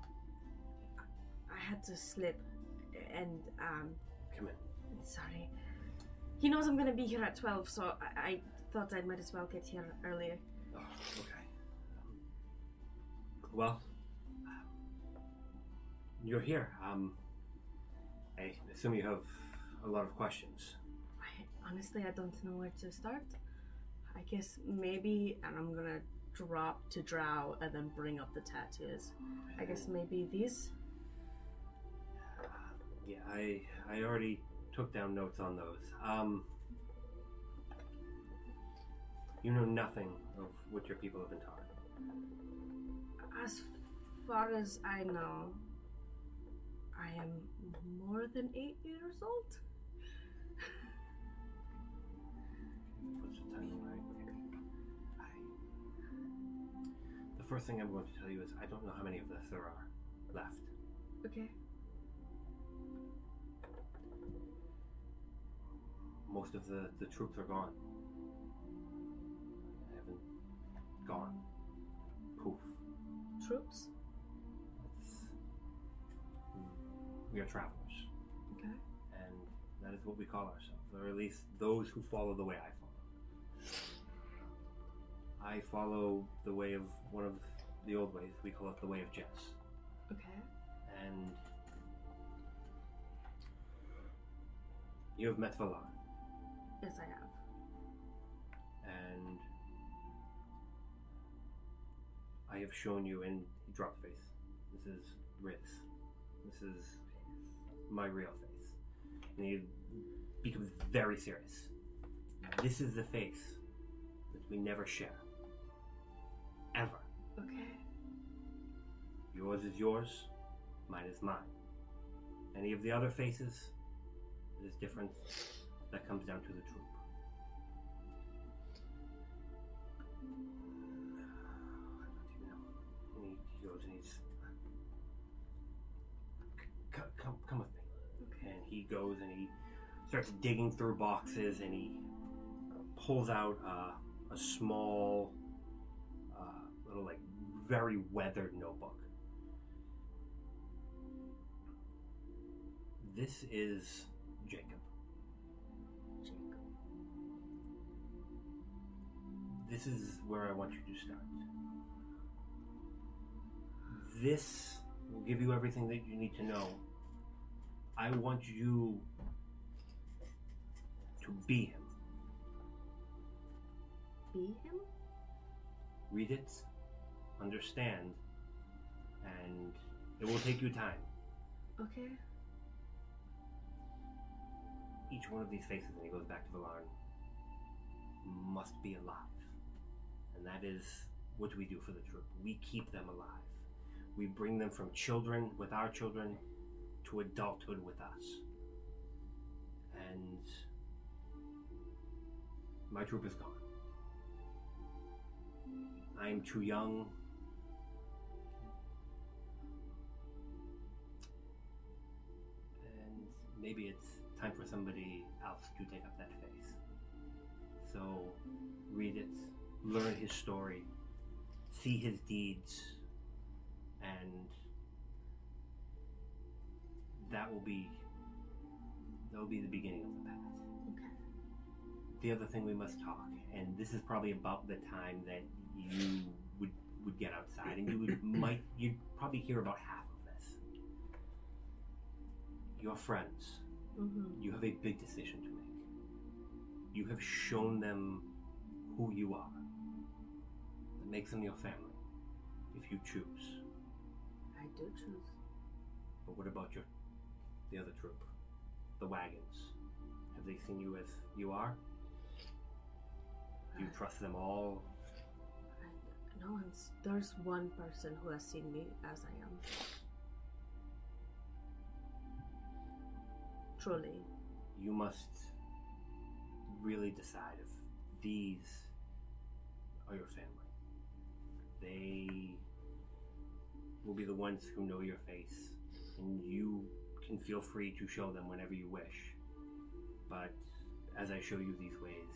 [SPEAKER 8] I had to slip, and um,
[SPEAKER 5] Come in.
[SPEAKER 8] sorry. He knows I'm gonna be here at twelve, so I, I thought I might as well get here earlier.
[SPEAKER 5] Oh, okay. Well, you're here. Um, I assume you have a lot of questions.
[SPEAKER 8] I, honestly, I don't know where to start. I guess maybe, and I'm gonna drop to drow and then bring up the tattoos. I guess maybe these.
[SPEAKER 5] Uh, Yeah, I I already took down notes on those. Um, you know nothing of what your people have been taught.
[SPEAKER 8] As far as I know, I am more than eight years old.
[SPEAKER 5] What's the time I, I, the first thing I'm going to tell you is I don't know how many of this there are left.
[SPEAKER 8] Okay.
[SPEAKER 5] Most of the, the troops are gone. I haven't gone. Poof.
[SPEAKER 8] Troops?
[SPEAKER 5] It's, hmm, we are travelers,
[SPEAKER 8] Okay.
[SPEAKER 5] and that is what we call ourselves, or at least those who follow the way I follow. I follow the way of one of the old ways. We call it the way of Jess.
[SPEAKER 8] Okay.
[SPEAKER 5] and you have met Valar,
[SPEAKER 8] Yes, I have.
[SPEAKER 5] and I have shown you in he dropped face. This is Riz. This is my real face. And he becomes very serious. This is the face that we never share. Ever.
[SPEAKER 8] Okay.
[SPEAKER 5] Yours is yours, mine is mine. Any of the other faces, there's difference that comes down to the [SIGHS] troop. And he, he goes and he's. "C- Come, come with me.
[SPEAKER 8] Okay.
[SPEAKER 5] And he goes and he starts digging through boxes and he pulls out uh, a small, uh, little, like, very weathered notebook. This is Jacob.
[SPEAKER 8] Jacob.
[SPEAKER 5] This is where I want you to start. This will give you everything that you need to know. I want you to be him.
[SPEAKER 8] Be him?
[SPEAKER 5] read it, understand, and it will take you time.
[SPEAKER 8] Okay.
[SPEAKER 5] Each one of these faces, and he goes back to Valarn, must be alive. And that is what we do for the troop. We keep them alive. We bring them from children with our children to adulthood with us. And my troop is gone. I'm too young. And maybe it's time for somebody else to take up that face. So read it, learn his story, see his deeds, and that will be that will be the beginning of the path.
[SPEAKER 8] Okay.
[SPEAKER 5] The other thing we must talk, and this is probably about the time that you would would get outside, and you would might you'd probably hear about half of this. Your friends
[SPEAKER 8] Mm-hmm.
[SPEAKER 5] you have a big decision to make. You have shown them who you are. That makes them your family, if you choose.
[SPEAKER 8] I do choose.
[SPEAKER 5] But what about your the other troop? The wagons. Have they seen you as you are? Do you trust them all?
[SPEAKER 8] And no one's. There's one person who has seen me as I am. Truly.
[SPEAKER 5] You must really decide if these are your family. They will be the ones who know your face, and you can feel free to show them whenever you wish. But as I show you these ways,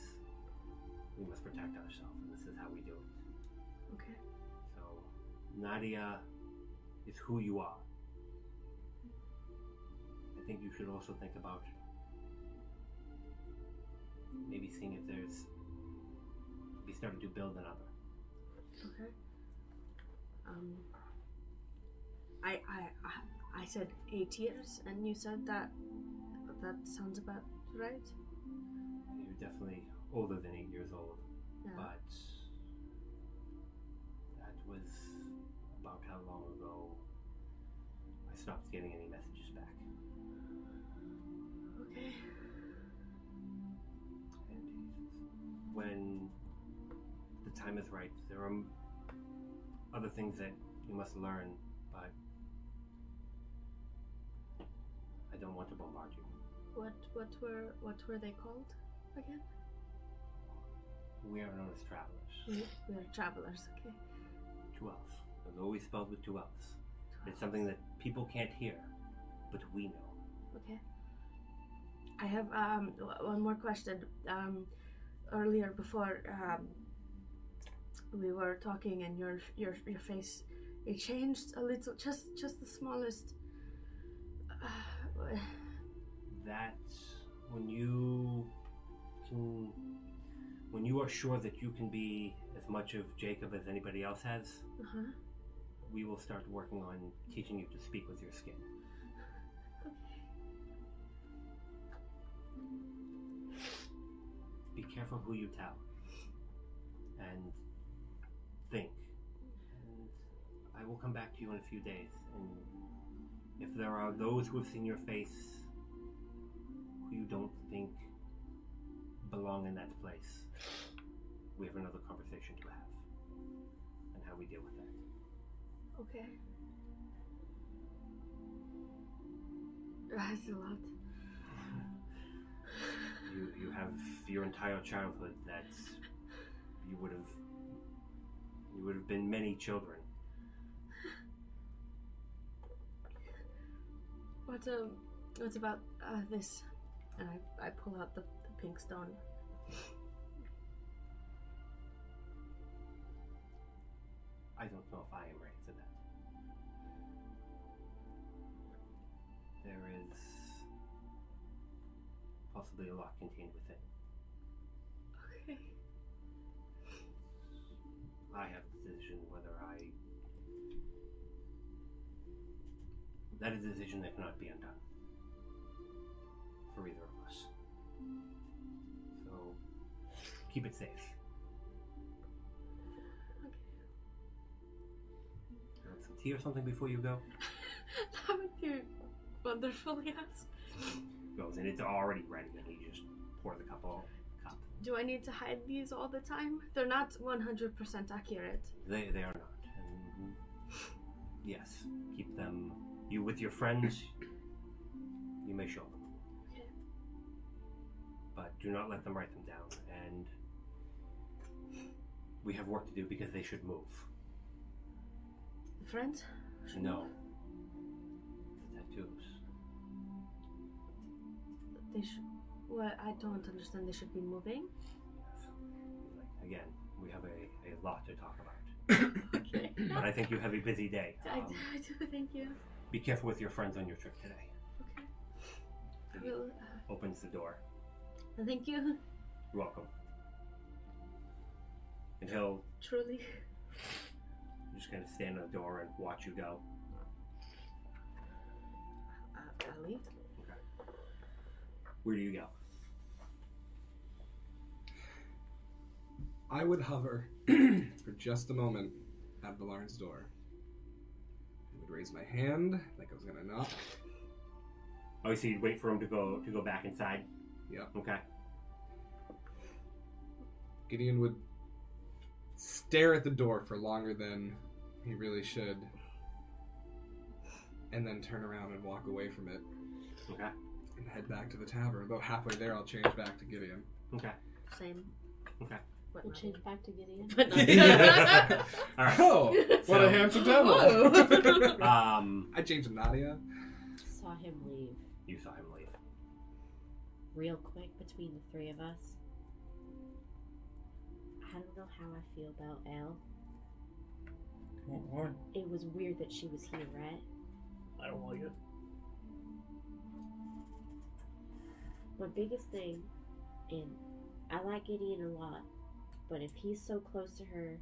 [SPEAKER 5] we must protect ourselves, and this is how we do it.
[SPEAKER 8] Okay.
[SPEAKER 5] So, Nadia is who you are. I think you should also think about maybe seeing if there's. Be starting to build another.
[SPEAKER 8] Okay. Um. I I I, I said eight years, and you said that. That sounds about right.
[SPEAKER 5] You're definitely older than eight years old,
[SPEAKER 8] Yeah.
[SPEAKER 5] but that was about how long ago I stopped getting any messages back.
[SPEAKER 8] Okay.
[SPEAKER 5] And when the time is right, there are m- other things that you must learn, but I don't want to bombard you.
[SPEAKER 8] What what were what were they called again?
[SPEAKER 5] We are known as travelers.
[SPEAKER 8] We we are travelers. Okay.
[SPEAKER 5] Two L's. It's always spelled with two L's. It's something that people can't hear, but we know.
[SPEAKER 8] Okay. I have um w- one more question. Um, earlier before um, we were talking, and your your your face it changed a little, just just the smallest. [SIGHS] Uh,
[SPEAKER 5] that when you can when you are sure that you can be as much of Jacob as anybody else has,
[SPEAKER 8] huh
[SPEAKER 5] we will start working on teaching you to speak with your skin. Be careful who you tell. And think. And I will come back to you in a few days. And if there are those who have seen your face who you don't think belong in that place, we have another conversation to have. And how we deal with that.
[SPEAKER 8] Okay. That's a lot.
[SPEAKER 5] You you have your entire childhood that you would have you would have been many children.
[SPEAKER 8] What um, what about uh, this? And I, I pull out the, the pink stone.
[SPEAKER 5] I don't know if I am ready for that. There is possibly a lot contained within.
[SPEAKER 8] Okay.
[SPEAKER 5] I have the decision whether I that is a decision that cannot be undone for either of us. So keep it safe. You want some tea or something before you go?
[SPEAKER 8] [LAUGHS] that would be wonderful, yes.
[SPEAKER 5] Goes and it's already ready, and you just pour the cup all cup.
[SPEAKER 8] Do I need to hide these all the time? They're not 100% accurate.
[SPEAKER 5] They they are not. And yes, keep them. You with your friends, you may show them.
[SPEAKER 8] Okay.
[SPEAKER 5] But do not let them write them down. And we have work to do because they should move.
[SPEAKER 8] Friends?
[SPEAKER 5] No. The tattoos.
[SPEAKER 8] They should. Well, I don't
[SPEAKER 5] [COUGHS]
[SPEAKER 8] understand. They should be moving.
[SPEAKER 5] Yes. Like, again, we have a, a lot to talk about.
[SPEAKER 8] [COUGHS]
[SPEAKER 5] but I think you have a busy day.
[SPEAKER 3] I
[SPEAKER 5] Um,
[SPEAKER 3] do, I do, thank you.
[SPEAKER 5] be careful with your friends on your trip today.
[SPEAKER 3] Okay. I will, uh,
[SPEAKER 5] Opens the door.
[SPEAKER 8] uh, Thank you.
[SPEAKER 5] You're welcome. And he'll
[SPEAKER 8] Truly.
[SPEAKER 5] just kind of stand in the door and watch you go.
[SPEAKER 8] Uh, I'll leave.
[SPEAKER 5] Where do you go?
[SPEAKER 4] I would hover [CLEARS THROAT] for just a moment at Valarn's door. I would raise my hand like I was gonna knock.
[SPEAKER 5] Oh, so you wait for him to go to go back inside.
[SPEAKER 4] Yeah.
[SPEAKER 5] Okay.
[SPEAKER 4] Gideon would stare at the door for longer than he really should, and then turn around and walk away from it
[SPEAKER 5] Okay.
[SPEAKER 4] and head back to the tavern. About halfway there, I'll change back to Gideon. [LAUGHS]
[SPEAKER 5] Okay.
[SPEAKER 8] Same.
[SPEAKER 5] Okay.
[SPEAKER 8] But
[SPEAKER 1] We'll
[SPEAKER 8] not
[SPEAKER 1] change back to Gideon.
[SPEAKER 8] [LAUGHS]
[SPEAKER 4] Yeah.
[SPEAKER 5] All right.
[SPEAKER 4] Oh, what
[SPEAKER 5] So-
[SPEAKER 4] a handsome [LAUGHS] devil!
[SPEAKER 5] Um,
[SPEAKER 4] I changed to Nadia.
[SPEAKER 2] Saw him leave
[SPEAKER 5] you saw him leave.
[SPEAKER 2] real quick between the three of us. I don't know how I feel about Elle.
[SPEAKER 10] What? what?
[SPEAKER 2] It was weird that she was here, right?
[SPEAKER 7] I don't like it.
[SPEAKER 2] My biggest thing, and I like Gideon a lot, but if he's so close to her,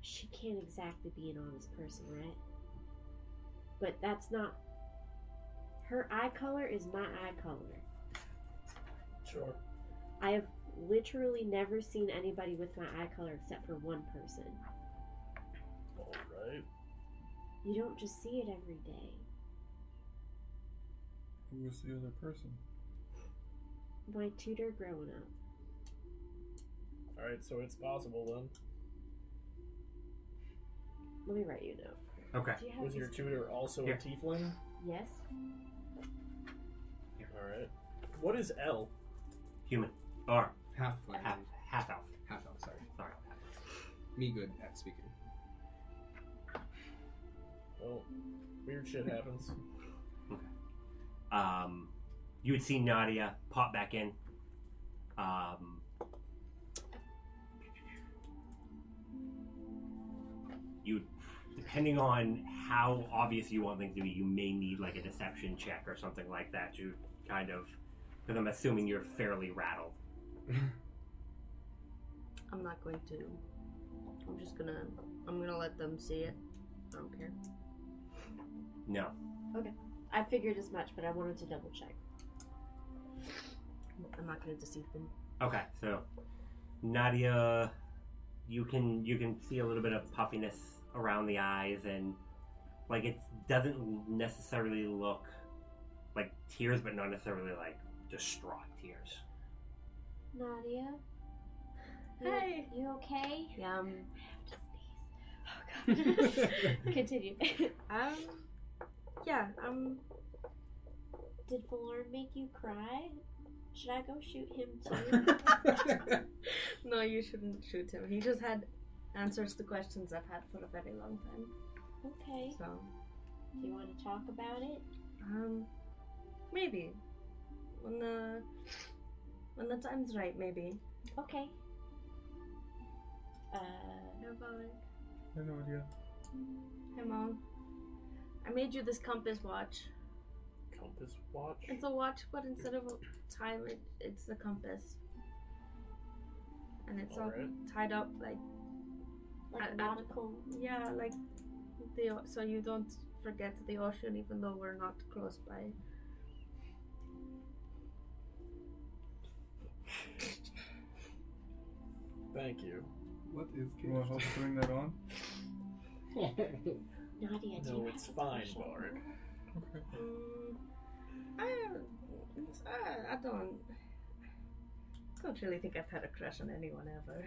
[SPEAKER 2] she can't exactly be an honest person, right? But that's not. Her eye color is my eye color.
[SPEAKER 7] Sure.
[SPEAKER 2] I have literally never seen anybody with my eye color except for one person.
[SPEAKER 7] All right.
[SPEAKER 2] You don't just see it every day.
[SPEAKER 10] Who was the other person?
[SPEAKER 2] My tutor growing up.
[SPEAKER 7] All right. So it's possible then.
[SPEAKER 2] Let me write you a note.
[SPEAKER 5] Okay.
[SPEAKER 2] Do you have
[SPEAKER 7] Was your
[SPEAKER 2] his-
[SPEAKER 7] tutor also
[SPEAKER 5] Yeah.
[SPEAKER 7] a tiefling?
[SPEAKER 2] Yes.
[SPEAKER 7] All right. What is L?
[SPEAKER 5] Human or
[SPEAKER 4] Half
[SPEAKER 5] half half elf.
[SPEAKER 4] half elf. Sorry,
[SPEAKER 5] Sorry.
[SPEAKER 4] me good at speaking.
[SPEAKER 7] Well, Oh, weird shit happens.
[SPEAKER 5] Um, you would see Nadia pop back in. Um, you, depending on how obvious you want things to be, you may need like a deception check or something like that to kind of, because I'm assuming you're fairly rattled.
[SPEAKER 8] I'm not going to. I'm just gonna. I'm gonna let them see it. I don't care.
[SPEAKER 5] No.
[SPEAKER 2] I figured as much, but I wanted to double check.
[SPEAKER 8] I'm not gonna deceive them.
[SPEAKER 5] Okay, so Nadia, you can you can see a little bit of puffiness around the eyes, and like it doesn't necessarily look like tears, but not necessarily like distraught tears.
[SPEAKER 2] Nadia? You-
[SPEAKER 3] Hey.
[SPEAKER 2] You okay?
[SPEAKER 8] Yeah. Um.
[SPEAKER 2] I have to sneeze. Oh,
[SPEAKER 7] [LAUGHS]
[SPEAKER 8] [LAUGHS]
[SPEAKER 2] God. [LAUGHS] Continue.
[SPEAKER 8] um yeah. Um.
[SPEAKER 2] Did Valarn make you cry? Should I go shoot him
[SPEAKER 7] [LAUGHS]
[SPEAKER 2] too?
[SPEAKER 8] No, you shouldn't shoot him. He just had answers to questions I've had for a very long time.
[SPEAKER 2] okay.
[SPEAKER 8] So.
[SPEAKER 2] Do you want to talk about it?
[SPEAKER 8] Um. Maybe. When the. When the time's right, maybe.
[SPEAKER 2] Okay. Uh,
[SPEAKER 8] How about it?
[SPEAKER 10] I have no idea.
[SPEAKER 8] Hi, Mom. I made you this compass watch.
[SPEAKER 7] Compass watch.
[SPEAKER 8] It's a watch, but instead of a time, it, it's a compass. And it's all
[SPEAKER 7] Alright.
[SPEAKER 8] tied up, like, I-
[SPEAKER 2] like
[SPEAKER 8] I-
[SPEAKER 2] nautical.
[SPEAKER 8] yeah, like, the, o- so you don't forget the ocean even though we're not close by.
[SPEAKER 5] [LAUGHS]
[SPEAKER 7] Thank you.
[SPEAKER 4] What is
[SPEAKER 10] You
[SPEAKER 4] Gideon?
[SPEAKER 10] want help putting that on?
[SPEAKER 2] Nadia, do
[SPEAKER 7] No,
[SPEAKER 2] you
[SPEAKER 7] it's
[SPEAKER 2] have a
[SPEAKER 7] fine,
[SPEAKER 2] question?
[SPEAKER 7] Bard.
[SPEAKER 8] Mm, I, it's- I, I don't. I don't really think I've had a crush on anyone ever.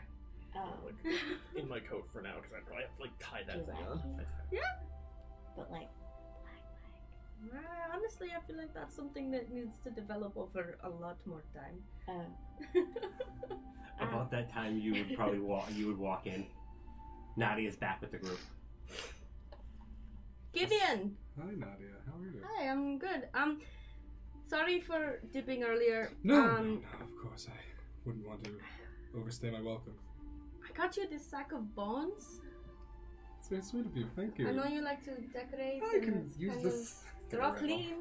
[SPEAKER 7] I'm,
[SPEAKER 2] Oh,
[SPEAKER 7] like, in my coat for now because I probably have to like tie
[SPEAKER 2] do you
[SPEAKER 7] that thing
[SPEAKER 2] like
[SPEAKER 7] on.
[SPEAKER 2] him?
[SPEAKER 8] Yeah.
[SPEAKER 2] But like,
[SPEAKER 8] Uh, honestly, I feel like that's something that needs to develop over a lot more time.
[SPEAKER 2] oh,
[SPEAKER 5] About that time, you would probably walk. You would walk in. Nadia's back with the group.
[SPEAKER 8] Gideon!
[SPEAKER 4] Hi Nadia, how are you?
[SPEAKER 8] Hi, I'm good. Um, sorry for dipping earlier.
[SPEAKER 4] No,
[SPEAKER 8] um,
[SPEAKER 4] no, no, of course I wouldn't want to overstay my welcome.
[SPEAKER 8] I got you this sack of bones.
[SPEAKER 4] It's very sweet of you. Thank you.
[SPEAKER 8] I know you like to decorate.
[SPEAKER 4] I
[SPEAKER 8] and
[SPEAKER 4] can
[SPEAKER 8] it's
[SPEAKER 4] use
[SPEAKER 8] kind
[SPEAKER 4] this.
[SPEAKER 8] of- They're all
[SPEAKER 4] [LAUGHS]
[SPEAKER 8] clean.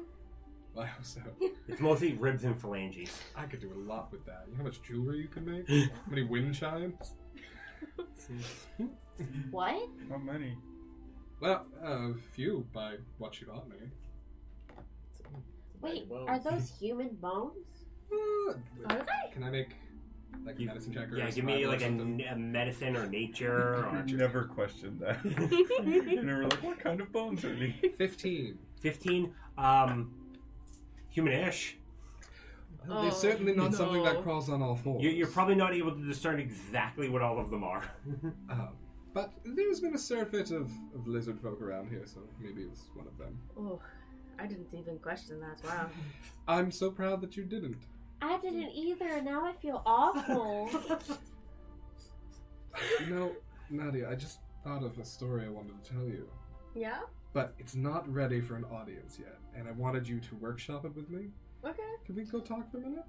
[SPEAKER 4] I hope
[SPEAKER 8] [LAUGHS]
[SPEAKER 4] so.
[SPEAKER 5] It's mostly ribs and phalanges.
[SPEAKER 4] I could do a lot with that. You know how much jewelry you could
[SPEAKER 5] [LAUGHS]
[SPEAKER 4] make? how many wind chimes?
[SPEAKER 2] What?
[SPEAKER 10] How many?
[SPEAKER 4] Well, a few by what you got me.
[SPEAKER 2] Wait, are those human bones?
[SPEAKER 4] Uh,
[SPEAKER 8] Are they?
[SPEAKER 4] Can I make like a
[SPEAKER 5] You-
[SPEAKER 4] medicine check or
[SPEAKER 5] Yeah,
[SPEAKER 4] a
[SPEAKER 5] give me
[SPEAKER 4] survival or
[SPEAKER 5] like a,
[SPEAKER 4] something?
[SPEAKER 5] n- a medicine or
[SPEAKER 4] [LAUGHS]
[SPEAKER 5] nature
[SPEAKER 10] I
[SPEAKER 5] or [LAUGHS]
[SPEAKER 10] never questioned that. and we were like, what kind of bones are these?
[SPEAKER 4] fifteen.
[SPEAKER 5] fifteen. Um, humanish.
[SPEAKER 4] Well, They're certainly not something that
[SPEAKER 3] no.
[SPEAKER 4] crawls on all fours.
[SPEAKER 5] You, you're probably not able to discern exactly what all of them are. [LAUGHS]
[SPEAKER 4] Um, but there's been a surfeit of, of lizard folk around here, so maybe it's one of them.
[SPEAKER 8] Oh, I didn't even question that.
[SPEAKER 4] [LAUGHS]
[SPEAKER 8] Wow.
[SPEAKER 4] I'm so proud that you didn't.
[SPEAKER 2] I didn't either, and now I feel
[SPEAKER 4] [LAUGHS]
[SPEAKER 2] awful.
[SPEAKER 4] You know, Nadia, I just thought of a story I wanted to tell you.
[SPEAKER 8] yeah.
[SPEAKER 4] But it's not ready for an audience yet, and I wanted you to workshop it with me.
[SPEAKER 8] Okay.
[SPEAKER 4] Can we go talk for a minute?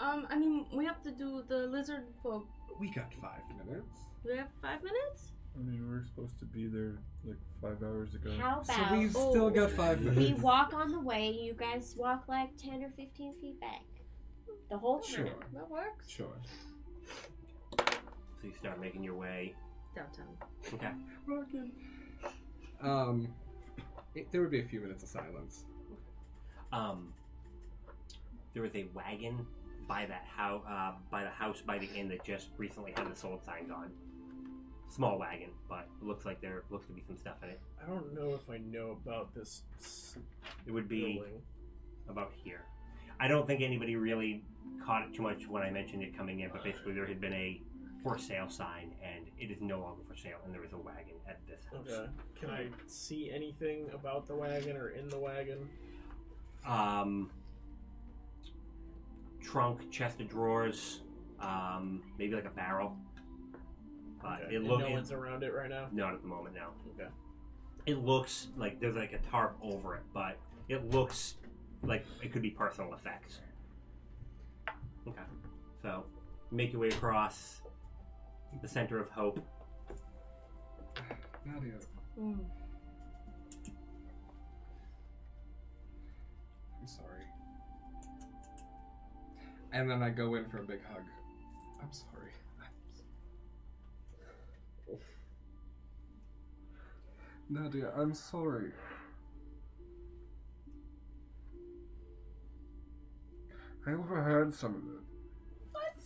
[SPEAKER 8] Um, I mean, we have to do the lizard folk.
[SPEAKER 4] We got five minutes.
[SPEAKER 8] Do we have five minutes?
[SPEAKER 10] I mean, we were supposed to be there like five hours ago.
[SPEAKER 2] How about
[SPEAKER 4] So we've still got five minutes.
[SPEAKER 2] we walk on the way, you guys walk like 10 or 15 feet back? The whole time.
[SPEAKER 4] Sure,
[SPEAKER 8] That works.
[SPEAKER 4] sure.
[SPEAKER 5] So you start making your way.
[SPEAKER 8] Downtown.
[SPEAKER 5] Okay.
[SPEAKER 4] Rockin'. Um, it, there would be a few minutes of silence.
[SPEAKER 5] Um, there was a wagon by that house, uh, by the house by the inn that just recently had the sold signs on. Small wagon, but looks like there looks to be some stuff in it.
[SPEAKER 7] I don't know if I know about this s-
[SPEAKER 5] It would be
[SPEAKER 7] building.
[SPEAKER 5] about here. I don't think anybody really caught it too much when I mentioned it coming in, but basically there had been a for sale sign, and it is no longer for sale, and there is a wagon at this house.
[SPEAKER 7] Okay. Can I see anything about the wagon or in the wagon?
[SPEAKER 5] um, trunk, chest of drawers, um, maybe like a barrel. But
[SPEAKER 7] Okay.
[SPEAKER 5] Uh, it
[SPEAKER 7] And
[SPEAKER 5] looks
[SPEAKER 7] no one's around it right now.
[SPEAKER 5] not at the moment now.
[SPEAKER 7] Okay.
[SPEAKER 5] It looks like there's like a tarp over it, but it looks like it could be personal effects. Okay, so make your way across the center of hope.
[SPEAKER 4] Nadia,
[SPEAKER 8] Mm.
[SPEAKER 4] I'm sorry. And then I go in for a big hug. I'm sorry. I'm so- Nadia, I'm sorry. I overheard some of it. What?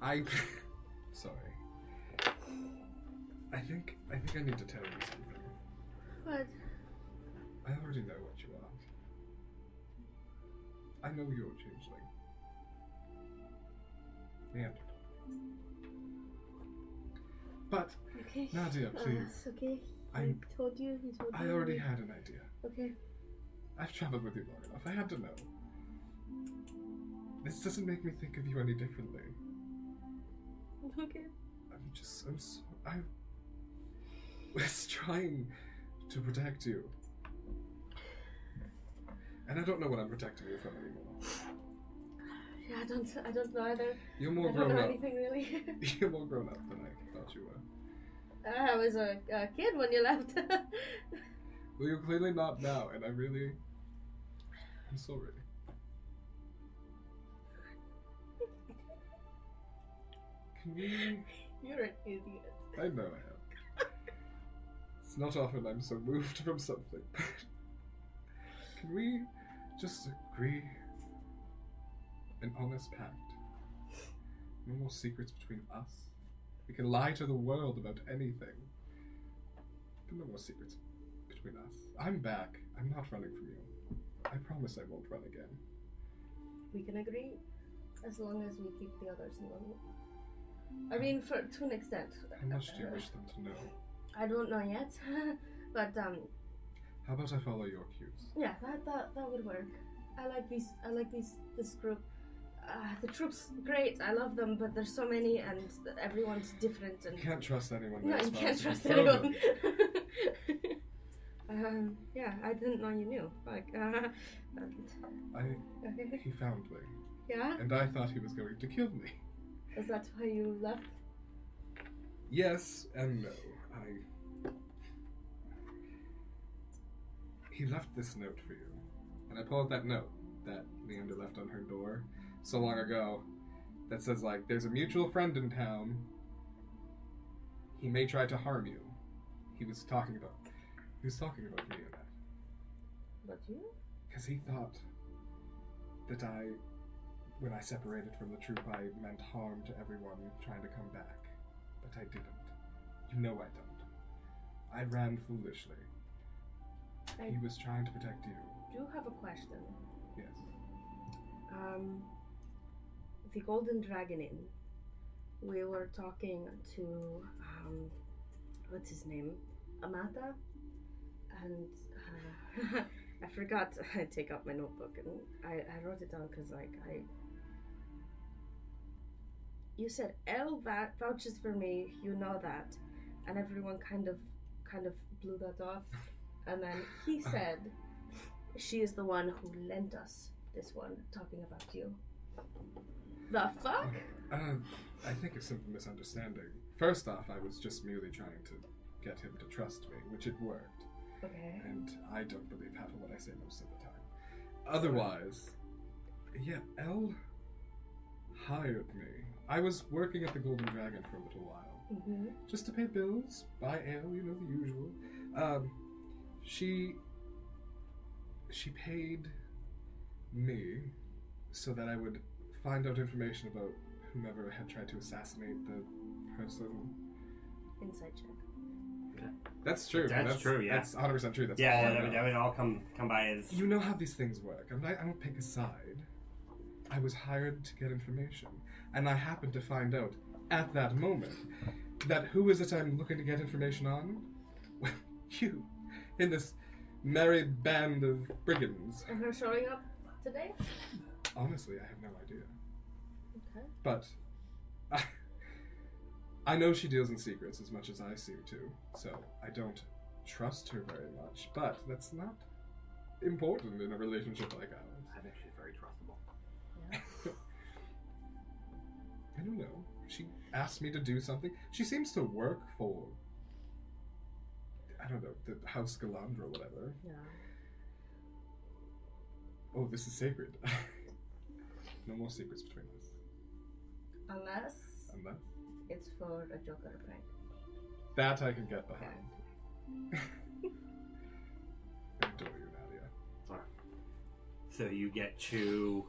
[SPEAKER 4] I. [LAUGHS] sorry. I think I think I need to tell you something.
[SPEAKER 8] But
[SPEAKER 4] I already know what you are. I know you're a changeling. Neanderthal. But,
[SPEAKER 8] okay.
[SPEAKER 4] Nadia,
[SPEAKER 8] Uh,
[SPEAKER 4] please.
[SPEAKER 8] it's okay. I
[SPEAKER 4] I'm-
[SPEAKER 8] told you. He told
[SPEAKER 4] I
[SPEAKER 8] you.
[SPEAKER 4] already had an idea.
[SPEAKER 8] Okay. [LAUGHS]
[SPEAKER 4] I've traveled with you long enough. I had to know. This doesn't make me think of you any differently.
[SPEAKER 8] Okay.
[SPEAKER 4] I'm just. I'm. So, I [LAUGHS] was trying to protect you. And I don't know what I'm protecting you from anymore.
[SPEAKER 8] Yeah, I don't. I don't know either.
[SPEAKER 4] You're more
[SPEAKER 8] I don't
[SPEAKER 4] grown
[SPEAKER 8] know
[SPEAKER 4] up.
[SPEAKER 8] anything really.
[SPEAKER 4] [LAUGHS]
[SPEAKER 8] [LAUGHS]
[SPEAKER 4] You're more grown up than I thought you were.
[SPEAKER 8] Ah, I was a, a kid when you left. [LAUGHS]
[SPEAKER 4] Well, you're clearly not now, and I really. I'm sorry. Can we.
[SPEAKER 8] You're an idiot.
[SPEAKER 4] I know I am. It's not often I'm so moved from something, [LAUGHS] but. Can we just agree an honest pact? No more secrets between us. We can lie to the world about anything. But no more secrets between us. I'm back. I'm not running from you. I promise I won't run again.
[SPEAKER 8] We can agree, as long as we keep the others in the loop. I mean, for to an extent.
[SPEAKER 4] How much do you wish them to know?
[SPEAKER 8] I don't know yet, [LAUGHS] but um,
[SPEAKER 4] How about I follow your cues?
[SPEAKER 8] yeah, that, that that would work. I like these. I like these. This group. Uh, the troops, great. I love them, but there's so many, and everyone's different. And
[SPEAKER 4] You can't trust anyone.
[SPEAKER 8] [LAUGHS] no,
[SPEAKER 4] that's
[SPEAKER 8] you
[SPEAKER 4] far
[SPEAKER 8] can't
[SPEAKER 4] as
[SPEAKER 8] trust
[SPEAKER 4] further.
[SPEAKER 8] anyone. [LAUGHS] um, yeah, I didn't know you knew. Like, [LAUGHS] uh,
[SPEAKER 4] I,
[SPEAKER 8] okay,
[SPEAKER 4] he found me,
[SPEAKER 8] yeah.
[SPEAKER 4] and I thought he was going to kill me.
[SPEAKER 8] Is that why you left?
[SPEAKER 4] Yes and no. I. He left this note for you. And I pull out that note that Leander left on her door so long ago that says, like, there's a mutual friend in town. He may try to harm you. He was talking about. He was talking about me and that.
[SPEAKER 2] But you?
[SPEAKER 4] Because he thought that I, when I separated from the troop, I meant harm to everyone trying to come back. But I didn't. You know I don't. I ran foolishly.
[SPEAKER 8] I-
[SPEAKER 4] He was trying to protect you.
[SPEAKER 8] Do have a question.
[SPEAKER 4] Yes.
[SPEAKER 8] Um, the Golden Dragon Inn. We were talking to um, what's his name, Amata, and uh, [LAUGHS] I forgot to [LAUGHS] take out my notebook and I, I wrote it down because like I. You said L va- vouches for me. You know that, and everyone kind of, kind of blew that off, and then he said. She is the one who lent us this one talking about you. The fuck?
[SPEAKER 4] Uh, I think it's simple misunderstanding. First off, I was just merely trying to get him to trust me, which it worked,
[SPEAKER 8] Okay.
[SPEAKER 4] and I don't believe half of what I say most of the time. Otherwise, yeah, L hired me. I was working at the Golden Dragon for a little while,
[SPEAKER 8] Mm-hmm.
[SPEAKER 4] just to pay bills, buy ale, you know the usual. Um, she she paid me so that I would find out information about whomever had tried to assassinate the person.
[SPEAKER 8] Insight check.
[SPEAKER 4] That's true.
[SPEAKER 5] That's true, yeah.
[SPEAKER 4] that's 100 percent true. That's all
[SPEAKER 5] yeah,
[SPEAKER 4] I
[SPEAKER 5] that would,
[SPEAKER 4] know.
[SPEAKER 7] uh,
[SPEAKER 5] that would all come come by as
[SPEAKER 4] You know how these things work. I'm not, I don't pick a side. I was hired to get information, and I happened to find out at that moment that who is it I'm looking to get information on? [LAUGHS] Well, you, in this merry band of brigands.
[SPEAKER 8] And her showing up today?
[SPEAKER 4] Honestly, I have no idea.
[SPEAKER 8] Okay.
[SPEAKER 4] But I, I know she deals in secrets as much as I seem to, so I don't trust her very much. But that's not important in a relationship like ours.
[SPEAKER 5] I think she's very trustable.
[SPEAKER 4] I don't know. She asked me to do something. She seems to work for. I don't know, the House Galandra or whatever.
[SPEAKER 8] Yeah.
[SPEAKER 4] Oh, this is sacred. [LAUGHS] no more secrets between us.
[SPEAKER 8] Unless
[SPEAKER 4] And that,
[SPEAKER 8] it's for a joke or a prank.
[SPEAKER 4] that I can get behind. I [LAUGHS] adore you, Nadia.
[SPEAKER 5] So you get to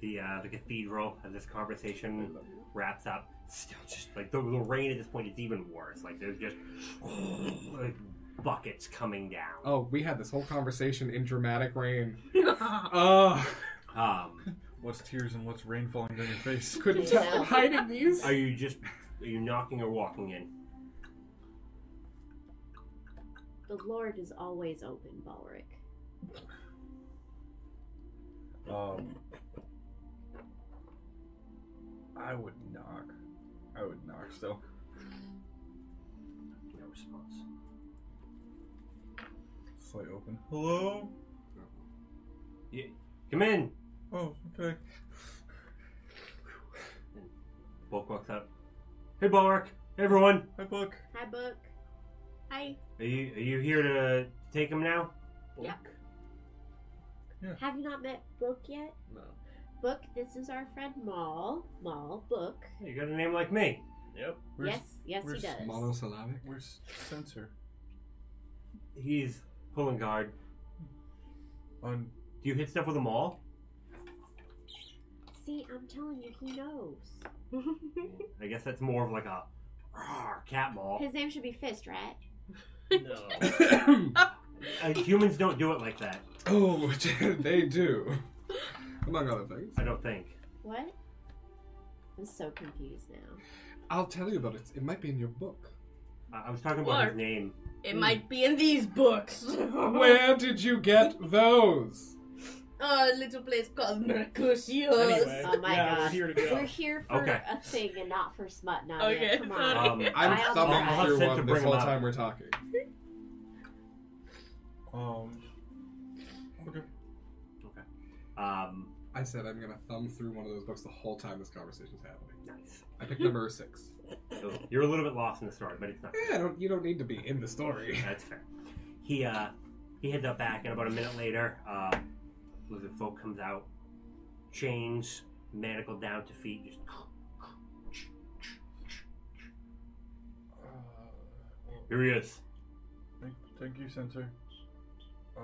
[SPEAKER 5] the uh, the cathedral, and this
[SPEAKER 4] I
[SPEAKER 5] conversation
[SPEAKER 4] love you.
[SPEAKER 5] wraps up. Still, just like the, the rain at this point, it's even worse. Like there's just [SIGHS] like buckets coming down.
[SPEAKER 4] Oh, we had this whole conversation in dramatic rain. oh, [LAUGHS]
[SPEAKER 5] Um,
[SPEAKER 10] What's tears and what's rain falling down your face?
[SPEAKER 4] couldn't tell. I'm hiding these.
[SPEAKER 5] are you just are you knocking or walking in?
[SPEAKER 2] The Lord is always open, Balric.
[SPEAKER 10] Um, I would knock. I would knock still.
[SPEAKER 5] No response.
[SPEAKER 10] Slight open. Hello?
[SPEAKER 5] Come in.
[SPEAKER 10] Oh, okay.
[SPEAKER 5] Bulk walks up. Hey, Balric. Hey, everyone.
[SPEAKER 10] Hi, Buck.
[SPEAKER 3] Hi, Book. Hi.
[SPEAKER 5] Are you are you here to take him now?
[SPEAKER 2] Have you not met Book yet?
[SPEAKER 15] No.
[SPEAKER 2] Book, this is our friend Maul. Maul, Book.
[SPEAKER 5] Hey, you got a name like me.
[SPEAKER 2] [LAUGHS]
[SPEAKER 15] Yep.
[SPEAKER 10] Where's,
[SPEAKER 2] yes, yes, he
[SPEAKER 10] where's
[SPEAKER 2] does.
[SPEAKER 4] Monosyllabic.
[SPEAKER 10] Where's Sensor?
[SPEAKER 5] He's pulling guard.
[SPEAKER 10] On.
[SPEAKER 5] Do you hit stuff with a maul?
[SPEAKER 2] See, I'm telling you, he [LAUGHS] knows.
[SPEAKER 5] [LAUGHS] I guess that's more of like a rawr, cat maul.
[SPEAKER 2] His name should be Fist, right?
[SPEAKER 15] No.
[SPEAKER 5] Uh, humans don't do it like that.
[SPEAKER 4] [COUGHS] oh, [LAUGHS] they do. Among other things.
[SPEAKER 5] I don't think.
[SPEAKER 2] What? I'm so confused now.
[SPEAKER 4] I'll tell you about it. It might be in your book.
[SPEAKER 5] I, I was talking about his
[SPEAKER 8] What?
[SPEAKER 5] name.
[SPEAKER 8] It might be in these books. [LAUGHS]
[SPEAKER 4] Where did you get those?
[SPEAKER 8] a little place called Mercutio.
[SPEAKER 7] Anyway,
[SPEAKER 2] Oh my
[SPEAKER 7] yeah, we're
[SPEAKER 2] gosh.
[SPEAKER 7] here to go.
[SPEAKER 2] We're here for
[SPEAKER 5] Okay.
[SPEAKER 2] a thing and not for smut, Nadia.
[SPEAKER 8] Okay,
[SPEAKER 2] Come
[SPEAKER 8] sorry.
[SPEAKER 2] on.
[SPEAKER 5] Um,
[SPEAKER 4] [LAUGHS] I'm
[SPEAKER 2] I'll-
[SPEAKER 4] thumbing
[SPEAKER 2] I'll
[SPEAKER 5] have
[SPEAKER 4] through
[SPEAKER 5] Sensor
[SPEAKER 4] one
[SPEAKER 5] bring
[SPEAKER 4] this
[SPEAKER 5] 'em
[SPEAKER 4] whole
[SPEAKER 5] up.
[SPEAKER 4] time we're talking.
[SPEAKER 10] Um. Okay.
[SPEAKER 5] Um,
[SPEAKER 4] I said I'm gonna thumb through one of those books the whole time this conversation's happening.
[SPEAKER 5] nice.
[SPEAKER 4] I picked number six.
[SPEAKER 5] So you're a little bit lost in the story, but it's not.
[SPEAKER 4] Eh, I don't, you don't need to be in the story.
[SPEAKER 5] That's fair. He uh, he heads out back, and about a minute later, uh, Luther Folk comes out, chains manacled down to feet, just
[SPEAKER 10] Uh,
[SPEAKER 5] [SNIFFS] here he is.
[SPEAKER 10] thank, thank you, censor. Uh,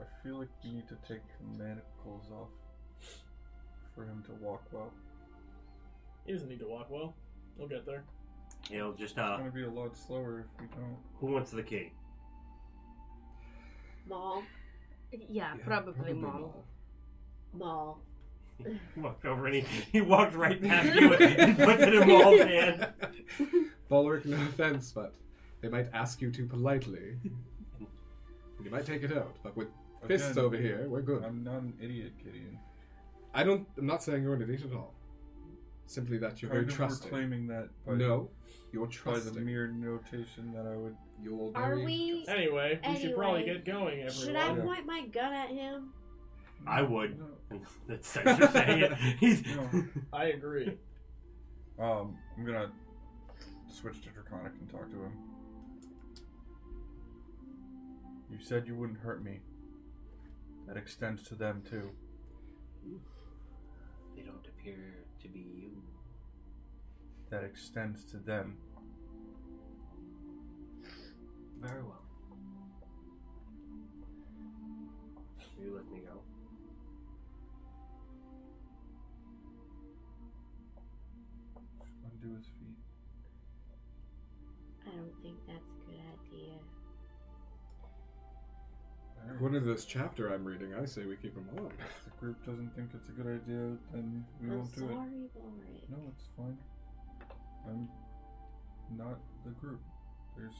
[SPEAKER 10] I feel like we need to take the manacles off for him to walk well.
[SPEAKER 7] He doesn't need to walk well. He'll get there.
[SPEAKER 5] You know, just
[SPEAKER 10] It's
[SPEAKER 5] uh,
[SPEAKER 10] gonna be a lot slower if we don't.
[SPEAKER 5] who wants the key?
[SPEAKER 3] Maul.
[SPEAKER 8] Yeah,
[SPEAKER 4] [LAUGHS] Yeah,
[SPEAKER 8] probably, mom.
[SPEAKER 4] Maul.
[SPEAKER 3] Maul.
[SPEAKER 5] He walked over and he, he walked right past you
[SPEAKER 4] [LAUGHS]
[SPEAKER 5] and put it in Maul's hand.
[SPEAKER 4] Balric, no offense, but they might ask you to politely. You might take it out, but with fists
[SPEAKER 10] Again,
[SPEAKER 4] over here, we're good.
[SPEAKER 10] I'm not an idiot, Gideon.
[SPEAKER 4] I don't. I'm not saying you're an idiot at all. Simply that you're very
[SPEAKER 10] Kind of
[SPEAKER 4] trusting.
[SPEAKER 10] reclaiming that by,
[SPEAKER 4] No, you're
[SPEAKER 10] by the
[SPEAKER 4] trusting.
[SPEAKER 10] mere notation that I would.
[SPEAKER 4] You're
[SPEAKER 2] Are
[SPEAKER 4] very.
[SPEAKER 2] we?
[SPEAKER 7] Anyway, we should probably
[SPEAKER 2] Anyway,
[SPEAKER 7] get going, everyone.
[SPEAKER 2] Should I
[SPEAKER 10] Yeah.
[SPEAKER 2] point my gun at him?
[SPEAKER 5] I would.
[SPEAKER 10] No.
[SPEAKER 5] That's censor saying it. He's
[SPEAKER 10] No.
[SPEAKER 7] I agree.
[SPEAKER 10] Um, I'm gonna switch to Draconic and talk to him. You said you wouldn't hurt me. That extends to them too.
[SPEAKER 5] they don't appear to be you.
[SPEAKER 10] That extends to them.
[SPEAKER 5] Very well. Will you let me go?
[SPEAKER 10] Undo his feet.
[SPEAKER 2] I don't think that's a good idea.
[SPEAKER 4] According to this chapter I'm reading, I say we keep him on.
[SPEAKER 10] If the group doesn't think it's a good idea, then we
[SPEAKER 2] I'm
[SPEAKER 10] won't do it.
[SPEAKER 2] sorry, Ulrich.
[SPEAKER 10] No, it's fine. I'm not the group. There's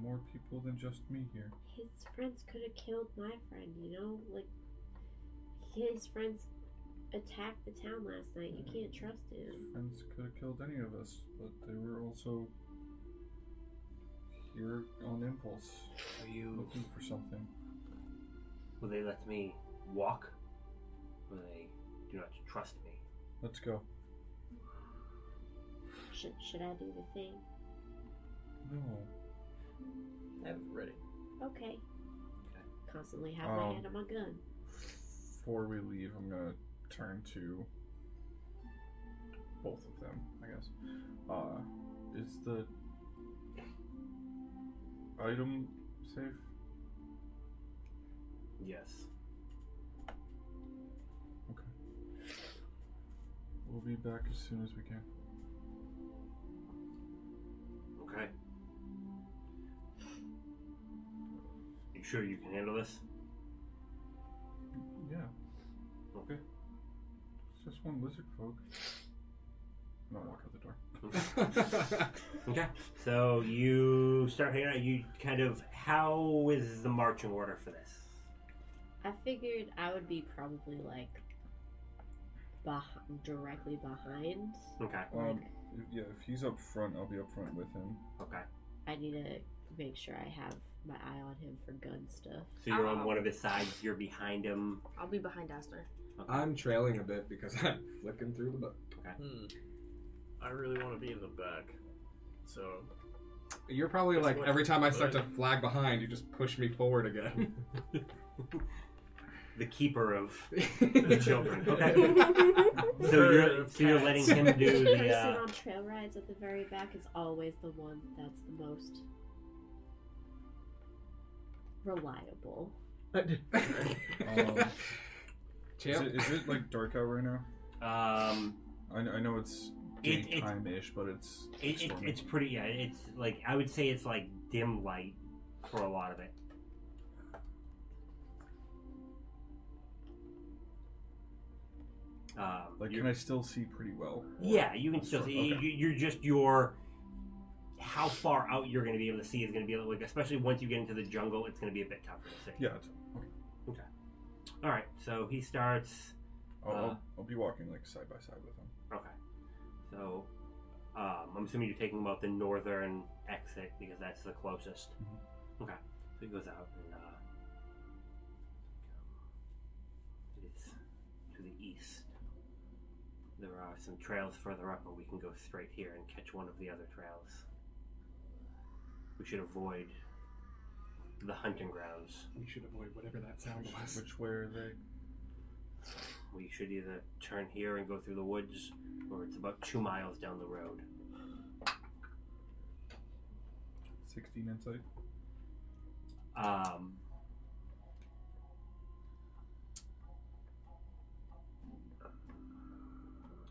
[SPEAKER 10] more people than just me here.
[SPEAKER 2] His friends could have killed my friend, you know? Like, his friends attacked the town last night. You can't trust
[SPEAKER 10] His
[SPEAKER 2] him.
[SPEAKER 10] friends could have killed any of us, but they were also here on impulse,
[SPEAKER 5] Are you?
[SPEAKER 10] looking for something.
[SPEAKER 5] Will they let me walk? Will they do not trust me?
[SPEAKER 10] Let's go.
[SPEAKER 2] Should, should I do the thing?
[SPEAKER 10] No.
[SPEAKER 7] Have it ready.
[SPEAKER 2] Okay. Constantly have my
[SPEAKER 10] Um,
[SPEAKER 2] hand on my gun.
[SPEAKER 10] Before we leave, I'm gonna turn to both of them, I guess. Uh, is the item safe?
[SPEAKER 5] Yes.
[SPEAKER 10] We'll be back as soon as we can.
[SPEAKER 5] Okay. You sure you can handle this? [LAUGHS]
[SPEAKER 10] Yeah,
[SPEAKER 5] Okay.
[SPEAKER 10] it's just one lizard folk. And I'll walk out the door.
[SPEAKER 5] Okay. So you start hanging out. You kind of. How is the marching order for this?
[SPEAKER 2] I figured I would be probably like beh- directly behind.
[SPEAKER 5] Okay.
[SPEAKER 10] Um,
[SPEAKER 2] Like,
[SPEAKER 10] if- yeah, if he's up front, I'll be up front with him.
[SPEAKER 5] Okay.
[SPEAKER 2] I need to make sure I have my eye on him for gun stuff.
[SPEAKER 5] So you're on one of his sides. You're behind him.
[SPEAKER 8] I'll be behind Asner.
[SPEAKER 4] [LAUGHS] I'm trailing a bit because I'm flicking through the book.
[SPEAKER 7] Hmm. I really want to be in the back. So
[SPEAKER 4] You're probably
[SPEAKER 7] That's
[SPEAKER 4] like
[SPEAKER 7] what-
[SPEAKER 4] every time I start to flag behind, you just push me forward
[SPEAKER 10] [LAUGHS]
[SPEAKER 4] again. [LAUGHS]
[SPEAKER 5] The keeper of.
[SPEAKER 4] the
[SPEAKER 5] children,
[SPEAKER 4] [LAUGHS]
[SPEAKER 5] So you're so you're letting him
[SPEAKER 2] [LAUGHS]
[SPEAKER 5] do
[SPEAKER 2] The person
[SPEAKER 5] the. Uh,
[SPEAKER 2] on trail rides at the very back is always the one that's the most reliable.
[SPEAKER 10] Um, Is
[SPEAKER 4] Champ,
[SPEAKER 10] it, is it like dark out right now?
[SPEAKER 5] um.
[SPEAKER 10] I, I know it's
[SPEAKER 5] It- it-
[SPEAKER 10] daytime ish, but it's
[SPEAKER 5] It, it,
[SPEAKER 10] stormy.
[SPEAKER 5] it's pretty. Yeah. It's like I would say it's like dim light for a lot of it. Um,
[SPEAKER 10] like
[SPEAKER 5] you're-
[SPEAKER 10] can I still see pretty well?
[SPEAKER 5] Yeah, you can still
[SPEAKER 10] Sure,
[SPEAKER 5] see.
[SPEAKER 10] okay.
[SPEAKER 5] You, you're just your how far out you're going to be able to see is going to be like, especially once you get into the jungle, it's going to be a bit tougher to see.
[SPEAKER 10] Yeah, it's, okay.
[SPEAKER 5] All right, so he starts.
[SPEAKER 10] I'll,
[SPEAKER 5] Uh,
[SPEAKER 10] I'll, I'll be walking like side by side with him.
[SPEAKER 5] Okay, so um, I'm assuming you're taking him out the northern exit because that's the closest. Okay, so he goes out and uh, it is to the east. there are some trails further up, or we can go straight here and catch one of the other trails. We should avoid the hunting grounds.
[SPEAKER 4] We should avoid whatever that sound
[SPEAKER 10] Which,
[SPEAKER 4] was.
[SPEAKER 10] which way are they?
[SPEAKER 5] We should either turn here and go through the woods, or it's about two miles down the road.
[SPEAKER 10] 16 insight?
[SPEAKER 5] Um,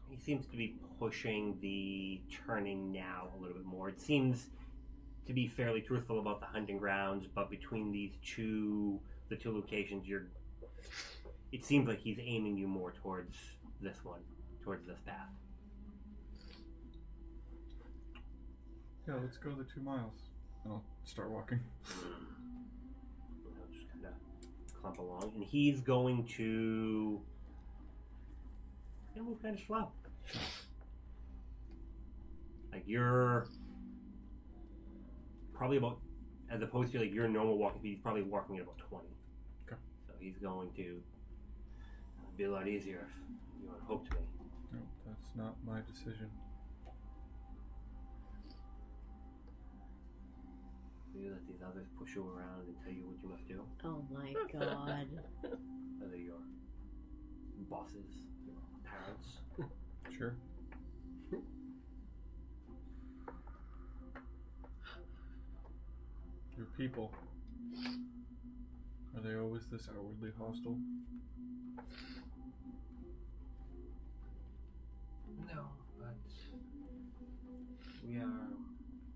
[SPEAKER 5] he seems to be pushing the turning now a little bit more. It seems to be fairly truthful about the hunting grounds, but between these two, the two locations, you're. It seems like he's aiming you more towards this one, towards this path.
[SPEAKER 10] Yeah, let's go the two miles. And I'll start walking.
[SPEAKER 5] you know, just kind of clump along. And he's going to. And we'll kind of flop. Like you're probably about, as opposed to like your normal walking speed, he's probably walking at about twenty.
[SPEAKER 10] Okay.
[SPEAKER 5] So he's going to it'd be a lot easier if you had hooked me.
[SPEAKER 10] No, that's not my decision.
[SPEAKER 5] You let these others push you around and tell you what you must do.
[SPEAKER 2] Oh [LAUGHS] my god.
[SPEAKER 5] Whether your bosses, your parents,
[SPEAKER 10] Sure. Your people. Are they always this outwardly hostile?
[SPEAKER 5] No, but we are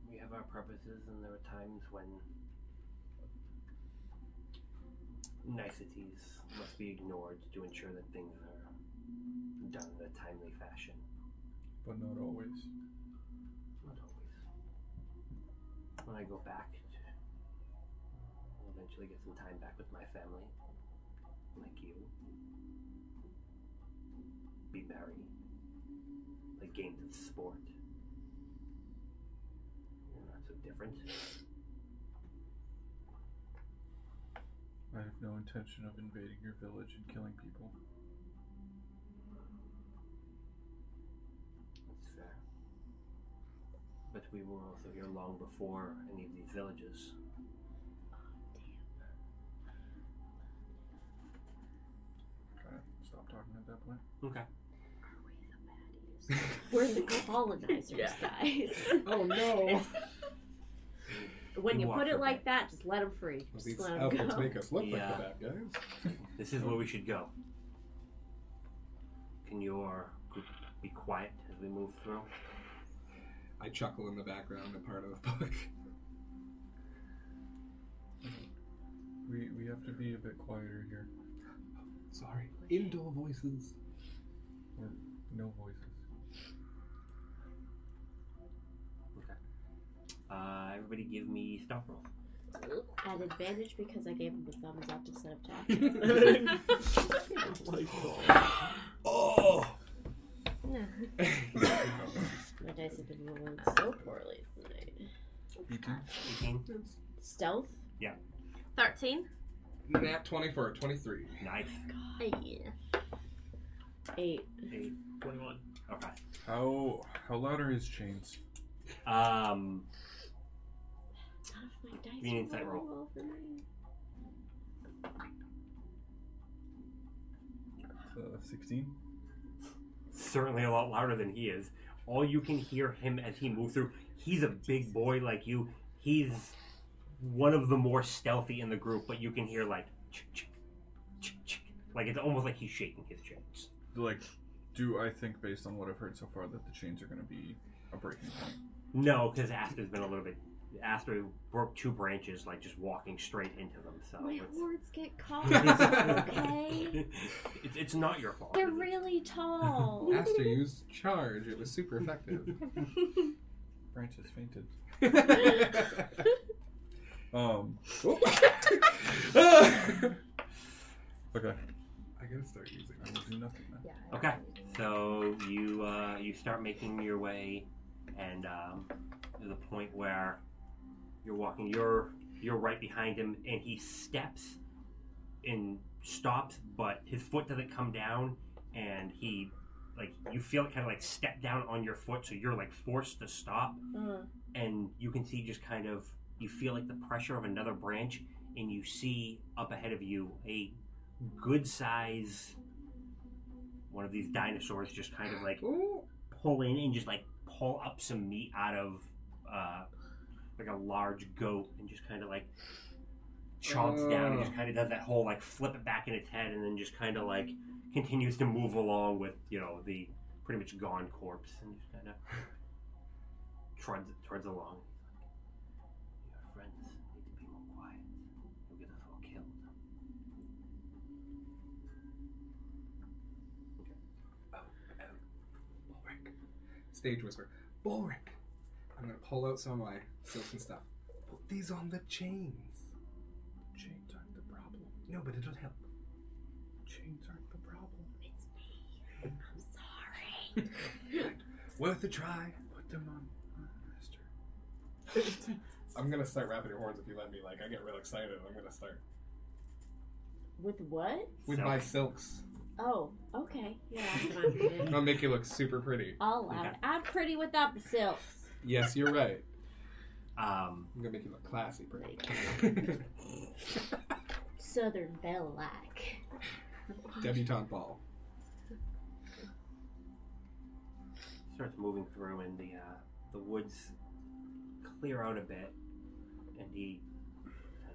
[SPEAKER 5] we have our purposes and there are times when niceties must be ignored to ensure that things are done in a timely fashion.
[SPEAKER 10] But not always.
[SPEAKER 5] Not always. When I go back to I'll eventually get some time back with my family. Like you. Be merry. Play games of sport. You're not so different.
[SPEAKER 10] I have no intention of invading your village and killing people.
[SPEAKER 5] That's fair. But we were also here long before any of these villages.
[SPEAKER 10] Kind of stop talking at that point.
[SPEAKER 5] Okay.
[SPEAKER 2] We're [LAUGHS] the colonizers,
[SPEAKER 3] Yeah.
[SPEAKER 2] guys. [LAUGHS]
[SPEAKER 4] Oh no!
[SPEAKER 2] When you
[SPEAKER 5] Walk
[SPEAKER 2] put
[SPEAKER 5] her
[SPEAKER 2] it like that, just let them free.
[SPEAKER 4] Well,
[SPEAKER 2] Just
[SPEAKER 4] these
[SPEAKER 2] let them
[SPEAKER 4] outfits
[SPEAKER 2] go.
[SPEAKER 4] Oh, make us look
[SPEAKER 5] Yeah.
[SPEAKER 4] like the bad guys.
[SPEAKER 5] This is where we should go. Can your group be quiet as we move through?
[SPEAKER 4] I chuckle in the background and part of the book.
[SPEAKER 10] We, we have to be a bit quieter here.
[SPEAKER 4] Sorry. Indoor voices.
[SPEAKER 10] Or no voices.
[SPEAKER 5] Uh, everybody give me stealth roll.
[SPEAKER 2] At advantage because I gave him the thumbs up instead of tap.
[SPEAKER 4] [LAUGHS]
[SPEAKER 2] [LAUGHS]
[SPEAKER 4] Oh!
[SPEAKER 2] My dice have been rolling so poorly tonight.
[SPEAKER 10] E
[SPEAKER 5] 18?
[SPEAKER 2] Stealth?
[SPEAKER 8] 13?
[SPEAKER 4] Nat 20 for a 23.
[SPEAKER 5] Nice.
[SPEAKER 2] Yeah. Eight.
[SPEAKER 5] Eight.
[SPEAKER 7] Twenty-one.
[SPEAKER 5] Okay.
[SPEAKER 10] How how loud are his chains?
[SPEAKER 5] Um,
[SPEAKER 2] None of my dice
[SPEAKER 5] Give me an
[SPEAKER 2] are
[SPEAKER 5] insight
[SPEAKER 2] rolling well for me.
[SPEAKER 10] Uh, 16?
[SPEAKER 5] certainly a lot louder than he is. All you can hear him as he moves through. He's a big boy like you. He's one of the more stealthy in the group, but you can hear like chick, chick, chick, chick. like it's almost like he's shaking his chains.
[SPEAKER 10] Like, do I think, based on what I've heard so far, that the chains are going to be a breaking point?
[SPEAKER 5] No, because Aster's been a little bit. Aster broke two branches, like just walking straight into them.
[SPEAKER 4] Oh,
[SPEAKER 5] So
[SPEAKER 2] My
[SPEAKER 5] [LAUGHS] it's,
[SPEAKER 2] hordes
[SPEAKER 4] [LAUGHS]
[SPEAKER 2] get caught. okay?
[SPEAKER 5] it's, it's not your fault.
[SPEAKER 2] They're really
[SPEAKER 4] [LAUGHS]
[SPEAKER 2] tall.
[SPEAKER 4] Aster used charge. It was super effective.
[SPEAKER 10] Branch has
[SPEAKER 4] [LAUGHS]
[SPEAKER 10] fainted.
[SPEAKER 4] Oh. [LAUGHS]
[SPEAKER 10] Um, okay.
[SPEAKER 4] I gotta start using
[SPEAKER 10] I will do nothing then.
[SPEAKER 5] Okay, so you uh, you start making your way, and um, to the point where you're walking, you're you're right behind him, and he steps and stops, but his foot doesn't come down, and he like you feel it kind of like step down on your foot, so you're like forced to stop, and you can see just kind of you feel like the pressure of another branch, and you see up ahead of you a good size one of these dinosaurs just kind of like
[SPEAKER 7] [LAUGHS]
[SPEAKER 5] pull in and just like pull up some meat out of uh, like a large goat and just kind of like chomps down and just kind of does that whole like flip it back in its head and then just kind of like continues to move along with you know the pretty much gone corpse and just [LAUGHS] kind of treads treads along. Your friends need to be more quiet. You'll get us all killed.
[SPEAKER 4] Bulwark. Stage whisper. Bulwark. I'm gonna pull out some of my silks and stuff. Put these on the chains.
[SPEAKER 9] Chains aren't the problem.
[SPEAKER 4] No, but it'll help.
[SPEAKER 9] Chains aren't the problem.
[SPEAKER 4] [LAUGHS] Worth a try.
[SPEAKER 9] Put them on, on Master.
[SPEAKER 4] [LAUGHS] I'm gonna start rapping your horns if you let me. Like, I get real excited. I'm gonna start
[SPEAKER 2] With what?
[SPEAKER 4] with
[SPEAKER 5] Silk.
[SPEAKER 4] my silks.
[SPEAKER 2] Oh, okay. Yeah, [LAUGHS] that's what I'm doing.
[SPEAKER 4] I'm gonna make you look super pretty.
[SPEAKER 2] All out. I'm pretty without the silks.
[SPEAKER 4] Yes, you're right.
[SPEAKER 5] Um,
[SPEAKER 4] I'm gonna make you look classy, pretty.
[SPEAKER 2] Southern belle like.
[SPEAKER 4] Debutante ball.
[SPEAKER 5] starts moving through, and the uh, the woods clear out a bit, and he uh,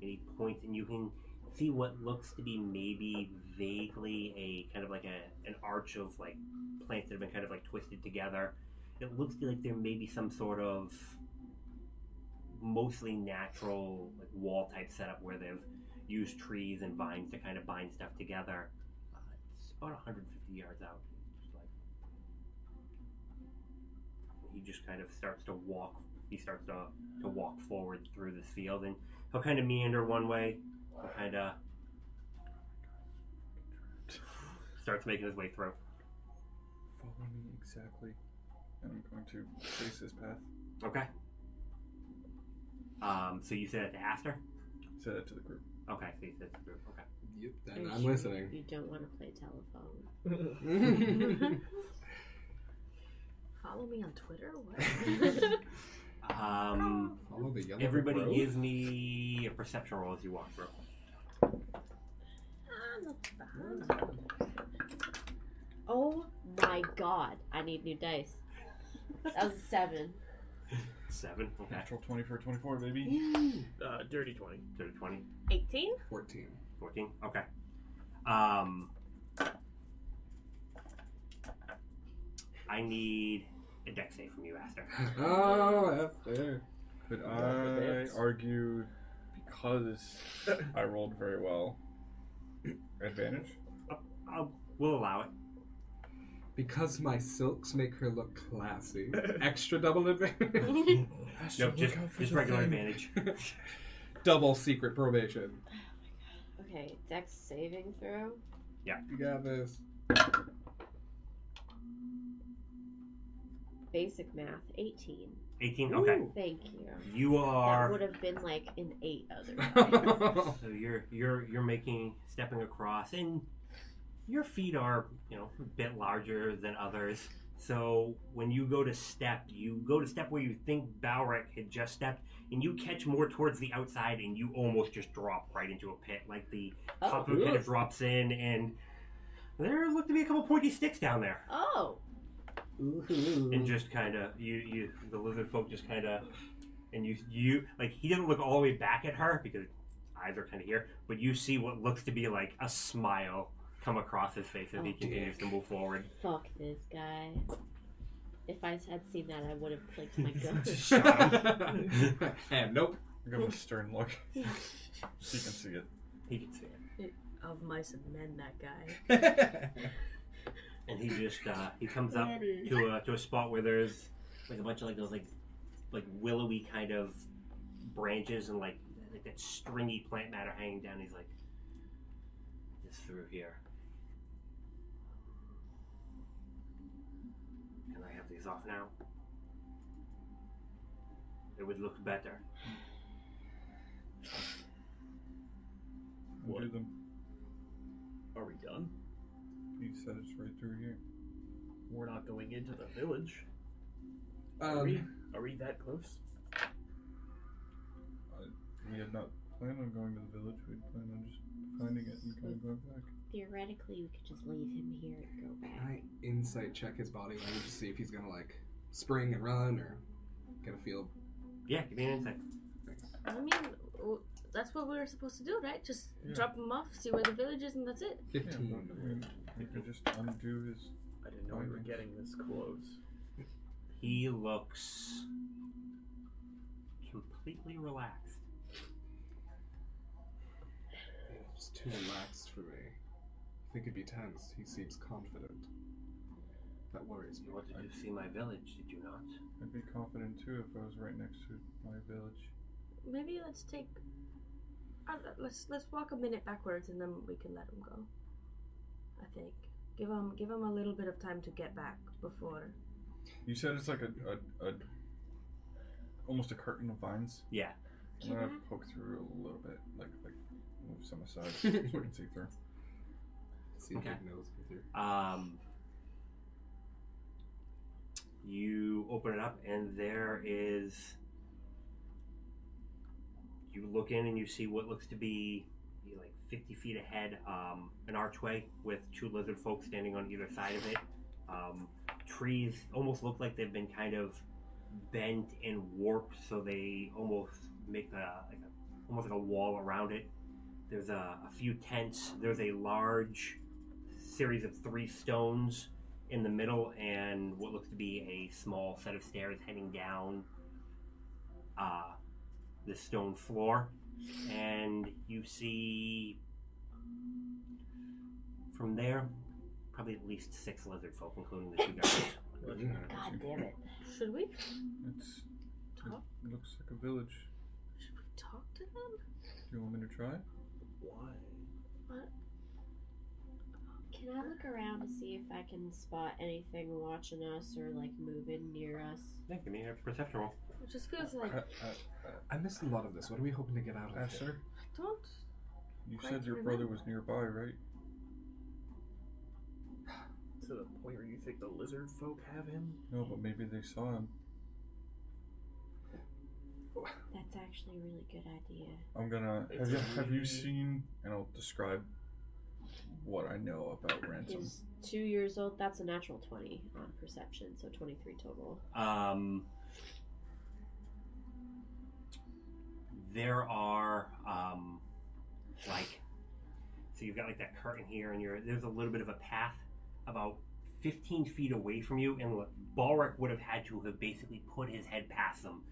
[SPEAKER 5] and he points, and you can see what looks to be maybe vaguely a kind of like a an arch of like plants that have been kind of like twisted together. It looks like there may be some sort of mostly natural like wall type setup where they've used trees and vines to kind of bind stuff together. Uh, it's about 150 yards out. Just like he just kind of starts to walk. He starts to, to walk forward through this field, and he'll kind of meander one way. He'll kind of starts making his way through.
[SPEAKER 10] Follow me exactly. And I'm going to face this path.
[SPEAKER 5] Okay. Um. So you said it to Aster.
[SPEAKER 10] Say that to the group.
[SPEAKER 5] Okay. So you said it to the group. Okay.
[SPEAKER 4] Yep,
[SPEAKER 2] Are you
[SPEAKER 4] I'm
[SPEAKER 2] sure
[SPEAKER 4] listening.
[SPEAKER 2] [LAUGHS] You don't want to play telephone.
[SPEAKER 7] Uh,
[SPEAKER 8] Follow me on Twitter? What? [LAUGHS]
[SPEAKER 5] Um.
[SPEAKER 4] Follow the yellow brick
[SPEAKER 5] Everybody,
[SPEAKER 4] road.
[SPEAKER 5] give me a perception roll as you walk through.
[SPEAKER 8] Ah,
[SPEAKER 2] I'm a
[SPEAKER 8] Hmm.
[SPEAKER 2] bad. Oh my god. I need new dice. That was a seven.
[SPEAKER 4] [LAUGHS]
[SPEAKER 2] [LAUGHS]
[SPEAKER 5] Seven. Okay.
[SPEAKER 10] Natural 20 for 24, baby.
[SPEAKER 7] Uh, dirty twenty.
[SPEAKER 5] So 20.
[SPEAKER 8] 18?
[SPEAKER 4] 14.
[SPEAKER 5] 14 okay um i need a deck save from you aster
[SPEAKER 4] [LAUGHS] Oh, that's fair.
[SPEAKER 10] Could
[SPEAKER 7] but they
[SPEAKER 10] I
[SPEAKER 7] have-
[SPEAKER 10] argue because I rolled very well? Advantage?
[SPEAKER 5] I'll, Uh, we'll allow it
[SPEAKER 4] Because my silks make her look
[SPEAKER 5] [LAUGHS]
[SPEAKER 4] classy. Extra double advantage. [LAUGHS]
[SPEAKER 5] nope just, just regular advantage
[SPEAKER 4] double secret probation.
[SPEAKER 2] Okay, dex saving throw.
[SPEAKER 4] You got this.
[SPEAKER 2] Basic math, 18.
[SPEAKER 5] 18 okay
[SPEAKER 2] Thank you.
[SPEAKER 5] you
[SPEAKER 2] That
[SPEAKER 5] are
[SPEAKER 2] would have been like an eight
[SPEAKER 5] [LAUGHS]
[SPEAKER 2] [LAUGHS] otherwise.
[SPEAKER 4] Ooh.
[SPEAKER 5] so you're you're you're making stepping across and your feet are you know a bit larger than others so when you go to step you go to step where you think Balric had just stepped and you catch more towards the outside and you almost just drop right into a pit like the
[SPEAKER 2] Oh,
[SPEAKER 5] top of it kind of drops in and there look to be a couple pointy sticks down there
[SPEAKER 2] oh,
[SPEAKER 4] Mm.
[SPEAKER 5] and just kind of you you the lizard folk just kind of and you you like he doesn't look all the way back at her because his eyes are kind of here but you see what looks to be like a smile come across his face as he
[SPEAKER 2] Oh,
[SPEAKER 5] continues to move forward
[SPEAKER 2] fuck this guy. If I had seen that, I would have clicked
[SPEAKER 5] [LAUGHS]
[SPEAKER 2] my gun.
[SPEAKER 4] [LAUGHS] and nope.
[SPEAKER 10] I give him a stern
[SPEAKER 7] [LAUGHS]
[SPEAKER 10] look. she can see it.
[SPEAKER 5] he can see it
[SPEAKER 8] Of mice and men, that guy.
[SPEAKER 5] and he just uh he comes up to a to a spot where there's like a bunch of like those like like willowy kind of branches and like like that stringy plant matter hanging down he's like just through here can i have these off now it would look better
[SPEAKER 10] Undo them.
[SPEAKER 7] Are we done?
[SPEAKER 10] He said it's right through here.
[SPEAKER 7] We're not going into the village. Are, we,
[SPEAKER 9] Um,
[SPEAKER 7] are we that close?
[SPEAKER 10] We had not planned on going to the village. We had planned on just finding it and kind of going back.
[SPEAKER 2] Theoretically, we could just leave him here and go back.
[SPEAKER 4] Can I insight check his body language to see if he's gonna like spring and run or get a feel?
[SPEAKER 5] Yeah, give me an insight.
[SPEAKER 8] I mean, w- that's what we were supposed to do, right? Just
[SPEAKER 10] Yeah.
[SPEAKER 8] drop him off, see where the village is, and that's it.
[SPEAKER 4] Fifteen.
[SPEAKER 10] Yeah, but we- we could just undo his.
[SPEAKER 7] I didn't know we were getting this close.
[SPEAKER 5] He looks completely relaxed.
[SPEAKER 4] It's too relaxed for me. I think it'd be tense. He seems confident. That worries me.
[SPEAKER 5] You wanted to see my village, did you not?
[SPEAKER 10] I'd be confident too if I was right next to my village.
[SPEAKER 8] Maybe let's take. I don't- let's let's walk a minute backwards, and then we can let him go. I think. Give him give him a little bit of time to get back before.
[SPEAKER 10] You said it's like a, a, a almost a curtain of vines.
[SPEAKER 5] Yeah.
[SPEAKER 10] I'm gonna poke through a little bit, like like move some aside so I can see through.
[SPEAKER 4] See if he
[SPEAKER 5] Okay.
[SPEAKER 4] knows if you're-
[SPEAKER 5] Um, you open it up, and there is. You look in, and you see what looks to be you know, like 50 feet ahead um, an archway with two lizard folk standing on either side of it. Um, trees almost look like they've been kind of bent and warped, so they almost make a, like a almost like a wall around it. There's a, a few tents. There's a large series of three stones in the middle and what looks to be a small set of stairs heading down uh, the stone floor. And you see from there probably at least six lizard folk, including the two guys.
[SPEAKER 2] God damn it.
[SPEAKER 8] Should we
[SPEAKER 10] It's
[SPEAKER 8] talk?
[SPEAKER 10] it looks like a village.
[SPEAKER 8] Should we talk to them?
[SPEAKER 10] Do you want me to try?
[SPEAKER 7] Why?
[SPEAKER 2] Can I look around to see if I can spot anything watching us or like moving near us?
[SPEAKER 5] Yeah, give me a perception roll.
[SPEAKER 8] It just feels like
[SPEAKER 10] Uh, uh,
[SPEAKER 4] I missed a lot of this. What are we hoping to get out of
[SPEAKER 7] Uh,
[SPEAKER 4] this?
[SPEAKER 10] Asher,
[SPEAKER 8] don't.
[SPEAKER 10] you
[SPEAKER 8] Quite
[SPEAKER 10] said your brother was nearby, right?
[SPEAKER 7] To the point where you think the lizard folk have him?
[SPEAKER 10] No, but maybe they saw him.
[SPEAKER 2] That's actually a really good idea.
[SPEAKER 10] I'm gonna.
[SPEAKER 7] It's
[SPEAKER 10] Have you,
[SPEAKER 7] a
[SPEAKER 10] have you
[SPEAKER 7] really-
[SPEAKER 10] seen? And I'll describe what I know about ransom.
[SPEAKER 2] He's two years old. That's a natural 20 on perception, so 23 total.
[SPEAKER 5] Um, there are um, like so you've got like that curtain here, and you're there's a little bit of a path about 15 feet away from you, and look, Balric would have had to have basically put his head past them.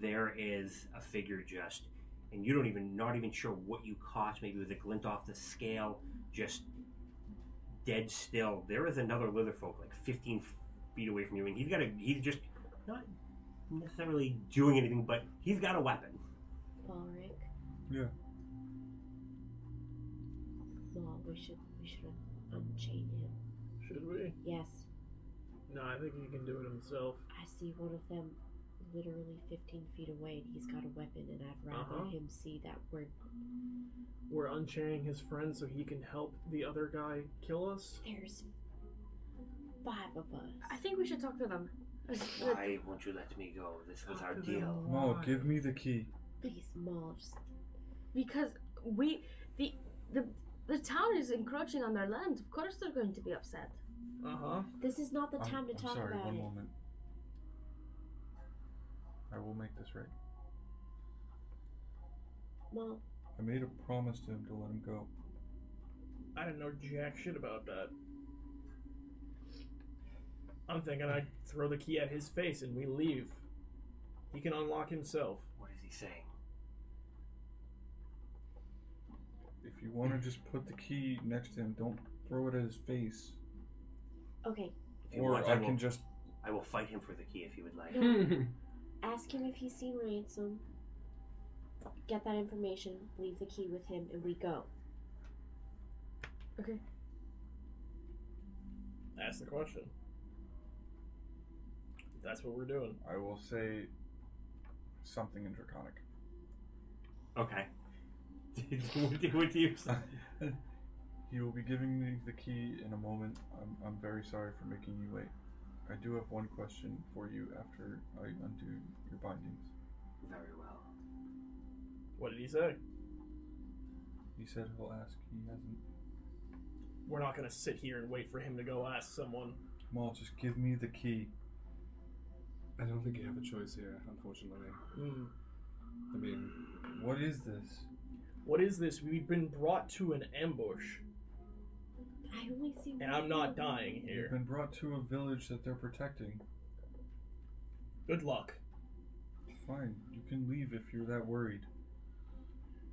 [SPEAKER 5] There is a figure just, and you don't even not even sure what you caught. Maybe it was a glint off the scale, just dead still. There is another Litherfolk like 15 feet away from you, and he's got a he's just not necessarily doing anything, but he's got a weapon.
[SPEAKER 2] Balric.
[SPEAKER 10] Yeah.
[SPEAKER 2] Well, we should we should unchain him.
[SPEAKER 7] Should we?
[SPEAKER 2] Yes,
[SPEAKER 7] No, I think he can do it himself.
[SPEAKER 2] I see one of them literally 15 feet away, and he's got a weapon, and I'd rather
[SPEAKER 7] Uh-huh.
[SPEAKER 2] him see that we're
[SPEAKER 7] We're unchaining his friend so he can help the other guy kill us?
[SPEAKER 2] there's five of us.
[SPEAKER 8] I think we should talk to them. Let's- let-
[SPEAKER 5] Why won't you let me go? This was our
[SPEAKER 7] Talk to
[SPEAKER 5] deal.
[SPEAKER 7] them.
[SPEAKER 10] Maul,
[SPEAKER 7] Why?
[SPEAKER 10] give me the key.
[SPEAKER 2] Please, Maul, just
[SPEAKER 8] [LAUGHS] because we the the the town is encroaching on their land. Of course, they're going to be upset.
[SPEAKER 7] Uh huh.
[SPEAKER 2] This is not the
[SPEAKER 10] I'm-
[SPEAKER 2] time to
[SPEAKER 10] I'm
[SPEAKER 2] talk
[SPEAKER 10] sorry,
[SPEAKER 2] about
[SPEAKER 10] one
[SPEAKER 2] it.
[SPEAKER 10] moment. I will make this right.
[SPEAKER 2] Well,
[SPEAKER 10] I made a promise to him to let him go.
[SPEAKER 7] I didn't know jack shit about that. I'm thinking I throw the key at his face and we leave. He can unlock himself.
[SPEAKER 5] What is he saying?
[SPEAKER 10] If you want to just put the key next to him, don't throw it at his face.
[SPEAKER 2] okay.
[SPEAKER 5] If you
[SPEAKER 10] Or
[SPEAKER 5] want,
[SPEAKER 10] I
[SPEAKER 5] will,
[SPEAKER 10] can just.
[SPEAKER 5] I will fight him for the key if you would like.
[SPEAKER 2] Ask him if he's seen Ransom. Get that information, leave the key with him, and we go.
[SPEAKER 8] Okay.
[SPEAKER 7] Ask the question. That's what we're doing.
[SPEAKER 10] I will say something in Draconic.
[SPEAKER 7] [LAUGHS]
[SPEAKER 5] [LAUGHS] Okay. what do you say?
[SPEAKER 10] He will be giving me the key in a moment. I'm, I'm very sorry for making you wait. I do have one question for you after I undo your bindings.
[SPEAKER 9] Very well.
[SPEAKER 7] What did he say?
[SPEAKER 10] He said he'll ask. He hasn't.
[SPEAKER 7] We're not gonna sit here and wait for him to go ask someone.
[SPEAKER 10] Maul, just give me the key.
[SPEAKER 4] I don't think you have a choice here, unfortunately.
[SPEAKER 7] Hmm.
[SPEAKER 4] I mean,
[SPEAKER 10] What is this?
[SPEAKER 7] What is this? We've been brought to an ambush,
[SPEAKER 2] I only see
[SPEAKER 7] and I'm not dying
[SPEAKER 10] You've
[SPEAKER 7] here.
[SPEAKER 10] been brought to a village that they're protecting.
[SPEAKER 7] Good luck.
[SPEAKER 10] Fine, you can leave if you're that worried.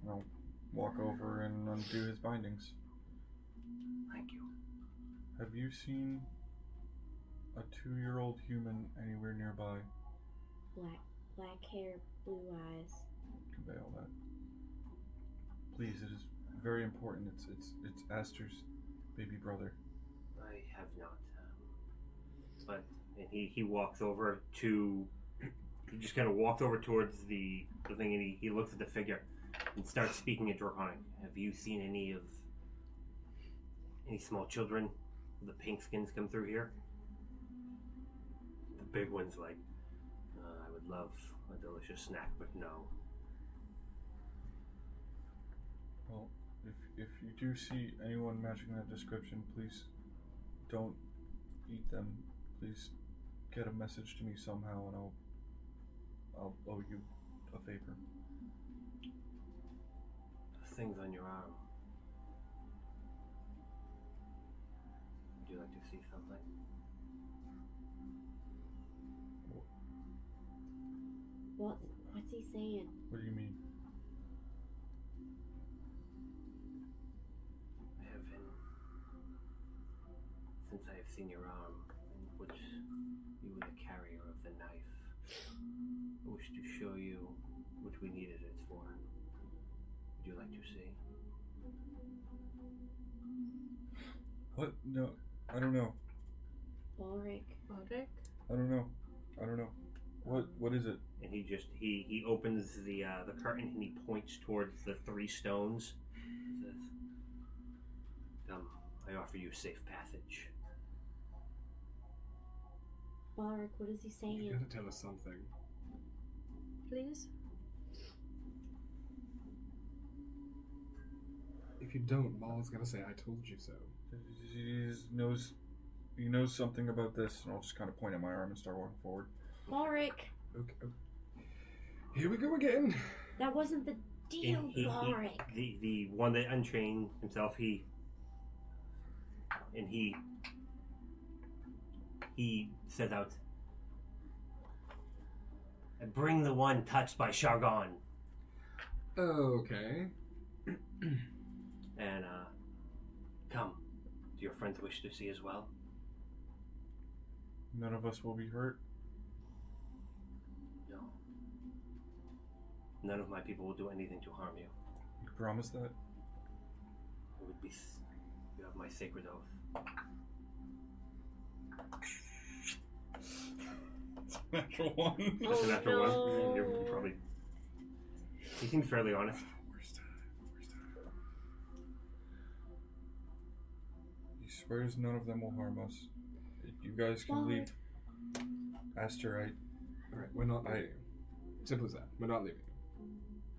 [SPEAKER 10] And I'll walk over and undo his bindings.
[SPEAKER 9] Thank you.
[SPEAKER 10] Have you seen a two year old human anywhere nearby?
[SPEAKER 2] black black hair, blue eyes.
[SPEAKER 10] Convey all that. Please, it is very important. It's it's it's Aster's baby brother.
[SPEAKER 5] I have not. um, But and he he walks over to, he just kind of walks over towards the the thing, and he, he looks at the figure, and starts speaking in Draconic. Have you seen any of any small children? The pink skins come through here. The big ones, like uh, I would love a delicious snack, but no.
[SPEAKER 10] Well, if if you do see anyone matching that description, please don't eat them. Please get a message to me somehow, and I'll I'll owe you a favor.
[SPEAKER 5] Those things on your arm. Would you like to see something?
[SPEAKER 2] What what's he saying?
[SPEAKER 10] What do you mean?
[SPEAKER 5] I have been since I have seen your arm, in which you were the carrier of the knife. I wish to show you what we needed it for. Would you like to see?
[SPEAKER 10] What? No, I don't know.
[SPEAKER 2] Ulrich.
[SPEAKER 3] Ulrich?
[SPEAKER 10] I don't know. I don't know. What? What is it?
[SPEAKER 5] And he just he he opens the uh, the curtain and he points towards the three stones. Says, "Come, I offer you safe passage."
[SPEAKER 2] Ulrich, what is he saying?
[SPEAKER 4] you gotta tell us something.
[SPEAKER 8] Please?
[SPEAKER 4] If you don't, Maul's gonna say, I told you so.
[SPEAKER 10] He just knows. He knows something about this, and I'll just kind of point at my arm and start walking forward.
[SPEAKER 2] Ulrich,
[SPEAKER 4] Okay. okay. Here we go again.
[SPEAKER 2] that wasn't the deal,
[SPEAKER 5] And he- he-
[SPEAKER 2] Ulrich.
[SPEAKER 5] the the one that unchained himself he and he he says out "And bring the one touched by Shargon
[SPEAKER 4] Okay.
[SPEAKER 5] and uh come do your friends wish to see as well
[SPEAKER 10] None of us will be hurt.
[SPEAKER 5] no none of my people will do anything to harm you
[SPEAKER 10] You promise that? [LAUGHS]
[SPEAKER 5] it would be s- you have my sacred oath
[SPEAKER 10] Natural
[SPEAKER 5] [LAUGHS]
[SPEAKER 10] one.
[SPEAKER 5] Just an after one you're probably he seems fairly honest
[SPEAKER 10] He swears none of them will harm us. You guys can
[SPEAKER 2] Why?
[SPEAKER 10] leave. Aster, I,
[SPEAKER 4] Alright, we're not leaving. Simple as that. We're not leaving.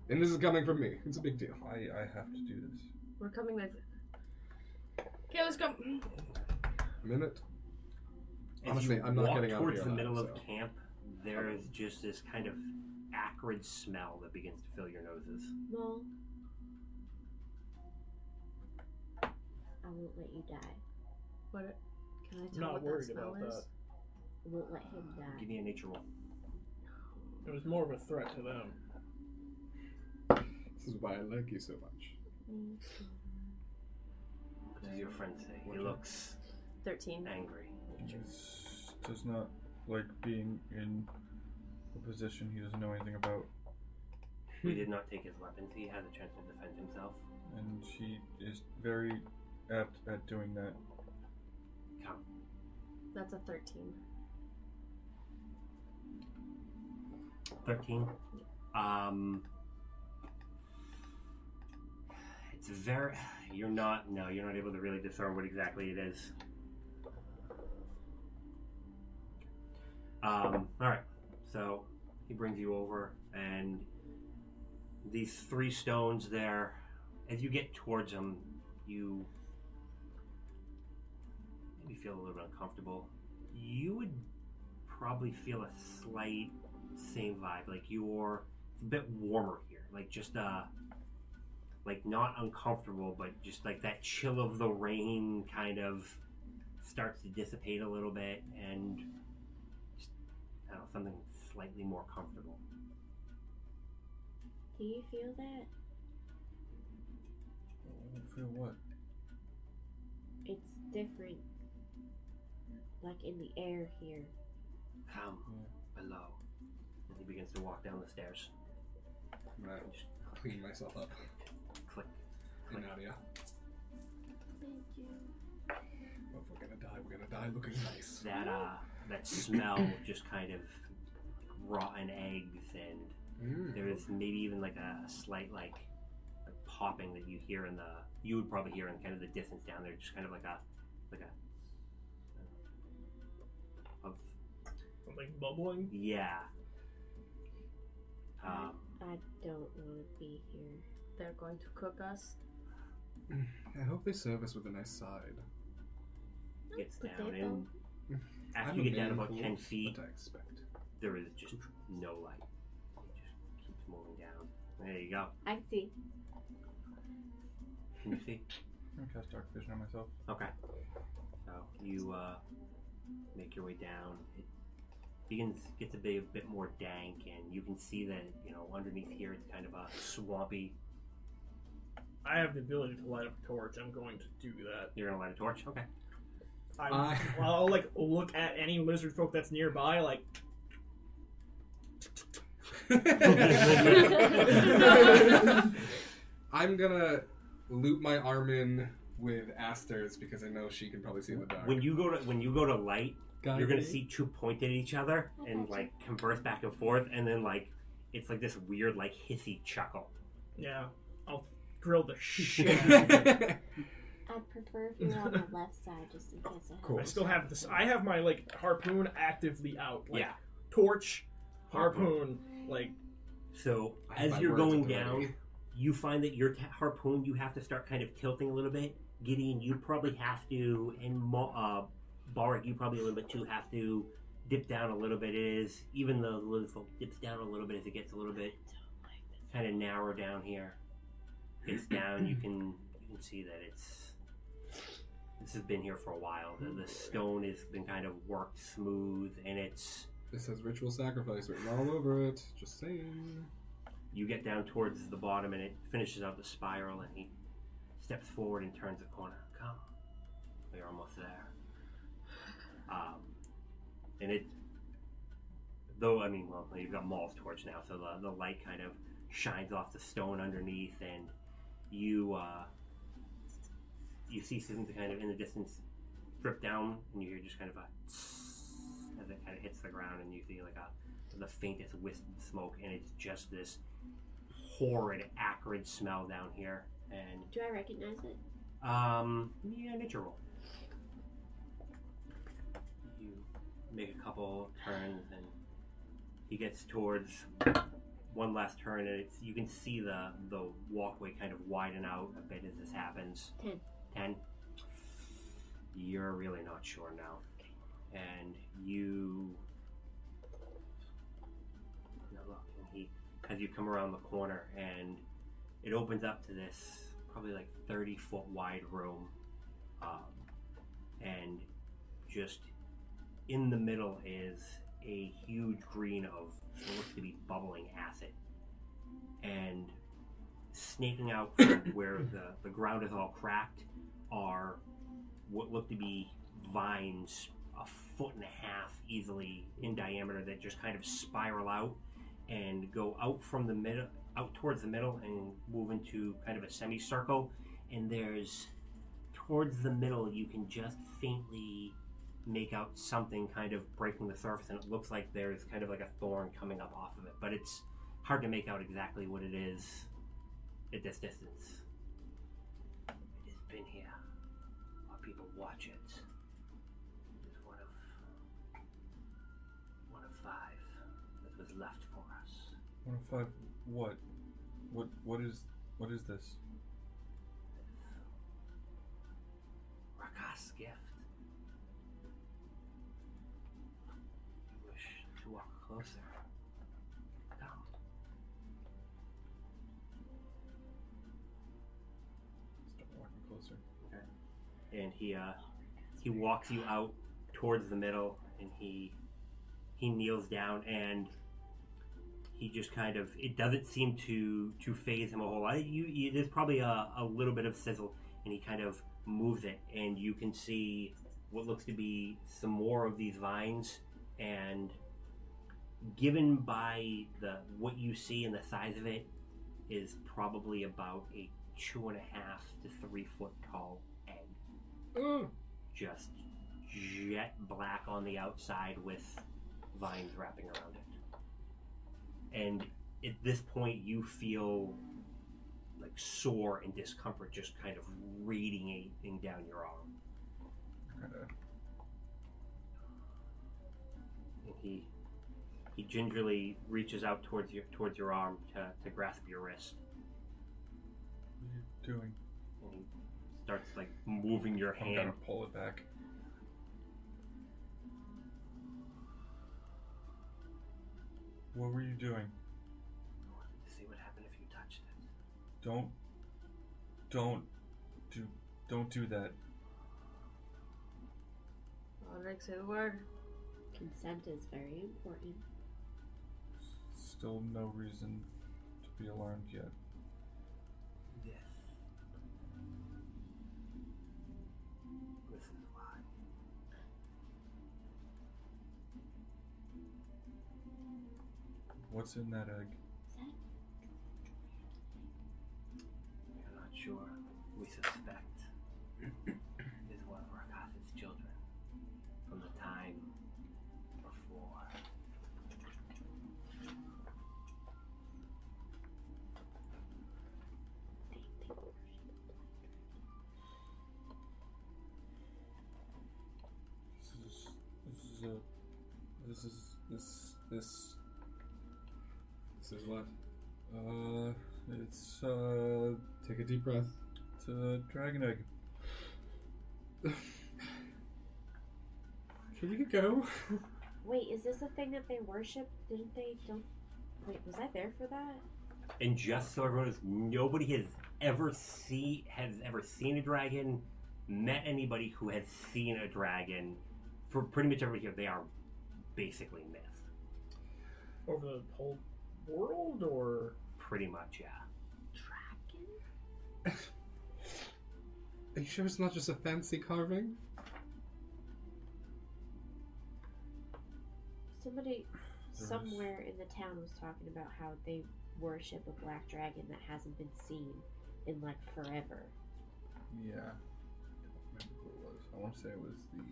[SPEAKER 4] And this is coming from me. It's a big deal.
[SPEAKER 10] I, I have to do this.
[SPEAKER 8] We're coming with. Okay, let's go.
[SPEAKER 4] Minute.
[SPEAKER 5] As
[SPEAKER 4] Honestly,
[SPEAKER 5] you
[SPEAKER 4] I'm not
[SPEAKER 5] walk
[SPEAKER 4] getting out of
[SPEAKER 5] towards
[SPEAKER 4] here
[SPEAKER 5] the
[SPEAKER 4] alive,
[SPEAKER 5] middle
[SPEAKER 4] so.
[SPEAKER 5] of camp. There is just this kind of acrid smell that begins to fill your noses.
[SPEAKER 2] Mole. I won't let you die.
[SPEAKER 8] What?
[SPEAKER 2] Can I
[SPEAKER 7] I'm
[SPEAKER 2] tell
[SPEAKER 7] not
[SPEAKER 2] what
[SPEAKER 7] worried
[SPEAKER 2] that smell
[SPEAKER 7] about
[SPEAKER 2] is?
[SPEAKER 7] that.
[SPEAKER 2] I won't let him die.
[SPEAKER 5] Give me a nature roll.
[SPEAKER 7] It was more of a threat to them.
[SPEAKER 4] This is why I like you so much.
[SPEAKER 2] Me too.
[SPEAKER 5] What does your friend say? He
[SPEAKER 4] What?
[SPEAKER 5] looks
[SPEAKER 8] 13.
[SPEAKER 4] [LAUGHS]
[SPEAKER 5] angry.
[SPEAKER 10] This does not like being in a position he doesn't know anything about,
[SPEAKER 5] We did not take his weapons. He has a chance to defend himself.
[SPEAKER 10] and he is very apt at doing that.
[SPEAKER 5] Come.
[SPEAKER 8] That's a 13.
[SPEAKER 5] 13. Um. It It's very. You're not. No, you're not able to really discern what exactly it is. Um, all right. So he brings you over, and these three stones there. As you get towards them, you maybe feel a little bit uncomfortable. You would probably feel a slight same vibe. Like you're it's a bit warmer here. Like just uh like not uncomfortable, but just like that chill of the rain kind of starts to dissipate a little bit, and just, I don't know something slightly more comfortable.
[SPEAKER 2] Do you feel that?
[SPEAKER 10] Feel oh what?
[SPEAKER 2] It's different. Like in the air here.
[SPEAKER 5] Come below, and he begins to walk down the stairs.
[SPEAKER 9] I'm gonna
[SPEAKER 5] Just
[SPEAKER 9] clean myself up
[SPEAKER 5] click.
[SPEAKER 9] in Nadia.
[SPEAKER 2] Thank you.
[SPEAKER 9] Well, if we're gonna die, we're gonna die looking nice.
[SPEAKER 5] That uh, that smell just kind of rotten eggs and
[SPEAKER 4] Mm.
[SPEAKER 5] There is maybe even like a slight like, like popping that you hear in the you would probably hear in kind of the distance down there, just kind of like a like a uh, of
[SPEAKER 7] Something bubbling.
[SPEAKER 5] yeah. Um,
[SPEAKER 2] I don't want to be here.
[SPEAKER 8] They're going to cook us.
[SPEAKER 4] I hope they serve us with a nice side.
[SPEAKER 5] gets
[SPEAKER 2] But
[SPEAKER 5] down
[SPEAKER 2] they
[SPEAKER 5] and
[SPEAKER 4] don't.
[SPEAKER 5] after
[SPEAKER 4] I'm
[SPEAKER 5] you
[SPEAKER 4] a
[SPEAKER 5] get down
[SPEAKER 4] man
[SPEAKER 5] about
[SPEAKER 4] of
[SPEAKER 5] ten
[SPEAKER 4] wolves,
[SPEAKER 5] feet,
[SPEAKER 4] What I expect.
[SPEAKER 5] there is just no light. It just keeps moving down. There you go.
[SPEAKER 2] I can see.
[SPEAKER 5] Can you see?
[SPEAKER 10] I'm gonna cast dark vision on myself.
[SPEAKER 5] Okay. So you uh, make your way down. It begins gets a bit, a bit more dank, and you can see that you know underneath here it's kind of a swampy.
[SPEAKER 7] I have the ability to light up a torch. I'm going to do that.
[SPEAKER 5] You're gonna light a torch, okay?
[SPEAKER 7] I'm,
[SPEAKER 4] I-
[SPEAKER 5] [LAUGHS]
[SPEAKER 7] I'll like look at any lizard folk that's nearby. Like
[SPEAKER 4] [LAUGHS] I'm gonna loop my arm in with Aster's because I know she can probably see in the dark.
[SPEAKER 5] When you go to when you go to light,
[SPEAKER 4] Guy
[SPEAKER 5] you're gonna
[SPEAKER 4] me? [LAUGHS]
[SPEAKER 5] see two point at each other and like converse back and forth, and then like it's like this weird like hissy chuckle.
[SPEAKER 7] yeah, I'll grill the shit. out of
[SPEAKER 4] [LAUGHS]
[SPEAKER 7] it.
[SPEAKER 4] I
[SPEAKER 2] I'd prefer if you were on the left side, just in case I.
[SPEAKER 4] Cool.
[SPEAKER 7] I still have this. I have my like harpoon actively out. Like,
[SPEAKER 5] yeah.
[SPEAKER 7] Torch, harpoon, like
[SPEAKER 5] So
[SPEAKER 4] I have
[SPEAKER 5] as
[SPEAKER 4] my
[SPEAKER 5] you're
[SPEAKER 4] words
[SPEAKER 5] going
[SPEAKER 4] at the ready.
[SPEAKER 5] down, you find that your ta- harpoon you have to start kind of tilting a little bit. Gideon, you probably have to, and Mo- uh, Barak, you probably a little bit too have to dip down a little bit. It Is even the lizard folk dips down a little bit as it gets a little bit kind of narrow down here. Gets down, you can you can see that it's this has been here for a while. The, the stone has been kind of worked smooth, and it's
[SPEAKER 4] this has ritual sacrifice written all over it. Just saying.
[SPEAKER 5] You get down towards the bottom and it finishes out the spiral and he steps forward and turns the corner. Come. We're almost there. Um, and it though I mean well you've got Maul's torch now, so the, the light kind of shines off the stone underneath and you uh, you see something kind of in the distance drip down and you hear just kind of a tss as it kind of hits the ground and you see like a the faintest wisp of smoke, and it's just this horrid, acrid smell down here. And
[SPEAKER 2] Do I recognize it?
[SPEAKER 5] um, yeah, nature roll. You make a couple turns, and he gets towards one last turn, and it's you can see the the walkway kind of widen out a bit as this happens.
[SPEAKER 2] Ten.
[SPEAKER 5] Ten. You're really not sure now, and you. Now look, and he as you come around the corner, and it opens up to this probably like 30 foot wide room um, and just in the middle is a huge green of what looks to be bubbling acid and snaking out [COUGHS] from where the, the ground is all cracked are what look to be vines a foot and a half easily in diameter that just kind of spiral out and go out from the middle out towards the middle and move into kind of a semicircle. And there's towards the middle, you can just faintly make out something kind of breaking the surface, and it looks like there's kind of like a thorn coming up off of it, but it's hard to make out exactly what it is at this distance. watch it. It's one of one of five that was left for us.
[SPEAKER 10] One of five. What? What? What is? What is this?
[SPEAKER 5] Rakas gift. You wish to walk closer. Come.
[SPEAKER 10] Start walking closer.
[SPEAKER 5] and he uh, he walks you out towards the middle, and he he kneels down, and he just kind of it doesn't seem to to phase him a whole lot. You, you there's probably a, a little bit of sizzle, and he kind of moves it, and you can see what looks to be some more of these vines, and given by the what you see and the size of it is probably about a two and a half to three foot tall egg
[SPEAKER 4] Ugh.
[SPEAKER 5] just jet black on the outside with vines wrapping around it. And at this point, you feel like sore and discomfort just kind of radiating down your arm.
[SPEAKER 10] Kind of
[SPEAKER 5] And he he gingerly reaches out towards your towards your arm to, to grasp your wrist,
[SPEAKER 10] doing.
[SPEAKER 5] and he starts like moving your
[SPEAKER 10] I'm gonna
[SPEAKER 5] hand.
[SPEAKER 10] pull it back. What were you doing?
[SPEAKER 5] I wanted to see what happened if you touched it.
[SPEAKER 10] Don't. Don't. Do. Don't do that.
[SPEAKER 8] Ulrich, say the word.
[SPEAKER 2] Consent is very important.
[SPEAKER 10] Still no reason to be alarmed yet.
[SPEAKER 5] This. This is why.
[SPEAKER 10] What's in that egg?
[SPEAKER 5] We're not sure. We [CLEARS THROAT] suspect is one of Rakatha's children from the time before.
[SPEAKER 10] This is. This is a. This is. This. This.
[SPEAKER 4] This is what?
[SPEAKER 10] Uh. It's. Uh.
[SPEAKER 4] Take a deep breath.
[SPEAKER 10] It's a dragon egg.
[SPEAKER 4] [LAUGHS] Can we go?
[SPEAKER 2] Wait, is this a thing that they worship? Didn't they don't wait, was I there for that?
[SPEAKER 5] And just so everyone knows, nobody has ever see has ever seen a dragon, met anybody who has seen a dragon. For pretty much everybody here, they are basically myth.
[SPEAKER 7] over the whole world, or
[SPEAKER 5] Pretty much, yeah.
[SPEAKER 4] Are you sure it's not just a fancy carving?
[SPEAKER 2] Somebody
[SPEAKER 10] [SIGHS] There's-
[SPEAKER 2] somewhere in the town was talking about how they worship a black dragon that hasn't been seen in like forever.
[SPEAKER 10] Yeah. I don't remember who it was. I want to say it was the.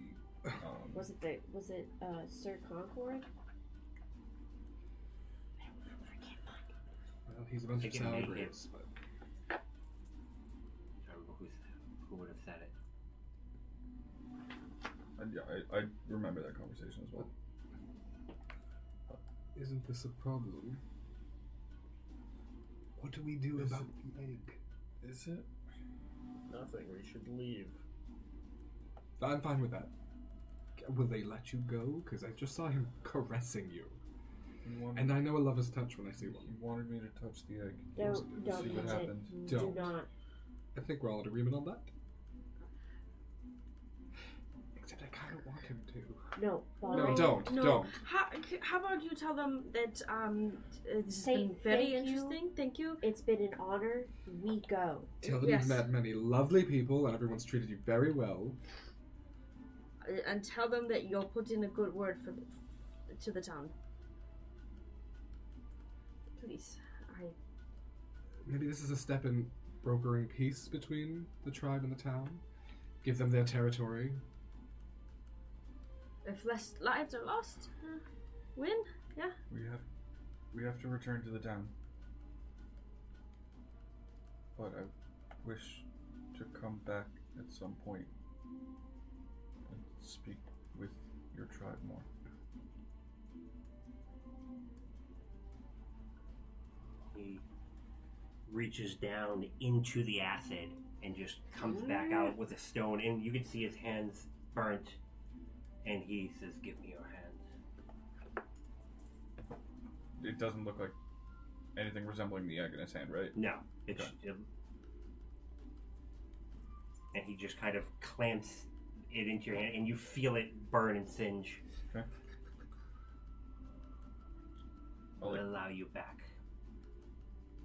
[SPEAKER 10] Um,
[SPEAKER 2] Was it the was it uh Sir Concord? I don't remember, I can't find it.
[SPEAKER 4] Well, he's a bunch of
[SPEAKER 5] Take it and
[SPEAKER 4] sour
[SPEAKER 5] make it.
[SPEAKER 4] grapes, but
[SPEAKER 5] I don't know who's, who would have said it.
[SPEAKER 10] I, yeah, I, I remember that conversation as well.
[SPEAKER 4] isn't this a problem? What do we do
[SPEAKER 10] Is-
[SPEAKER 4] about the egg?
[SPEAKER 10] Is it?
[SPEAKER 7] nothing. We should leave.
[SPEAKER 4] I'm fine with that. Will they let you go? Because I just saw him caressing you.
[SPEAKER 10] You wanted,
[SPEAKER 4] And I know a lover's touch when I see one.
[SPEAKER 10] you wanted me to touch the egg.
[SPEAKER 2] Don't
[SPEAKER 10] see
[SPEAKER 2] don't
[SPEAKER 10] what
[SPEAKER 2] touch
[SPEAKER 10] happens.
[SPEAKER 2] it.
[SPEAKER 4] Don't.
[SPEAKER 2] Do not
[SPEAKER 4] I think we're all in agreement on that. Except I kind of want him to.
[SPEAKER 2] no,
[SPEAKER 4] No,
[SPEAKER 2] Balrog.
[SPEAKER 4] don't,
[SPEAKER 8] no.
[SPEAKER 4] don't.
[SPEAKER 8] How, c- how about you tell them that um, it's
[SPEAKER 2] Say
[SPEAKER 8] been very
[SPEAKER 2] thank you.
[SPEAKER 8] interesting. Thank you.
[SPEAKER 2] It's been an honor. We go.
[SPEAKER 4] Tell them
[SPEAKER 8] Yes.
[SPEAKER 4] you've met many lovely people and everyone's treated you very well.
[SPEAKER 8] Uh, And tell them that you'll put in a good word for the, to the town. Please. I
[SPEAKER 4] Maybe this is a step in brokering peace between the tribe and the town. Give them their territory.
[SPEAKER 8] If less lives are lost, uh, win.
[SPEAKER 10] We have, we have to return to the town. But I wish to come back at some point
[SPEAKER 3] and speak with your tribe more.
[SPEAKER 5] He reaches down into the acid and just comes back out with a stone, and you can see his hands burnt. And he says, "Give me your hands."
[SPEAKER 3] It doesn't look like anything resembling the egg in his hand, right?
[SPEAKER 5] No, it's um, and he just kind of clamps it into your hand, and you feel it burn and singe. will
[SPEAKER 3] I'll, like,
[SPEAKER 5] allow you back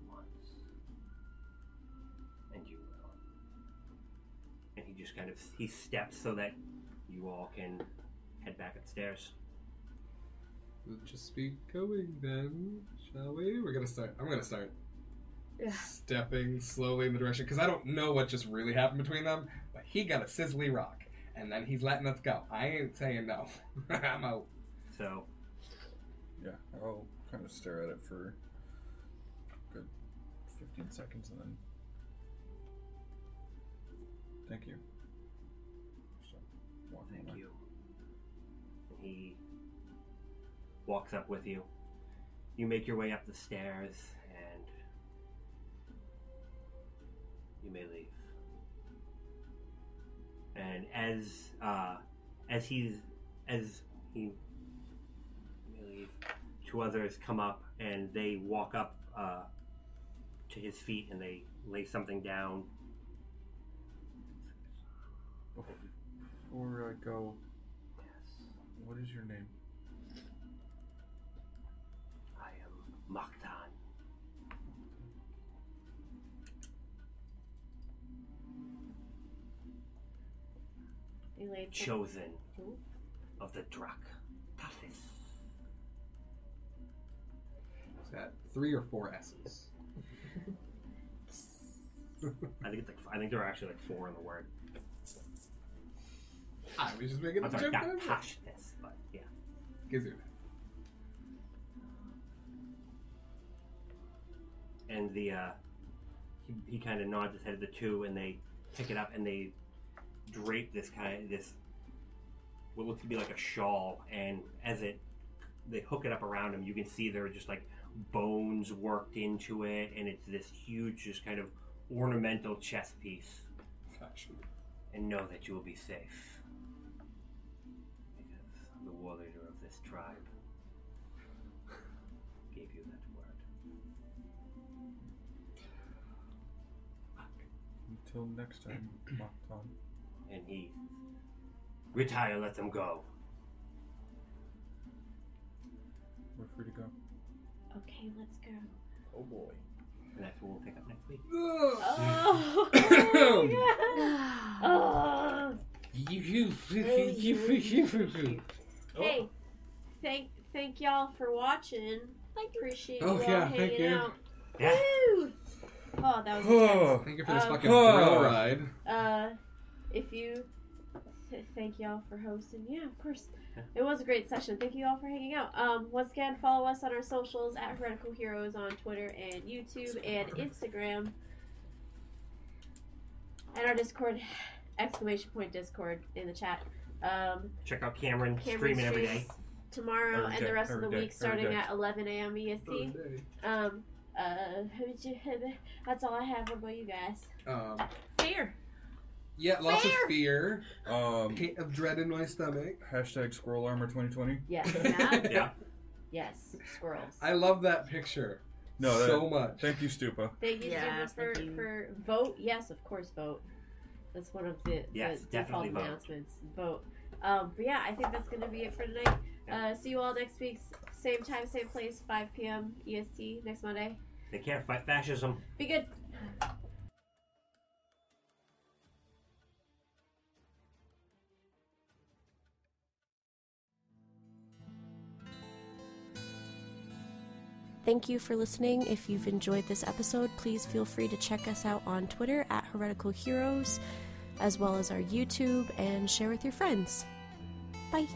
[SPEAKER 5] once. And you will. And he just kind of he steps so that you all can head back upstairs.
[SPEAKER 4] We'll just be going then, shall we? We're gonna start. I'm gonna start
[SPEAKER 16] Yeah.
[SPEAKER 4] stepping slowly in the direction because I don't know what just really happened between them. But he got a sizzly rock, and then he's letting us go. I ain't saying no. [LAUGHS] I'm out.
[SPEAKER 5] So
[SPEAKER 3] yeah, I'll kind of stare at it for a good 15 seconds and then. Thank you. So, walking
[SPEAKER 5] thank
[SPEAKER 3] away.
[SPEAKER 5] you. And he walks up with you. You make your way up the stairs and you may leave. And as uh, as he's as he you may leave, two others come up and they walk up uh, to his feet and they lay something down.
[SPEAKER 3] Before I go,
[SPEAKER 5] Yes,
[SPEAKER 3] what is your name?
[SPEAKER 5] I am Maktan.
[SPEAKER 8] You laid for
[SPEAKER 5] chosen
[SPEAKER 8] Who?
[SPEAKER 5] of the Drak Tathis.
[SPEAKER 4] Is that three or four S's?
[SPEAKER 5] I think it's like I think there are actually like four in the word.
[SPEAKER 4] I was Ah, just making a
[SPEAKER 5] I'm sorry,
[SPEAKER 4] joke.
[SPEAKER 5] not
[SPEAKER 4] there.
[SPEAKER 5] Tashdis, but yeah.
[SPEAKER 4] Gives you that.
[SPEAKER 5] And the uh, he, he kind of nods his head at the two, and they pick it up and they drape this kind of this what looks to be like a shawl. And as it they hook it up around him, you can see there are just like bones worked into it, and it's this huge, just kind of ornamental chess piece.
[SPEAKER 4] Actually,
[SPEAKER 5] and know that you will be safe. Because the war leader of this tribe gave you that word.
[SPEAKER 3] Until next time, Maktan.
[SPEAKER 5] And he retire, let them go.
[SPEAKER 3] We're free to go.
[SPEAKER 8] Okay, let's
[SPEAKER 10] [LAUGHS]
[SPEAKER 8] go.
[SPEAKER 17] Oh boy.
[SPEAKER 5] And that's what we'll pick up next week.
[SPEAKER 8] Oh,
[SPEAKER 10] [COUGHS]
[SPEAKER 8] oh.
[SPEAKER 4] Oh.
[SPEAKER 2] Hey, thank thank y'all for watching. I appreciate you
[SPEAKER 4] Oh,
[SPEAKER 2] all
[SPEAKER 4] yeah,
[SPEAKER 2] hanging
[SPEAKER 4] thank you.
[SPEAKER 2] out.
[SPEAKER 5] Yeah.
[SPEAKER 2] Woo! Oh, that was intense.
[SPEAKER 4] Thank you for this
[SPEAKER 2] Um,
[SPEAKER 4] fucking
[SPEAKER 3] Oh.
[SPEAKER 4] thrill ride.
[SPEAKER 2] Uh, if you th- thank y'all for hosting, yeah, of course. It was a great session. Thank you all for hanging out. Um, once again, follow us on our socials at Heretical Heroes on Twitter and YouTube and Instagram, and our Discord [SIGHS] exclamation point Discord in the chat. Um,
[SPEAKER 5] Check out Cameron,
[SPEAKER 2] Cameron
[SPEAKER 5] screaming every day.
[SPEAKER 2] streams tomorrow
[SPEAKER 3] Every
[SPEAKER 2] and
[SPEAKER 3] day,
[SPEAKER 2] the rest of the
[SPEAKER 3] every day,
[SPEAKER 2] week,
[SPEAKER 3] every
[SPEAKER 2] starting
[SPEAKER 3] day.
[SPEAKER 2] at 11 a.m. EST. E Um, uh, [LAUGHS] that's all I have. What about you guys?
[SPEAKER 4] Um,
[SPEAKER 2] Fear.
[SPEAKER 4] yeah, lots
[SPEAKER 2] Fair.
[SPEAKER 4] of fear,
[SPEAKER 3] Um,
[SPEAKER 4] Can't of dread in my stomach.
[SPEAKER 3] hashtag squirrel armor 2020.
[SPEAKER 8] Yes, yeah.
[SPEAKER 5] Yeah.
[SPEAKER 8] yes, squirrels.
[SPEAKER 4] I love that picture
[SPEAKER 3] No, that,
[SPEAKER 4] so much.
[SPEAKER 3] thank you, Stupa.
[SPEAKER 2] Thank you
[SPEAKER 8] Yeah,
[SPEAKER 2] so much for,
[SPEAKER 8] thank you.
[SPEAKER 2] for vote. Yes, of course, vote. That's one of the,
[SPEAKER 5] Yes,
[SPEAKER 2] the default
[SPEAKER 5] definitely vote.
[SPEAKER 2] announcements. Vote. Um, but yeah, I think that's going to be it for tonight.
[SPEAKER 5] Yeah.
[SPEAKER 2] Uh, see you all next week. s- Same time, same place, 5 p.m. EST E next Monday.
[SPEAKER 5] They can't fight fascism.
[SPEAKER 2] Be good.
[SPEAKER 1] Thank you for listening. If you've enjoyed this episode, please feel free to check us out on Twitter at Heretical Heroes, as well as our YouTube, and share with your friends. Bye.